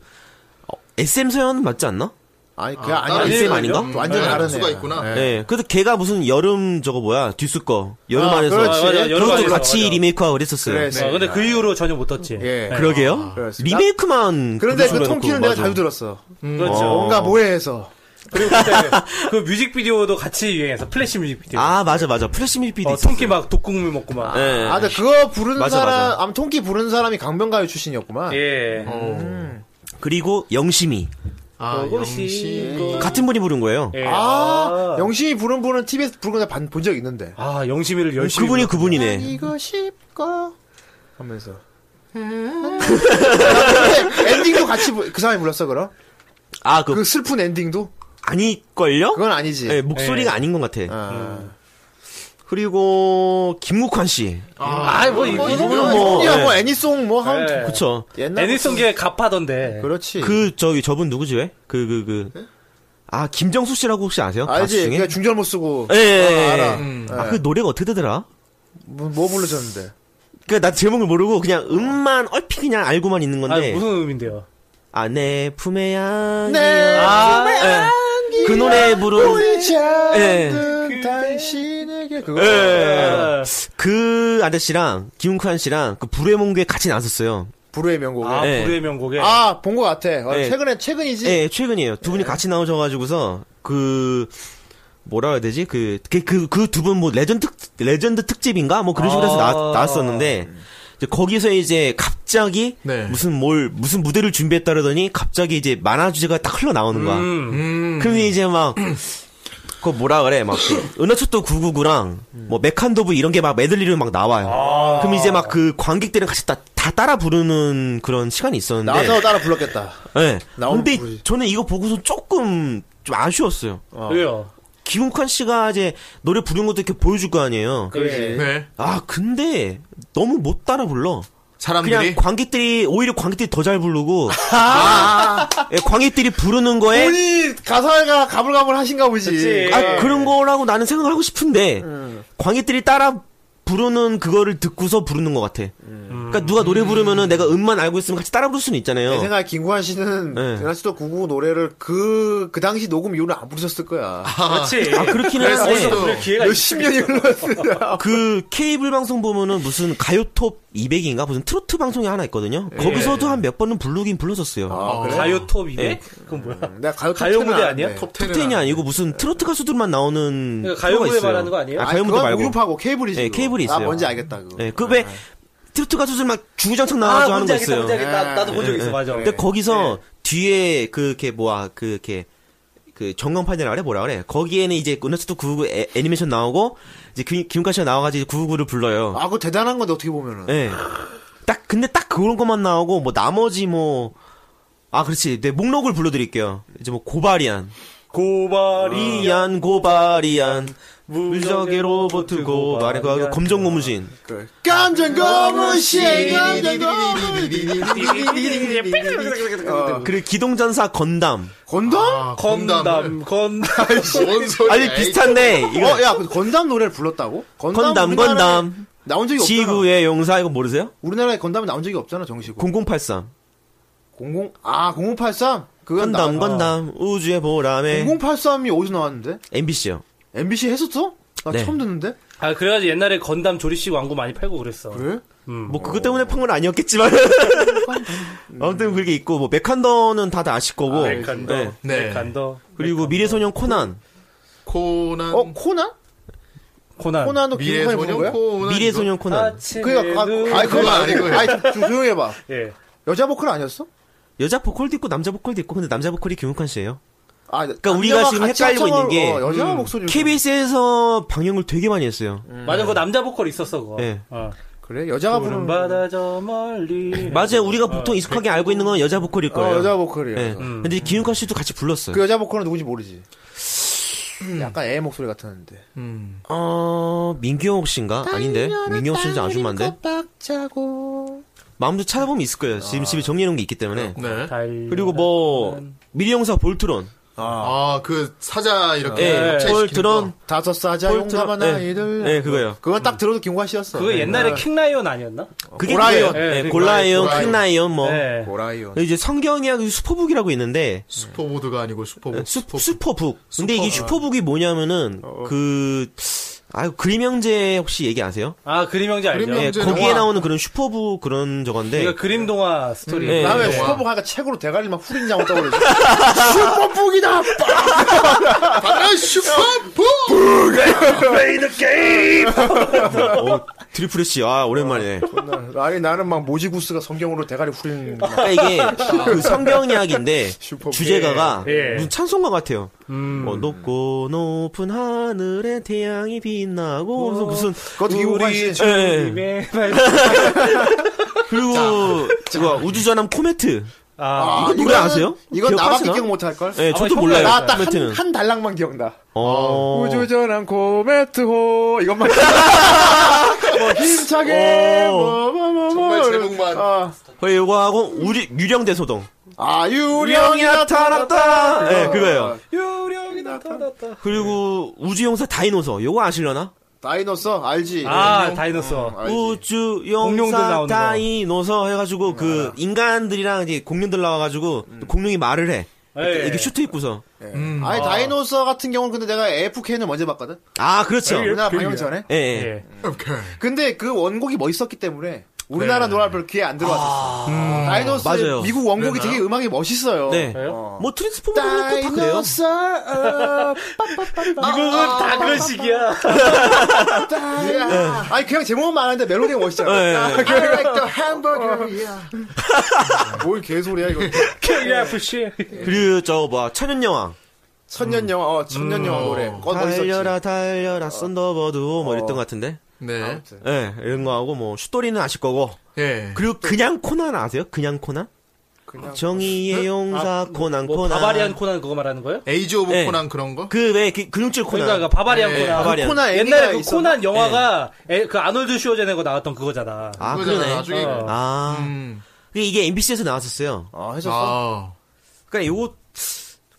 G: 어, SM 서현 맞지 않나?
C: 아니 그냥
D: 따로
C: 아니야.
G: SM 아닌가?
C: 완전
D: 아,
C: 다른
D: 수가
C: 애야.
D: 있구나.
C: 예.
G: 네. 그래도 걔가 무슨 여름 저거 뭐야 뒤스 거 여름
C: 아,
G: 안에서
C: 그렇지.
A: 맞아, 여름
G: 그것도
A: 안에서,
G: 같이 네.
A: 맞아.
G: 리메이크하고 그랬었어요.
C: 그래,
A: 아, 근데 그 이후로 전혀 못 떴지. 네,
C: 예.
G: 그러게요.
C: 그렇습니다.
G: 리메이크만
C: 그런데 그
G: 그걸로 해놓고,
C: 통키는 내가
G: 맞아.
C: 자주 들었어.
A: 그렇죠.
C: 뭔가 모해해서.
A: 그리고 그때 그 뮤직비디오도 같이 유행해서 플래시 뮤직비디오.
G: 아 맞아 맞아 플래시 뮤비도
A: 어, 네. 통키 막 독국물 먹고 막.
G: 예.
C: 아, 근데 그거 부른
G: 맞아,
C: 사람,
G: 맞아.
C: 아마 통키 부른 사람이 강변가요 출신이었구만.
A: 예.
G: 어, 그리고 영심이
D: 아,
A: 그것이
D: 영시.
G: 같은 분이 부른 거예요.
A: 어,
G: 어,
A: 예.
C: 아, 영심이 부른 분은 TV에서 부른 거본적 있는데.
A: 아, 영심이를 열심히.
G: 그분이 그분이네.
C: 이거 쉽고. 하면서. 아, 근데 엔딩도 같이 부- 그 사람이 불렀어 그럼?
G: 아 그
C: 그 슬픈 엔딩도?
G: 아닐걸요?
C: 그건 아니지.
G: 예, 목소리가 아닌 것 같아.
C: 음.
G: 그리고 김국환 씨.
C: 아, 뭐 이거는
G: 뭐,
C: 뭐, 야,
G: 예.
C: 뭐 애니송 뭐 하면
A: 예.
G: 그쵸.
C: 옛날
A: 애니송계 갑하던데.
C: 그렇지.
G: 그 저기 저분 누구지 왜? 그 그 그. 아 김정수 씨라고 혹시 아세요? 가수
C: 네? 알지?
G: 중에?
C: 그냥 중절 못 쓰고
G: 예, 예,
C: 아,
G: 예.
A: 음.
C: 알아.
D: 음.
G: 아, 그 노래가 어떻게 되더라?
C: 뭐, 뭐 불러줬는데?
G: 그, 나 제목을 모르고, 그냥, 음만, 얼핏 그냥 알고만 있는
A: 아,
G: 건데.
A: 무슨 의미인데요?
G: 아, 내 품에 안기.
C: 네,
G: 아, 예. 그 노래 부르, 예.
C: 그 당신에게 그거.
G: 예. 그 아저씨랑, 김웅환 씨랑, 그 불의 몽괴 같이 나왔었어요.
C: 불후의 명곡.
A: 아,
C: 아,
G: 예.
A: 불후의 명곡에.
C: 본 것 같아. 어,
G: 예.
C: 최근에 최근이지.
G: 예, 최근이에요. 두 분이 같이 나오셔가지고서, 그, 뭐라 해야 되지 그 그 그 두 분 뭐 레전드 특, 레전드 특집인가 뭐 그런 식으로 해서 나,
A: 아.
G: 나왔었는데 이제 거기서 이제 갑자기
D: 네.
G: 무슨 뭘 무슨 무대를 준비했다 그러더니 갑자기 이제 만화 주제가 딱 흘러 나오는
A: 음.
G: 거야. 그러면 이제 막
B: 음.
G: 그거 뭐라 그래 막그 은하철도 999랑 뭐 메칸도브 이런 게 막 메들리로 막 나와요.
B: 아.
G: 그럼 이제 막 그 관객들이랑 같이 다, 다 따라 부르는 그런 시간이 있었는데
B: 나서 따라 불렀겠다.
G: 네.
B: 나오면
G: 근데
B: 부르지.
G: 저는 이거 보고서 조금 좀 아쉬웠어요.
A: 왜요?
G: 김웅칸 씨가 이제 노래 부르는 것도 이렇게 보여줄 거 아니에요.
A: 그러지.
D: 네.
G: 아 근데 너무 못 따라 불러.
D: 사람들이
G: 그냥 관객들이 오히려 관객들이 더 잘 부르고 예, 관객들이 부르는 거에
B: 아. 본인이 가사가 가물가물 하신가 보지.
A: 그치.
G: 네.
C: 예.
G: 아 그런 거라고 나는 생각을 하고 싶은데
C: 음.
G: 관객들이 따라 부르는 그거를 듣고서 부르는 것 같아. 그러니까 누가 노래 부르면은 내가 음만 알고 있으면 같이 따라 부를 수는
C: 내
G: 있잖아요.
C: 생각에 김구한 씨는
G: 네.
C: 대나스도 99 노래를 그, 그 당시 녹음 이후로 안 부르셨을 거야.
A: 그렇지.
G: 아 그렇기는
A: 그래서
G: 한데
A: 어디서 부를 기회가 있-
C: 몇십 년이 흘렀어요.
G: 그 케이블 방송 보면은 무슨 가요톱 200인가 무슨 트로트 방송이 하나 있거든요.
C: 예.
G: 거기서도 한 몇 번은 부르긴 불렀었어요.
C: 아,
A: 가요 톱 200?
G: 예.
A: 그건 뭐야?
C: 내가 가요 네.
A: 가요 무대 아니야?
G: 톱텐이 아니고
C: 예.
G: 무슨 트로트 가수들만 나오는
A: 그러니까 가요
G: 프로가
A: 무대
G: 있어요.
A: 말하는 거 아니에요?
G: 아, 가요 무대 말고.
C: 무급하고 케이블이지.
G: 예,
C: 그거.
G: 케이블이 있어요.
C: 아, 뭔지 알겠다, 그거.
G: 예, 그 왜 트로트 가수들 막 주구장창
A: 아,
G: 나와서 하는 거 있어요.
A: 문제겠다. 나, 나도 본 적
G: 예,
A: 있어,
G: 예.
A: 맞아.
G: 근데
C: 네.
G: 거기서 뒤에 그게 뭐야 그게 그 전광판이라 그래 뭐라 그래 거기에는 이제 은하수도 999 애- 애니메이션 나오고 이제 김- 김용관 씨가 나와가지고 999를 불러요.
C: 아, 그거 대단한 건데, 어떻게 보면은.
G: 예. 딱 근데 딱 그런 것만 나오고 뭐 나머지 뭐 아 그렇지 내 목록을 불러드릴게요. 이제 뭐 고바리안,
A: 고발이
G: 리안 고바리안, 물적의 로버트 고바리 그 검정 고무신.
C: 그 깜전 고무신! 깜전
G: 어. 그리고 기동전사 아, 건담.
C: 건담?
A: 건담, 건담.
D: 아, 뭔 소리야?
G: 아니 비슷한데 이거
C: 어, 야, 근데 건담 노래를 불렀다고?
G: 건담,
C: 우리나라에
G: 건담.
C: 나온 적이 없잖아.
G: 지구의 용사 이거 모르세요?
C: 우리나라에 건담이 나온 적이 없잖아, 정식으로.
G: 0083.
C: 00, 아, 0083? 그건
G: 건담
C: 나,
G: 건담 우주의
C: 네.
G: 보람에
C: 0083이 어디서 나왔는데?
G: MBC요.
C: MBC 했었어? 나
G: 네.
C: 처음 듣는데?
A: 아, 그래가지고 옛날에 건담 조립식 왕구 많이 팔고 그랬어.
C: 그래?
G: 뭐 그것 때문에 판 건 아니었겠지만 아무튼 그렇게 있고 뭐 메칸더는 다들 아실 거고
A: 메칸더.
G: 네.
D: 네.
A: 메칸더.
G: 그리고 미래소년 코난
D: 코난
C: 어, 코난?
A: 코난.
C: 코난도
D: 미래
C: 김용환이 부른 거야?
D: 소년 코난
G: 미래소년 코난
A: 아침에
G: 그러니까
C: 그니까, 아,
A: 눈-
C: 아니, 그건
D: 그건
C: 아니고.
D: 아니고요.
C: 아니, 좀- 좀 조용히 해봐.
A: 예.
C: 여자 보컬 아니었어?
G: 여자 보컬도 있고 남자 보컬도 있고 근데 남자 보컬이 김용환 씨예요.
C: 아,
G: 그러니까 우리가
C: 남자가
G: 지금
C: 같이
G: 헷갈리고
C: 합창을-
G: 있는 게 음,
C: 어, 여자 목소리
G: KBS에서 방영을 되게 많이 했어요.
C: 음.
A: 맞아, 그거 남자 보컬 있었어, 그거.
G: 음. 예.
A: 어.
C: 그래 여자가 부르는
A: 푸른 바다 저 멀리.
G: 맞아요. 우리가 보통 익숙하게 알고 있는 건 여자 보컬일
C: 네. 어,
G: 거예요.
C: 여자 보컬이에요. 음.
G: 예. 근데 김윤카 씨도 같이 불렀어요.
C: 그 여자 보컬은 누군지 모르지. 약간 애 목소리 같았는데.
G: 어, 민규영 씨인가? 아닌데? 민규영 씨는 아줌마인데? 마음도 찾아보면 있을 거예요. 지금 집에 정리해놓은 게 있기 때문에.
D: 네.
A: 달.
G: 그리고 뭐, 미리영사 볼트론.
D: 아 그 사자 이렇게
G: 예,
D: 뭐 합체시키는
G: 볼트론.
D: 거. 네.
C: 다섯 사자
G: 폴트로-
C: 용감한
G: 네.
C: 아이들.
G: 네, 그거요.
C: 그건 딱 들어도 김관 씨였어. 어,
A: 그거 옛날에
G: 네.
A: 킹라이언 아니었나?
G: 그게
C: 고라이언.
G: 그거예요. 예,
A: 예,
G: 골라이언,
D: 고라이언.
G: 킹라이언, 뭐.
A: 예.
C: 네. 고라이언.
G: 이제 성경이야 슈퍼북이라고 있는데,
D: 슈퍼보드가 아니고 슈퍼보
G: 네. 슈,
D: 슈퍼
G: 슈퍼북. 근데 이게 슈퍼북이 뭐냐면은, 그, 아유, 그림 형제 혹시 얘기 아세요?
A: 아, 그림 형제 알죠?
D: 그림
G: 예,
D: 형제
G: 거기에
D: 영화.
G: 나오는 그런 슈퍼북 그런 저건데.
A: 이거 그림 동화 스토리.
G: 예.
C: 다음에
D: 네.
C: 슈퍼복 하니까 책으로 대가리 막 후린 장을 떠오르지.
D: 아 슈퍼보
G: 어, 드리프레시, 아, 오랜만이네.
C: 아니 나는 막 모지구스가 성경으로 대가리 후리는. 막.
G: 그러니까 이게 그 성경 이야기인데
C: 슈퍼-
A: 어.
G: 주제가가
A: 예. 음.
G: 무슨 찬송가 같아요. 뭐 높고 높은 하늘에 태양이 빛나고 그래서 무슨
C: 그것도 김관 씨.
G: 예, 예.
A: 예.
G: 그리고 그거 우주전함 코메트
A: 아,
G: 이거 노래 아세요?
C: 이건 나밖에
G: 기억하시나?
C: 기억 못할 걸.
G: 예, 저도
A: 아마
G: 몰라요.
A: 나
C: 나딱한
G: 코메트는
C: 한 달랑만 기억나.
G: 어,
C: 우주전함 코메트호 이것만 뭐
G: 어.
C: 힘차게 뭐뭐뭐
D: 정말 제목만.
G: 거의 이거 하고 우리 유령 대소동.
C: 아
G: 유령이
C: 유령이
G: 나타났다.
A: 아.
G: 예, 그거예요.
A: 유령이 나타났다.
G: 그리고 우주용사 다이노서 요거 아시려나?
C: 다이노서 알지?
A: 아,
C: 공룡?
A: 다이노서.
G: 어.
C: 응, 알지.
G: 우주
A: 공룡들
G: 용사
A: 나오는 거. 아.
G: 다이노서 해가지고 그 인간들이랑 이제 공룡들 나와가지고 공룡이 말을 해.
A: 음. 예.
G: 네. 이게 슈트 입고서.
C: 음.
G: 음.
C: 아니 다이노서 같은 경우는 근데 내가 AFK는 먼저 봤거든.
G: 아 그렇죠.
C: 우리나라 방영 전에.
G: 예. 예.
A: 예.
D: 오케이
C: 근데 그 원곡이 멋있었기 때문에 우리나라 노래 별로 귀에 안 들어왔었어. 음. 다이노스의
G: 네. 아. 맞아요.
C: 미국 원곡이 되게 음악이 멋있어요.
G: 네.
C: 어.
G: 뭐 트랜스포머도 그렇고 다 그래요.
C: 다이노서 어,
A: 미국은 다 그런 식이야.
C: 다- 아니 그냥 제목은 많은데 멜로디가
G: 네.
C: 멋있잖아. I like the hamburger. 뭘 개소리야 이거.
A: KFC.
G: 그리고 저 뭐야 천연여왕.
C: 천년 영화, 어, 천년 영화 노래. 그건 멋있었지.
G: 달려라 달려라 썬더버드 뭐 이랬던 것 같은데.
D: 네.
G: 예, 이런 거 하고 뭐 슈토리는 아실 거고.
D: 예.
G: 그리고 그냥 코난 아세요? 그냥 코난? 정의의 용사 코난
A: 뭐
G: 코난.
A: 바바리안 코난 그거 말하는 거예요?
D: 에이즈 오브
G: 예.
D: 코난 그런 거?
G: 그왜 그, 근육질 코난. 네.
A: 그러니까 그 바바리안
D: 예,
A: 코난.
G: 바바리안.
A: 그 코난
C: 애니가
A: 옛날에 그
C: 있었나?
A: 코난 영화가
G: 네.
A: 에, 그 아놀드 슈워제네거 나왔던 그거잖아.
G: 아
D: 그거잖아,
G: 그러네.
D: 나중에.
A: 어.
G: 아
D: 음.
G: 그게 이게 MBC에서 나왔었어요.
C: 아, 해줬어.
D: 아.
G: 그러니까 요거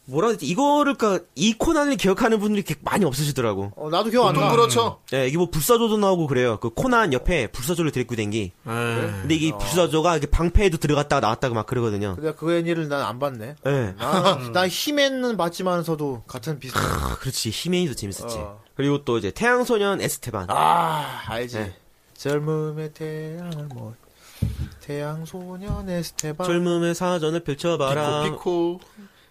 G: 뭐라 해야 되지? 이거를 그러니까 이 코난을 기억하는 분들이 이렇게 많이 없으시더라고.
C: 어, 나도 기억 안
D: 보통
C: 나.
D: 그렇죠.
G: 예, 이게 뭐 불사조도 나오고 그래요. 그 코난 옆에 불사조를 데리고 댕기.
D: 예.
G: 근데 이게
C: 어.
G: 불사조가 이렇게 방패에도 들어갔다가 나왔다가 막 그러거든요.
C: 근데 그 애니를 난 안 봤네.
G: 예.
C: 난, 난 힘에는 봤지만서도 같은 비슷한.
G: 아, 그렇지. 히메이도 재밌었지.
C: 어.
G: 그리고 또 이제 태양소년 에스테반.
C: 아, 알지. 젊음의 태양을 못. 태양 소년의 스테반.
G: 젊음의 사전을 펼쳐봐라.
D: 피코.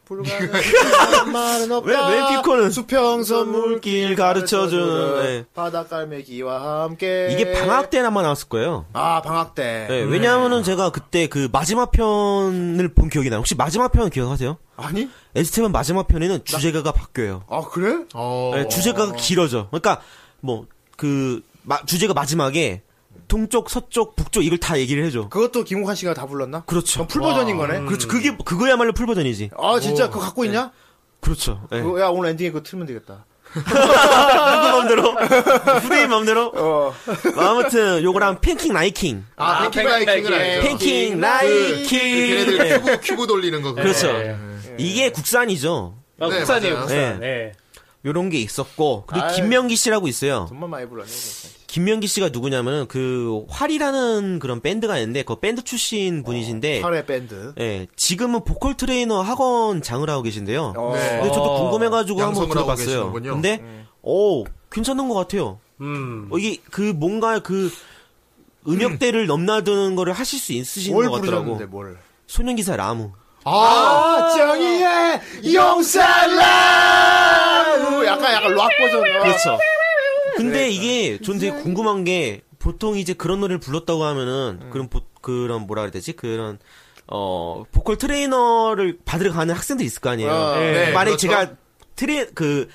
C: 불가능한 말은 없다.
G: 왜- 왜 피코는? 음.
C: 수평선 물길 가르쳐주는
G: 네.
C: 바다 깔매기와 함께.
G: 예. 이게 방학 때나마 나왔을 거예요.
C: 아, 방학 때.
G: 예, 왜냐하면은
C: 네.
G: 제가 그때 그 마지막 편을 본 기억이 나요. 혹시 마지막 편 기억하세요?
C: 아니?
G: 에스테반 마지막 편에는 주제가가 바뀌어요.
C: 아, 그래?
D: 어.
G: 예, 주제가가 길어져. 그러니까 뭐 그 주제가 마지막에 동쪽, 서쪽, 북쪽 이걸 다 얘기를 해줘.
C: 그것도 김국환 씨가 다 불렀나? 그럼 어,
G: 그렇죠.
C: 풀버전인 거네?
G: 그렇죠. 그게 그거야말로 풀 버전이지.
C: 아, 진짜 그거
G: 네.
C: 갖고 있냐?
G: 그렇죠. 예.
C: 그거- 야, 오늘 엔딩에 그거 틀면 되겠다.
G: 누구 마음대로 후대인 마음대로
A: 어.
G: 뭐 아무튼 요거랑 팬킹 나이킹
D: 아, 팬킹 라이킹을 알죠. 그
G: 팬킹 그
D: 걔네들
G: 나이킹 네.
D: 큐브, 큐브 돌리는 거. 네. 그거.
G: 그렇죠
A: 예.
G: 이게 국산이죠
A: 아,
D: 네,
A: 국산이에요,
D: 맞아요.
A: 국산.
G: 네.
A: 예.
G: 요런 게 있었고 그리고
C: 아이.
G: 김명기 씨라고 있어요
C: 돈만 많이 불렀네.
G: 김명기 씨가 누구냐면은 그 활이라는 그런 밴드가 있는데 그 밴드 출신 분이신데
C: 팔의 밴드.
G: 예, 지금은 보컬 트레이너 학원장을 하고 계신데요
C: 어.
D: 네.
G: 근데 저도 궁금해가지고 한번
D: 양성을 하고
G: 들어봤어요
D: 계시는군요.
G: 근데 오 괜찮은 것 같아요
A: 음.
G: 어, 이게 그 뭔가 그 음역대를 넘나드는 거를 하실 수 있으신
C: 뭘
G: 것 같더라고.
C: 부르셨는데, 뭘.
G: 소년기사 라무.
D: 아,
C: 아, 정의의 용사라우 약간 약간 락 버전
G: 그렇죠. 근데 이게 전 되게 궁금한 게 보통 이제 그런 노래를 불렀다고 하면은 그런 보, 그런 뭐라 그래야 되지? 그런 어 보컬 트레이너를 받으러 가는 학생도 있을 거 아니에요.
C: 아,
D: 네,
G: 만약에
D: 그렇죠.
G: 제가 트레 그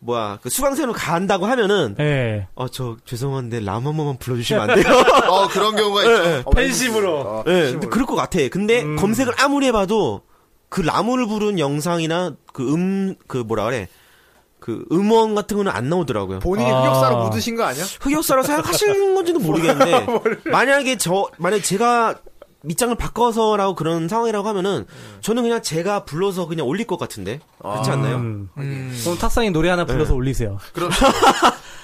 G: 뭐야 그 수강생으로 간다고 하면은
A: 예.
G: 어 저 죄송한데 라무 한 번만 불러주시면 안 돼요?
D: 어, 그런 경우가
G: 네.
D: 있죠.
A: 팬심으로.
C: 어,
G: 예, 근데 그럴 것 같아. 근데 검색을 아무리 해봐도 그 라무를 부른 영상이나 그 음 그 뭐라 그래 그 음원 같은 거는 안 나오더라고요.
C: 본인이 흑역사로 묻으신 거 아니야?
G: 흑역사로 생각하시는 건지도 모르겠는데 만약에 저 만약 에 제가 밑장을 바꿔서라고 그런 상황이라고 하면은 저는 그냥 제가 불러서 그냥 올릴 것 같은데 그렇지 않나요?
A: 음. 그럼 탁상이 노래 하나 불러서
G: 네.
A: 올리세요.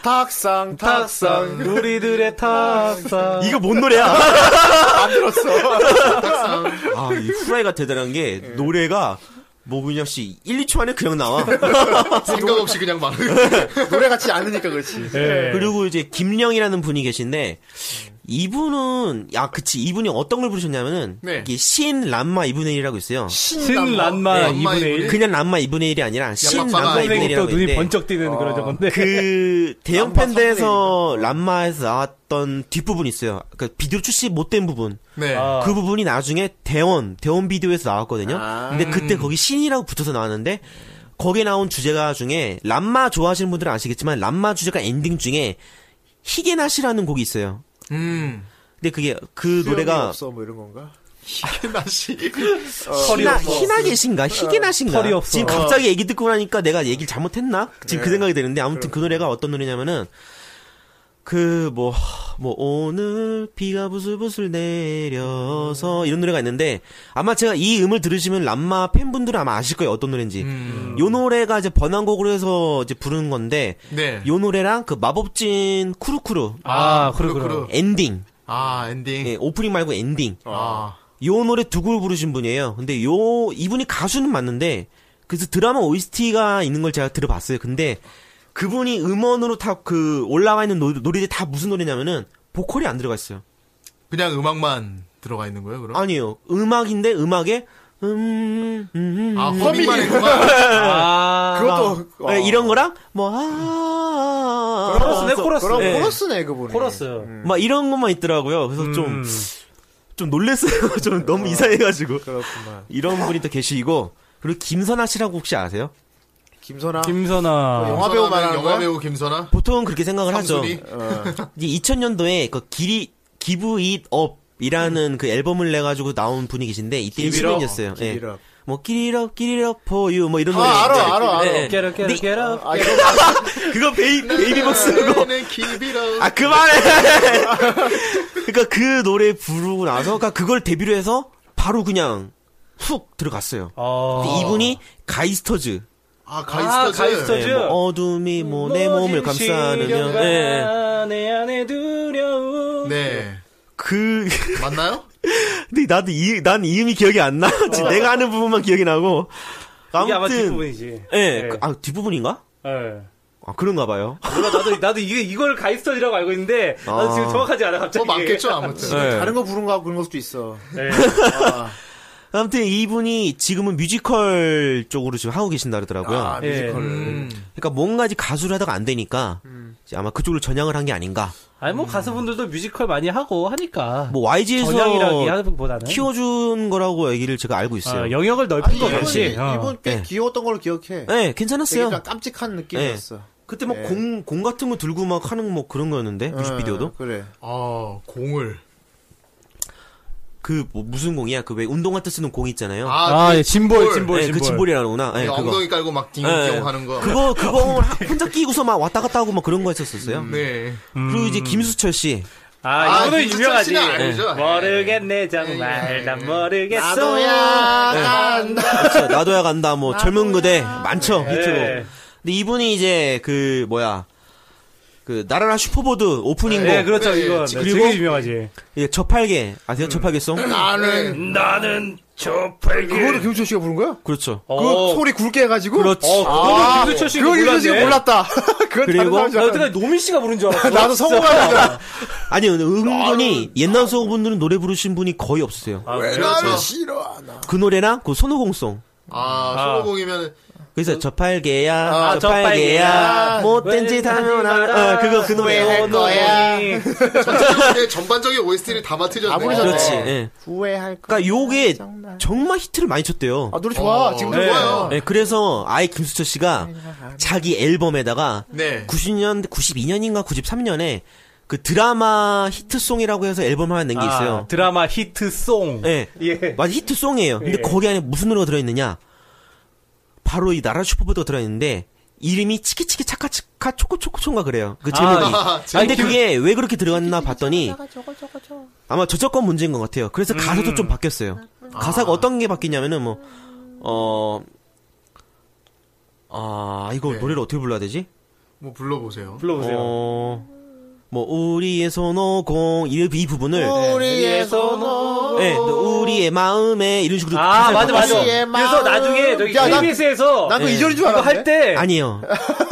C: 탁상 탁상
A: 우리들의 탁상.
G: 이거 뭔 노래야?
C: 안 들었어.
G: 아, 이 후라이가 대단한 게 노래가 뭐 그냥 씨 1, 2초 안에 그냥 나와.
D: 생각 없이 그냥 막.
C: 노래 같지 않으니까 그렇지.
A: 예.
G: 네. 그리고 이제 김령이라는 분이 계신데 음. 이분은 야 그치 이분이 어떤 걸 부르셨냐면은
D: 네.
G: 이게 신 람마 2분의 1이라고 있어요.
A: 네. 신란마
D: 네,
A: 2분의 1.
G: 그냥 람마 2분의 1이 아니라 신
D: 막상
G: 람마
D: 안
G: 2분의
A: 또
G: 1이라고
A: 눈이
G: 있는데
A: 번쩍 뜨는 그런 저건데.
G: 그 대형
C: 람마
G: 팬데에서 람마에서 나왔던 뒷부분 있어요. 그 비디오 출시 못된 부분.
D: 네.
A: 아.
G: 그 부분이 나중에 대원 대원 비디오에서 나왔거든요. 근데 그때 거기 신이라고 붙어서 나왔는데 거기에 나온 주제가 중에 람마 좋아하시는 분들은 아시겠지만 람마 주제가 엔딩 중에 희게나시라는 곡이 있어요.
D: 음.
G: 근데 그게 그
C: 수염이
G: 노래가
C: 없어 뭐 이런 건가?
D: 나시.
A: 털이
G: 희나,
A: 없어. 네.
G: 희나계신가 희게나신가
A: 털이 없어. 네.
G: 지금 갑자기 얘기 듣고 나니까 내가 얘기를 잘못했나 지금 그 생각이 드는데 아무튼 그 노래가 어떤 노래냐면은 그 뭐 뭐 오늘 비가 부슬부슬
A: 음.
G: 내려서 이런 노래가 있는데 아마 제가 이 음을 들으시면 람마 팬분들은 아마 아실 거예요 어떤 노래인지
A: 음.
G: 요 노래가 이제 번안곡으로 해서 이제 부르는 건데
D: 네.
G: 요 노래랑 그 마법진 쿠루쿠루
A: 아, 그래, 그래.
D: 그렇구나.
G: 엔딩
D: 아, 엔딩.
G: 예, 오프닝 말고 엔딩
D: 아.
G: 요 노래 두 곡을 부르신 분이에요. 근데 요 이분이 가수는 맞는데 그래서 드라마 OST가 있는 걸 제가 들어봤어요. 근데 그분이 음원으로 다 그 올라와 있는 노, 노래들이 다 무슨 노래냐면은 보컬이 안 들어가 있어요.
D: 그냥 음악만 들어가 있는 거예요, 그럼?
G: 아니요. 음악인데 음악에 음, 음, 음,
D: 아, 허밍만 했구나.
A: 아,
C: 그것도
G: 네, 이런 거랑 뭐 아, 아, 아, 아,
A: 코러스네, 코러스.
C: 그럼
A: 예.
C: 코러스네 그분이. 음,
A: 코러스.
G: 막 이런 것만 있더라고요. 그래서 좀, 좀 놀랬어요. 좀 너무 이상해가지고.
C: 그렇구만.
G: 이런 분이 또 계시고. 그리고 김선아 씨라고 혹시 아세요?
C: 김선아.
A: 김선아.
C: 영화 배우
D: 김선아면
C: 말하는
D: 영화
C: 거야?
D: 배우 김선아?
G: 보통은 그렇게 생각을
D: 삼순이?
C: 어,
G: 하죠. 이 2000년도에 그 길이, 기브 잇 업이라는 그 앨범을 내가지고 나온 분이 계신데, 이때
C: Give It Up.
G: 20년이었어요. 예.
C: Give It Up.
G: 뭐, 길이럽, 길이럽, 포유, 뭐 이런 노래.
C: 아 알아 알아 알아.
G: 네.
A: 깨라, 깨라,
G: 네.
A: 깨라.
C: 아 이거
G: 그거 베이, 베이비복스고.
D: 나는 기비로.
G: 아 그만해. 그러니까 그 노래 부르고 나서 그러니까 그걸 데뷔로 해서 바로 그냥 훅 들어갔어요.
A: 어.
C: 아.
G: 근데 이분이 가이스터즈
D: 아,
A: 아,
D: 가이스터즈.
A: 가이스터즈.
G: 네, 뭐 어둠이 뭐 내 몸을 감싸느냐 네.
A: 내 안에 두려움.
D: 네.
G: 그
D: 맞나요? 뭐
G: 근데 나도 이, 난 이음이 기억이 안 나. 지금 내가 아는 부분만 기억이 나고
A: 어. 이게 아마
G: 아무튼
A: 뒷부분이지.
G: 예,
A: 예.
G: 그- 아 뒷부분인가?
A: 예.
G: 아 그런가 봐요.
A: 몰라, 나도, 나도 이게, 이걸 가이스턴이라고 알고 있는데, 나도
G: 아.
A: 지금 정확하지 않아,
D: 뭐
A: 갑자기.
D: 맞겠죠, 아무튼.
G: 예.
C: 다른 거 부른 거하고 그런 것도 있어.
A: 예.
G: 아무튼 이분이 지금은 뮤지컬 쪽으로 지금 하고 계신다 그러더라고요.
C: 아
A: 네.
C: 뮤지컬.
G: 그러니까 뭔가 이제 가수를 하다가 안 되니까
A: 음.
G: 이제 아마 그쪽으로 전향을 한 게 아닌가.
A: 아니, 뭐, 가수분들도 뮤지컬 많이 하고 하니까.
G: 음. 뭐 YG에서
A: 전향이라기 하기보다는.
G: 키워준 거라고 얘기를 제가 알고 있어요.
A: 아, 영역을 넓힌
C: 아니
A: 거
C: 이분
A: 다시. 어.
C: 이분 꽤
G: 네.
C: 귀여웠던 걸로 기억해.
G: 네,
C: 되게
G: 괜찮았어요.
C: 약간 깜찍한 느낌이었어.
G: 그때
A: 네.
G: 막 공 공 같은 거 들고 막 하는 뭐 그런 거였는데 뮤직비디오도
C: 어, 그래.
D: 아, 공을.
G: 그뭐 무슨 공이야? 그 왜 운동할 때 쓰는 공 있잖아요.
D: 아, 그
A: 진볼, 진볼,
G: 네, 그 짐볼이라는구나. 네,
D: 그
G: 그거.
D: 엉덩이 깔고 막 딩경
G: 네.
D: 하는 거.
G: 그거 그거 혼자 끼고서 막 왔다 갔다 하고 막 그런 거 했었었어요.
D: 네.
G: 그리고
A: 음.
G: 이제 김수철 씨.
A: 아, 이거는
D: 김수철
A: 유명하지.
D: 씨는 알죠.
A: 모르겠네, 정말. 난 모르겠어.
G: 그렇죠. 나도야 간다. 뭐 젊은 그대 많죠. 유튜브.
A: 네.
G: 근데 이분이 이제 그 뭐야? 그 나라라 슈퍼보드 오프닝 곡
A: 네, 그렇죠, 음.
D: 네,
A: 이거.
G: 그리고-
A: 되게 유명하지.
G: 예, 저팔계 아세요? 저팔계송?
A: 예.
D: 나는
A: 나는 저팔계.
C: 그거를 김철 씨가 부른 거야?
G: 그렇죠.
C: 그 소리 굵게 해가지고. 아,
G: 그렇지.
A: 어, 그거는 김수철 씨가
C: 그걸 김철 씨가
A: 몰랐네.
C: 몰랐다. 그건
G: 그리고
C: 다른
A: 나
C: 사람이
A: 여태까지 노민 씨가 부른 줄 알았어.
C: 나도 성공하는 줄 알았어.
G: 아니 근데 은근히 옛날 성우분들은 노래 부르신 분이 거의 없으세요.
A: 아,
D: 나는
C: 싫어. 나.
G: 그 노래랑 그 손오공송.
D: 아, 소로공이면
G: 그래서 저팔계야,
A: 아,
G: 저팔계야,
A: 저팔계야. 네.
G: 못된 짓 하면 알아. 어, 그거 그 노래.
C: 할 거야?
D: 전체적인 전반적인 OST를 다 맡으셨네.
C: 아무리 저도-
G: 그렇지.
C: 네.
G: 예.
C: 후회할 거야.
G: 그러니까 요게
C: 아, 정말.
G: 정말 히트를 많이 쳤대요.
C: 아 노래 좋아.
D: 어,
C: 지금도
D: 네.
C: 좋아요.
G: 예, 그래서 아예 김수철 씨가 자기 앨범에다가
D: 네.
G: 90년, 92년인가 93년에 그 드라마 히트송이라고 해서 앨범 하나 낸 게 있어요.
A: 아, 드라마 히트송.
G: 예.
A: 예.
G: 맞아 히트송이에요. 근데
A: 예.
G: 거기 안에 무슨 노래가 들어있느냐? 바로 이 나라 슈퍼보드가 들어있는데 이름이 치키치키 차카치카 초코초코초인가 그래요. 그 제목이.
D: 아,
G: 아, 근데 그게 왜 그렇게 들어갔나 봤더니 아마 저작권 문제인 것 같아요.
A: 음.
G: 그래서 가사도 좀 바뀌었어요.
A: 아.
G: 가사가 어떤 게 바뀌냐면은 뭐 어. 아, 이거 노래를 어떻게 불러야 되지?
D: 뭐 불러보세요.
A: 네. 불러보세요.
G: 어. 뭐 우리의 손오공 이, 이 부분을
C: 우리의
A: 손으로.
G: 예, 네. 우리의 마음에 이런 식으로
A: 아,
G: 가사를
A: 맞아, 맞아.
C: 우리의 마음.
A: 그래서 나중에 저기
C: 야, 난-
A: KBS에서
C: 난그
G: 예.
C: 이절인줄
A: 이거
C: 알았는데.
A: 할 때.
G: 아니에요.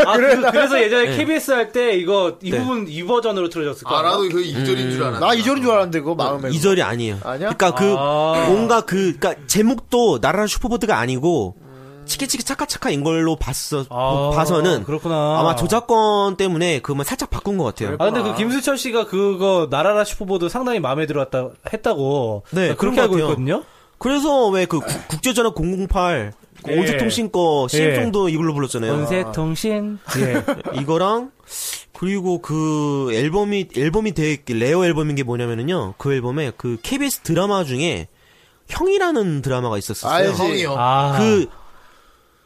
A: 아, 그, 래서 예전에
G: 예.
A: KBS 할 때 이거 이
G: 네.
A: 부분 이 버전으로 틀어졌을 거야.
D: 아, 나도 그 2절인 줄 알았네.
C: 나이절인줄 알았는데 그거 마음에.
G: 네, 이절이 아니에요.
C: 아니야?
G: 그러니까 그
A: 아.
G: 뭔가 그 그러니까 제목도 나라라 슈퍼보드가 아니고 치키치키 차카차카인 걸로 봤어
A: 아,
G: 봐서는
A: 그렇구나.
G: 아마 저작권 때문에 그만 뭐 살짝 바꾼 것 같아요.
A: 아 근데 그 김수철 씨가 그거 나라라 슈퍼보드 상당히 마음에 들었다 했다고
G: 네,
A: 나 그렇게
G: 그런 것
A: 알고
G: 같아요.
A: 있거든요.
G: 그래서 왜 그 국제전화 008 그
A: 예.
G: 온세통신 거 CM송도 이걸로 불렀잖아요.
A: 연세통신 예.
G: 이거랑 그리고 그 앨범이 앨범이 되게 레어 앨범인 게 뭐냐면은요. 그 앨범에 그 KBS 드라마 중에 형이라는 드라마가 있었어요.
C: 알지.
D: 성이요.
A: 아,
G: 그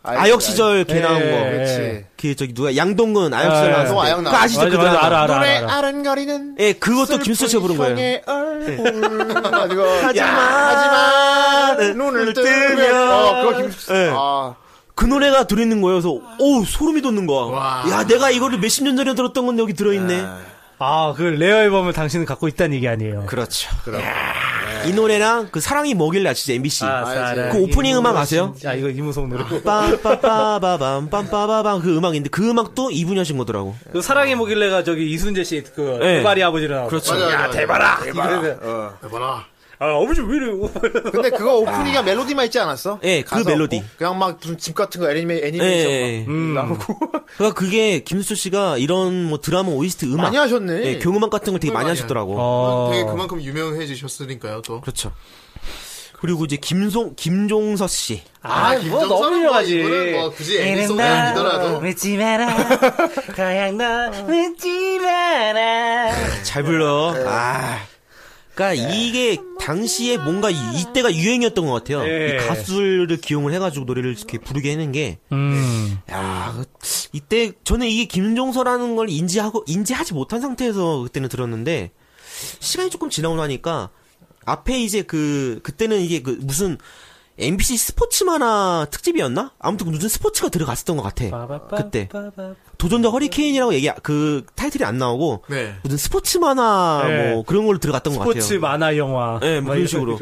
G: 아역 시절 걔
A: 예,
G: 나온 거.
C: 그렇지.
G: 그 저기 누가 양동근 아역 시절
A: 예.
G: 나왔을 때.
C: 아역
G: 그거
C: 나왔어.
G: 아시죠?
A: 맞아,
G: 그
A: 맞아,
G: 드라마.
A: 알아, 알아,
C: 노래
A: 알아.
C: 아른거리는.
G: 예, 그것도 김수철 씨가 부른 거예요. 네.
C: 형의 얼굴.
G: 하지만
C: 눈을 뜨면. 어, 그거 김수철.
G: 예.
C: 아.
G: 그 노래가 들어있는 거예요. 그래서 오 소름이 돋는 거야.
D: 와.
G: 야 내가 이거를 몇십 년 전에 들었던 건데 여기 들어있네.
C: 예.
A: 아, 그 레어 앨범을 당신은 갖고 있다는 얘기 아니에요.
G: 그렇죠.
C: 예.
G: 이 노래랑 그 사랑이 뭐길래 진짜 MBC 그 오프닝 음악 아세요?
A: 야 아, 이거 이무성 노래.
G: 빰빠빠바밤 빰빠바밤 그 음악인데 그 음악도 이분이 하신 거더라고.
A: 그 사랑의 모길래가 저기 이순재 씨그
G: 네.
A: 대발이 아버지랑.
G: 그렇죠.
D: 야, 대봐라!
A: 이거는
D: 대봐라.
A: 아 아버지 왜 이래?
C: 근데 그거 오프닝이 오프닝만 있지 않았어?
G: 예, 그
C: 가사
G: 멜로디.
C: 없고? 그냥 막 무슨 집 같은 거 애니메,
G: 예,
C: 애니메이션 막
G: 예.
A: 음.
G: 예.
C: 나오고
G: 그러니까 그게 김수 씨가 이런 뭐 드라마 오이스트 음악,
C: 많이 하셨네.
G: 예, 교음악 같은 걸 되게 많이
D: 많이
G: 하셨더라고.
A: 어.
D: 되게 그만큼 유명해지셨으니까요, 또.
G: 그렇죠. 그리고 이제 김송 김종서 씨.
A: 아뭐
D: 김정선은
A: 너무 유명하지.
D: 이거는 뭐 굳이 애니송이 아니더라도.
A: 묻지 마라. 그냥 나 묻지 마라.
G: 잘 불러. 아. 그러니까 이게 당시에 뭔가 이- 이때가 유행이었던 것 같아요.
A: 예.
G: 이 가수를 기용을 해가지고 노래를 이렇게 부르게 하는 게,
A: 음.
G: 야 이때 저는 이게 김종서라는 걸 인지하고 인지하지 못한 상태에서 그때는 들었는데 시간이 조금 지나고 나니까 앞에 이제 그 그때는 이게 그 무슨 MBC 스포츠 만화 특집이었나? 아무튼 무슨 스포츠가 들어갔었던 것 같아. 그때 도전자 허리케인이라고 얘기 그 타이틀이 안 나오고
D: 네.
G: 무슨 스포츠 만화
A: 네.
G: 뭐 그런 걸로 들어갔던 것 같아요.
A: 스포츠 만화 영화.
G: 예, 뭐 그런 식으로.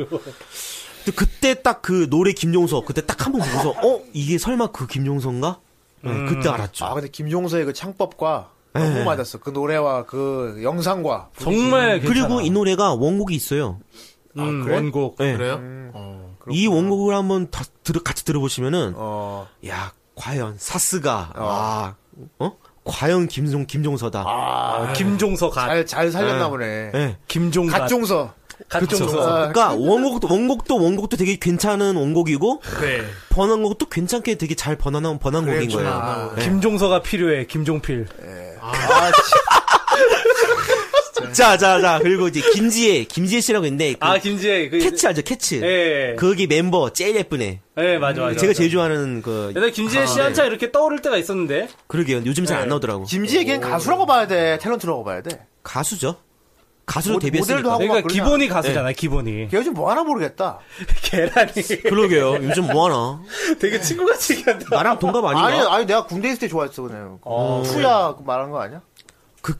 G: 근데 그때 딱 그 노래 김종서 그때 딱 한 번 보고서 어 이게 설마 그 김종서인가? 네,
A: 음.
G: 그때 알았죠.
C: 아 근데 김종서의 그 창법과 너무 맞았어. 그 노래와 그 영상과
A: 정말 괜찮아.
G: 그리고 이 노래가 원곡이 있어요.
A: 음,
C: 그래?
A: 원곡.
D: 그래요? 어.
G: 이 원곡을 한번 다 들어- 같이 들어보시면은
C: 어
G: 야 과연 사스가 아 어? 과연 김종 김종서다.
A: 아, 김종서 가.
C: 잘, 잘 살렸나
G: 네.
C: 보네.
G: 네.
A: 김종 가.
C: 갓종서.
A: 갓종서.
C: 그쵸.
A: 아,
G: 그러니까 원곡도 원곡도 원곡도 되게 괜찮은 원곡이고
A: 네.
G: 번안곡도 괜찮게 되게 잘 번안한 번안곡인
A: 그렇죠.
G: 거예요.
A: 아, 김종서가 필요해. 김종필.
C: 아, 치-
G: 자, 자, 자. 그리고 이제 김지혜, 김지혜 씨라고 있는데
A: 네.
G: 그
A: 아 김지혜 그
G: 캐치 알죠? 캐치.
A: 예.
G: 거기 멤버 제일 예쁜 애.
A: 예, 맞아 맞아.
G: 제가
A: 맞아. 네.
G: 제일 좋아하는 그
A: 옛날 김지혜 씨 한참 이렇게 떠오를 때가 있었는데.
G: 그러게요. 요즘 잘 안
A: 예.
G: 나오더라고.
C: 김지혜 걔는 가수라고 봐야 돼. 탤런트라고 봐야 돼.
G: 가수죠. 가수로
C: 모-
G: 데뷔했으니까.
C: 모델도 하고
A: 그러니까
C: 그러나?
A: 기본이 가수잖아. 기본이.
C: 걔 요즘 뭐 하나 모르겠다.
A: 계란이
G: 그러게요. 요즘 뭐 하나?
A: 되게 친구같이 얘기한다.
G: 나랑 동갑 아닌가?
C: 아니, 아니, 내가 군대 있을 때 좋아했어, 그냥. 음, 투야 말한 거 아니야?
G: 그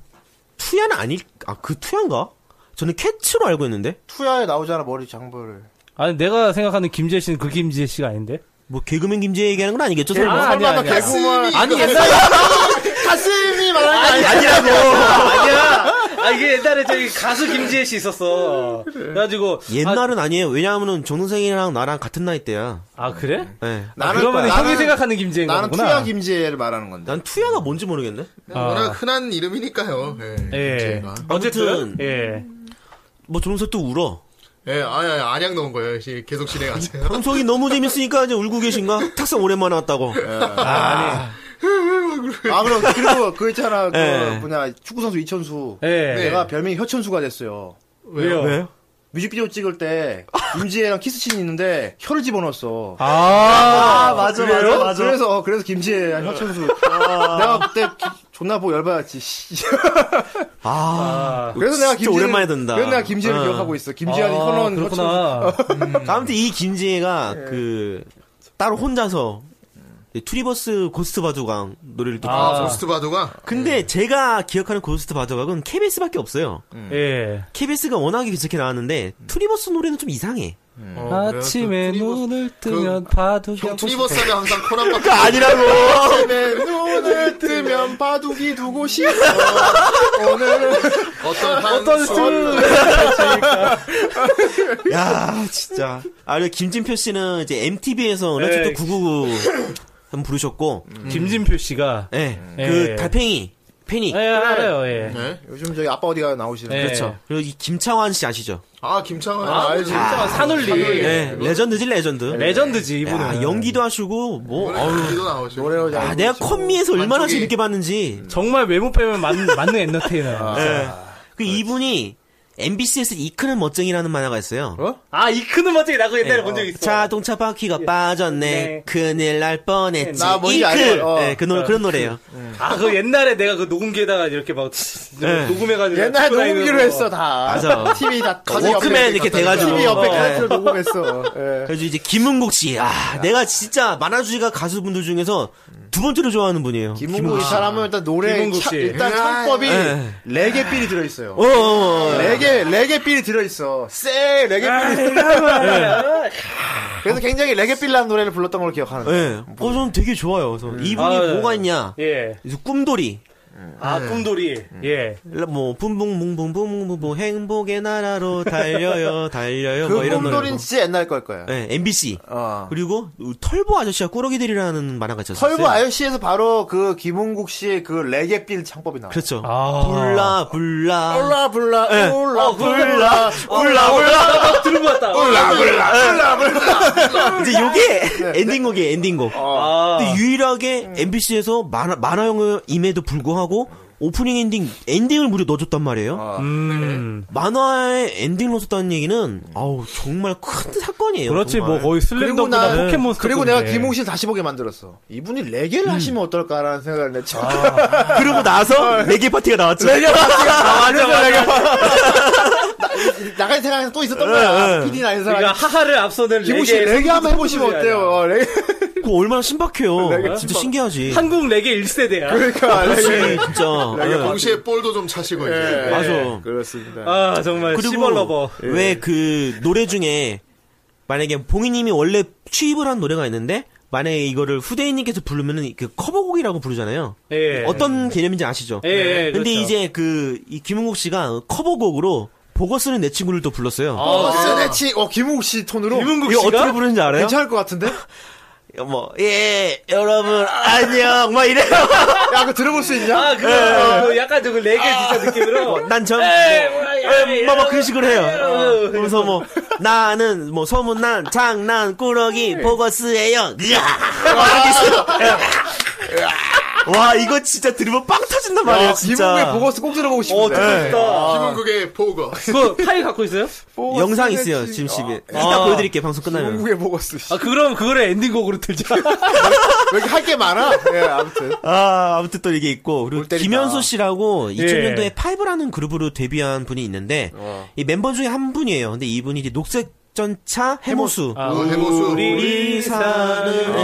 G: 투야는 아닐 아 그 투야인가? 저는 캐치로 알고 있는데.
C: 투야에 나오잖아, 머리 장벌을.
A: 아니 내가 생각하는 김지혜 씨는 그 김지혜 씨가 아닌데.
G: 뭐 개그맨 김지혜 얘기하는 건 아니겠죠? 설마?
A: 아, 아니야, 아니야.
C: 개구만. 아니, 가슴이 말하는 거 아니야?
A: 아니라고. 아니야. 아 이게 옛날에 저기 가수 김지혜 씨 있었어. 그래가지고
G: 옛날은 아, 니에요 왜냐하면은 정동생이랑 나랑 같은 나이대야.
A: 아, 아, 그래?
G: 예.
A: 아, 그러면
D: 나는-
A: 형이 생각하는 김지혜인
D: 나는
A: 거구나.
D: 투야 김지혜를 말하는 건데.
G: 난 투야가 뭔지 모르겠네.
D: 워낙 흔한 이름이니까요. 예.
A: 예.
D: 김지혜가.
A: 어쨌든
G: 아무튼.
A: 예.
G: 뭐 정동생 또 울어.
D: 예, 아니, 아니, 안양 넣은 거예요. 시- 계속 진행하세요.
G: 방송이 너무 재밌으니까 이제 울고 계신가? 탁상 오랜만에 왔다고.
C: 네. 아, 그럼, 그리고 그 있잖아, 그,
G: 예.
C: 뭐냐, 축구선수 이천수.
D: 네,
A: 예.
C: 내가 별명이 혀천수가 됐어요.
A: 왜요?
G: 왜요?
C: 뮤직비디오 찍을 때, 김지혜랑 키스씬 있는데, 혀를 집어넣었어.
A: 아,
C: 맞아, 맞아, 맞아. 그래서, 그래서 김지혜,
G: 아.
C: 혀천수. 내가 그때 기- 존나 보고 열받았지, 씨.
G: 아.
C: 그래서 내가 김지혜.
G: 오랜만에 듣는다.
C: 그래서 내가 김지혜를
G: 어.
C: 기억하고 있어. 김지혜는
A: 아,
C: 혀는 혀천수.
A: 그렇구나.
G: 아무튼 이 김지혜가 그 따로 혼자서 이 투리버스 고스트 바둑왕 노래를 듣고
A: 아.
G: 있어요.
D: 고스트 바도가
G: 근데
C: 네.
G: 제가 기억하는 고스트 바둑왕은 KBS밖에 없어요.
A: 예.
G: KBS가 워낙에 괜찮게 나왔는데 투리버스 노래는 좀 이상해.
A: 아침에
D: 음. 어, 그래요? 그
A: 눈을 뜨면 바둑이
D: 형
A: 한
D: 투니버스 하면 항상 코난 밖에
G: 아니라고.
C: 밤에 눈을 뜨면 바둑이 두고 싶어. 오늘은
D: 어떤 한
A: 어떤
D: 손-
G: 야 진짜. 아 그리고 김진표 씨는 이제 MTV에서
A: 네.
G: 런치도 999 한번 부르셨고,
D: 음.
A: 번. 김진표 씨가
G: 예,
A: 예.
G: 그 달팽이 팬이.
A: 예, 알아요. 예.
D: 네.
C: 요즘 저기 아빠 어디가 나오시는
A: 예.
G: 그렇죠. 그리고 이 김창완 씨 아시죠?
D: 아, 김창완.
C: 아, 알지.
D: 진짜.
A: 산울리.
D: 산울리.
C: 네.
G: 예, 레전드지 레전드.
A: 네. 레전드지 이분은.
G: 야, 연기도 하시고 뭐
D: 노래 연기도 나오죠.
C: 노래로 잘.
G: 아, 내가 컨미에서 얼마나
D: 완전히-
G: 재밌게 봤는지.
A: 정말 외모 빼면 맞, 맞는
C: 아.
A: 엔터테이너.
G: 예. 그 이분이 MBC에서 이크는 멋쟁이라는 만화가 있어요. 네.
A: 아, 이 크는 멋쟁이 나그 옛날에 네, 본 적 있어.
G: 자동차 바퀴가 빠졌네.
A: 네.
G: 큰일 날 뻔했지.
C: 나 뭔지
G: 이크.
C: 알걸, 어.
G: 예, 그 노래 그런 노래예요.
A: 아, 그 옛날에 내가 그 녹음기에다가 이렇게 막
G: 네.
A: 녹음해가지고.
C: 옛날
A: 듣고 다니는
C: 녹음기로
A: 거.
C: 했어 다.
G: 맞아. 그
C: TV 다 가슴 옆에
G: 워크맨 이렇게 돼가지고.
C: TV 옆에
G: 어,
C: 카세트로
G: 예.
C: 녹음했어. 예.
G: 그래서 이제 김은국 씨. 아, 내가 진짜 만화주의가 가수분들 중에서 두 번째로 좋아하는 분이에요.
C: 김문국 이 사람은 일단 노래
A: 김문국
C: 차,
A: 씨.
C: 일단 창법이
G: 예.
C: 레게 필이 들어있어요.
G: 어, 어, 어.
C: 레게 레게 레게 빌이 들어있어. 쎄 레게
A: 아,
C: 빌이. 그래서 굉장히 레게 빌라는 노래를 불렀던 걸 기억하는데.
A: 네.
G: 예. 어, 저는 되게 좋아요. 그래서 이분이
A: 아, 네.
G: 뭐가 있냐?
A: 예.
G: 그래서 꿈돌이.
A: 아, 꿈돌이. 예.
G: 뭐 붕붕붕붕붕붕붕 행복의 나라로 달려요 달려요
C: 그
G: 뭐 이런 노래
C: 꿈돌이는 진짜 옛날 걸 거야.
G: 네, MBC
C: 어.
G: 그리고 털보 아저씨와 꾸러기들이라는 만화가 있었어요
C: 설부 아저씨에서 바로 그 김은국 씨의 그 레게 빌 창법이 나와.
G: 그렇죠
A: 아.
G: 불라 불라
C: 올라 불라 올라
A: 어,
C: 불라
A: 올라, 올라. 들은 것 같다.
C: 올라 불라 올라 불라.
G: 이제
C: 네.
G: 요게 엔딩곡이에요 엔딩곡
A: 아.
G: 근데 유일하게
C: 음.
G: MBC에서 만화, 만화영화임에도 불구하고 오프닝 엔딩 엔딩을 무려 넣어줬단 말이에요
C: 아.
A: 음.
G: 만화에 엔딩을 넣어줬다는 얘기는 아우 정말 큰 사건이에요
A: 그렇지,
G: 정말.
A: 뭐 거의
C: 그리고 나
A: 슬램덩크나 포켓몬스터. 음.
C: 그리고 내가 김웅 씨를 다시 보게 만들었어. 이분이 레게를 하시면 어떨까라는 생각을 내. 아,
G: 그러고
A: 어.
G: 나서 레게 파티가 나왔죠
C: 맞아 맞아. 나가 생각에서 또 있었던 거야. PD 나이 사람.
A: 그러니까 하하를 앞서는
C: 김웅 씨
A: 레게
C: 레게 한번 해보시면 어때요? 어, 레게.
G: 그거 얼마나 신박해요
C: 레게
G: 진짜 신기하지
A: 한국 레게 1세대야.
C: 그러니까 레게.
G: 그렇지 진짜 예.
D: 아, 동시에 볼도 좀 차시고 이제.
G: 맞아.
C: 그렇습니다.
A: 아, 정말 예, 시벌러버. 예.
G: 왜 그 노래 중에 만약에 봉이님이 원래 취입을 한 노래가 있는데 만약에 이거를 후대인님께서 부르면은 그 커버곡이라고 부르잖아요.
A: 예.
G: 어떤 개념인지 아시죠?
A: 예, 예,
G: 근데
A: 그렇죠.
G: 이제 그이 김은국 씨가 커버곡으로 보고 쓰는 내 친구를 또 불렀어요.
C: 어, 세네치, 어, 김웅 씨 톤으로.
A: 아, 김은국
G: 이거
A: 씨가?
G: 어떻게 부르는지 알아요?
C: 괜찮을 것 같은데?
G: 뭐, 예, 여러분, 안녕, 막 이래요.
C: 야, 그 들어볼 수 있냐?
A: 아, 그, 그 약간 그 레게 진짜 느낌으로. 예, 아,
G: 난 전, 뭐, 뭐, 그런 식으로 해요. 그래서 뭐, 나는, 뭐, 소문난, 장난, 꾸러기, 보거스예요. 으아! 막 이렇게 써요. 와, 이거 진짜 들으면 빵 터진단 말이야,
C: 야,
G: 진짜.
C: 김웅의 아, 보거스 꼭 들어보고 싶은데.
D: 아, 김은국의 보거.
A: 그거 파일 갖고 있어요?
C: 네. 보거스
G: 영상
C: 세네치.
G: 있어요, 지금 집에.
A: 아.
G: 이따 보여드릴게요, 방송 끝나면.
C: 김웅의 보거스. 씨.
A: 아, 그- 그럼 그거를 엔딩곡으로 들자.
C: 왜 이렇게 할 게 많아? 예, 아무튼.
G: 아, 아무튼 또 이게 있고.
C: 올
G: 그리고
C: 때리다.
G: 김현수 씨라고 2000년도에
A: 예.
G: 파이브라는 그룹으로 데뷔한 분이 있는데, 이 멤버 중에 한 분이에요. 근데 이분이 이제 녹색 전차 아, 그 해모수.
D: 해보수.
A: 우리
C: 어.
G: 사는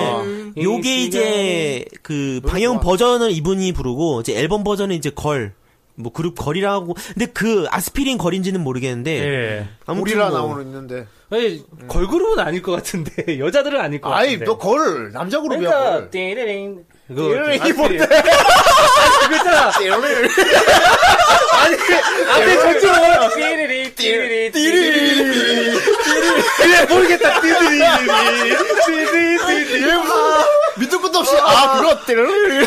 G: 애. 요게 이제 그 방영 버전을 이분이 부르고 이제 앨범 버전은 이제 걸. 뭐 그룹 걸이라고 근데 그 아스피린 걸인지는 모르겠는데
A: 예.
G: 아무튼
C: 우리라
G: 뭐
C: 나오는 있는데.
A: 아니, 걸그룹은 아닐 것 같은데, 여자들은 아닐 것
C: 아이,
A: 같은데.
C: 너 걸, 남자 그룹이야,
A: 그러니까,
C: 걸.
A: 띠리링.
C: 띠리링이 뭔데?
A: 그랬잖아. 아니, 앞에 저쪽으로. 뭐? 띠리링, 띠리링, 띠리링.
C: 모르겠다, 띠들이. 띠들이.
A: 아.
C: 밑도 끝도 없이, 아, 그거 뭐. 띠들이.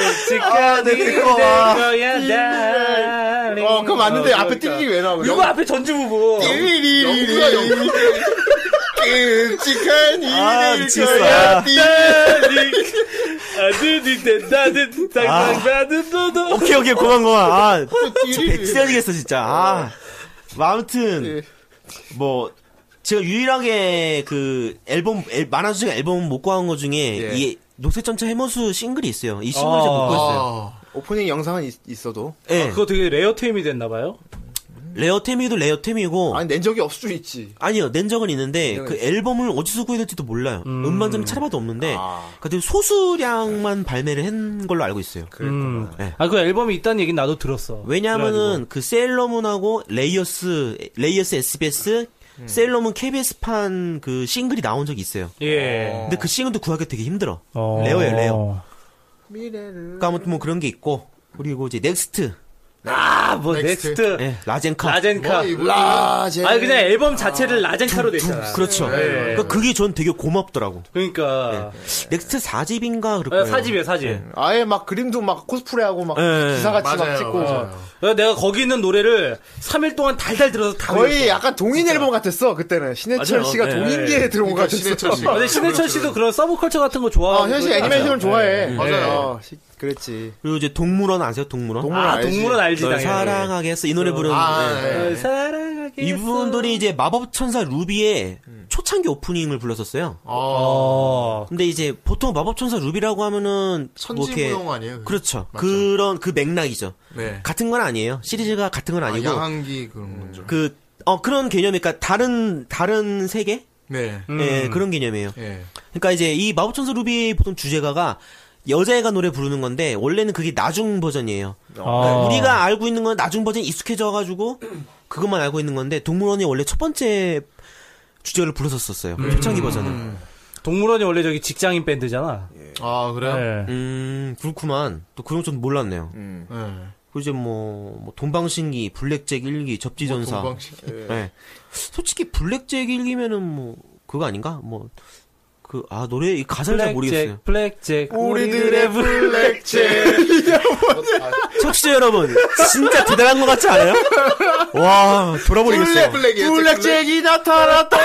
A: 끔찍하게
C: 뜨거워.
A: 그 거야, darling.
C: 아, 어, 그거 맞는데,
A: 어,
C: 앞에
A: 그러니까.
C: 띠들이 왜 나와?
A: 이거 앞에 전주부부.
C: 띠리리리리. 끔찍한
G: 아,
C: 일일
G: 미치겠어.
C: 거야,
G: 아.
C: 띠.
A: 아들이 된다는 당당하는 너도.
G: 오케이 오케이 고만 고만 아백쓰러지겠어 진짜 아 뭐
C: 네.
G: 아무튼 뭐 제가 유일하게 그 앨범 앨- 만화 중에 앨범 못 구한 거 중에
C: 예.
G: 이 녹색 전차 해머수 싱글이 있어요 이 싱글 제가
A: 아.
G: 못 구했어요
C: 오프닝 영상은 있, 있어도.
G: 예
A: 그거 되게 레어템이 됐나봐요.
G: 레어템이도 레어템이고
C: 아니, 낸 적이 없을 수도 있지.
G: 아니요, 낸 적은 있는데,
C: 적은
G: 그 앨범을 어디서 구해야 될지도 몰라요. 음. 반점이 찾아봐도 없는데,
C: 아.
G: 그때 소수량만 발매를 한 걸로 알고 있어요.
A: 음.
G: 네.
A: 아, 그 앨범이 있다는 얘기는 나도 들었어.
G: 왜냐하면은, 그 셀러문하고 레이어스, 레이어스 SBS, 셀러문 KBS판 그 싱글이 나온 적이 있어요.
A: 그래가지고. 예.
G: 근데 그 싱글도 구하기 되게 힘들어.
A: 어.
G: 레어예요, 레어. 그러니까 아무튼 뭐 그런 게 있고, 그리고 이제 넥스트,
A: 아, 뭐,
D: 넥스트.
A: 넥스트.
G: 예, 라젠카.
A: 라젠카.
D: 뭐 이분-
C: 라제.
A: 아니, 그냥 앨범 자체를 라젠카로 냈잖아. 예,
G: 그렇죠.
C: 예.
G: 그러니까 그게 전 되게 고맙더라고.
A: 그러니까.
G: 넥스트 4집인가 그럴
A: 어,
G: 거예요.
A: 사집이야, 사집.
C: 아예 막 그림도 막 코스프레하고 막
G: 예.
C: 기사같이 막
D: 맞아요, 어.
C: 찍고.
D: 맞아요.
A: 그래서 어. 내가 거기 있는 노래를 3일 동안 달달 들어서 다
C: 거의
A: 외웠어.
C: 약간 동인 앨범 같았어 그때는 신해철
G: 맞아요.
C: 씨가
G: 네.
C: 동인계에 들어온 것
D: 그러니까
C: 같았어.
D: 신해철 씨가.
A: 아, 근데 신해철
C: 그렇죠,
A: 씨도 그렇죠. 그런 서브컬처 같은 거 좋아하고.
C: 어,
A: 그러지
C: 현실
A: 네.
C: 애니메이션을 좋아해.
D: 맞아요.
C: 어, 시- 그랬지.
G: 그리고 이제 동물원 아세요? 동물원?
C: 동물원
A: 않아? 아,
C: 알지.
A: 동물은 알지,
G: 널
A: 당연히.
G: 사랑하겠어 이 노래 부르는
D: 아,
G: 네.
D: 네.
A: 널 사랑하겠어.
G: 이분들이 이제 마법천사 루비의
D: 음.
G: 초창기 오프닝을 불렀었어요.
D: 아.
A: 어.
G: 근데 이제 보통 마법천사 루비라고 하면은 뭐 이렇게-
D: 천지무용 아니에요?
G: 그렇죠.
D: 맞죠.
G: 그런 그 맥락이죠.
D: 네.
G: 같은 건 아니에요. 시리즈가 같은 건
D: 아,
G: 아니고
D: 양한기 그런 거죠.
G: 그 어, 그런 개념이니까 다른 다른 세계
D: 네.
G: 예, 그런 개념이에요.
D: 예.
G: 그러니까 이제 이 마법천사 루비 보통 주제가가 여자애가 노래 부르는 건데 원래는 그게 나중 버전이에요.
D: 어.
G: 그러니까 우리가 알고 있는 건 나중 버전이 익숙해져가지고 그것만 알고 있는 건데 동물원이 원래 첫 번째 주제를 불렀었어요.
D: 음.
G: 초창기 버전은.
A: 음. 동물원이 원래 저기 직장인 밴드잖아.
D: 아 그래요?
A: 예.
G: 음 그렇구만. 또 그런 건 몰랐네요.
D: 예.
G: 그리고 이제 뭐, 뭐 동방신기, 블랙잭 1기, 접지전사.
D: 뭐 동방식.
G: 예. 솔직히 블랙잭 1기면은 뭐 그거 아닌가? 뭐. 그, 아, 노래, 이 가사를 잘 모르겠어요.
A: 블랙잭, 블랙잭,
B: 우리들의 블랙잭.
G: 청취자 여러분, 진짜 대단한 것 같지 않아요? 와, 돌아버리겠어요.
D: 블랙이에요.
B: 블랙잭이 나타났다.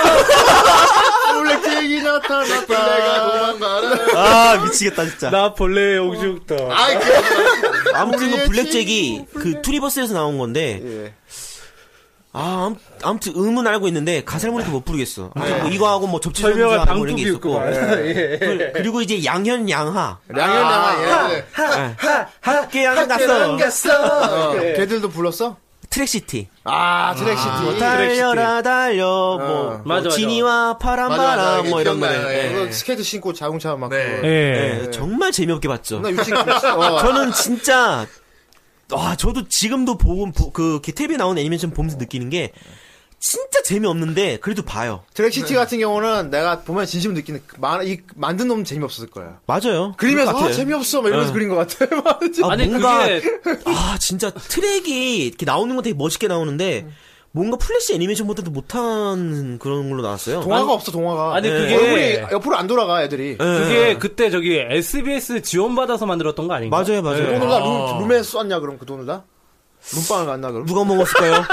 D: 블랙잭이 나타났다. 내가 도망가라.
G: 아, 미치겠다, 진짜.
A: 나 본래 영주부터.
D: 아이 그
G: 아무튼 그
D: 우리의
G: 블랙잭이 그 투리버스에서 나온 건데, 아, 암- 아무튼 음은 알고 있는데, 가사를 모르니까 못 부르겠어. 아무튼 뭐 이거하고 뭐
A: 설명할
G: 접지전사 뭐 이런
A: 방법이
G: 게 있었고.
A: 없고. 예.
G: 그- 그리고 이제 양현, 양하.
D: 네. 양현아 예.
G: 학교 양 갔어.
D: 어.
B: 걔들도 불렀어?
G: 트랙시티.
B: 아,
C: 음.
B: 트랙시티.
G: 달려라, 달려. 뭐, 뭐
A: 맞아, 맞아.
D: 맞아,
G: 진이와
D: 맞아.
G: 파란바람, 뭐 이런
D: 기억나요.
G: 노래.
D: 예.
C: 네.
G: 예.
B: 그거 스케이트 신고 자동차 막.
D: 네.
B: 그거.
A: 예.
G: 예, 정말 재미없게 봤죠.
B: 나 유치원 갔어. 어.
G: 저는 진짜 와 저도 지금도 보고 보- 그 TV에 나온 애니메이션 보면서 느끼는 게 진짜 재미없는데 그래도 봐요.
B: 트랙시티 같은 경우는 내가 보면 진심 느끼는 그 만, 이 만든 놈 재미없었을 거야.
G: 맞아요.
B: 그리면서
G: 그럴 것
B: 아,
G: 같아요.
B: 재미없어 막 이러면서
G: 응.
B: 그린 것 같아. 맞아.
G: 아,
A: 아니,
G: 뭔가
A: 그게-
G: 아 진짜 트랙이 이렇게 나오는 건 되게 멋있게 나오는데 뭔가 플래시 애니메이션보다도 못한 그런 걸로 나왔어요.
B: 동화가 없어 동화가. 네.
A: 아니, 그게-
B: 얼굴이 옆으로 안 돌아가 애들이.
G: 예,
A: 그게 그때 저기 SBS 지원받아서 만들었던 거 아닌가?
G: 맞아요, 맞아요.
A: 예.
B: 돈을 다 룸, 룸에 썼냐 그럼 그 돈을 다? 룸빵을 갔나 그럼?
G: 누가 먹었을까요?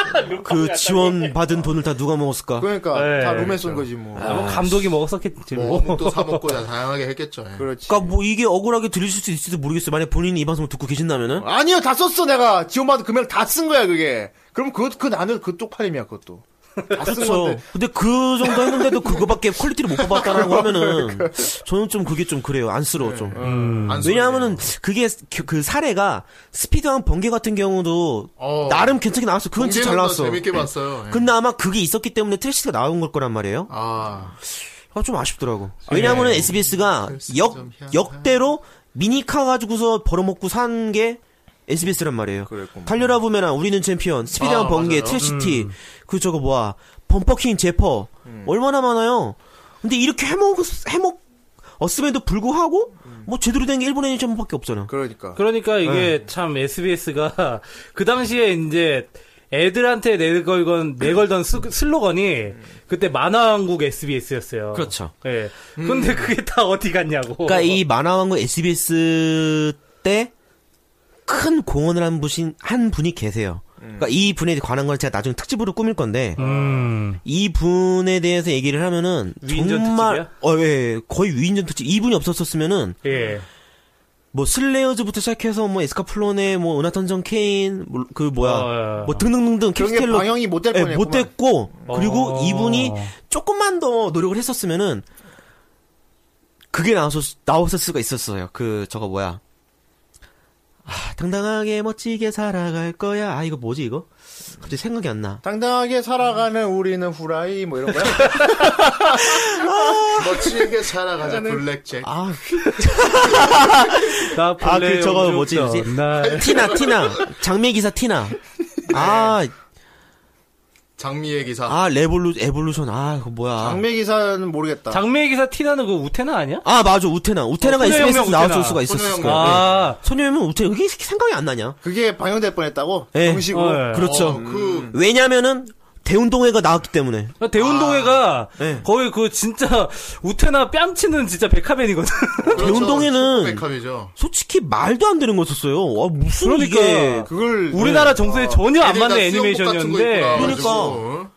G: 그 지원 받은 돈을 다 누가 먹었을까?
B: 그러니까
A: 네,
B: 다 룸에
G: 그렇죠.
B: 쏜 거지 뭐.
A: 아마 감독이 먹었었겠지 뭐.
B: 네.
D: 뭐또사 먹고 다 다양하게 했겠죠. 예.
B: 그렇지.
G: 그러니까 뭐 이게 억울하게 들리실 수 있을지도 모르겠어요. 만약 본인이 이 방송을 듣고 계신다면은
B: 아니요 다 썼어 내가 지원받은 금액을 다 쓴 거야 그게. 그럼 그그 그 나는 그 쪽팔림이야 그것도. 다 쓴
G: 그렇죠.
B: 건데.
G: 근데 그 정도 했는데도 그거밖에 퀄리티를 못 뽑았다는 거
B: 그-
G: 하면은 저는 좀 그게 좀 그래요. 안쓰러워
B: 예,
G: 좀.
D: 안 쏘네요.
G: 왜냐하면은 그게 그- 그 사례가 스피드왕 번개 같은 경우도
D: 어.
G: 나름 괜찮게 나왔어. 그건 진짜
D: 공개는
G: 잘
D: 더
G: 나왔어.
D: 재밌게 봤어요. 예.
G: 근데 아마 그게 있었기 때문에 트래시가 나온 걸 거란 말이에요.
D: 아
G: 아, 좀 아쉽더라고. 왜냐하면은 SBS가 역
D: 예. 좀 희한하다.
G: 역대로 미니카 가지고서 벌어먹고 산 게 SBS란 말이에요. 달려라 보면은 우리는 챔피언, 스피드왕
D: 아,
G: 번개,
D: 맞아요.
G: 트래시티, 그 저거 뭐야, 범퍼킹 제퍼
D: 음.
G: 얼마나 많아요. 근데 이렇게 해먹 해먹 어음에도 불구하고 뭐 제대로 된 게 일본 애니메이션밖에 없잖아.
B: 그러니까.
A: 그러니까 이게
G: 네.
A: 참 SBS가 그 당시에 이제 애들한테 내걸건 내걸던 스, 슬로건이 그때 만화왕국 SBS였어요.
G: 그렇죠.
A: 예.
D: 음.
A: 근데 그게 다 어디 갔냐고.
G: 그러니까 이 만화왕국 SBS 때 큰 공헌을 한 분이 한 분이 계세요. 그러니까 이 분에 관한 건 제가 나중에 특집으로 꾸밀 건데
A: 음.
G: 이 분에 대해서 얘기를 하면은
A: 위인전
G: 정말
A: 특집이야?
G: 어, 예, 거의 위인전 특집 이 분이 없었었으면은
A: 예.
G: 뭐 슬레이어즈부터 시작해서 뭐 에스카플론의 뭐 은하탄전 케인 뭐, 그 뭐야
A: 어, 예.
G: 뭐 등등등등
B: 그런 게
G: 캡스텔로
B: 방영이 못 될
G: 예,
B: 뻔했구만.
G: 못 됐고 그리고
A: 어.
G: 이분이 조금만 더 노력을 했었으면은 그게 나왔었 나왔을 수가 있었어요. 그 저거 뭐야? 아, 당당하게 멋지게 살아갈 거야. 아 이거 뭐지 이거? 갑자기 생각이 안 나.
B: 당당하게 살아가는 우리는 후라이 뭐 이런 거야.
D: 멋지게 살아가자 블랙잭.
G: 아
A: 나
G: 아, 그 저거 뭐지,
A: 나
G: 뭐지? 티나 티나 장미 기사 티나. 아,
D: 장미의 기사. 어,
G: 아, 레볼루, 에볼루션, 아, 그거 뭐야.
B: 장미 기사는 모르겠다.
A: 장미의 기사 티나는 그 우테나 아니야?
G: 아, 맞아, 우테나. 우테나가
A: 어, 소녀
G: SBS에서
A: 혁명
G: 나왔을
A: 우테나.
G: 수가 있었을
D: 소녀
G: 거야.
A: 아.
G: 소녀면 우테나, 이게 생각이 안 나냐?
B: 그게 방영될 뻔했다고.
G: 예.
B: 정식으로.
A: 어, 예.
G: 그렇죠.
D: 어, 그
G: 왜냐면은, 대운동회가 나왔기 때문에.
A: 그러니까 대운동회가
G: 네.
A: 거의 그 진짜 우테나 뺨치는 진짜 백화맨이거든.
G: 그렇죠. 대운동에는-
D: 백합이죠.
G: 솔직히 말도 안 되는 거였었어요. 아, 무슨
A: 그러니까.
G: 이게.
B: 그걸
A: 우리나라
G: 네.
A: 정서에 전혀 안 맞는
D: 애들 다 수영복 같은 거
A: 애니메이션이었는데
D: 입고
G: 그러니까.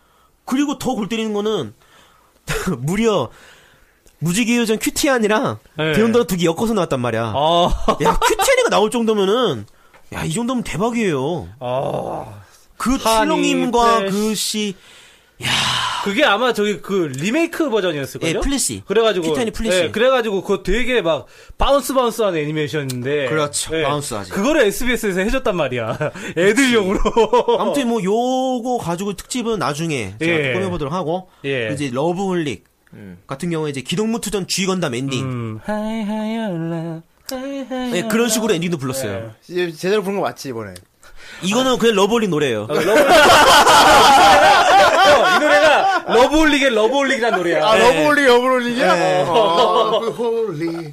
G: 그리고 더 골 때리는 거는, 무려, 무지개요전 큐티안이랑
A: 네.
G: 대운동 두개 엮어서 나왔단 말이야.
A: 아.
G: 야, 큐티안이가 나올 정도면은, 야, 이 정도면 대박이에요.
A: 아.
G: 그
A: 하니,
G: 출렁임과
A: 플래시.
G: 그 씨,
A: 그게 아마 저기 그 리메이크 버전이었을걸요?
G: 예, 플래시.
A: 그래가지고
G: 티타니 플래시.
A: 예, 그래가지고 그거 되게 막 바운스 바운스한 애니메이션인데 예.
G: 그렇죠. 바운스하지.
A: 그거를 SBS에서 해줬단 말이야 애들용으로
G: 아무튼 뭐 요거 가지고 특집은 나중에 제가
A: 어. 예.
G: 또 꾸며보도록 하고
A: 예.
G: 이제 러브홀릭 같은 경우에 이제 기동무투전 G건담 엔딩
A: 음, 하이 하이 올라
G: 예, 그런 식으로 엔딩도
A: 예.
G: 불렀어요.
C: 예, 이제 제대로 부른 거 맞지 이번에
G: 이거는 그냥 러블리 노래예요.
C: 아, 네.
A: 어, 이 노래가 러브홀릭의 러브홀릭이란 노래야. 예.
C: 아 러브홀리 러브홀리야?
D: 어, 그 홀리. 네.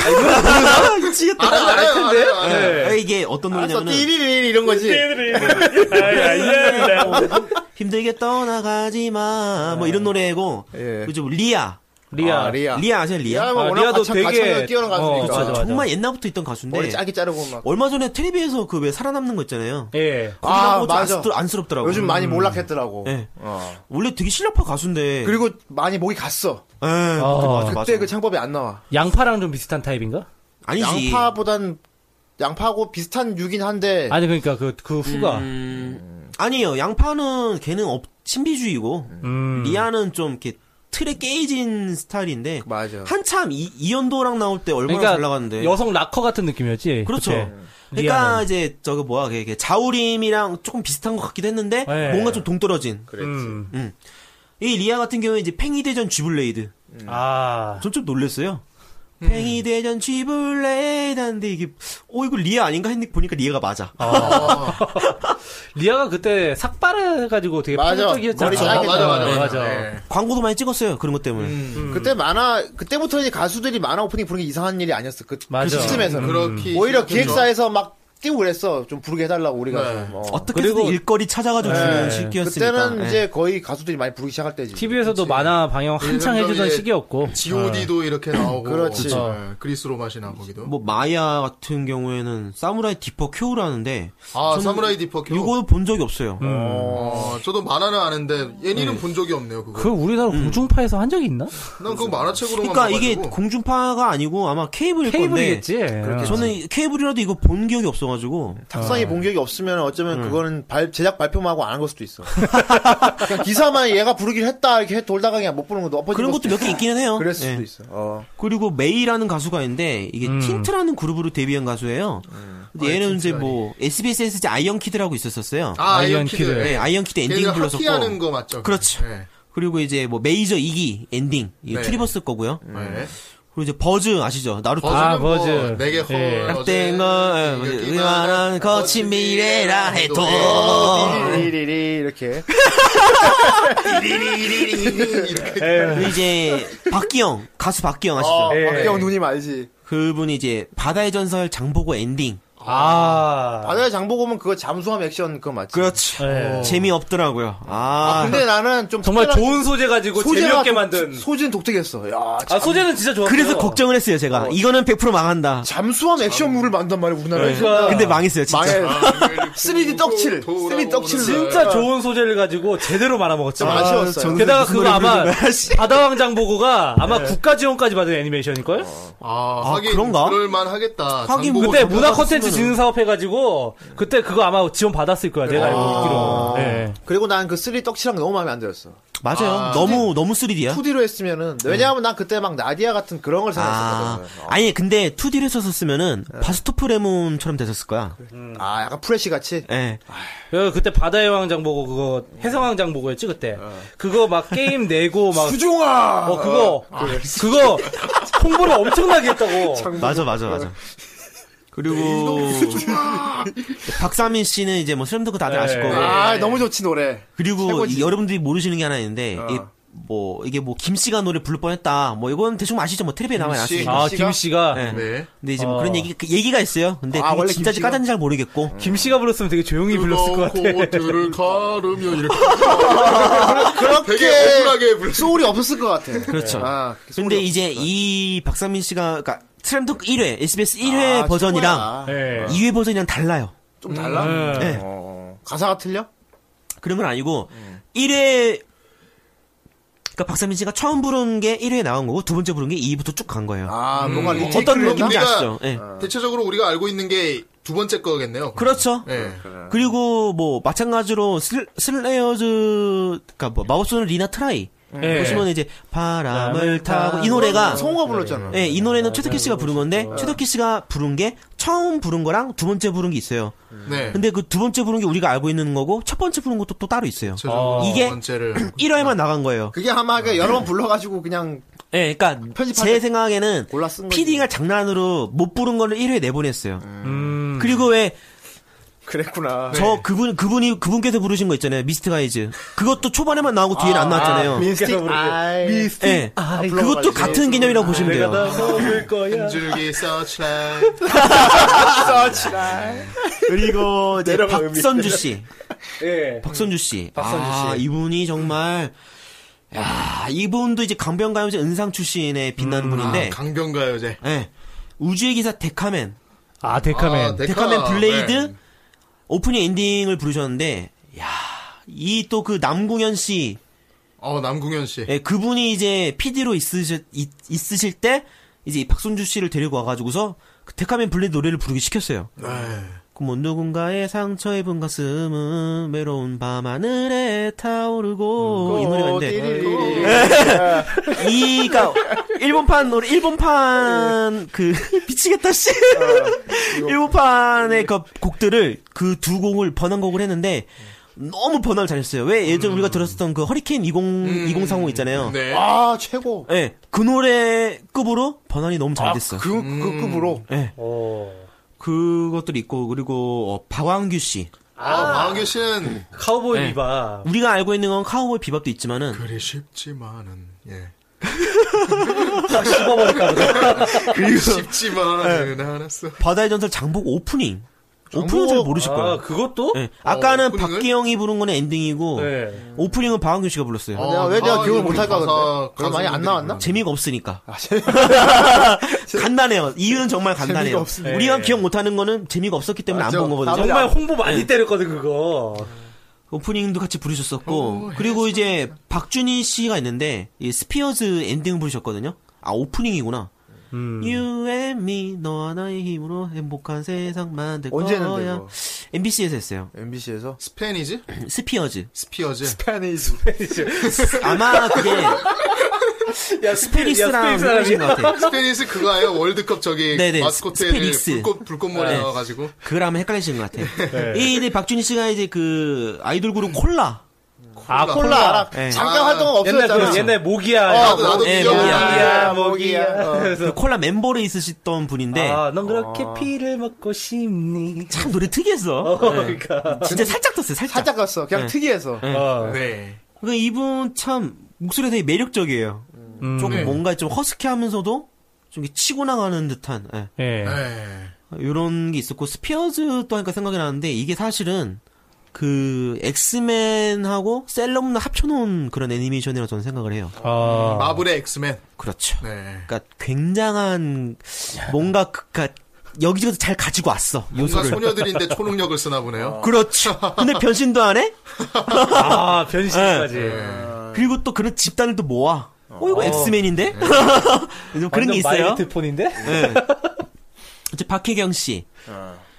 G: 아, 미치겠다.
D: 알아요, 알아요, 알아요, 알아요.
G: 아, 이게 어떤
C: 그래서
G: 노래냐면은
C: 네. 띠리리리 이런 거지
A: 예,
G: 예. 아, 힘들게 떠나가지 마. 뭐 이런 노래고.
C: 네. 예.
G: 그죠 리아.
A: 리아.
C: 아, 리아
G: 리아 아세요? 리아?
C: 리아는 뭐
A: 아,
C: 워낙
A: 리아도
C: 가창,
A: 되게-
C: 가창력 뛰어난
A: 어,
C: 가수니까
A: 그쵸, 맞아, 맞아.
G: 정말 옛날부터 있던 가수인데
C: 머리 짧게 자르고 막
G: 얼마 전에 텔레비에서 그 왜 살아남는 거 있잖아요.
A: 예.
C: 아,
G: 아,
C: 맞아.
G: 맞아. 안쓰럽더라고.
C: 요즘 많이 몰락했더라고
G: 예.
C: 어.
G: 원래 되게 실력파 가수인데.
C: 그리고 많이 목이 갔어
G: 예.
A: 어.
G: 맞아,
C: 그때
G: 맞아.
C: 그 창법이 안 나와
A: 양파랑 좀 비슷한 타입인가?
G: 아니지.
C: 양파보단 양파하고 비슷한 유긴 한데
A: 아니 그러니까 그 그 후가
G: 예. 음, 아니에요. 양파는 걔는 업, 신비주의고
C: 음.
A: 음.
G: 리아는 좀 이렇게 틀에 깨진 스타일인데
C: 맞아
G: 한참 이, 이연도랑 나올 때 얼마나
A: 그러니까
G: 잘 나갔는데.
A: 여성 락커 같은 느낌이었지.
G: 그렇죠.
A: 그때.
G: 그러니까
A: 리아는.
G: 이제 저거 뭐야 걔, 걔 자우림이랑 조금 비슷한 것 같기도 했는데
A: 네.
G: 뭔가 좀 동떨어진.
A: 음.
G: 이 리아 같은 경우에 이제 팽이 대전 쥐블레이드.
A: 아.
G: 전 좀 놀랐어요. 팽이 대전 쥐블레이드 하는데 이게 어 이거 리아 아닌가 했는데 보니까 리아가 맞아.
A: 리아가 그때 삭발해 가지고 되게
C: 맞아.
A: 폭력적이었잖아.
C: 머리 짧게
D: 맞아, 맞아,
A: 네,
D: 맞아.
A: 맞아.
G: 광고도 많이 찍었어요 그런 것 때문에.
C: 그때 만화 그때부터 이제 가수들이 만화 오프닝 부르는 게 이상한 일이 아니었어 그, 그
A: 맞아.
C: 시스템에서는
D: 그렇게
C: 오히려
D: 시작했죠.
C: 기획사에서 막 띄고 그랬어 좀 부르게 해달라고 우리가
D: 네.
C: 좀, 어.
G: 어떻게든
A: 그리고-
G: 일거리 찾아가지고 주는
A: 네.
G: 시기였으니까.
C: 그때는
G: 예.
C: 이제 거의 가수들이 많이 부르기 시작할 때지
A: TV에서도 만화 방영
C: 네,
A: 한창
D: 예전에
A: 해주던
D: 이제
A: 시기였고. 어.
D: G.O.D.도 이렇게 나오고.
C: 그렇지.
D: 네, 그리스 로마시 나오고 거기도.
G: 뭐 마야 같은 경우에는 사무라이 디퍼 큐라는데
D: 아,
G: 저는
D: 사무라이 디퍼 큐.
G: 이거 본 적이 없어요.
D: 어, 저도 만화는 아는데 얘니는 본 적이 없네요. 그거.
A: 그 우리나라
C: 음.
A: 공중파에서 한 적이 있나?
D: 난 그거 만화책으로만
G: 그러니까 이게
D: 봐가지고.
G: 공중파가 아니고 아마 케이블일 건데
A: 케이블이겠지. 아.
G: 저는 케이블이라도 이거 본 기억이 없어가지고
A: 네.
C: 탁상이 본 기억이 없으면
A: 음.
C: 어쩌면 그거는 발- 제작 발표만 하고 안 한 걸 수도 있어 그냥 기사만 얘가 부르기를 했다 이렇게 해- 돌다가 그냥 못 부르는 거 엎어진
G: 그런
C: 걸
G: 것도
C: 수도
G: 몇 개 있기는 해요.
C: 있어. 그랬을
G: 예.
C: 수도 있어 어.
G: 그리고 메이라는 가수가 있는데 이게 틴트라는 그룹으로 데뷔한 가수예요. 근데 얘는 이제 뭐 SBS에서 이제 아이언키드라고 있었었어요.
D: 아, 아이언
A: 아이언
D: 키드.
A: 키드.
G: 네, 아이언키드 엔딩
D: 걔는
G: 불렀었고
D: 하키하는 그러니까 거 맞죠?
G: 그렇죠.
D: 네.
G: 그리고 이제 뭐 메이저 2기 엔딩 이
D: 네.
G: 트리버스 거고요.
D: 네.
G: 그리고 이제 버즈 음. 아시죠? 나루토.
A: 아,
D: 버즈는 뭐 음,
A: 버즈.
D: 내게 허.
A: 예.
G: 땡어 이만한 거친 미래라 해도 어.
C: 리리리리 이렇게
G: 그리고 이제 박기영 가수 박기영 아시죠?
D: 어,
A: 예.
C: 박경 누님 알지
G: 그분이 이제 바다의 전설 장보고 엔딩
A: 아.
C: 바다의 장보고면 그거 잠수함 액션 그거 맞지
G: 그렇죠
C: 어.
A: 예.
G: 재미 없더라고요
C: 아,
G: 아,
C: 근데 나는 좀
A: 정말
C: 특별한-
A: 좋은 소재 가지고
C: 소재가
A: 재미없게
C: 독-
A: 만든.
C: 소재는 독특했어 야
A: 아 소재는 진짜 좋았어요.
G: 그래서 걱정을 했어요 제가 이거는 100% 망한다 예.
C: 잠수함 액션물을 만든단 말이야 우리나라에서
G: 근데 망했어요 네. 진짜
C: 망해
G: 아,
C: 3D 떡칠 3D 떡칠
A: 진짜 좋은 소재를 가지고 제대로 말아먹었죠.
C: 좀 아쉬웠어요.
G: 정선생
A: 게다가
G: 무슨
A: 그거
G: 노래
A: 아마
G: 부르는 거야, 씨.
A: 바다왕장 보고가 아마
C: 네.
A: 국가 지원까지 받은 애니메이션일걸?
C: 어.
D: 아,
G: 아,
D: 하긴
G: 그런가?
D: 그럴만 하겠다.
G: 하긴
D: 장보고
A: 그때
G: 뭐
A: 문화
G: 정보가
A: 컨텐츠
G: 없으면은-
A: 진흥 사업 해가지고 그때 그거 아마 지원 받았을 거야 내가 알고 있기로. 예.
C: 그리고 난 그 3D 떡칠한 게 너무 마음에 안 들었어
G: 맞아요
D: 아,
G: 너무 너무 3D야
C: 2D로 했으면은 왜냐하면 난 그때 막 나디아 같은 그런 걸
G: 네. 아,
C: 생각했었거든 아,
G: 아니 근데 2D를 썼었으면은 바스토프 레몬처럼 됐었을 거야
C: 아 약간 프레쉬 같이
G: 예.
A: 그- 그때 바다의 왕장 보고 그거 해성왕장 보고였지 그때. 그거 막 게임 내고 막
C: 수종아
A: 어 그거 그거 홍보를 엄청나게 했다고.
G: 맞아 맞아 맞아. 그리고 박사민 씨는 이제 뭐 슬램덩크 다들
A: 네.
G: 아실 거고
C: 아 너무 좋지 노래
G: 그리고
C: 최고지.
G: 이 여러분들이 모르시는 게 하나 있는데 이 뭐 이게 뭐 김씨가 노래 부를 뻔했다 뭐 이건 대충 아시죠 뭐 텔레비에 나와
D: 김씨.
G: 나왔으니까
A: 아 김 씨가
G: 네.
D: 네.
G: 근데 이제 뭐
A: 어.
G: 그런 얘기 그 얘기가 있어요 근데
C: 아,
G: 그게
C: 원래
G: 진짜지
C: 김씨가? 음.
G: 까단지 잘 모르겠고
A: 김 씨가 불렀으면 되게 조용히 불렀을 것 같아.
D: 뜨거운 코트를 가르며 이렇게 되게
G: 예.
C: 그렇게
D: 억울하게 불렀어.
C: 소울이 없었을 것 같아
G: 그렇죠.
C: 아,
G: 근데
C: 소울이
G: 이제 이 박사민 씨가 그러니까 슬램덩크 1회 SBS 1회
C: 없- 아,
G: 버전이랑
C: 최고야.
A: 예.
G: 2회 버전이랑 달라요 네.
C: 좀 달라
A: 예.
C: 어, 음. 가사가 틀려
G: 그런 건 아니고 1회 그러니까 박사민 씨가 처음 부른 게 1회에 나온 거고 두 번째 부른 게 2부터 쭉 간 거예요.
C: 아
D: 음.
C: 그러니까 뭔가 리테이크를
G: 어떤
C: 했나?
G: 느낌인지 아시죠? 예.
D: 대체적으로 우리가 알고 있는 게 두 번째 거겠네요.
G: 그렇죠.
D: 예.
G: 그리고 뭐 마찬가지로 슬, 슬레이어즈 그러니까 뭐 마법소녀 리나 트라이
C: 네.
A: 예.
G: 보시면 이제 바람을 타고 이 노래가
C: 어, 성우가 불렀잖아
G: 예, 이 노래는 최덕희 씨가 부른 건데
B: 네.
G: 최덕희 씨가 부른 게 처음 부른 거랑 두 번째 부른 게 있어요.
D: 네.
G: 근데 그 두 번째 부른 게 우리가 알고 있는 거고 첫 번째 부른 것도 또 따로 있어요.
D: 최종으로
G: 이게
D: 두 번째를
G: 1회만 나간 거예요.
C: 그게 아마 그 여러 번 불러가지고 그냥
G: 예, 그러니까
B: 편집할
G: 제
B: 때
G: 생각에는
B: 골라 쓴 거지. 음.
G: PD가 장난으로 못 부른 거를 1회 내보냈어요.
A: 음.
G: 그리고 왜 저
B: 네.
C: 그랬구나.
G: 그분 그분이 그분께서 부르신 거 있잖아요. 미스트 가이즈. 그것도 초반에만 나오고 뒤에는 안 나왔잖아요.
B: 미스틱 아이.
G: 예. 그것도
B: 불러가지고.
G: 같은 개념이라고
B: 네.
G: 보시면 돼요.
A: 먹을 거야.
D: 한 줄기 서치라이.
G: 그리고
B: 네.
G: 이제
C: 내려가,
G: 박선주 씨.
C: 예.
G: 박선주 씨. 아, 이분이 정말 야, 이분도 이제 강변가요제 은상 출신의 빛나는 분인데
D: 아, 강병가요, 제.
G: 예. 우주의 기사 데카맨.
E: 아 데카맨.
G: 데카맨 네. 블레이드
D: 네.
G: 오프닝 엔딩을 부르셨는데 야, 이 또 그 남궁현 씨.
D: 어, 남궁현 씨.
G: 예, 그분이 이제 PD로 있으실 있, 있으실 때 이제 이 박선주 씨를 데리고 와 가지고서 그 데카맨 블레이드 노래를 부르기 시켰어요. 그뭐 누군가의 상처 입은 가슴은 외로운 밤하늘에 타오르고 음, 뭐그 이
C: 어,
G: 노래인데 네. 이가 일본판 노래 일본판 그 미치겠다 씨 아, 일본판의 그 곡들을 그 두 곡을 번안곡을 했는데 너무 번안을 잘했어요. 왜 예전 우리가 들었었던 그 허리케인 20 2030 있잖아요.
D: 네.
B: 아 최고.
G: 예, 그 노래급으로 번안이 너무 잘 됐어. 요
C: 그, 그 급으로.
G: 예. 그것들이 있고 그리고 어, 박완규 씨.
D: 아, 방규 씨는
A: 카우보이 비밥.
G: 우리가 알고 있는 건 카우보이 비밥도 있지만은
D: 그리 쉽지만은 예.
A: 씹어버릴까 보다.
D: 그리고 쉽지만은 않았어.
G: 바다의 전설 장복 오프닝. 오프닝 잘 모르실
A: 아,
G: 거예요.
A: 그것도?
G: 예. 아까는
D: 오프닝을?
G: 박기영이 부른 거는 엔딩이고
A: 네.
G: 오프닝은 박완규 씨가 불렀어요.
B: 아, 내가 왜 내가 기억을 못할까
D: 그
B: 근데. 그럼 많이 안 나왔나?
G: 재미가 없으니까. 간단해요. 이유는 정말 간단해요.
B: 없습니다.
G: 우리가
A: 예.
G: 기억 못하는 거는 재미가 없었기 때문에 안
D: 맞아.
G: 본 거거든요.
A: 정말 홍보 많이 때렸거든, 그거.
G: 오프닝도 같이 부르셨었고 그리고 이제 박준희 씨가 있는데 이 스피어즈 엔딩 부르셨거든요. 아 오프닝이구나. You and me 너와 나의 힘으로 행복한 세상 만들
C: 언제
G: 거야.
C: 했는데, 그거?
G: MBC에서 했어요.
C: MBC에서
D: 스페니지?
G: 스피어즈.
D: 스피어즈.
C: 페니스
G: 아마 그게
A: 야, 스페리스랑
G: 페리스랑 헷갈리신 것 같아.
D: 스페니스 그거 아요 월드컵 저기
G: 네네,
D: 마스코트
G: 스-
D: 애들
G: 스페닉스.
D: 불꽃 불꽃머리
G: 네.
D: 나와가지고
G: 그거라면 헷갈리신 것 같아. 이 이제 박준희 씨가 이제 그 아이돌 그룹 콜라.
A: 아,
B: 콜라
A: 콜라.
B: 알아.
G: 예.
B: 잠깐
D: 아,
B: 활동은
A: 옛날
B: 없어졌잖아.
A: 그, 옛날 모기야. 뭐.
D: 나도 나도
C: 네,
G: 예,
D: 기억나.
A: 모기야,
G: 미안.
A: 모기야.
B: 어.
G: 그 콜라 멤버로 있으셨던 분인데
A: 아, 넌 그렇게 피를 먹고 싶니?
G: 참 노래 특이했어.
A: 어,
G: 예.
A: 그러니까.
G: 진짜 살짝 떴어요. 살짝.
B: 살짝 갔어. 그냥
G: 네.
B: 특이해서.
A: 어.
D: 네.
G: 그 이분 참 목소리가 되게 매력적이에요.
A: 음.
G: 좀
D: 네.
G: 뭔가 좀 허스키하면서도 좀 이렇게 치고 나가는 듯한 예.
A: 예.
D: 네.
G: 이런 게 있었고 스피어즈 또 하니까 생각이 나는데 이게 사실은 그 엑스맨하고 셀럽문을 합쳐놓은 그런 애니메이션이라고 저는 생각을 해요.
A: 아.
D: 마블의 엑스맨.
G: 그렇죠.
D: 네.
G: 그러니까 굉장한 뭔가 그, 그러니까 여기저기서 잘 가지고 왔어
D: 뭔가
G: 요소를.
D: 소녀들인데 초능력을 쓰나 보네요.
G: 그렇죠. 근데 변신도 안 해?
A: 아, 변신까지.
D: 어.
G: 그리고 또 그런 집단을 또 모아. 어, 이거
D: 네.
G: 엑스맨인데? 좀 그런 게 있어요.
A: 마이트폰인데?
G: 예. 이제 박혜경 씨,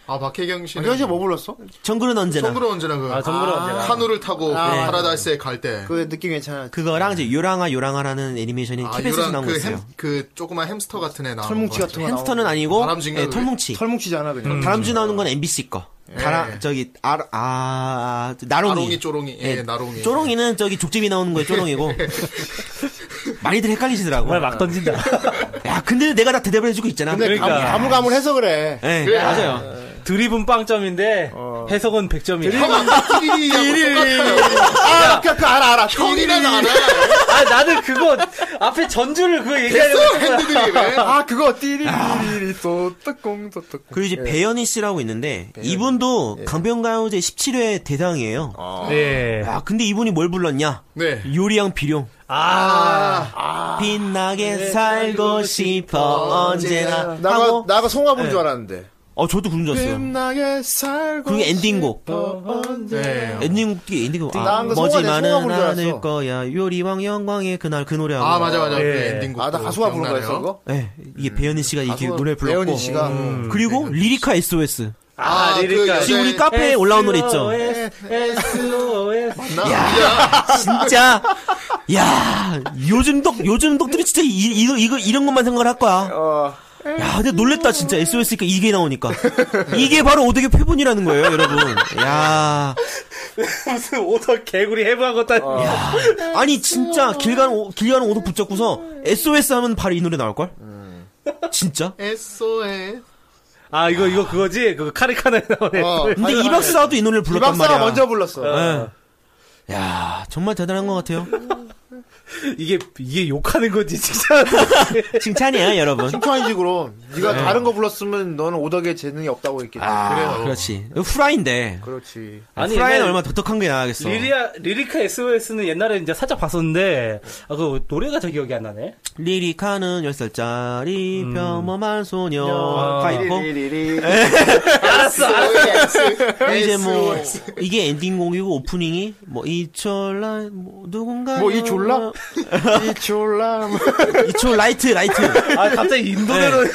D: 아 박혜경 씨는
B: 현실 뭐 불렀어?
G: 정글은 언제나
D: 정글은 언제나 그
A: 아, 정글은 언제나.
D: 카누를 타고
B: 아,
D: 파라다이스에 갈 때.
B: 그 느낌 괜찮아.
G: 그거랑 이제 요랑아 요랑아라는 애니메이션이
D: 네. 아,
G: TV에서
D: 요런
G: 나온 거
D: 그,
G: 있어요.
D: 햄, 그 조그만 햄스터 같은 애 나오는
B: 털뭉치
D: 거
B: 같은 거
G: 햄스터는
B: 나오고.
G: 아니고 음.
D: 다람쥐인가
G: 예,
D: 그게? 음. 예.
G: 털뭉치.
B: 털뭉치잖아 그냥.
G: 다람쥐 나오는 건 MBC 거. 다라 저기 아아 나롱이.
D: 나롱이 쪼롱이 예,
G: 예.
D: 나롱이
G: 쪼롱이는 저기 족제비 나오는 거예요. 쪼롱이고 많이들 헷갈리시더라고.
A: 정말 막 던진다.
G: 야 근데 내가 다 대답을 해주고 있잖아.
B: 근데
A: 그러니까.
B: 가물- 가물가물해서 그래.
G: 예,
D: 그래.
G: 맞아요.
A: 드립은 빵점인데, 해석은 100점이야.
B: 아, 그, 그 알아 알아.
D: 형이라도 알아
A: 아, 나는 그거, 앞에 전주를 그거 얘기하려고.
D: 됐어 핸드들이 왜
B: 아 그거 띠리리리 또 뜨꽁 또 뜨꽁.
G: 그리고 이제 배현희 씨라고 있는데 이분도
B: 예.
G: 강변가요제 17회 대상이에요.
B: 아.
A: 네.
G: 야 근데 이분이 뭘 불렀냐?
D: 네.
G: 요리왕 비룡.
A: 아,
G: 빛나게
B: 예,
G: 살고 싶어 아, 언제나 하고 네.
B: 나가 나가 송아 본 줄 알았는데.
G: 어 저도 그런 줄 알았어요
B: 빛나게 살고.
G: 그게 엔딩곡
D: 네.
G: 엔딩곡 뒤에 엔딩곡
B: 그
G: 아,
B: 나은 거 송아지, 송아
G: 머지만은
B: 부른 줄 알았어.
G: 않을 거야 요리왕 영광의 그날 그 노래하고
D: 아 맞아 맞아
A: 예.
D: 그 엔딩곡
B: 아 나 가수가 부른 거였어 그거.
G: 예, 이게 배현희 씨가 이렇게
B: 가수가-
G: 노래를 불렀고
B: 아, 배현희 씨가. 음.
G: 그리고
D: 네,
G: 리리카 SOS
A: 아,
D: 그
A: 리리카.
D: 여자의-
G: 지금
B: 네.
G: 우리 카페에 올라온 노래
A: 네.
G: 있죠
A: SOS.
G: 진짜 야 요즘 독 요즘 독들이 진짜 이, 이, 이거 이런 것만 생각을 할 거야
B: 어.
G: 야, 근데 놀랬다 진짜 SOS니까 이게 나오니까 이게 바로 오덕의 표본이라는 거예요, 여러분. 야,
A: 무슨 오덕 개구리 해부한 것도 아니고.
G: 아니 진짜 길 가는 오- 길 가는 오덕 붙잡고서 SOS 하면 바로 이 노래 나올 걸. 진짜?
D: SOS.
A: 아 이거 이거 그거지 그 카리카나에 나오네.
D: 어,
G: 근데 이박사도 이 노래를 불렀단
C: 이박사가
G: 말이야.
C: 먼저 불렀어.
G: 네. 예. 야, 정말 대단한 것 같아요.
A: 이게 이게 욕하는 거지 진짜.
G: 어. 칭찬이에요, 여러분.
C: 칭찬이식으로 네가 다른 거 불렀으면 너는 오덕에 재능이 없다고 했겠지.
G: 아,
C: 그래요.
G: 그렇지. 후라이인데.
C: 그렇지.
A: 아니,
G: 후라이는
A: 옛날에
G: 얼마나 독특한 게 나가겠어.
A: 리리아 리리카 SOS는 옛날에 이제 살짝 봤었는데 아, 그 노래가 저 기억이 안 나네.
G: 리리카는 열살짜리 평범한 소녀. 뭐,
A: 아.
G: 가 있고.
A: 알았어.
G: 예, 이제 뭐 이게 엔딩곡이고 오프닝이 뭐 이철라 뭐 누군가
D: 뭐 이졸라?
C: 이졸라.
G: 이철 라이트 라이트
A: 아 갑자기 인도대로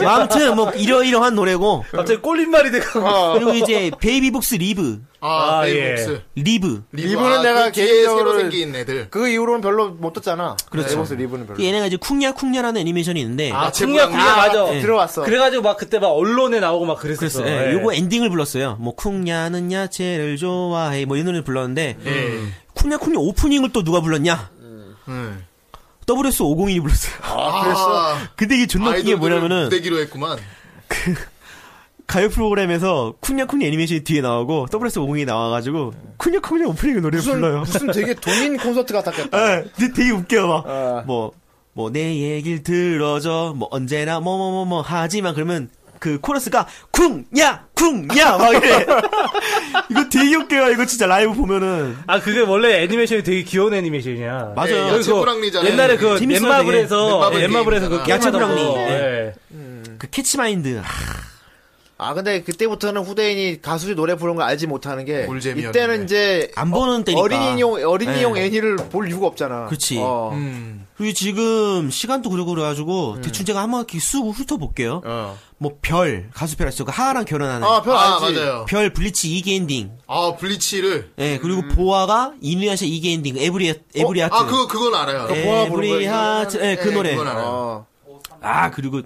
G: 뭐 아무튼 뭐 이러이러한 노래고
A: 갑자기 꼴린말이 돼가고.
G: 그리고 이제 베이비복스 리브
D: 아,
A: 아,
D: 예.
A: 예.
G: 리브
C: 리브는 내가 개인적으로-
D: 새로 생긴 애들.
C: 그 이후로는 별로 못 듣잖아.
G: 그렇죠.
C: 에버스 리브는 별로.
G: 얘네가 이제 쿵냐쿵냐라는 애니메이션이 있는데
A: 아
D: 제보랑
A: 궁략 궁략 맞아.
G: 예.
C: 들어왔어.
A: 그래가지고 막 그때 막 언론에 나오고 막 그랬었어.
G: 그래서 예, 요거 엔딩을 불렀어요 뭐 쿵냐는 야채를 좋아해 뭐 이 노래를 불렀는데 쿵냐쿵냐 오프닝을 또 누가 불렀냐 WS501이 불렀어요
D: 네. 아, 그랬어.
G: 근데 이게 존나 웃긴 게 뭐냐면은
D: 대기로 했구만.
G: 가요 프로그램에서 쿵냐쿵냐 애니메이션이 뒤에 나오고 WS501이 나와가지고 쿵냐쿵냐 오프닝 노래를 불러요
C: 무슨 되게 돈인 콘서트 같았겠다.
G: 예, 근데 되게 웃겨요, 막. 뭐, 뭐, 내 얘길 들어줘. 뭐, 언제나, 뭐, 뭐, 뭐, 뭐, 하지만, 그러면, 그 코러스가, 쿵! 야! 쿵! 야! 막 이래. 이거 되게 웃겨요. 이거 진짜 라이브 보면은.
A: 아 그게 원래 애니메이션이 되게 귀여운 애니메이션이야.
D: 예,
G: 맞아요.
A: 여기 그
D: 야채부랑리잖아요.
A: 옛날에 그
G: 재밌어요,
A: 넷마블에서
D: 되게.
A: 넷마블에서 그
D: 넷마블
A: 게임하던
G: 게임이잖아.
A: 거.
G: 야채부랑리.
A: 예.
G: 그 캐치마인드. 하,
C: 아 근데 그때부터는 후대인이 가수들이 노래 부르는 걸 알지 못하는 게
D: 올잼이었는데.
C: 이때는 이제
G: 안 보는 때니까.
C: 어린이용 어린이용
G: 네.
C: 애니를 볼 이유가 없잖아.
G: 그치.
C: 어.
D: 음.
G: 그리고 지금, 시간도 그러고 그래가지고, 대충 제가 한 바퀴 쑥 음. 훑어볼게요.
D: 어.
G: 뭐, 별. 가수별 알죠? 그 하하랑 결혼하는.
D: 아, 별
C: 아,
D: 알지.
C: 맞아요.
G: 별, 블리치 2개 엔딩.
D: 아, 블리치를.
G: 예, 그리고 보아가 이누야샤 2개 엔딩. 에브리, 에브리아트.
D: 아, 그거, 그건 알아요.
G: 에브리하트. 예, 그
D: 예,
G: 노래.
D: 그건 알아요.
C: 어.
G: 아 그리고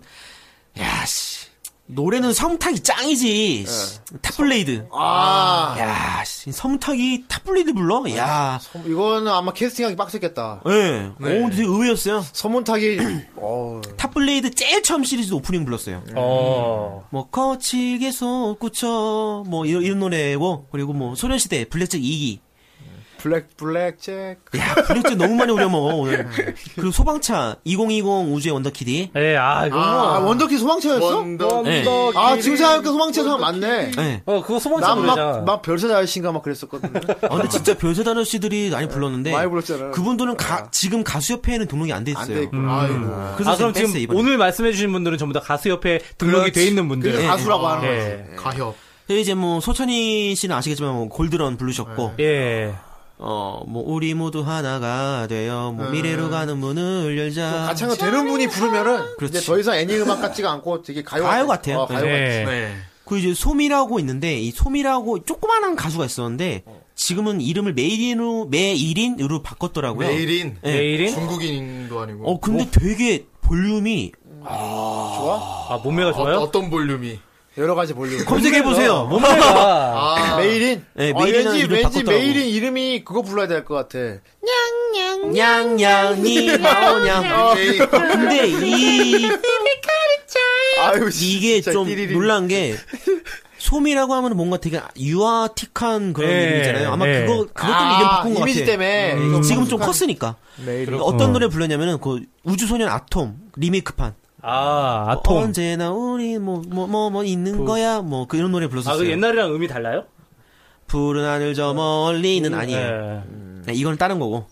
G: 야씨 노래는 섬탁이 짱이지 씨,
D: 예.
G: 탑블레이드
C: 아
G: 야씨 섬탁이 탑블레이드 불러 야
C: 이거는 아마 캐스팅하기 빡셌겠다.
G: 예, 네. 오, 되게 의외였어요.
C: 서문탁이 어.
G: 탑블레이드 제일 처음 시리즈 오프닝 불렀어요.
D: 네.
A: 어.
G: 뭐, 거칠게 손꽂혀, 뭐, 이런, 이런 노래고, 그리고 뭐, 소련시대, 블랙잭 2기.
C: 블랙 블랙잭
G: 야, 블랙잭 너무 많이 우려먹어, 오늘. 그리고 소방차, 2020 우주의 원더키디.
A: 예, 아, 이거.
C: 아,
A: 뭐.
C: 원더키 소방차였어?
D: 원더.
G: 예.
C: 아 지금 생각해보니까 소방차 사람 맞네.
G: 예.
A: 어, 그거 소방차 노래잖아.
C: 난막막 별세 아저씨인가 막 그랬었거든.
G: 아, 근데 진짜 별세단 아저씨들이 많이 불렀는데.
C: 많이 불렀잖아.
G: 그분들은 가- 지금 가수협회에는 등록이 안 돼
C: 안 돼
G: 있어요.
C: 있구나. 음. 아이고.
G: 그래서
A: 아, 그럼
G: 지금
A: 지금
G: 뺐어요, 이번에.
A: 오늘 말씀해주신 분들은 전부 다 가수협회 등록이 돼 있는 분들.
G: 그게
C: 가수라고 하는
G: 네.
C: 거지.
A: 예.
D: 가협.
G: 근데 이제 뭐 소천이 씨는 아시겠지만 뭐 골드런 부르셨고
A: 예.
G: 어 뭐 우리 모두 하나가 되어 뭐 미래로 가는 문을 열자
C: 뭐 가창을 되는 분이 부르면은
G: 그렇지.
C: 이제 더 이상 애니 음악 같지가 않고 되게 가요
G: 가요 같아요.
C: 어, 가요
A: 예.
C: 같아.
D: 네.
G: 그 이제 소미라고 있는데 이 소미라고 조그만한 가수가 있었는데 지금은 이름을 메일인으로 메일인으로 바꿨더라고요.
D: 메일인.
G: 예.
A: 내일인?
D: 중국인도 아니고.
G: 어 근데 되게 볼륨이
A: 아, 몸매가 좋아요?
D: 어, 떤 볼륨이.
C: 여러 가지 볼륨.
G: 검색해 보세요.
A: 몸매가.
D: 아,
C: 메일인.
G: 네,
C: 어,
G: 메일이라는
C: 왠지
G: 이름
C: 왠지
G: 바꿨더라고.
C: 메일인 이름이 그거 불러야 될 것 같아.
G: 냥냥이 나오냐.
D: 메일.
G: 근데 이
C: 아유
G: 이게
C: 진짜
G: 좀
C: 띠리리.
G: 놀란 게 솜이라고 하면 뭔가 되게 유아틱한 그런
A: 예,
G: 이름이잖아요. 아마
A: 예.
G: 그거 그것 때문에
C: 아,
G: 이름 바꾼 것
C: 이미지
G: 같아. 음.
C: 때문에 네, 이거
G: 지금 좀
C: 익숙한
G: 컸으니까
C: 메일인.
G: 어떤 노래 불렀냐면은 그 우주소년 아톰 리메이크판
A: 아,
G: 뭐
A: 아톰.
G: 언제나 우리 뭐 뭐 뭐 뭐 있는 거야 뭐 그런 노래
A: 아,
G: 불렀었어요.
A: 그 옛날이랑 음이 달라요?
G: 푸른 하늘 저 멀리는 아니에요.
A: 예.
G: 네, 이건 다른 거고.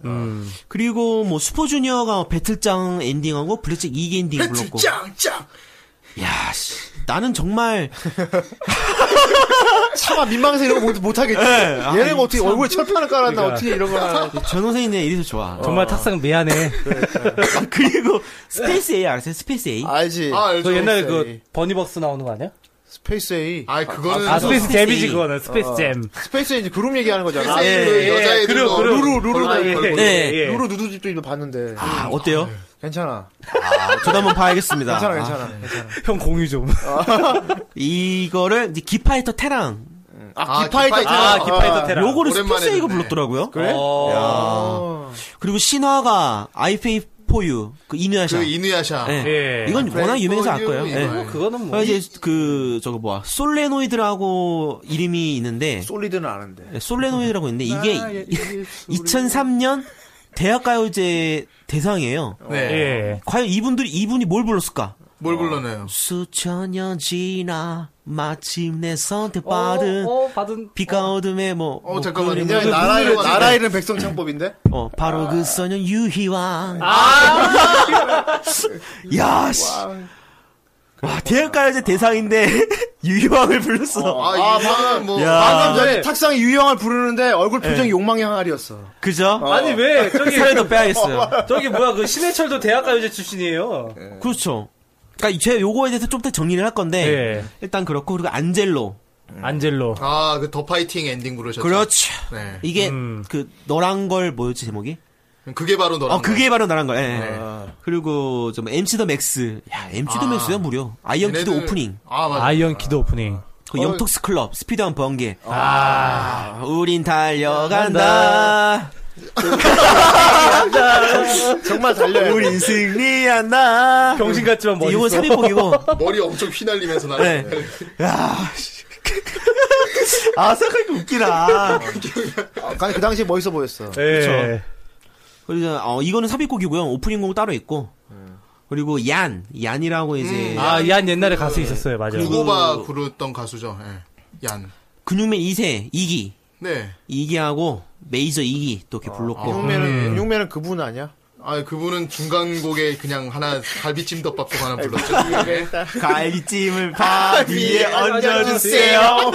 G: 그리고 뭐 슈퍼주니어가 배틀장 엔딩하고 블랙잭 2기 엔딩 불렀고.
D: 짱짱.
G: 야, 씨. 나는 정말
C: 차마 민망해서 이런 거 못 하겠지.
G: 아,
C: 얘네가 어떻게 얼굴에 철판을 깔았나
A: 그러니까.
C: 어떻게 이런 걸 하나.
G: 전선생이네 이래서 좋아.
A: 어. 정말 탁상 미안해.
G: 아, 그리고 스페이스 A 알았어요? 스페이스 A.
C: 알지.
D: 아, 알죠.
C: 예.
A: 그 옛날에
C: 있어요, 이.
A: 그 버니버스 나오는 거 아니야?
C: 스페이스 A.
D: 아,
G: 네,
D: 그거는
A: 아, 스페이스 잼이지,
G: 이.
A: 그거는.
G: 어.
A: 스페이스 잼.
C: 스페이스 A 이제 그룹 얘기하는 거잖아.
D: 아, 예, 예, 여자애들
A: 그래요,
D: 거
A: 그래요.
D: 루루 루루도
A: 아, 예,
D: 있고.
G: 네.
A: 예.
C: 루루 누드집도 있는 봤는데.
G: 아, 어때요?
C: 괜찮아.
G: 저도 한번 봐야겠습니다.
C: 괜찮아,
G: 아,
C: 괜찮아. 괜찮아.
A: 형 공유 좀.
G: 이거를 이제 기파이터 테랑
D: 아,
C: 기파이터 어.
D: 기파이터.
C: 테라.
A: 아, 기파이터 테라.
G: 요거를
D: 오랜만에
G: 스페이스 이거
D: 듣네.
G: 불렀더라고요. 어.
A: 그래?
C: 어.
G: 야. 그리고 신화가 I pay for you 그 이누야샤.
D: 그 이누야샤.
G: 예.
A: 예.
G: 이건 워낙 유명해서 알 거예요.
D: 이거.
G: 예.
A: 그거는 뭐.
G: 아, 이제 그 저거 뭐야 솔레노이드라고 이름이 있는데
C: 솔리드는 아는데.
G: 예, 솔레노이드라고 있는데 이게 2003년 대학가요제 대상이에요.
D: 네.
A: 예.
G: 과연 이분들이 이분이 뭘 불렀을까?
D: 뭘 불러내요?
G: 수천 년 지나 마침내 선택받은
A: 어, 받은.
G: 비가 어, 어둠에 뭐,
D: 어,
G: 뭐
D: 잠깐만.
G: 그림을-
D: 그냥
C: 나라 이름,
D: 분류를-
C: 나라 이름 백성창법인데?
G: 어, 바로 그 소년 유희왕. 아. 야, 씨. 와, 대학가요제 대상인데, 유희왕을 불렀어.
D: 아, 아 방금 뭐
G: 야.
C: 방금 전에
A: 네.
C: 탁상이 유형을 부르는데 얼굴 표정이 욕망의 항아리였어.
G: 그죠?
A: 아니, 왜, 저기,
G: 사연도 빼야겠어요.
A: 저기 뭐야, 그 신해철도 대학가요제 출신이에요.
G: 그렇죠. 그니까, 제가 요거에 대해서 좀 더 정리를 할 건데,
A: 예.
G: 일단 그렇고, 그리고 안젤로.
A: 안젤로.
D: 아, 그 더 파이팅 엔딩 부르셨죠.
G: 그렇죠.
D: 네.
G: 이게,
A: 음.
G: 그, 너란 걸 뭐였지, 제목이?
D: 그게 바로 너랑
G: 어, 그게 바로 나란 걸, 예.
D: 네.
G: 그리고, 좀, MC 더 맥스. 야, MC 더
D: 아.
G: 맥스야, 무려. 아이언키드
D: 얘네들-
G: 오프닝.
D: 아, 맞아.
A: 아이언키드 오프닝.
G: 그 영톡스 클럽, 스피드한 번개. 아, 우린 달려간다.
C: 정말 달려요.
G: 우린 승리한다.
A: 병신 같지만 멋있어.
G: 이건 네, 삽입곡이고.
D: 머리 엄청 휘날리면서 나.
G: 네. 야. 씨. 아, 생각하니까 웃기다.
C: 아니, 그 당시에 멋있어 보였어.
A: 예.
G: 그리고, 어, 이거는 삽입곡이고요. 오프닝곡 따로 있고. 그리고, 얀. 얀이라고 이제.
A: 아, 얀 옛날에 가수 있었어요, 맞아요.
D: 구고바 부르던 가수죠. 예. 얀.
G: 근육맨 2세, 2기.
D: 네.
G: 2기하고, 메이저 2기 또 이렇게 불렀고.
C: 육매는, 육매는 그분 아니야?
D: 아, 그분은 중간곡에 그냥 하나 갈비찜 덮밥국 하나 불렀죠.
G: 갈비찜을
C: 아,
G: 밥 위에
A: 얹어주세요.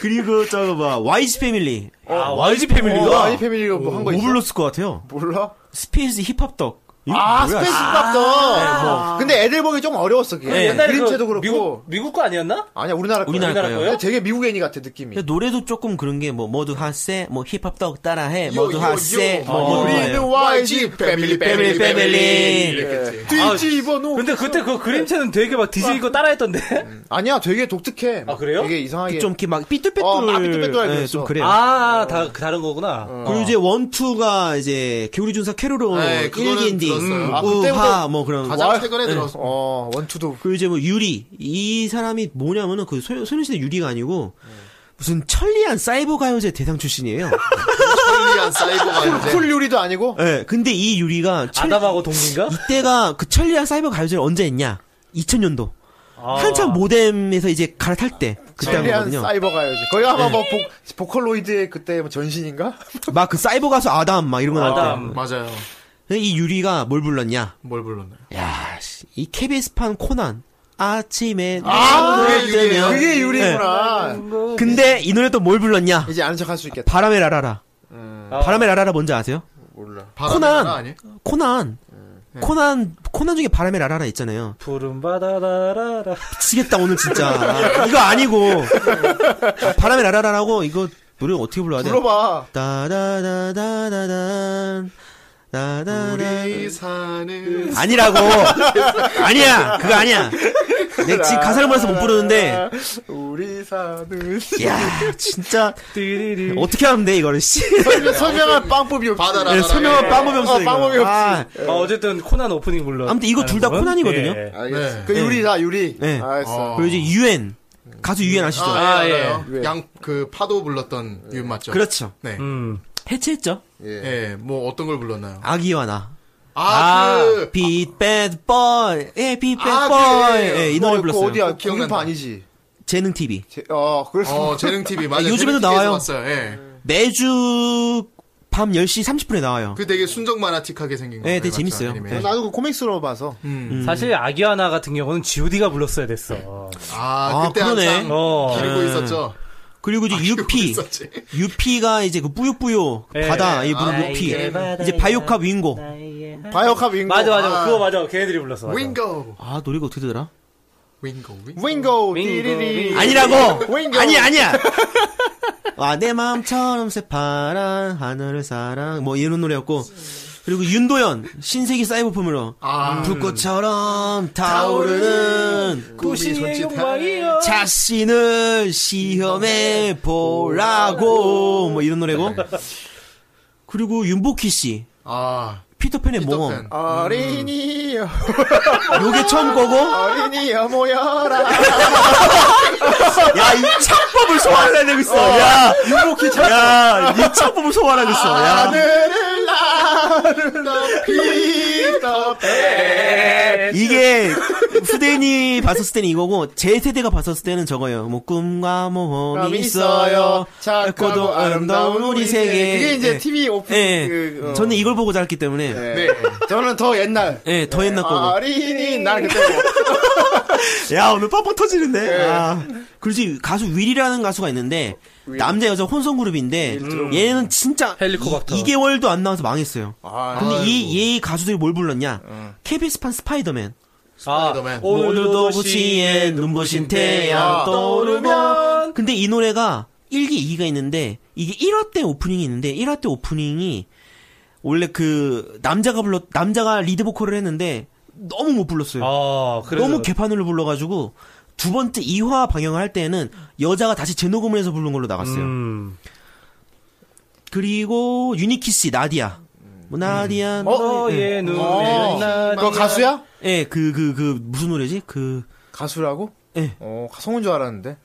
G: 그리고 저거 뭐 YG 패밀리
A: 아, YG
C: 어,
A: 패밀리가?
C: 아이 패밀리로 뭐 한 거
G: 뭐
C: 있어?
G: 불렀을 것 같아요.
C: 몰라?
G: 스페이스 힙합덕. 이거
C: 아,
G: 뭐야,
C: 스페이스
G: 씨.
C: 밥도. 근데 애들 보기 좀 어려웠어, 그게.
G: 네.
A: 옛날에
C: 그림체도
A: 그
C: 그렇고.
A: 미국, 미국 거 아니었나?
C: 아니야, 우리나라 거야. 네,
G: 우리나라
A: 우리나라
G: 거예요. 네,
A: 거예요?
C: 되게 미국 애니 같아, 느낌이.
G: 근데 노래도 조금 그런 게 뭐 모두 하세, 뭐 힙합덕 따라해,
D: 요,
G: 모두
D: 요,
G: 하세,
D: 요.
G: 뭐 모두
C: 어, 우리는
G: 하세.
D: 네.
C: YG 패밀리,
G: 패밀리, 패밀리.
D: 이랬겠지.
C: 네. 뒤집어 놓
A: 근데 그때 그 그림체는 되게 막 디즈니 거 따라했던데?
C: 아니야, 되게 독특해.
A: 아, 그래요?
C: 이게 이상하게.
G: 좀 이렇게 막
C: 어, 막
G: 삐뚤빼뚤,
C: 삐뚤빼뚤하게
G: 예,
C: 그랬어.
G: 좀 그래요.
A: 아, 다, 다른 거구나.
G: 그리고 이제 원투가 이제 겨울이 준사 캐롤로
D: 네, 그거는
G: 일기 엔딩,
D: 들었어요. 아,
G: 우하
C: 그때부터
G: 뭐 그런.
D: 가장
G: 와-
D: 최근에 들었어.
C: 어, 원투도.
G: 그리고 이제 뭐 유리 이 사람이 뭐냐면은 그 소- 소녀시대 유리가 아니고 무슨 천리안 사이버 가요제 대상 출신이에요.
D: 편리한 사이버가 이제.
C: 풀 요리도 아니고?
G: 예. 근데 이 유리가 천-
A: 아담하고 동인가?
G: 이때가 그 천리안 사이버 가요제를 언제 했냐? 2000년도. 한참 모뎀에서 이제 갈아탈 때 그때 한
C: 최대한
G: 거거든요.
C: 사이버 가요지. 거기 아마 뭐 보, 보컬로이드의 그때 뭐 전신인가?
G: 막 그 사이버 가수 아담 막 이런 거 나올
A: 아담.
D: 맞아요.
G: 때. 이 유리가 뭘 불렀냐?
D: 뭘 불렀나요?
G: 야, 씨, 이 KBS판 코난 아침에 네,
D: 그게 유리예요.
C: 그게 유리구나.
A: 네.
G: 근데 이 노래 또 뭘 불렀냐?
C: 이제 아는 척 할 수 있겠다. 음.
G: 바람의 라라라.
A: 아,
G: 바람의 라라라 뭔지 아세요?
D: 바람의
G: 코난!
D: 나라 아니에요?
G: 코난. 코난 코난 중에 바람의 라라라 있잖아요.
A: 푸른 바다라라라.
G: 미치겠다 오늘 진짜. 아, 이거 아니고 바람의 라라라라고 이거 노래 어떻게 불러야 돼?
C: 불러봐.
D: 우리
G: 따다다다다다단 따다다
D: 사는
G: 아. 아니라고 아니야 그거 아니야 내가 지금 가사를 몰라서 못 부르는데
C: 우리 사는.
G: 야 진짜
A: 띠리리.
G: 어떻게 하면 돼 이거를 씨
C: 설명, 설명할 빵법이 없지.
D: 바다라.
G: 네, 설명은 빵법이 없어
C: 어, 빵법이
G: 이거. 아,
A: 아, 어쨌든 코난 오프닝 불러.
G: 아무튼 이거 둘다
A: 하는 부분?
G: 코난이거든요.
A: 예.
C: 알겠어.
D: 네.
C: 그 유리다, 유리.
G: 네.
C: 알겠어.
D: 어.
G: 그리고 이제 유엔 가수 유엔 아시죠?
D: 아,
A: 아,
D: 예.
A: 예.
D: 알아요. 양, 그, 파도 불렀던 윤 맞죠?
G: 그렇죠
D: 네.
A: 음.
G: 해체했죠
D: 예, 뭐 어떤 걸 불렀나요?
G: 아기와 나
D: 아,
G: 네. 아,
D: 그,
G: Beat Bad Boy, 예, Beat Bad
D: 아,
G: Boy,
D: 그래요.
G: 예, 이
C: 어,
G: 노래
C: 그거
G: 불렀어요.
C: 어디야?
D: 어, 기억난다.
C: 공유파 아니지.
G: 재능 TV
C: 제- 어, 그래서.
D: 어, 재능TV, 맞아요. 재능TV
G: 요즘에도
D: 에서
G: 나와요. 음.
D: 봤어요. 예.
G: 매주 밤 10시 30분에 나와요.
D: 그 되게 순정 만화틱하게 생긴 거.
G: 네, 되게 재밌어요. 네.
C: 나도 그 코믹스로 봐서.
D: 음.
A: 사실 아기아나 같은 경우는 GOD가 불렀어야 됐어.
D: 아,
G: 아,
D: 그때
G: 그러네.
D: 한참
A: 어.
D: 기르고
G: 예.
D: 있었죠.
G: 그리고 이제
D: 기르고
G: UP,
D: 있었지.
G: UP가 이제 그 뿌요뿌요
A: 예.
G: 바다 이 부분
D: 아,
G: UP,
D: 이게
G: 이제 바이오캅 윙고.
C: 바이오캅 윙고.
A: 맞아, 맞아.
D: 아.
A: 그거 맞아. 걔네들이 불렀어. 맞아.
D: 윙고.
G: 아 노래가 어떻게 되더라?
D: 윙고 윙.
B: 윙고
A: 윙고,
B: 띠리리
C: 예.
A: 윙고.
G: 아니라고!
B: 윙고.
G: 아니, 아니야! 와, 내 마음처럼 새파란 하늘을 사랑. 뭐, 이런 노래였고. 그리고 윤도현, 신세기 사이버폼으로.
D: 아.
G: 불꽃처럼 타오르는
A: 도시의 욕망이여.
G: 자신을 시험해 보라고. 뭐, 이런 노래고. 그리고 윤복희 씨,
D: 아
G: 피터팬의 모험.
D: 피터팬.
C: 음.
B: 어린이여
G: 요게 처음 거고.
B: 어린이여 모여라
G: 야, 이 창법을 소화해내고 있어. 야, 윤복희 창법. 아, 네. 야, 이 창법을 소화해내고 있어. 야.
B: 하늘을
C: 음.
B: 나는 피터팬
G: 이게 후대인이 봤었을 때는 이거고 제 세대가 봤었을 때는 저거예요. 뭐 꿈과 모험이 있어요. 작고도 아름다운 우리 세계.
B: 그게 이제
G: 예.
B: TV 오픈
G: 예.
B: 그, 어.
G: 저는 이걸 보고 자랐기 때문에 예.
B: 네. 저는 더 옛날
G: 더 옛날 거고.
B: 어린이 난 그때
C: 음.
B: 뭐
G: 야 오늘 뻥뻥 터지는데.
A: 네.
G: 아. 그렇지 가수 윌이라는 가수가 있는데 남자 여자 혼성 그룹인데 얘는 진짜
A: 헬리코박터.
G: 이, 2개월도 안 나와서 망했어요.
B: 아,
G: 근데 이이 가수들이 뭘 불렀냐? KBS 판 스파이더맨.
A: 아,
D: 스파이더맨.
A: 어. 오늘도 도시의
G: 눈부신
A: 태양 떠오르면.
G: 아. 근데 이 노래가 1기, 2기가 있는데 이게 1화 때 오프닝이 있는데 1화 때 오프닝이 원래 그 남자가 불렀 남자가 리드 보컬을 했는데 너무 못 불렀어요.
A: 아, 그래서
G: 너무 개판으로 불러가지고 두 번째 2화 방영을 할 때는 여자가 다시 재녹음을 해서 부른 걸로 나갔어요.
A: 음.
G: 그리고 유니키 씨 나디아. 뭐 나디아
A: 음. 너의
C: 어.
A: 눈에 나
B: 그거 가수야?
G: 예, 그, 그, 그, 무슨 노래지? 그,
B: 가수라고?
G: 예.
B: 어, 성우인 줄 알았는데.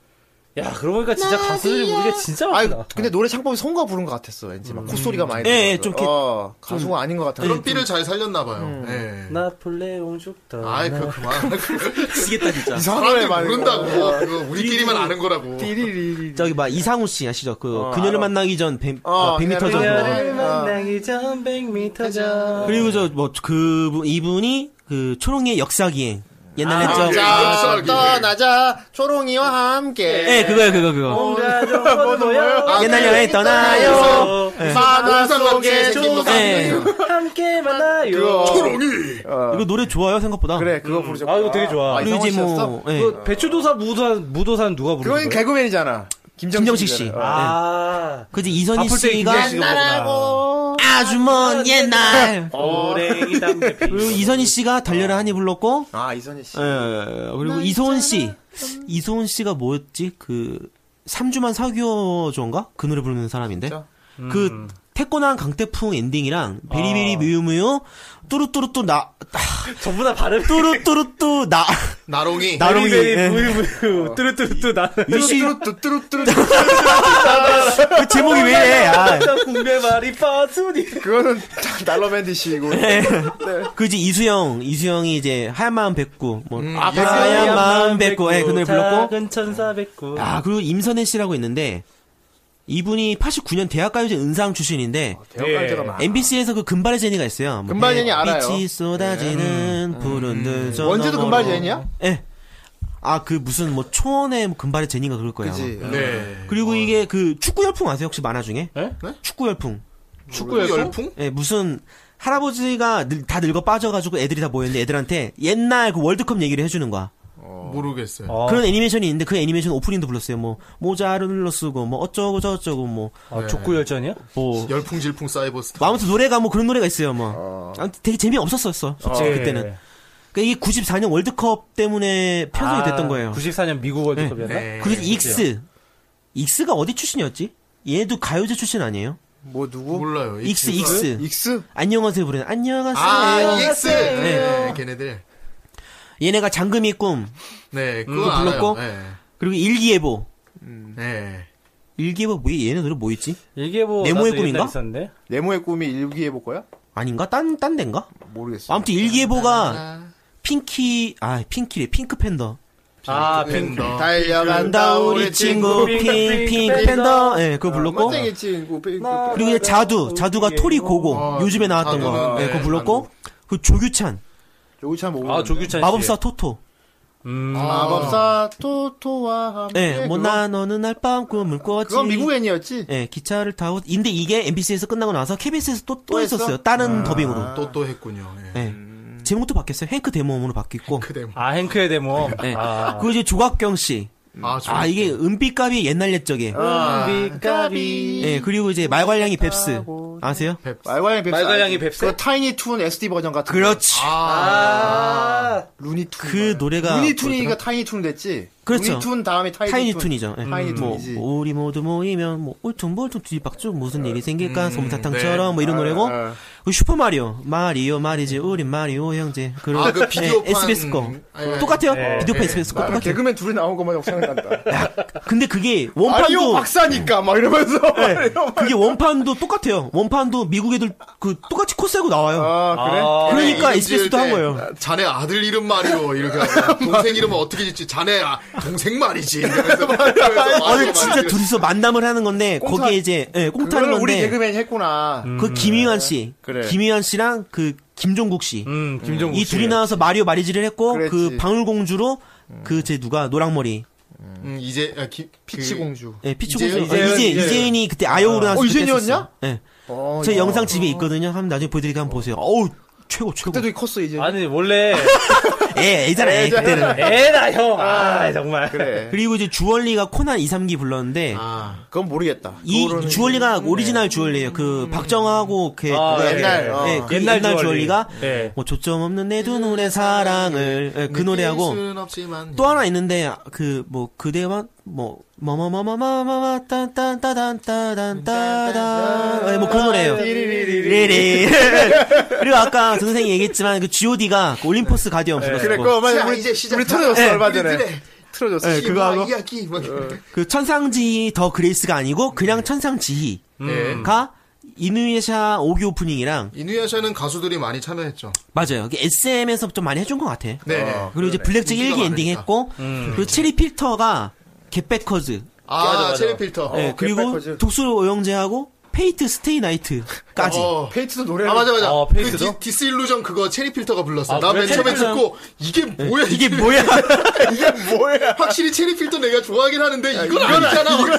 A: 야, 그러고 보니까 진짜 가수들이 우리가 진짜
B: 아니,
A: 많다.
B: 근데 노래 창법이 성우가 부른 것 같았어, 왠지. 막 콧소리가 많이
G: 예, 예,
B: 들어가고.
G: 좀 이렇게-
B: 어, 가수가 아닌 것 같아.
G: 음.
D: 그런 삐를 잘 살렸나봐요. 예.
A: 나폴레옹 죽다.
D: 아이 그 그만.
G: 미치겠다, 진짜.
D: 사람들
B: 이상한 노래
D: 모른다고.
B: 많이. 어,
D: 그거 우리끼리만 아는 거라고.
B: 음. 띠리리리.
G: 저기 막 이상우 씨 아시죠? 그
B: 어,
G: 그녀를
B: 알아.
G: 만나기 전 아, 100,
B: 어,
G: 미터
B: 그녀를
G: 전
B: 만나기
A: 그녀를 만나기 전 100m 전.
G: 그리고 저 뭐 그 이분이 그 초롱의 역사기행 옛날
A: 아,
G: 했죠.
D: 아,
B: 떠나자, 초롱이와
G: 예,
B: 함께.
G: 그거요 그거 그거.
A: 온 가족 모두 모여
B: 아,
G: 옛날
B: 그
G: 여행
A: 아,
G: 떠나요.
B: 만화
D: 동산
B: 속에
D: 방식의 예. 생긴
B: 조롱이.
D: 동산.
G: 예.
A: 함께 만나요.
B: 그거.
G: 이거 노래 좋아요 생각보다.
B: 어. 그래, 그거 부르자.
A: 아, 이거 되게 좋아.
G: 그리고 이제 뭐 예.
A: 그 배추도사 무도산 무도산 누가 부르는
B: 그건
A: 거예요?
C: 그러니까.
B: 개그맨이잖아.
G: 김정식 씨.
B: 김정식이잖아.
A: 아.
G: 그지 네.
A: 바쁠
G: 이선희
A: 때
G: 씨가
A: 김정식 씨가 옛날하고
G: 아주 먼
A: 네.
G: 옛날.
A: 오랭이 담배 피.
G: 그리고 이선희 씨가 달려라 하니 불렀고
B: 아, 이선희 씨.
G: 예, 그리고 이소은 씨. 이소은 씨가 뭐였지? 그 3주만 사귀어줘인가? 그 노래 부르는 사람인데.
B: 진짜?
G: 그 태권한 강태풍 엔딩이랑 베리베리 뮤유뮤유 뚜루뚜루뚜 나
A: 전부 다 발음.
G: 뚜루뚜루뚜 나
D: 나롱이.
G: 나롱이
A: 베리베리
G: 예.
A: 부유부유 뚜루뚜루뚜 나.
G: 위시
B: 뚜루뚜루뚜루.
G: 그 제목이 왜 이래? 아.
A: 군배말이 빠순이.
B: 그거는 날로맨디 씨고. 네.
G: 그지 이수영 이수영이 이제 하얀 마음 뱉고 뭐
D: 음,
G: 아,
D: 예.
G: 하얀 마음 뱉고 예, 그 노래 불렀고
A: 작은 천사 뱉고.
G: 아 그리고 임선혜 씨라고 있는데 이분이 89년 대학가요제 은상 출신인데
B: 대역할 때가 많아.
G: MBC에서 그 금발의 제니가 있어요. 뭐
B: 금발의 제니 알아요. 음.
G: 빛이 쏟아지는 푸른 들저
B: 원제도
G: 너머로.
B: 금발 제니야?
G: 예. 아, 그 무슨 뭐 초원의 뭐 금발의 제니가 그럴 거예요.
B: 그지.
G: 아마.
D: 네.
G: 그리고
B: 어.
G: 이게 그 축구 열풍 아세요? 혹시 만화 중에?
B: 네?
G: 축구 열풍.
D: 축구 열풍?
G: 예, 무슨 할아버지가 늙- 다 늙어 빠져가지고 애들이 다 모였는데 애들한테 옛날 그 월드컵 얘기를 해주는 거야.
D: 모르겠어요.
A: 어.
G: 그런 애니메이션이 있는데 그 애니메이션 오프닝도 불렀어요. 뭐 모자를 눌러쓰고 뭐 어쩌고 저쩌고 뭐
A: 아, 족구 열전이야?
G: 뭐.
D: 열풍 질풍 사이버스타.
G: 뭐 아무튼 노래가 뭐 그런 노래가 있어요. 뭐 아무튼 되게 재미 없었었어. 솔직히
A: 예.
G: 그때는. 그러니까 이게 94년 월드컵 때문에 편성이
A: 아,
G: 됐던 거예요. 네.
A: 94년 미국 월드컵이었나?
G: 그리고 익스. 익스가 어디 출신이었지? 얘도 가요제 출신 아니에요?
B: 뭐 누구?
D: 몰라요. 이
G: 익스,
D: 친구가.
G: 익스.
B: 익스?
G: 안녕하세요, 부르는 안녕하세요.
D: 아, 익스.
G: 네.
D: 네. 걔네들.
G: 얘네가 장금이 꿈.
D: 네. 그거
G: 음, 그거 불렀고?
D: 알아요. 네.
G: 그리고 일기예보.
D: 네.
G: 일기예보 뭐 얘네 노래 뭐 있지?
A: 이게 뭐
G: 네모의
A: 나도
G: 꿈인가?
A: 옛날에 있었는데.
B: 네모의 꿈이 일기해볼 거야?
G: 아닌가? 딴, 딴 데인가?
B: 모르겠어.
G: 아무튼 일기예보가 핑키, 아, 핑키래. 핑크 팬더.
A: 아,
D: 핑크
A: 핑크.
D: 팬더. 그
B: 달려간다 우리 친구.
G: 핑, 핑크 팬더. 예, 그거 불렀고.
C: 아,
B: 멋쟁이 친구.
G: 그리고 이제 자두, 자두가 토리 고고.
D: 어,
G: 요즘에 나왔던 거.
D: 자두는,
G: 예,
D: 네,
G: 그거 불렀고. 그 조규찬,
B: 조규찬 모르
A: 아, 조규찬 씨.
G: 마법사 토토.
A: 음.
C: 아,
B: 마법사 토토와 함께.
G: 예, 아. 뭐,
B: 그거-
G: 나, 너는 날 밤 꿈을 꿨지.
B: 그건 미국 애니였지?
G: 예, 기차를 타고 근데 이게 MBC에서 끝나고 나서 KBS에서 또 또
B: 또 했어?
G: 했었어요. 다른 더빙으로.
D: 또또 했군요. 예.
G: 예. 제목도 바뀌었어요. 행크 데모음으로 바뀌고.
D: 그 데모.
A: 아 행크의 데모.
G: 네.
A: 아.
G: 그리고 이제 조각경 씨.
D: 아, 저-
G: 아 이게 은빛값이 옛날 옛적에.
A: 아. 비까비.
G: 예, 그리고 이제 말괄량이 뱁스. 아세요?
B: 말괄량이 뱁스.
A: 말괄량이
B: 알지?
A: 뱁스?
B: 그 타이니 툰 SD 버전 같은.
D: 아.
G: 그렇지.
B: 아. 루니 툰.
G: 그 노래가
B: 루니 툰이니까 타이니 툰 됐지.
G: 그렇죠.
B: 루니 툰 다음에 타이니,
G: 타이니
B: 툰.
G: 툰이죠. 예.
B: 타이니
G: 뭐,
B: 툰이지.
G: 뭐 우리 모두 모이면 뭐 울퉁불퉁 뒤집박죽 무슨 일이 생길까 솜사탕처럼 뭐 이런 노래고 그 슈퍼 마리오 마리오 마리지 우리 마리오 형제 그런 예,
D: 아, 그 비디오판-
G: SBS 거
D: 아니, 아니.
G: 똑같아요.
A: 예.
G: 비디오판 SBS 거
C: 나는
G: 똑같아요.
C: 개그맨 둘이 나온 것만 하고 생각난다.
G: 근데 그게
C: 아리오
G: 네, 원판도 네. 예,
C: 박사니까 막 이러면서. 이러면서.
G: 그게 원판도 똑같아요. 원판도 미국 애들 그 똑같이 코 쓰고 나와요.
C: 아 그래?
G: 그러니까
D: 이름
G: SBS도
D: 지을
G: 한
D: 때
G: 거예요.
D: 자네 아들 이름 말이오 이렇게 하고 동생 이름은 어떻게 짓지? 자네 아, 동생 말이지. 이러면서 말이오,
G: 아니
D: 말이오,
G: 진짜
D: 말이오.
G: 둘이서 만남을 하는 건데 거기에 이제 예, 꽁타는
C: 그걸
G: 건데
C: 우리 개그맨이 했구나.
A: 음,
G: 그 김희환 씨,
C: 그래.
G: 김희환 씨랑 그 김종국 씨.
A: 음 김종국
G: 이
A: 씨.
G: 둘이 나와서 마리오 마리지를 했고 그
C: 그랬지. 음.
G: 방울공주로 그 제 누가 노랑머리
D: 음, 이제 아, 기,
C: 피치공주.
G: 예 피치공주
D: 이재은?
G: 이제
A: 이재은, 이재은.
G: 이재은이 그때 아이오로 나서
C: 어, 이재은이었냐?
G: 예.
C: 어,
G: 제
C: 이거.
G: 영상 집에 있거든요. 한번 나중에 보여드릴게요. 한번 보세요. 어우 최고 최고.
C: 그때도 컸어 이제.
A: 아니 원래
G: 예 애잖아 애 그때는.
A: 애나 형. 아 정말.
C: 그래.
G: 그리고 이제 주얼리가 코난 2, 3기 불렀는데
D: 아,
C: 그건 모르겠다.
G: 이
C: 그거는- 음, 네.
G: 주얼리가 오리지널 주얼리예요. 그 박정하고 그
A: 아,
G: 그-
C: 옛날, 어.
G: 예, 그
A: 옛날
G: 옛날,
A: 주얼리.
G: 주얼리가
A: 네.
G: 뭐 조점 없는 내 두
C: 음,
G: 눈의 사랑을 예, 그 노래하고
D: 느낄 순 없지만
G: 또 하나 있는데 그 뭐 그대만 뭐 뭐뭐뭐뭐뭐뭐마 딴딴딴딴딴딴딴 뭐 그런 노래예요. 리리 그리고 아까 전 선생이 얘기했지만 그 G.O.D가 그 올림포스 가디언
C: 그래
G: 불렀고
C: 그거
D: 자,
C: 얼마 우리
D: 이제 시작.
C: 우리 틀어줬어
G: 네.
D: 예,
C: 얼마
D: 우리
C: 전에.
D: 틀에.
C: 틀어줬어.
G: 예, 그거 하고
D: 이야기 막
G: 그 천상지 더 그레이스가 아니고 그냥 천상지희가 이누이샤 오기 오프닝이랑
D: 이누야샤는 가수들이 많이 참여했죠.
G: 맞아요. SM에서 좀 많이 해준 것 같아.
D: 네.
G: 그리고 이제 블랙잭
D: 인기가
G: 1기 엔딩
D: 많으니까.
G: 했고 그리고 체리 필터가 겟백커즈
D: 아, 체리 필터.
G: 예,
C: 어, 겟백커즈.
G: 그리고 독수리 오영재하고 페이트 스테이 나이트까지
D: 어.
C: 페이트도 노래를.
D: 아 맞아 맞아.
A: 어,
D: 그
A: 페이스도?
D: 디, 디스 일루전 그거 체리 필터가 불렀어.
A: 아,
D: 나
A: 그래?
D: 맨 처음에
G: 체리
D: 듣고 이게 뭐야
G: 이게 뭐야?
D: 확실히 체리 필터 내가 좋아하긴 하는데 이건 아니잖아.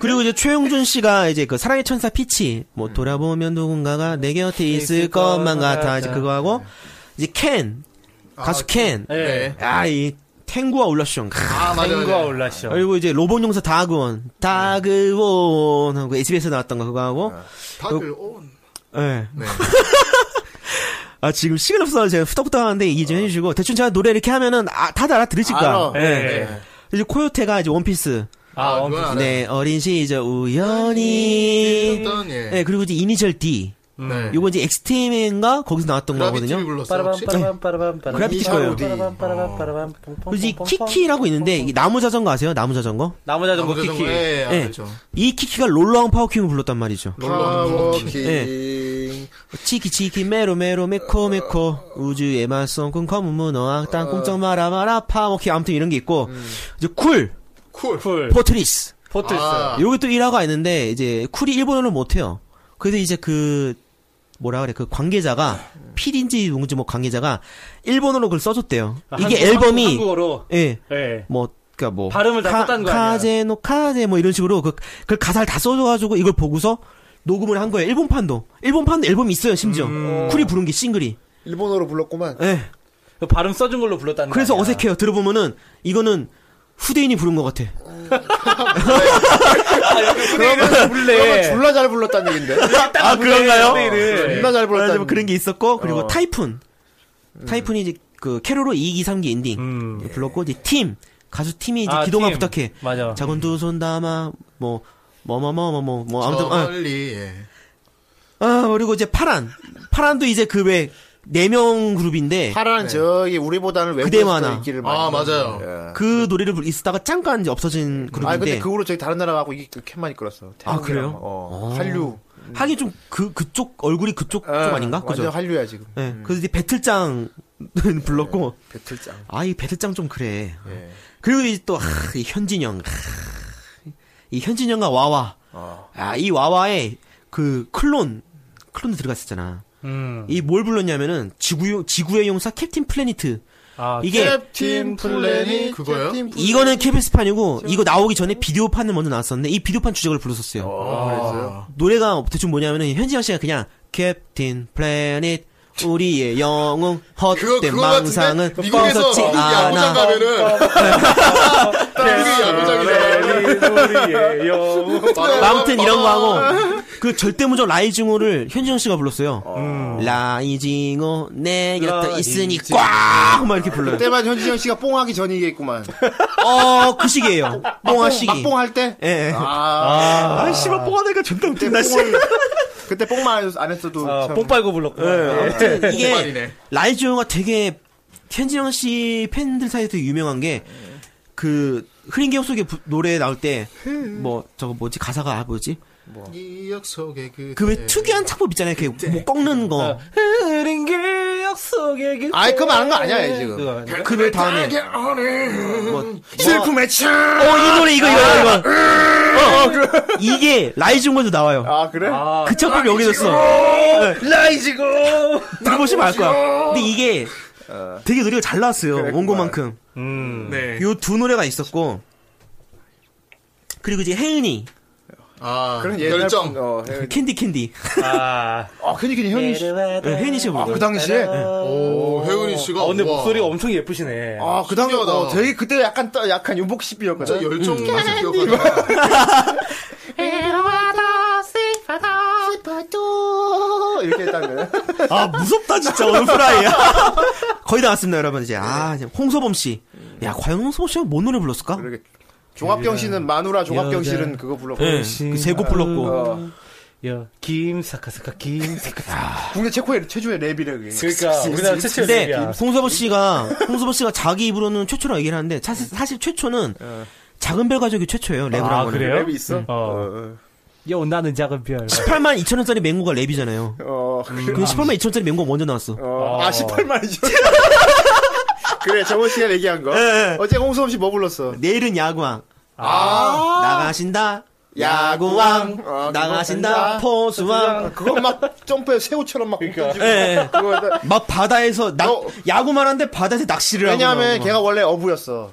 G: 그리고 이제 최용준 씨가 이제 그 사랑의 천사 피치 뭐 돌아보면 누군가가 내 곁에 있을 것만 같아 아, 이제 그거 하고 이제 켄 가수 켄
A: 네.
G: 아, 이 탱구와 올라숑.
D: 아 맞아
A: 탱구와
D: 맞아.
A: 올라시오.
G: 그리고 이제 로봇 용사 다그원, 다그원 하고 SBS 에 나왔던 거 그거 하고,
D: 다들 어, 온.
G: 예. 아 지금 시간 없어서 제가 후덕후덕 하는데 이해 좀 해주시고 대충 제가 노래 이렇게 하면은 아, 다들 어. 알아들으실 거야.
C: 알아.
A: 예. 네.
G: 이제 코요테가 이제 원피스.
A: 아
D: 아,
A: 원피스.
D: 그건 알아.
G: 네 어린 시절 우연히.
D: 어떤, 예.
G: 네 그리고 이제 이니셜 D.
D: 네.
G: 요거 이제 엑스팀인가 거기서 나왔던
D: 그라비티
G: 거거든요.
D: 불렀어
A: 빠라밤
D: 혹시? 네.
A: 빠라밤 빠라밤 빠라밤.
G: 그래픽 거예요.
A: 빠라밤 빠라밤 빠라밤.
G: 그리고 이제 키키라고 있는데 이 나무 자전거 아세요? 나무 자전거?
A: 나무 자전거
D: 아무튼
A: 키키.
D: 예,
G: 예.
D: 알죠.
G: 이 키키가 롤러왕 파워킹을 불렀단 말이죠.
D: 파워킹.
G: 치키 치키 메로 메로 메코 메코 우주의 맛성꾼 검은 문어 땅콩쩍 마라 마라 파워킹 아무튼 이런 게 있고
D: 음.
G: 이제 쿨
D: 쿨.
A: 쿨.
G: 포트리스
A: 포트 있어요.
D: 아,
G: 요게 또 1화가 있는데 이제 쿨이 일본어를 못해요. 그래서 이제 그 뭐라 그래 그 관계자가
A: 네.
G: PD인지 누군지 뭐 관계자가 일본어로 그걸 써줬대요. 이게
A: 그러니까 한국-
G: 앨범이
A: 한국어로.
G: 예.
A: 예.
G: 뭐 그니까 뭐
A: 발음을 다
G: 카-
A: 떴다는 거 아니야?
G: 카제노 카제 뭐 이런 식으로 그, 그 가사를 다 써줘가지고 이걸 보고서 녹음을 한 거예요. 일본판도 일본판도 앨범이 있어요. 심지어
A: 음.
G: 쿨이 부른 게 싱글이.
C: 일본어로 불렀구만.
G: 예.
A: 그 발음 써준 걸로 불렀다는 거.
G: 그래서
A: 아니야.
G: 어색해요. 들어보면은 이거는 후대인이 부른 것 같아.
A: 그러면
G: 네.
C: 그러면
A: 불래.
C: 졸라 잘 불렀다는 얘긴데.
G: 아
A: 네.
C: 존나 잘
G: 그래가지고
C: 불렀다는.
G: 그런 게 있었고 그리고
C: 어. 음.
G: 타이푼 타이푼이 이제 그 캐롤로 2기 3기 엔딩
A: 음.
G: 불렀고 이제 팀 가수 팀이 이제
A: 아,
G: 기동아
A: 팀.
G: 부탁해.
C: 어.
A: 맞아.
G: 작은 두 손 담아 뭐 뭐 뭐 뭐 뭐 뭐 아무튼
D: 저
G: 아,
D: 멀리. 예.
G: 아, 그리고 이제 파란. 파란도 이제 그 왜, 네 명 그룹인데,
C: 파란 저기 우리보다는
G: 그대만
C: 외국에서
G: 하나.
C: 인기를 많이.
D: 아
C: 받는.
D: 맞아요.
C: 예.
G: 그 노래를 불- 있었다가 잠깐 이제 없어진
C: 아 근데
G: 그룹인데,
C: 그 후로 저기 다른 나라하고 이게 그 캔만이 끌었어.
G: 아, 그래요?
C: 어. 한류.
G: 하긴 좀 그, 그쪽, 얼굴이 그쪽 좀
C: 예,
G: 아닌가?
C: 완전 음.
G: 그죠?
C: 한류야 지금.
G: 예. 그래서 이제 배틀장 불렀고,
C: 네. 배틀짱.
G: 아, 이 배틀장 좀 그래.
C: 예.
G: 그리고 이제 또, 하, 이 현진영. 하, 이 현진영과 와와.
D: 어.
G: 아, 이 와와의 그 클론, 클론도 들어갔었잖아.
A: 음.
G: 이 뭘 불렀냐면은, 지구, 지구의 용사 캡틴 플래니트.
A: 아,
G: 이게,
D: 캡틴 플래닛 그거요?
C: 캡틴 플래닛.
G: 이거는 KBS판이고 이거 나오기 전에 비디오판을 먼저 나왔었는데 이 비디오판 주제를 불렀었어요. 노래가 대충 뭐냐면은 현지영 씨가 그냥 캡틴 플래닛 우리의 영웅
D: 그거
G: 헛된
D: 그거 같은데
G: 망상은
D: 미국에서
G: 뻗었지
D: 미국 야구장
G: 않아
D: 가면은 미국 야구장이잖아요.
G: 네, 아무튼 이런 거 하고 그 절대무적 라이징호를 현지영 씨가 불렀어요 라이징호 내 곁에 있으니 꽉막 이렇게 불러요
C: 그때만 현진영 씨가 뽕하기 전이겠구만.
G: 어그 시기예요 뽕아 시기
C: 막뽕 할 때?
G: 예, 예.
C: 아,
G: 아, 씨발, 뽕아 내가 존나
C: 그때
G: 웃긴다, 씨.
C: 뽕을 그때 뽕만 안 했어도
A: 아,
C: 참.
A: 뽕 빨고 불렀고.
G: 네, 아무튼 이게
D: 말이네.
G: 라이즈오가 되게 현진영 씨 팬들 사이에서 유명한 게 그 흐린 기억 속에 부- 노래 나올 때 뭐 저거 뭐지 가사가 뭐지
D: 기억 속에 그
G: 그 왜 특이한 창법 있잖아요 이렇게 뭐 꺾는 거
A: 흐린 기억 속에 그-
C: 아이 그거 안거 아니야 얘 지금.
A: 그거 아니야?
G: 그 노래 다음에
C: 슬픔의 창.
G: 어이 노래 이거 이거 이거 어, 어, 그- 이게 라이즈오에도 나와요
C: 아 그래?
G: 그 창법이 여기서 써 네.
A: 라이지고.
G: 들어보시면 알 거야 근데 이게 되게 노래가 잘 나왔어요 원고만큼 네.
A: 음.
G: 요 두 노래가 있었고 그리고 이제 혜은이
D: 아,
C: 그런 옛날
D: 열정.
C: 분, 어, 예.
G: 캔디 캔디
A: 아.
C: 아 괜히 괜히 현이 씨.
G: 네, 혜은이 씨가 부른
C: 그
G: 거예요.
C: 당시에.
D: 오, 어, 혜은이 씨가
A: 아, 근데
D: 우와.
A: 목소리가 엄청 예쁘시네.
C: 아 그 당시
D: 신기하다.
C: 어, 되게 그때 약간 떠- 약간 윤복
D: 진짜
C: 씨비였거든.
D: 열정 맛을 기억하다.
C: 어, 이렇게 했다는.
G: 아 무섭다 진짜 오늘 프라이야 거의 다 왔습니다 여러분 이제 아 이제 홍서범 씨야 과연 홍서범 씨가 뭔 노래 불렀을까
C: 그러게. 종합경 씨는 마누라 종합경 씨는 그거 불렀고
G: 네. 세곡 불렀고
C: 어,
A: 야, 김사카사카 김사카.
C: 국내 최고의 최초의 랩이래 그게.
A: 그러니까 우리나라 최초의
G: 근데
A: 랩이야.
G: 홍서범 씨가 홍서범 씨가 자기 입으로는 최초라고 얘기를 하는데 사- 사실 최초는 작은 별 가족이 최초예요 랩을
A: 음. 어. 아,
G: 한 거는
A: 그래요?
C: 랩이 있어?
A: 어. 요 나는 작은 별.
G: 18만 2천 원짜리 맹구가 랩이잖아요
C: 어, 그-
A: 음.
G: 그 18만 2천 원짜리 맹구가 먼저 나왔어
C: 어, 아 18만이죠. 그래 정원 씨가 얘기한 거. 어제 홍수범 씨 뭐 불렀어?
G: 내일은 야구왕.
A: 아.
G: 나가신다. 야구왕.
C: 아,
G: 나가신다.
C: 그거
G: 포수왕.
C: 아, 그거 막 점프해 새우처럼 막 그러니까.
G: 예, 예.
C: 그거
G: 막 바다에서 낙,
C: 어.
G: 야구만 한데 바다에서 낚시를 하고.
C: 왜냐하면
G: 나오고
C: 걔가 원래 어부였어. 어,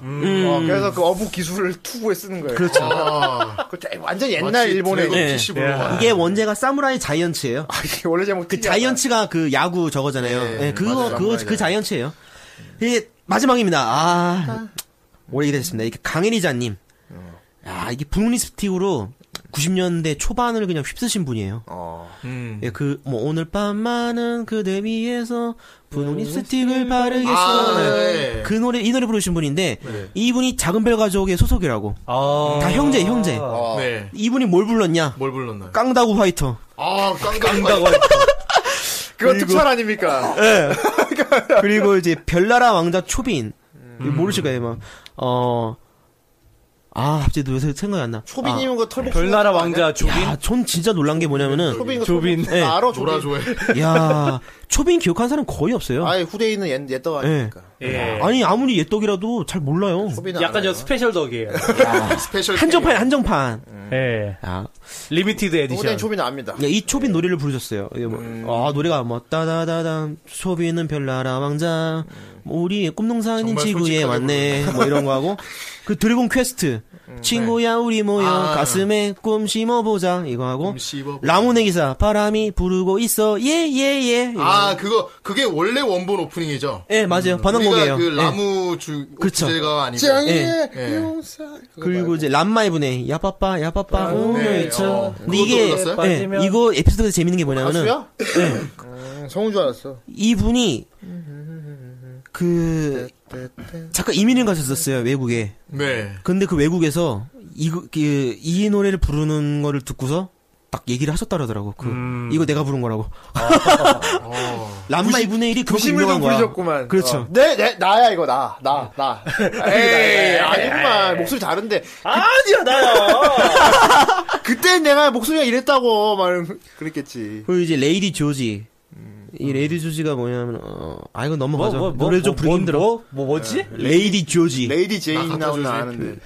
C: 그래서 그 어부 기술을 투구에 쓰는 거예요. 그렇죠.
D: 아.
C: 완전 옛날 일본의
G: 예.
D: PC로
G: 막. 이게 원제가 사무라이 자이언츠예요.
C: 아, 이게 원래 제목
G: 그 자이언츠가 그 야구 저거잖아요.
D: 예,
G: 예, 그거
D: 맞아요.
G: 그거 그
D: 사무라이
G: 자이언츠예요. 이게 마지막입니다. 아. 오래 기다렸습니다. 이게 강혜리자님.
D: 어.
G: 아, 이게 분리스틱으로 90년대 초반을 그냥 휩쓰신 분이에요.
C: 어.
D: 음.
G: 예, 그, 뭐, 오늘 밤만은 그대 위해서 분홍 립스틱을 바르겠어.
D: 음. 아, 네.
G: 그 노래, 이 노래 부르신 분인데, 이분이 작은 별 가족의 소속이라고.
A: 아.
G: 다 형제, 형제.
C: 아,
D: 네.
G: 이분이 뭘 불렀냐?
D: 뭘 불렀나요?
G: 깡다구 화이터.
D: 아, 깡깡.
A: 뭐
C: 그거 특별 아닙니까?
G: 그리고 이제 별나라 왕자 초빈. 이거 모르실 거예요, 막. 어, 아, 갑자기 요새 생각이 안 나. 아,
C: 초빈이면 그 털복
A: 별나라 왕자 조빈.
G: 야, 전 진짜 놀란 게 뭐냐면은,
C: 초빈
A: 조빈.
G: 예.
C: 나 알아
D: 놀아
C: 조빈.
D: 줘해.
G: 야, 초빈 기억한 사람 거의 없어요.
C: 아예 후대인은 옛 옛떡 아닙니까?
A: 예.
G: 아니, 아무리 옛떡이라도 잘 몰라요.
C: 초빈은
A: 약간
C: 알아요.
A: 저 스페셜 덕이에요.
D: 스페셜
G: 한정판, 한정판.
C: 음.
A: 예.
G: 야,
A: 리미티드
C: 후대인
A: 에디션.
C: 초빈은 압니다.
G: 야, 예, 이 초빈 노래를 부르셨어요. 이게 뭐,
D: 음.
G: 아, 노래가 뭐, 따다다담, 초빈은 별나라 왕자, 뭐 우리 꿈농사는
D: 음. 정말
G: 지구에
D: 솔직하게 음.
G: 왔네, 뭐 이런 거 하고, 그 드래곤 퀘스트, 친구야, 우리 모여,
D: 아.
G: 가슴에 꿈 심어보자, 이거 하고,
D: 씹어.
G: 라몬의 기사, 바람이 부르고 있어, 예, 예, 예. 이거.
D: 아, 그거 그게 원래 원본 오프닝이죠.
G: 예, 맞아요.
D: 우리가
G: 번안곡이에요.
D: 그
G: 예.
D: 라무 주
G: 그쵸.
D: 주제가 아니고.
G: 예.
D: 예.
G: 그리고 이제 람마이브네 야빠빠 야빠빠
D: 네,
G: 오늘처
D: 어.
G: 근데
D: 그것도
G: 이게
D: 불렀어요?
G: 예,
A: 빠지면-
G: 이거 에피소드가 재밌는 게 뭐냐면은
C: 가수야? 음, 성우 줄 알았어.
G: 이분이
D: 음,
G: 그 잠깐 이민을 가셨었어요 외국에
D: 네.
G: 근데 그 외국에서 이거 그, 이 노래를 부르는 거를 듣고서 딱 얘기를 하셨다 그러더라고 그
C: 음.
G: 이거 내가 부른 거라고 람마 2분의 1이 그렇게
C: 부심을 아. 좀
G: 유명한 거야
C: 부리셨구만.
G: 그렇죠
C: 어. 네, 네, 나야, 이거, 나, 나, 나. 에이, 아니구만. 목소리 다른데. 그-
A: 아니야, 나요.
C: 그때 내가 목소리가 이랬다고, 말, 그랬겠지.
G: 그리고 이제 레이디 조지
C: 음.
G: 이 레이디 조지가 뭐냐면 어, 아 이거 넘어가죠 노래 좀 부르기
A: 뭐,
G: 힘들어
A: 뭐, 뭐, 뭐지?
G: 레이디 조지
C: 레이디 제인
D: 나카타
C: 나오는
D: 조셉.
C: 아는데.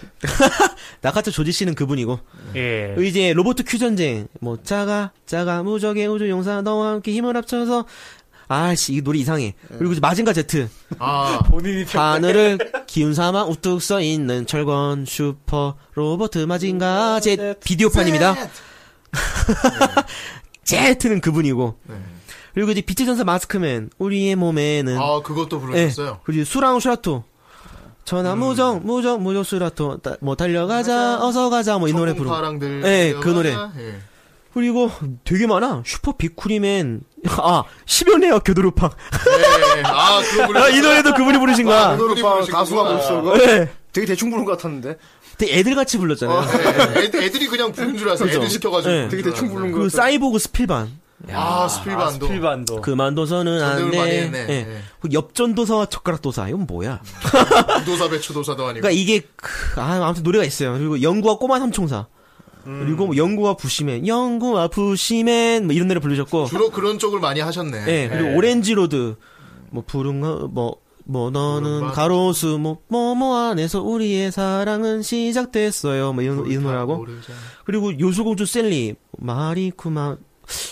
G: 나카타 조지 씨는 그분이고
A: 예.
G: 이제 로보트 큐 전쟁 뭐 짜가 짜가 무적의 우주 용사 너와 함께 힘을 합쳐서 아씨 이 노래 이상해
C: 네.
G: 그리고 이제 마징가 제트
D: 아,
A: 본인이
G: 하늘을 기운 삼아 우뚝 서 있는 철권 슈퍼 로보트 마징가
C: 네,
D: 네.
G: 제 비디오판입니다 제트는 그분이고 그리고 이제 빛의 전사 마스크맨 우리의 몸에는 예,
D: 아 그것도 불러줬어요. 음.
G: 그리고 수랑 수라토 전화 무정 무정 무정 수라토 따- 뭐 달려가자 어서 가자 뭐 이 노래 부르고
D: 파랑들.
G: 예, 그 노래.
D: 예.
G: 그리고 되게 많아 슈퍼 비쿠리맨 아 10연애와 교도루팡
D: 예. 아 그거 불러.
G: 아, 이 노래도 그분이 부르신
D: 아,
G: 거야
C: 오늘오빠
D: 부르시구나.
C: 가수가 부르시는 거?
G: 예.
C: 되게 대충 부른 것 같았는데.
G: 되게 애들같이 불렀잖아요
D: 예, 애들, 애들이 그냥 부른 줄 알았어요. 애들 시켜가지고.
G: 예.
C: 되게 대충 부른
G: 그
C: 것 같아.
G: 사이보그 스필반
D: 아, 스필반도.
A: 필반도.
G: 그만도서는
D: 전등을 많이
G: 안돼
D: 했네. 음.
G: 예.
D: 예.
G: 그 옆전도서와 젓가락도사 이건 뭐야
D: 도사 배추도사도 아니고.
G: 그러니까 이게 크- 아 아무튼 노래가 있어요. 그리고 영구와 꼬마 삼총사.
D: 음.
G: 그리고 뭐 영구와 부시맨, 영구와 부시맨 뭐 이런 노래 부르셨고,
D: 주로 그런 쪽을 많이 하셨네.
G: 예 그리고 오렌지 로드 뭐 부른 거뭐 뭐 너는
D: 부른 밤.
G: 가로수 뭐 뭐뭐 안에서 우리의 사랑은 시작됐어요 뭐 이런 이런 노래하고
D: 모르죠.
G: 그리고 요술공주 셀리 마리쿠마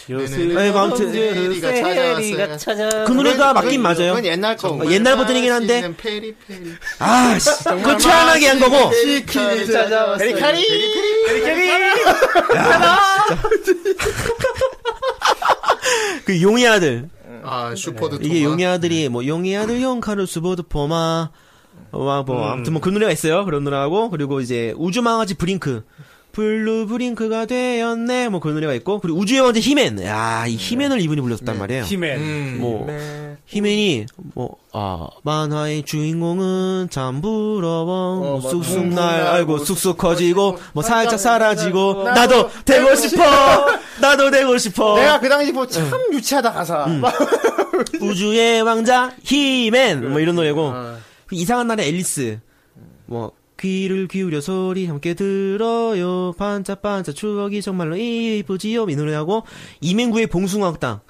D: 네네.
G: 예, 아무튼
D: 그 페리가 찾아왔어요.
G: 그 노래가 맞긴 맞아요
C: 그건 옛날 거.
G: 어, 옛날 버전이긴 한데
D: 맛있는 페리 페리.
G: 아씨 그걸 취향하게 한 거고
D: 치킨이 찾아왔어요.
C: 페리카리!
A: 예,
G: 그 용의 아들
D: 아 슈퍼드.
G: 네. 이게
D: 토마.
G: 용의 아들이 뭐 용의 아들 용 카르 수보드 포마 와뭐 아무튼 뭐 그 노래가 있어요 그런 노래하고 그리고 이제 우주 망아지 브링크 블루 브링크가 되었네 뭐 그런 노래가 있고 그리고 우주의 왕자 히맨 야이 네. 히맨을 이분이 불렀단 말이에요
A: 히맨.
D: 음.
G: 뭐 히맨이 뭐 아 만화의 주인공은 참 부러워 뭐
C: 맞아.
G: 쑥쑥
C: 음,
G: 어, 날 알고
C: 알고
G: 쑥쑥 커지고 뭐 살짝 사라지고
C: 나도
G: 나도 되고
C: 되고
G: 싶어 나도 되고 싶어
C: 내가 그 당시 뭐 참 유치하다 가사. 막
G: 우주의 왕자 히맨 뭐 이런 노래고 그 이상한 날의 앨리스 뭐 귀를 기울여 소리 함께 들어요 반짝반짝 추억이 정말로 이쁘지요 이 노래하고 이맹구의 봉숭아학당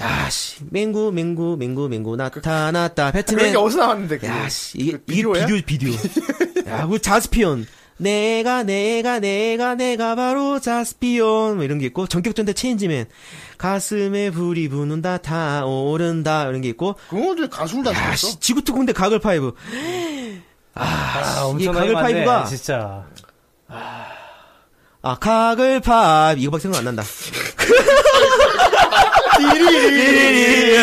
G: 야씨 맹구 맹구 맹구 맹구 나타났다
C: 그런
G: 배트맨
C: 게 어디서 나왔는데, 그게.
G: 네. 야씨 이게
C: 그
G: 이게
C: 비디오야?
G: 비디오 비디오 야그 자스피온 내가 내가 내가 내가 바로 자스피온 뭐 이런 게 있고 전격전대 체인지맨 가슴에 불이 부는다 타오른다 이런 게 있고
B: 그거를
D: 아,
B: 가수를 다
C: 아,
D: 예,
G: 야,
B: 썼어.
G: 씨, 지구특 공대 가글 파이브.
A: 아,
G: 이
A: 엄청나게
G: 가글
A: 많네.
G: 파이브가-
A: 진짜.
G: 아, 가글 파이브. 이거밖에 생각 안 난다. 띠리리리리.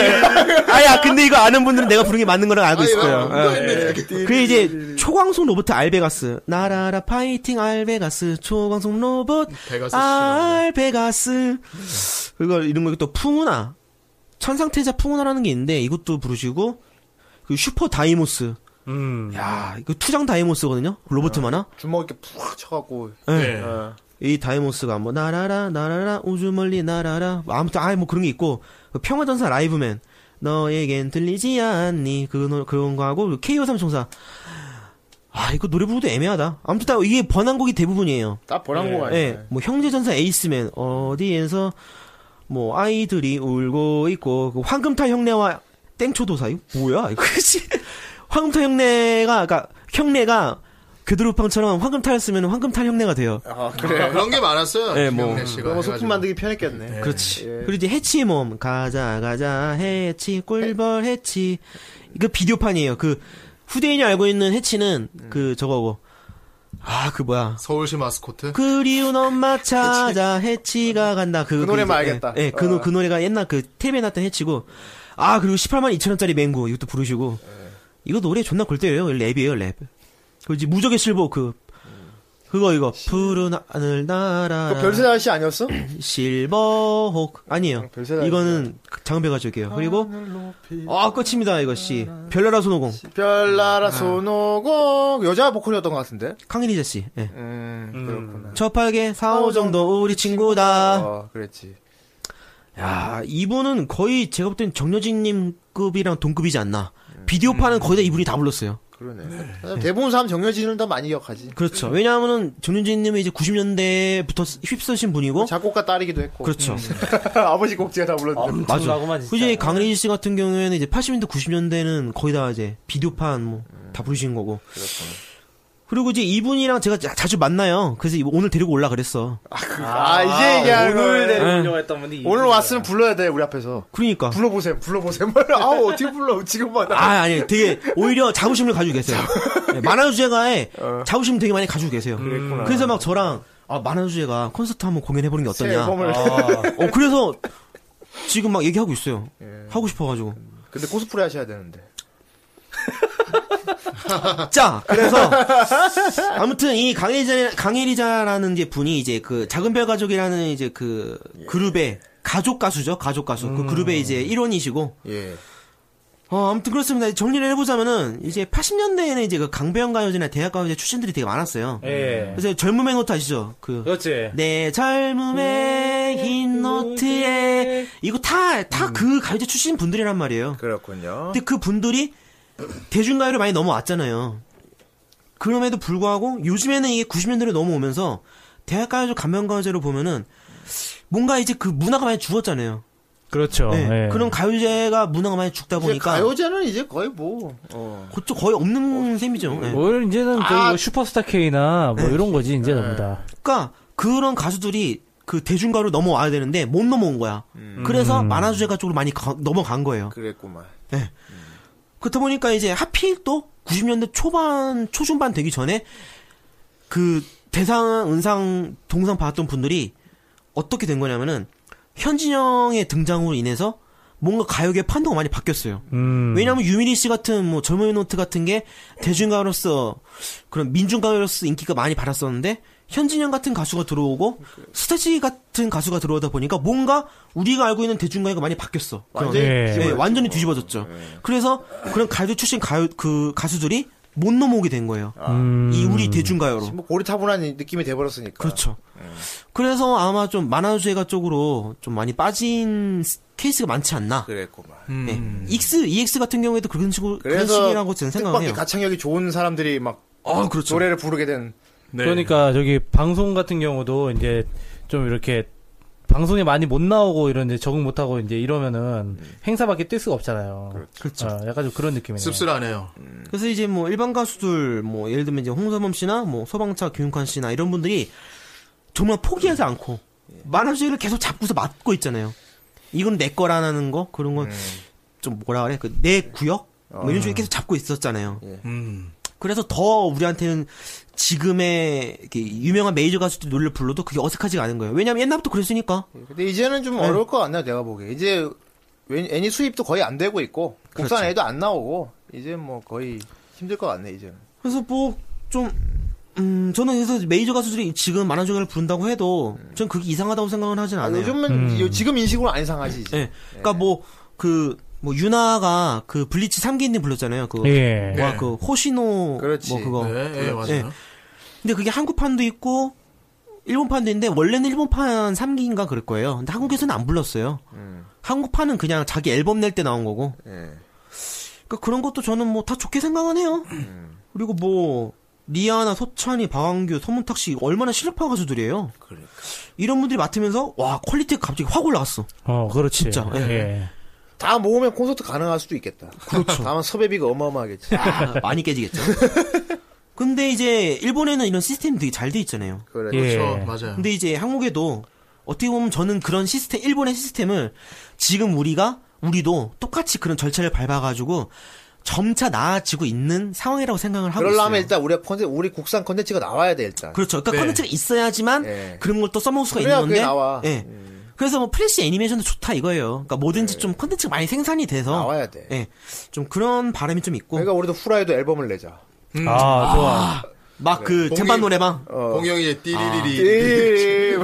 G: 아, 야, 근데 이거 아는 분들은 내가 부른 게 맞는 거랑
C: 아,
D: 아,
G: 알고 있을 거예요. 네. 그게 이제 초광속 로봇 알베가스. 나라라 파이팅 알베가스. 초광속 로봇
D: 베가스 씨라고.
G: 알베가스. 그걸 이런 거 또 풍우나. 천상태자 풍우나라는 게 있는데 이것도 부르시고 그 슈퍼 다이모스.
A: 음.
G: 야, 이거 투장 다이모스거든요. 로봇
D: 아.
G: 만화. 예.
C: 주먹 이렇게 푹 쳐갖고.
A: 네.
C: 어.
G: 이 다이모스가 뭐 나라라 나라라 우주 멀리 나라라 뭐 아무튼 아예 뭐 그런 게 있고 그 평화전사 라이브맨 너에겐 들리지 않니 그 노- 그런 거 하고 KO 삼총사 아 이거 노래 부르도 애매하다 아무튼 다 이게 번안곡이 대부분이에요
C: 딱 보란 거
G: 예
C: 아니야.
G: 뭐 형제전사 에이스맨 어디에서 뭐 아이들이 울고 있고 그 황금타 형네와 땡초도사 이거 뭐야 이거 그치 황금타 형네가 그니까 형네가 그드루팡처럼 황금타였으면 황금타 형네가 돼요
C: 아,
D: 아,
C: 그래.
D: 그런 게 많았어요.
G: 예, 뭐.
D: 김영래 씨가
C: 그럼 소품
D: 해가지고.
C: 만들기 편했겠네.
G: 그렇지. 그리고 이제 해치 몸 가자 가자 해치 꿀벌 해치 이거 비디오판이에요. 그 후대인이 알고 있는 해치는
C: 음.
G: 그 저거고 아 그 뭐야
D: 서울시 마스코트.
G: 그리운 엄마 찾아 해치가 간다 그,
C: 그 노래만
G: 이제-
C: 알겠다.
G: 예, 예, 그, 노-
C: 어.
G: 그 노래가 옛날 그 탭에 났던 해치고 아 그리고 18만 2천 원짜리 맹구 이것도 부르시고
C: 예.
G: 이거 노래 존나 골때려요. 랩이에요 랩. 그리고 이제 무적의 실버 그 그거 이거 푸른 하늘 날아
C: 그 별세 아저씨 아니었어?
G: 실버혹 아니에요.
C: 별세다,
G: 이거는 장배 가족이에요. 그리고 아 끝입니다 이것이 별나라 손오공
C: 별나라 소노고 여자 보컬이었던 것 같은데.
G: 강일이자 씨. 예.
C: 음, 그렇구나.
G: 저팔계 사오정도 우리 친구다.
C: 어, 그랬지.
G: 야 이분은 거의 제가 볼 때는 정여진님급이랑 동급이지 않나. 비디오판은 거의 다 이분이 다 불렀어요.
C: 그러네. 사실 대부분 사람 정여진을 더 많이 기억하지.
G: 그렇죠. 왜냐하면은 정여진님이 이제 90년대부터 휩쓰신 분이고.
C: 작곡가 딸이기도 했고.
G: 그렇죠.
C: 아버지 곡지에 다 불렀는데.
A: 엄청나고만 진짜.
G: 이제 강일희 씨 같은 경우에는 이제 80년대 90년대는 거의 다 이제 비디오판 뭐 다 부르신 거고. 그리고 이제 이분이랑 제가 자, 주 만나요. 그래서 이분 오늘 데리고 올라 그랬어.
C: 아, 이제 얘기하는
A: 오늘
C: 거네.
A: 내려오려고 했던 분이.
C: 오늘 왔으면 불러야 돼, 우리 앞에서.
G: 그러니까.
C: 불러보세요, 불러보세요. 말 아우, 어떻게 불러, 지금만.
G: 아 아니 되게 오히려 자부심을 가지고 계세요. 네, 만화 주제가에 자부심 되게 많이 가지고 계세요.
C: 그랬구나.
G: 그래서 막 저랑 아 만화 주제가 콘서트 한번 공연해 보는 게
C: 새
G: 어떠냐.
C: 앨범을.
G: 어 그래서 지금 막 얘기하고 있어요. 하고 싶어가지고.
C: 근데 코스프레 하셔야 되는데.
G: 자, 그래서 아무튼 이 강혜리자 강혜리자라는 이제 분이 이제 그 작은 별 가족이라는 이제 그 그룹의 가족 가수죠, 가족 가수. 그 그룹의 이제 일원이시고.
C: 예.
G: 어, 아무튼 그렇습니다. 정리를 해보자면은 이제 80년대에는 이제 그 강변 가요제나 대학 가요제 출신들이 되게 많았어요.
A: 예.
G: 그래서 젊음의 노트 아시죠? 그
A: 그렇지.
G: 내 젊음의 흰 노트에 이거 다 다 그 가요제 출신 분들이란 말이에요.
C: 그렇군요.
G: 근데 그 분들이 대중가요를 많이 넘어왔잖아요. 그럼에도 불구하고 요즘에는 이게 90년대로 넘어오면서 대학가요제 감명가요제로 보면은 뭔가 이제 그 문화가 많이 죽었잖아요.
A: 그렇죠.
G: 네.
A: 예.
G: 그런 가요제가 문화가 많이 죽다
B: 이제
G: 보니까
B: 가요제는 이제 거의 뭐 어.
G: 그쪽 거의 없는 셈이죠. 네.
A: 오히려 이제는 거의
B: 아.
A: 뭐 슈퍼스타 K나 뭐 이런 거지 이제 전부 다.
G: 그러니까 그런 가수들이 그 대중가요로 넘어와야 되는데 못 넘어온 거야. 그래서 만화주제가 쪽으로 많이 가- 넘어간 거예요.
C: 그랬구만.
G: 그렇다 보니까 이제 하필 또 90년대 초반 초중반 되기 전에 그 대상 은상 동상 받았던 분들이 어떻게 된 거냐면은 현진영의 등장으로 인해서 뭔가 가요계 판도가 많이 바뀌었어요.
A: 음.
C: 네.
G: 왜냐하면 유민희 씨 같은 뭐 젊은 노트 같은 게 대중가요로서 그런 민중가요로서 인기가 많이 받았었는데 현진영 같은 가수가 들어오고 스테지 같은 가수가 들어오다 보니까 뭔가 우리가 알고 있는 대중가요가 많이 바뀌었어. 그런
B: 예, 완전히
A: 네.
C: 예.
G: 네,
B: 뒤집어졌죠.
G: 완전히 뒤집어졌죠. 그래서 그런 가요 출신 가요 그 가수들이 못 넘어오게 된 거예요.
C: 아.
A: 음.
G: 이 우리 대중가요로.
B: 뭐 고리타분한 느낌이 돼버렸으니까.
G: 그렇죠.
C: 예.
G: 그래서 아마 좀 만화주의가 쪽으로 좀 많이 빠진 스- 케이스가 많지 않나.
C: 그랬구만.
G: 네. EX, EX 같은 경우에도 그런 식으로 그런 식이라고 저는 생각을
C: 음. 뜻밖의
G: 해요.
C: 가창력이 좋은 사람들이 막
G: 아, 그렇죠.
C: 노래를 부르게 된
A: 그러니까 저기 방송 같은 경우도 이제 좀 이렇게 방송에 많이 못 나오고 이런 이제 적응 못 하고 이제 이러면은 행사밖에 뛸 수가 없잖아요.
G: 그렇죠.
A: 어, 약간 좀 그런 느낌이네요.
D: 씁쓸하네요.
G: 그래서 이제 뭐 일반 가수들 뭐 예를 들면 이제 홍서범 씨나 뭐 소방차 김용환 씨나 이런 분들이 정말 포기하지 않고 만화주의를 계속 잡고서 맞고 있잖아요. 이건 내 거라는 거 그런
B: 네.
G: 건 좀 뭐라 그래 그 내 구역 뭐
B: 어.
G: 이런 식으로 계속 잡고 있었잖아요.
B: 예.
G: 그래서 더 우리한테는 지금의 이렇게 유명한 메이저 가수들 노래를 불러도 그게 어색하지가 않은 거예요. 왜냐면 옛날부터 그랬으니까.
B: 근데 이제는 좀 어려울 것 같네요, 내가 보기에. 이제 웬- 애니 수입도 거의 안 되고 있고
G: 그렇죠.
B: 국산 애도 안 나오고 이제 뭐 거의 힘들 것 같네 이제는.
G: 그래서 뭐 좀 음, 저는 그래서 메이저 가수들이 지금 만화주의를 부른다고 해도 전 그게 이상하다고 생각은 하진
B: 아, 음.
G: 않아요. 음.
B: 요즘은 요- 지금 인식으로 안 이상하지 이제.
G: 예.
D: 네.
G: 그러니까 뭐 그 뭐 유나가 그 블리치 3기인님 불렀잖아요. 그
A: 예.
G: 뭐야
D: 네.
G: 그 호시노
C: 그렇지.
G: 뭐 그거.
D: 네, 예, 맞아요.
G: 예. 근데 그게 한국판도 있고 일본판도 있는데 원래는 일본판 3기인가 그럴 거예요. 근데 한국에서는 안 불렀어요.
D: 음.
G: 한국판은 그냥 자기 앨범 낼 때 나온 거고.
C: 예.
G: 그러니까 그런 것도 저는 뭐 다 좋게 생각은 해요.
D: 음.
G: 그리고 뭐 리아나 소찬이 박완규 서문탁 씨 얼마나 실력파 가수들이에요.
D: 그러니까.
G: 이런 분들이 맡으면서 와 퀄리티가 갑자기 확 올라갔어.
A: 어, 그렇지.
G: 진짜, 예.
A: 예.
B: 다 모으면 콘서트 가능할 수도 있겠다. 그렇죠. 다만 섭외비가 어마어마하겠지.
G: 아, 많이 깨지겠죠. 근데 이제 일본에는 이런 시스템이 되게 잘 돼 있잖아요.
B: 그래.
C: 네,
A: 예.
D: 그렇죠. 맞아요.
G: 근데 이제 한국에도 어떻게 보면 저는 그런 시스템, 일본의 시스템을 지금 우리가 우리도 똑같이 그런 절차를 밟아가지고 점차 나아지고 있는 상황이라고 생각을 하고 있어요.
B: 그러려면 일단 우리 컨텐 우리 국산 컨텐츠가 나와야 돼 일단.
G: 그렇죠. 그러니까 컨텐츠가 있어야지만
B: 예.
G: 그런 걸 또 써먹을 수가
B: 그래야
G: 있는 건데.
B: 그게 나와. 음.
G: 예. 그래서 뭐 프레시 애니메이션도 좋다 이거예요. 그러니까 뭐든지 좀 컨텐츠가 많이 생산이 돼서
B: 네. 나와야 돼.
G: 예. 좀 그런 바람이 좀 있고
B: 그러니까 우리도 후라이도 앨범을 내자.
A: 아, 좋아.
B: 네.
G: 막 그
D: 공이-
G: 쟁반 노래방
D: 공영이의 아, 띠리리리.
B: 띠리리.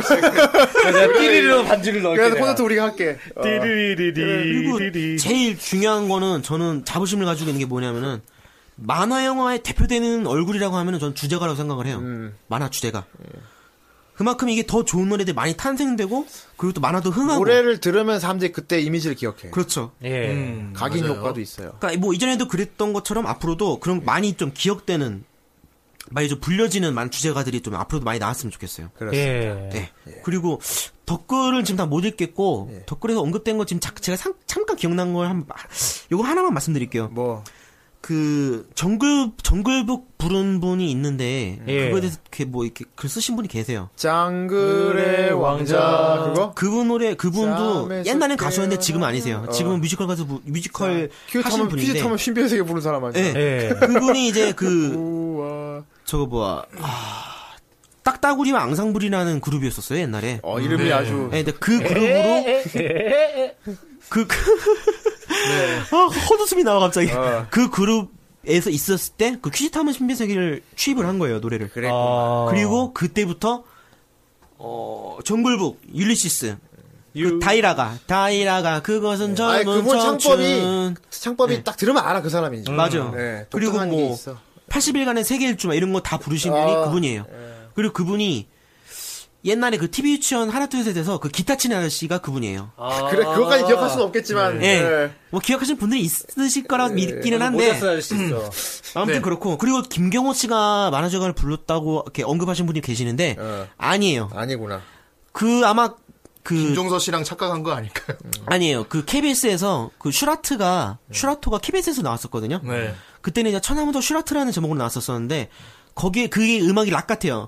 A: 내가 띠리리로 반지를 넣을게.
B: 그래서 콘서트 우리가 할게. 어.
A: 예,
G: 네, 예, 그리고 제일 중요한 거는 저는 자부심을 가지고 있는 게 뭐냐면은 만화 영화에 대표되는 얼굴이라고 하면은 저는 주제가라고 생각을 해요. 만화 주제가. 그만큼 이게 더 좋은 노래들이 많이 탄생되고 그리고 또 만화도 흥하고
B: 노래를 들으면 사람들이 그때 이미지를 기억해.
G: 그렇죠.
A: 예.
B: 각인
D: 맞아요.
B: 효과도 있어요.
G: 그러니까 뭐 이전에도 그랬던 것처럼 앞으로도 그런 많이 좀 기억되는 많이 좀 불려지는 만 주제가들이 좀 앞으로도 많이 나왔으면 좋겠어요.
A: 예.
G: 네. 그리고 댓글을 지금 다 못 읽겠고 댓글에서 언급된 거 지금 자- 제가 상- 잠깐 기억난 걸 한 요거 하나만 말씀드릴게요.
B: 뭐
G: 그 정글 정글북 부른 분이 있는데
A: 예.
G: 그거에 대해서 이렇게 뭐 이렇게 글 쓰신 분이 계세요.
B: 장글의 왕자 그거?
G: 그분 노래 그분도
B: 잠에서
G: 옛날엔 가수였는데 지금은 아니세요. 지금은 뮤지컬 가수 부- 뮤지컬
B: 퀴즈
G: 하신
B: 타면 퀴즈
G: 분인데 네.
B: 타면 신비의 세계 부른 사람 아니야?
G: 예.
A: 예.
G: 그분이 이제 그
B: 우와.
G: 저거 뭐야 아, 딱따구리와 앙상블이라는 그룹이었었어요 옛날에.
C: 어, 이름이 아주
G: 네, 근데 그 그룹으로
C: 예,
G: 그
C: 네.
G: 아, 헛웃음이 나와 갑자기.
C: 어.
G: 그 그룹에서 있었을 때 그 퀴즈 타면 신비세계를 취입을 한 거예요 노래를. 그래.
A: 아.
G: 그리고 그때부터 어 정글북 율리시스 그
A: 유-
G: 다이라가 다이라가 그것은
C: 네. 아니
G: 젊은
C: 그분 창법이
G: 청춘
C: 창법이 딱 들으면 알아 그 사람인지.
G: 음, 맞아.
C: 네,
G: 그리고
C: 독특한 게
G: 뭐
C: 있어.
G: 80일간의 세계 일주 막 이런 거 다 부르신 분이
C: 아,
G: 그분이에요. 그리고 그분이 옛날에 그 TV 유치원 하나 둘 셋에서 그 기타 치는 아저씨가 그분이에요.
C: 그래 그것까지 기억할 수는 없겠지만
G: 예.
C: 네. 예,
G: 뭐 기억하시는 분들이 있으실 거라 믿기는 한데
A: 모자 쓰아줄 수 있어.
G: 아무튼
D: 네.
G: 그렇고 그리고 김경호 씨가 만화제가를 불렀다고 이렇게 언급하신 분이 계시는데
C: 어.
G: 아니에요.
C: 아니구나.
G: 그 아마 그
D: 김종서 씨랑 착각한 거 아닐까요?
G: 아니에요. 그 KBS에서 그 슈라트가 슈라토가 KBS에서 나왔었거든요.
A: 네.
G: 그때는 이제 천하무적 슈라트라는 제목으로 나왔었었는데 거기에 그게 음악이 락 같아요.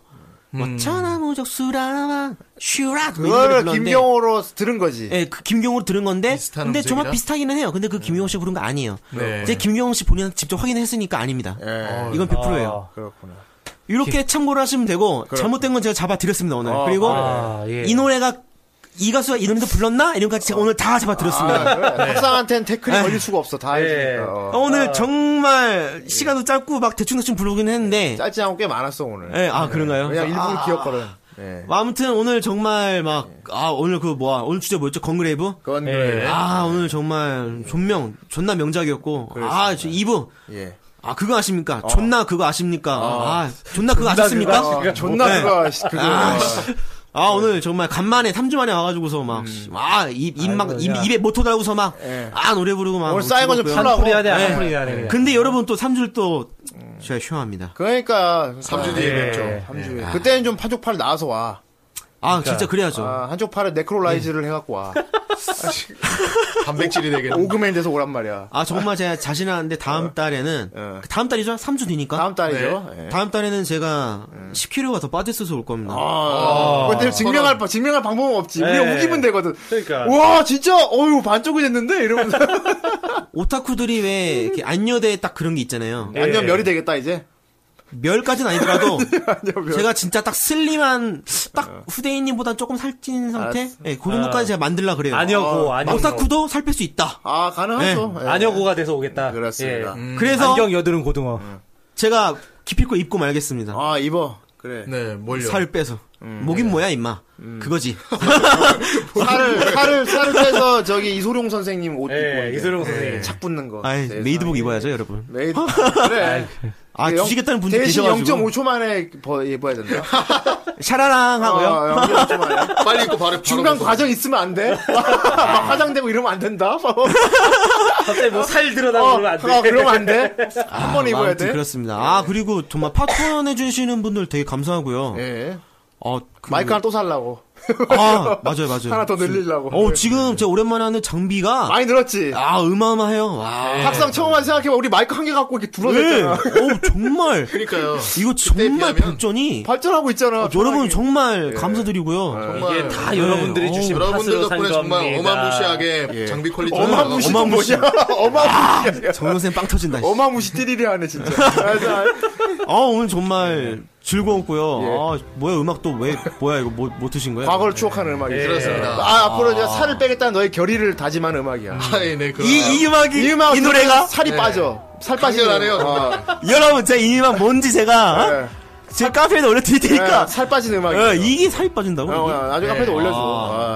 G: 뭐
D: 음.
G: 천하무적 수라와 뭐 슈라
C: 그거를 어, 김경호로 들은 거지.
G: 예, 그 김경호로 들은 건데
D: 비슷한
G: 근데 정말
D: 음색이라?
G: 비슷하기는 해요. 근데 그 김경호 씨 부른 거 아니에요.
D: 네.
G: 이제 김경호 씨 본인 직접 확인했으니까 아닙니다.
C: 예.
G: 이건 100%예요.
C: 그렇구나.
G: 이렇게 참고를 하시면 되고 잘못된 건 제가 잡아드렸습니다 오늘. 그리고
A: 아, 예.
G: 이 노래가 이 가수가 이 노래도 불렀나? 이런 거 제가 오늘 다 잡아드렸습니다.
C: 학상한테는 태클이 걸릴 수가 없어. 다 해주니까. 어.
G: 어, 오늘 정말 시간도 짧고 막 대충대충 부르긴 했는데
C: 예, 짧지 않고 꽤 많았어 오늘.
G: 예, 아 그런가요?
C: 그냥 일부러
G: 아,
C: 기억거든. 예.
G: 뭐 아무튼 오늘 정말 막 아 오늘 그 뭐야 오늘 주제 뭐였죠? 건그레이브?
C: 그건
A: 예.
C: 그래요.
G: 아 오늘 정말 존명 존나 명작이었고 아 저 2부
C: 예.
G: 아 그거 아십니까? 존나 그거 아십니까? 아 존나 그거 아셨습니까?
C: 어, 존나
G: 네.
C: 그거 씨, 그거
G: 아,
C: 어.
G: 씨. 아 오늘 정말 간만에 3주 만에 와가지고서 막아입입막
A: 아이고, 야.
G: 입에 모토 달고서 막 아
C: 예.
G: 노래 부르고 막
C: 오늘 쌓인 거좀
G: 웃고
C: 풀어.
A: 한풀이 하네,
G: 네.
A: 한풀이 하네. 그냥.
G: 근데 여러분 또 3주를 또 제가 쉬어합니다.
C: 그러니까
D: 3주 뒤에
A: 예.
D: 뵙죠.
C: 3주에. 그때는 좀 한쪽 팔 나와서 와.
G: 아 진짜 그래야죠.
C: 아, 한쪽 팔에 네크로라이즈를 해갖고 와.
D: 단백질이 되겠네.
C: 오그맨 돼서 오란 말이야.
G: 아 정말 제가 자신하는데 다음 달에는
C: 어.
G: 그 다음 달이죠? 3주 뒤니까
C: 다음 달이죠. 예.
G: 다음 달에는 제가 10kg가 더 빠졌어서 올 겁니다.
C: 아, 근데 증명할, 바- 증명할 방법은 없지. 우리가
A: 예.
C: 우기면 되거든.
A: 그러니까.
C: 와, 진짜, 어휴, 반쪽이 됐는데? 이러면서.
G: 오타쿠들이 왜 이렇게 안녀대에 딱 그런 게 있잖아요.
C: 완전 멸이 되겠다, 이제.
G: 멸까지는 아니더라도
C: 완전 멸. 어.
G: 제가 진짜 딱 슬림한 딱 후대인님보단 조금 살찐 상태 예, 그런 것까지 제가 만들라 그래요.
A: 아니어고, 아니어고.
G: 오타쿠도 살 뺄 수 있다.
C: 아, 가능하죠. 예.
A: 네. 아니어고가 돼서 오겠다.
C: 그렇습니다.
A: 예.
G: 그래서
A: 안경 여드름 고등어.
G: 제가 기필코 입고 말겠습니다.
C: 아, 음, 네. 입어. 그래.
D: 네, 뭘요?
G: 살을 빼서 목인 뭐야 임마
C: 음.
G: 그거지.
C: 어, 살을, 살을, 살을 빼서 저기 이소룡 선생님 옷 입고.
A: 예,
C: 이제.
A: 네. 이소룡 선생님.
C: 착 붙는 거.
G: 아
C: 네,
G: 메이드복 입어야죠 여러분.
C: 메이드. 그래.
G: 아
C: 영-
G: 주시겠다는 분들
C: 네, 대신
G: 계셔가지고
C: 0.5초 만에 버- 입어야 된다.
G: 샤라랑 하고요.
C: 아, 0.5초 만에.
D: 빨리 입고 바로
C: 중간
D: 바로
C: 과정 있으면 안 돼. 막 화장되고 이러면 안 된다.
A: 갑자기 뭐 살 드러나고
C: 어,
A: 그러면 안 돼.
C: 어, 그러면 안 돼. 한 번 입어야
G: 아무튼
C: 돼. 예.
G: 그렇습니다. 아 그리고 정말 파트원 해주시는 분들 되게 감사하고요.
C: 예.
G: 어, 그-
C: 마이크 하나 또 살라고.
G: 아 맞아요 맞아요.
C: 하나 더 늘리려고.
G: 어 지금 제가 오랜만에 하는 장비가
C: 많이 늘었지.
G: 아 어마어마해요. 와.
C: 막상 처음 만 생각해보면 우리 마이크 예. 한 개 갖고 이렇게
G: 네.
C: 둘러댔잖아.
G: 어 정말
D: 그러니까요.
G: 이거 정말
D: 비하면-
G: 발전이
C: 발전하고 있잖아.
G: 여러분
C: 예.
G: 정말 감사드리고요.
D: 정말
A: 이게 다 여러분들이
G: 어,
A: 주신
D: 여러분들
A: 팥으로 산
D: 덕분에 정말
A: 겁니다.
D: 어마무시하게 장비 퀄리티
C: 어마무시
D: 올라가고
C: 뭐냐?
G: 아,
C: 어마무시.
G: 정선생 빵 터진다. 씨.
C: 어마무시 띠리리 하네 진짜. 그래서 아,
G: 아 오늘
C: 예.
G: 정말 즐거웠고요. 아 뭐야 음악 또 왜 뭐야 이거 뭐, 뭐 드신 거예요?
C: 과거를 추억하는 음악이
D: 그렇습니다.
C: 아 앞으로 이제 살을 빼겠다는 너의 결의를 다짐한 음악이야.
D: 아, 예, 네, 그럼.
G: 이, 이 음악이
C: 이
G: 이,
C: 음악
G: 노래가
C: 살이 빠져. 살 빠지는
D: 강렬하네요,
C: 아,
G: 여러분 제 이 음악 뭔지 제가 어?
C: 네.
G: 제 카페에 올려드릴 테니까
C: 예, 살 빠지는 음악이.
G: 예, 그러니까 이게 살이 빠진다고?
C: 어,
G: 이게?
C: 나중에 앞에도 올려줘.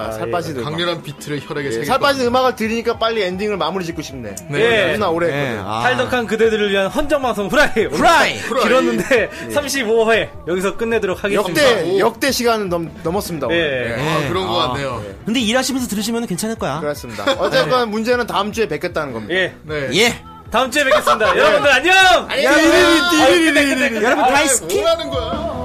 C: 아, 살 빠지는 음악.
D: 강렬한 비트를 혈액에
C: 예,
D: 새겨.
C: 살 빠지는 음악을 들으니까 빨리 엔딩을 마무리 짓고 싶네.
A: 예.
C: 누나 오래
G: 예,
C: 했거든.
G: 아.
A: 탈덕한 그대들을 위한 헌정방송 후라이.
G: 후라이!
D: 후라이.
A: 길었는데 35회 여기서 끝내도록 하겠습니다.
C: 역대 역대 시간은 넘, 넘었습니다. 오늘.
A: 예.
D: 아,
G: 예.
D: 그런 거
G: 아.
D: 같네요.
G: 근데 일하시면서 들으시면 괜찮을 거야.
C: 그렇습니다. 어쨌건 문제는 다음 주에 뵙겠다는 겁니다.
A: 예.
D: 네.
G: 예.
A: 다음 주에 뵙겠습니다. 여러분들 안녕.
D: 야,
A: 아, 끝내, 끝내, 끝내.
G: 여러분
A: 아,
G: 다이스키.
D: 뭐라는 거야?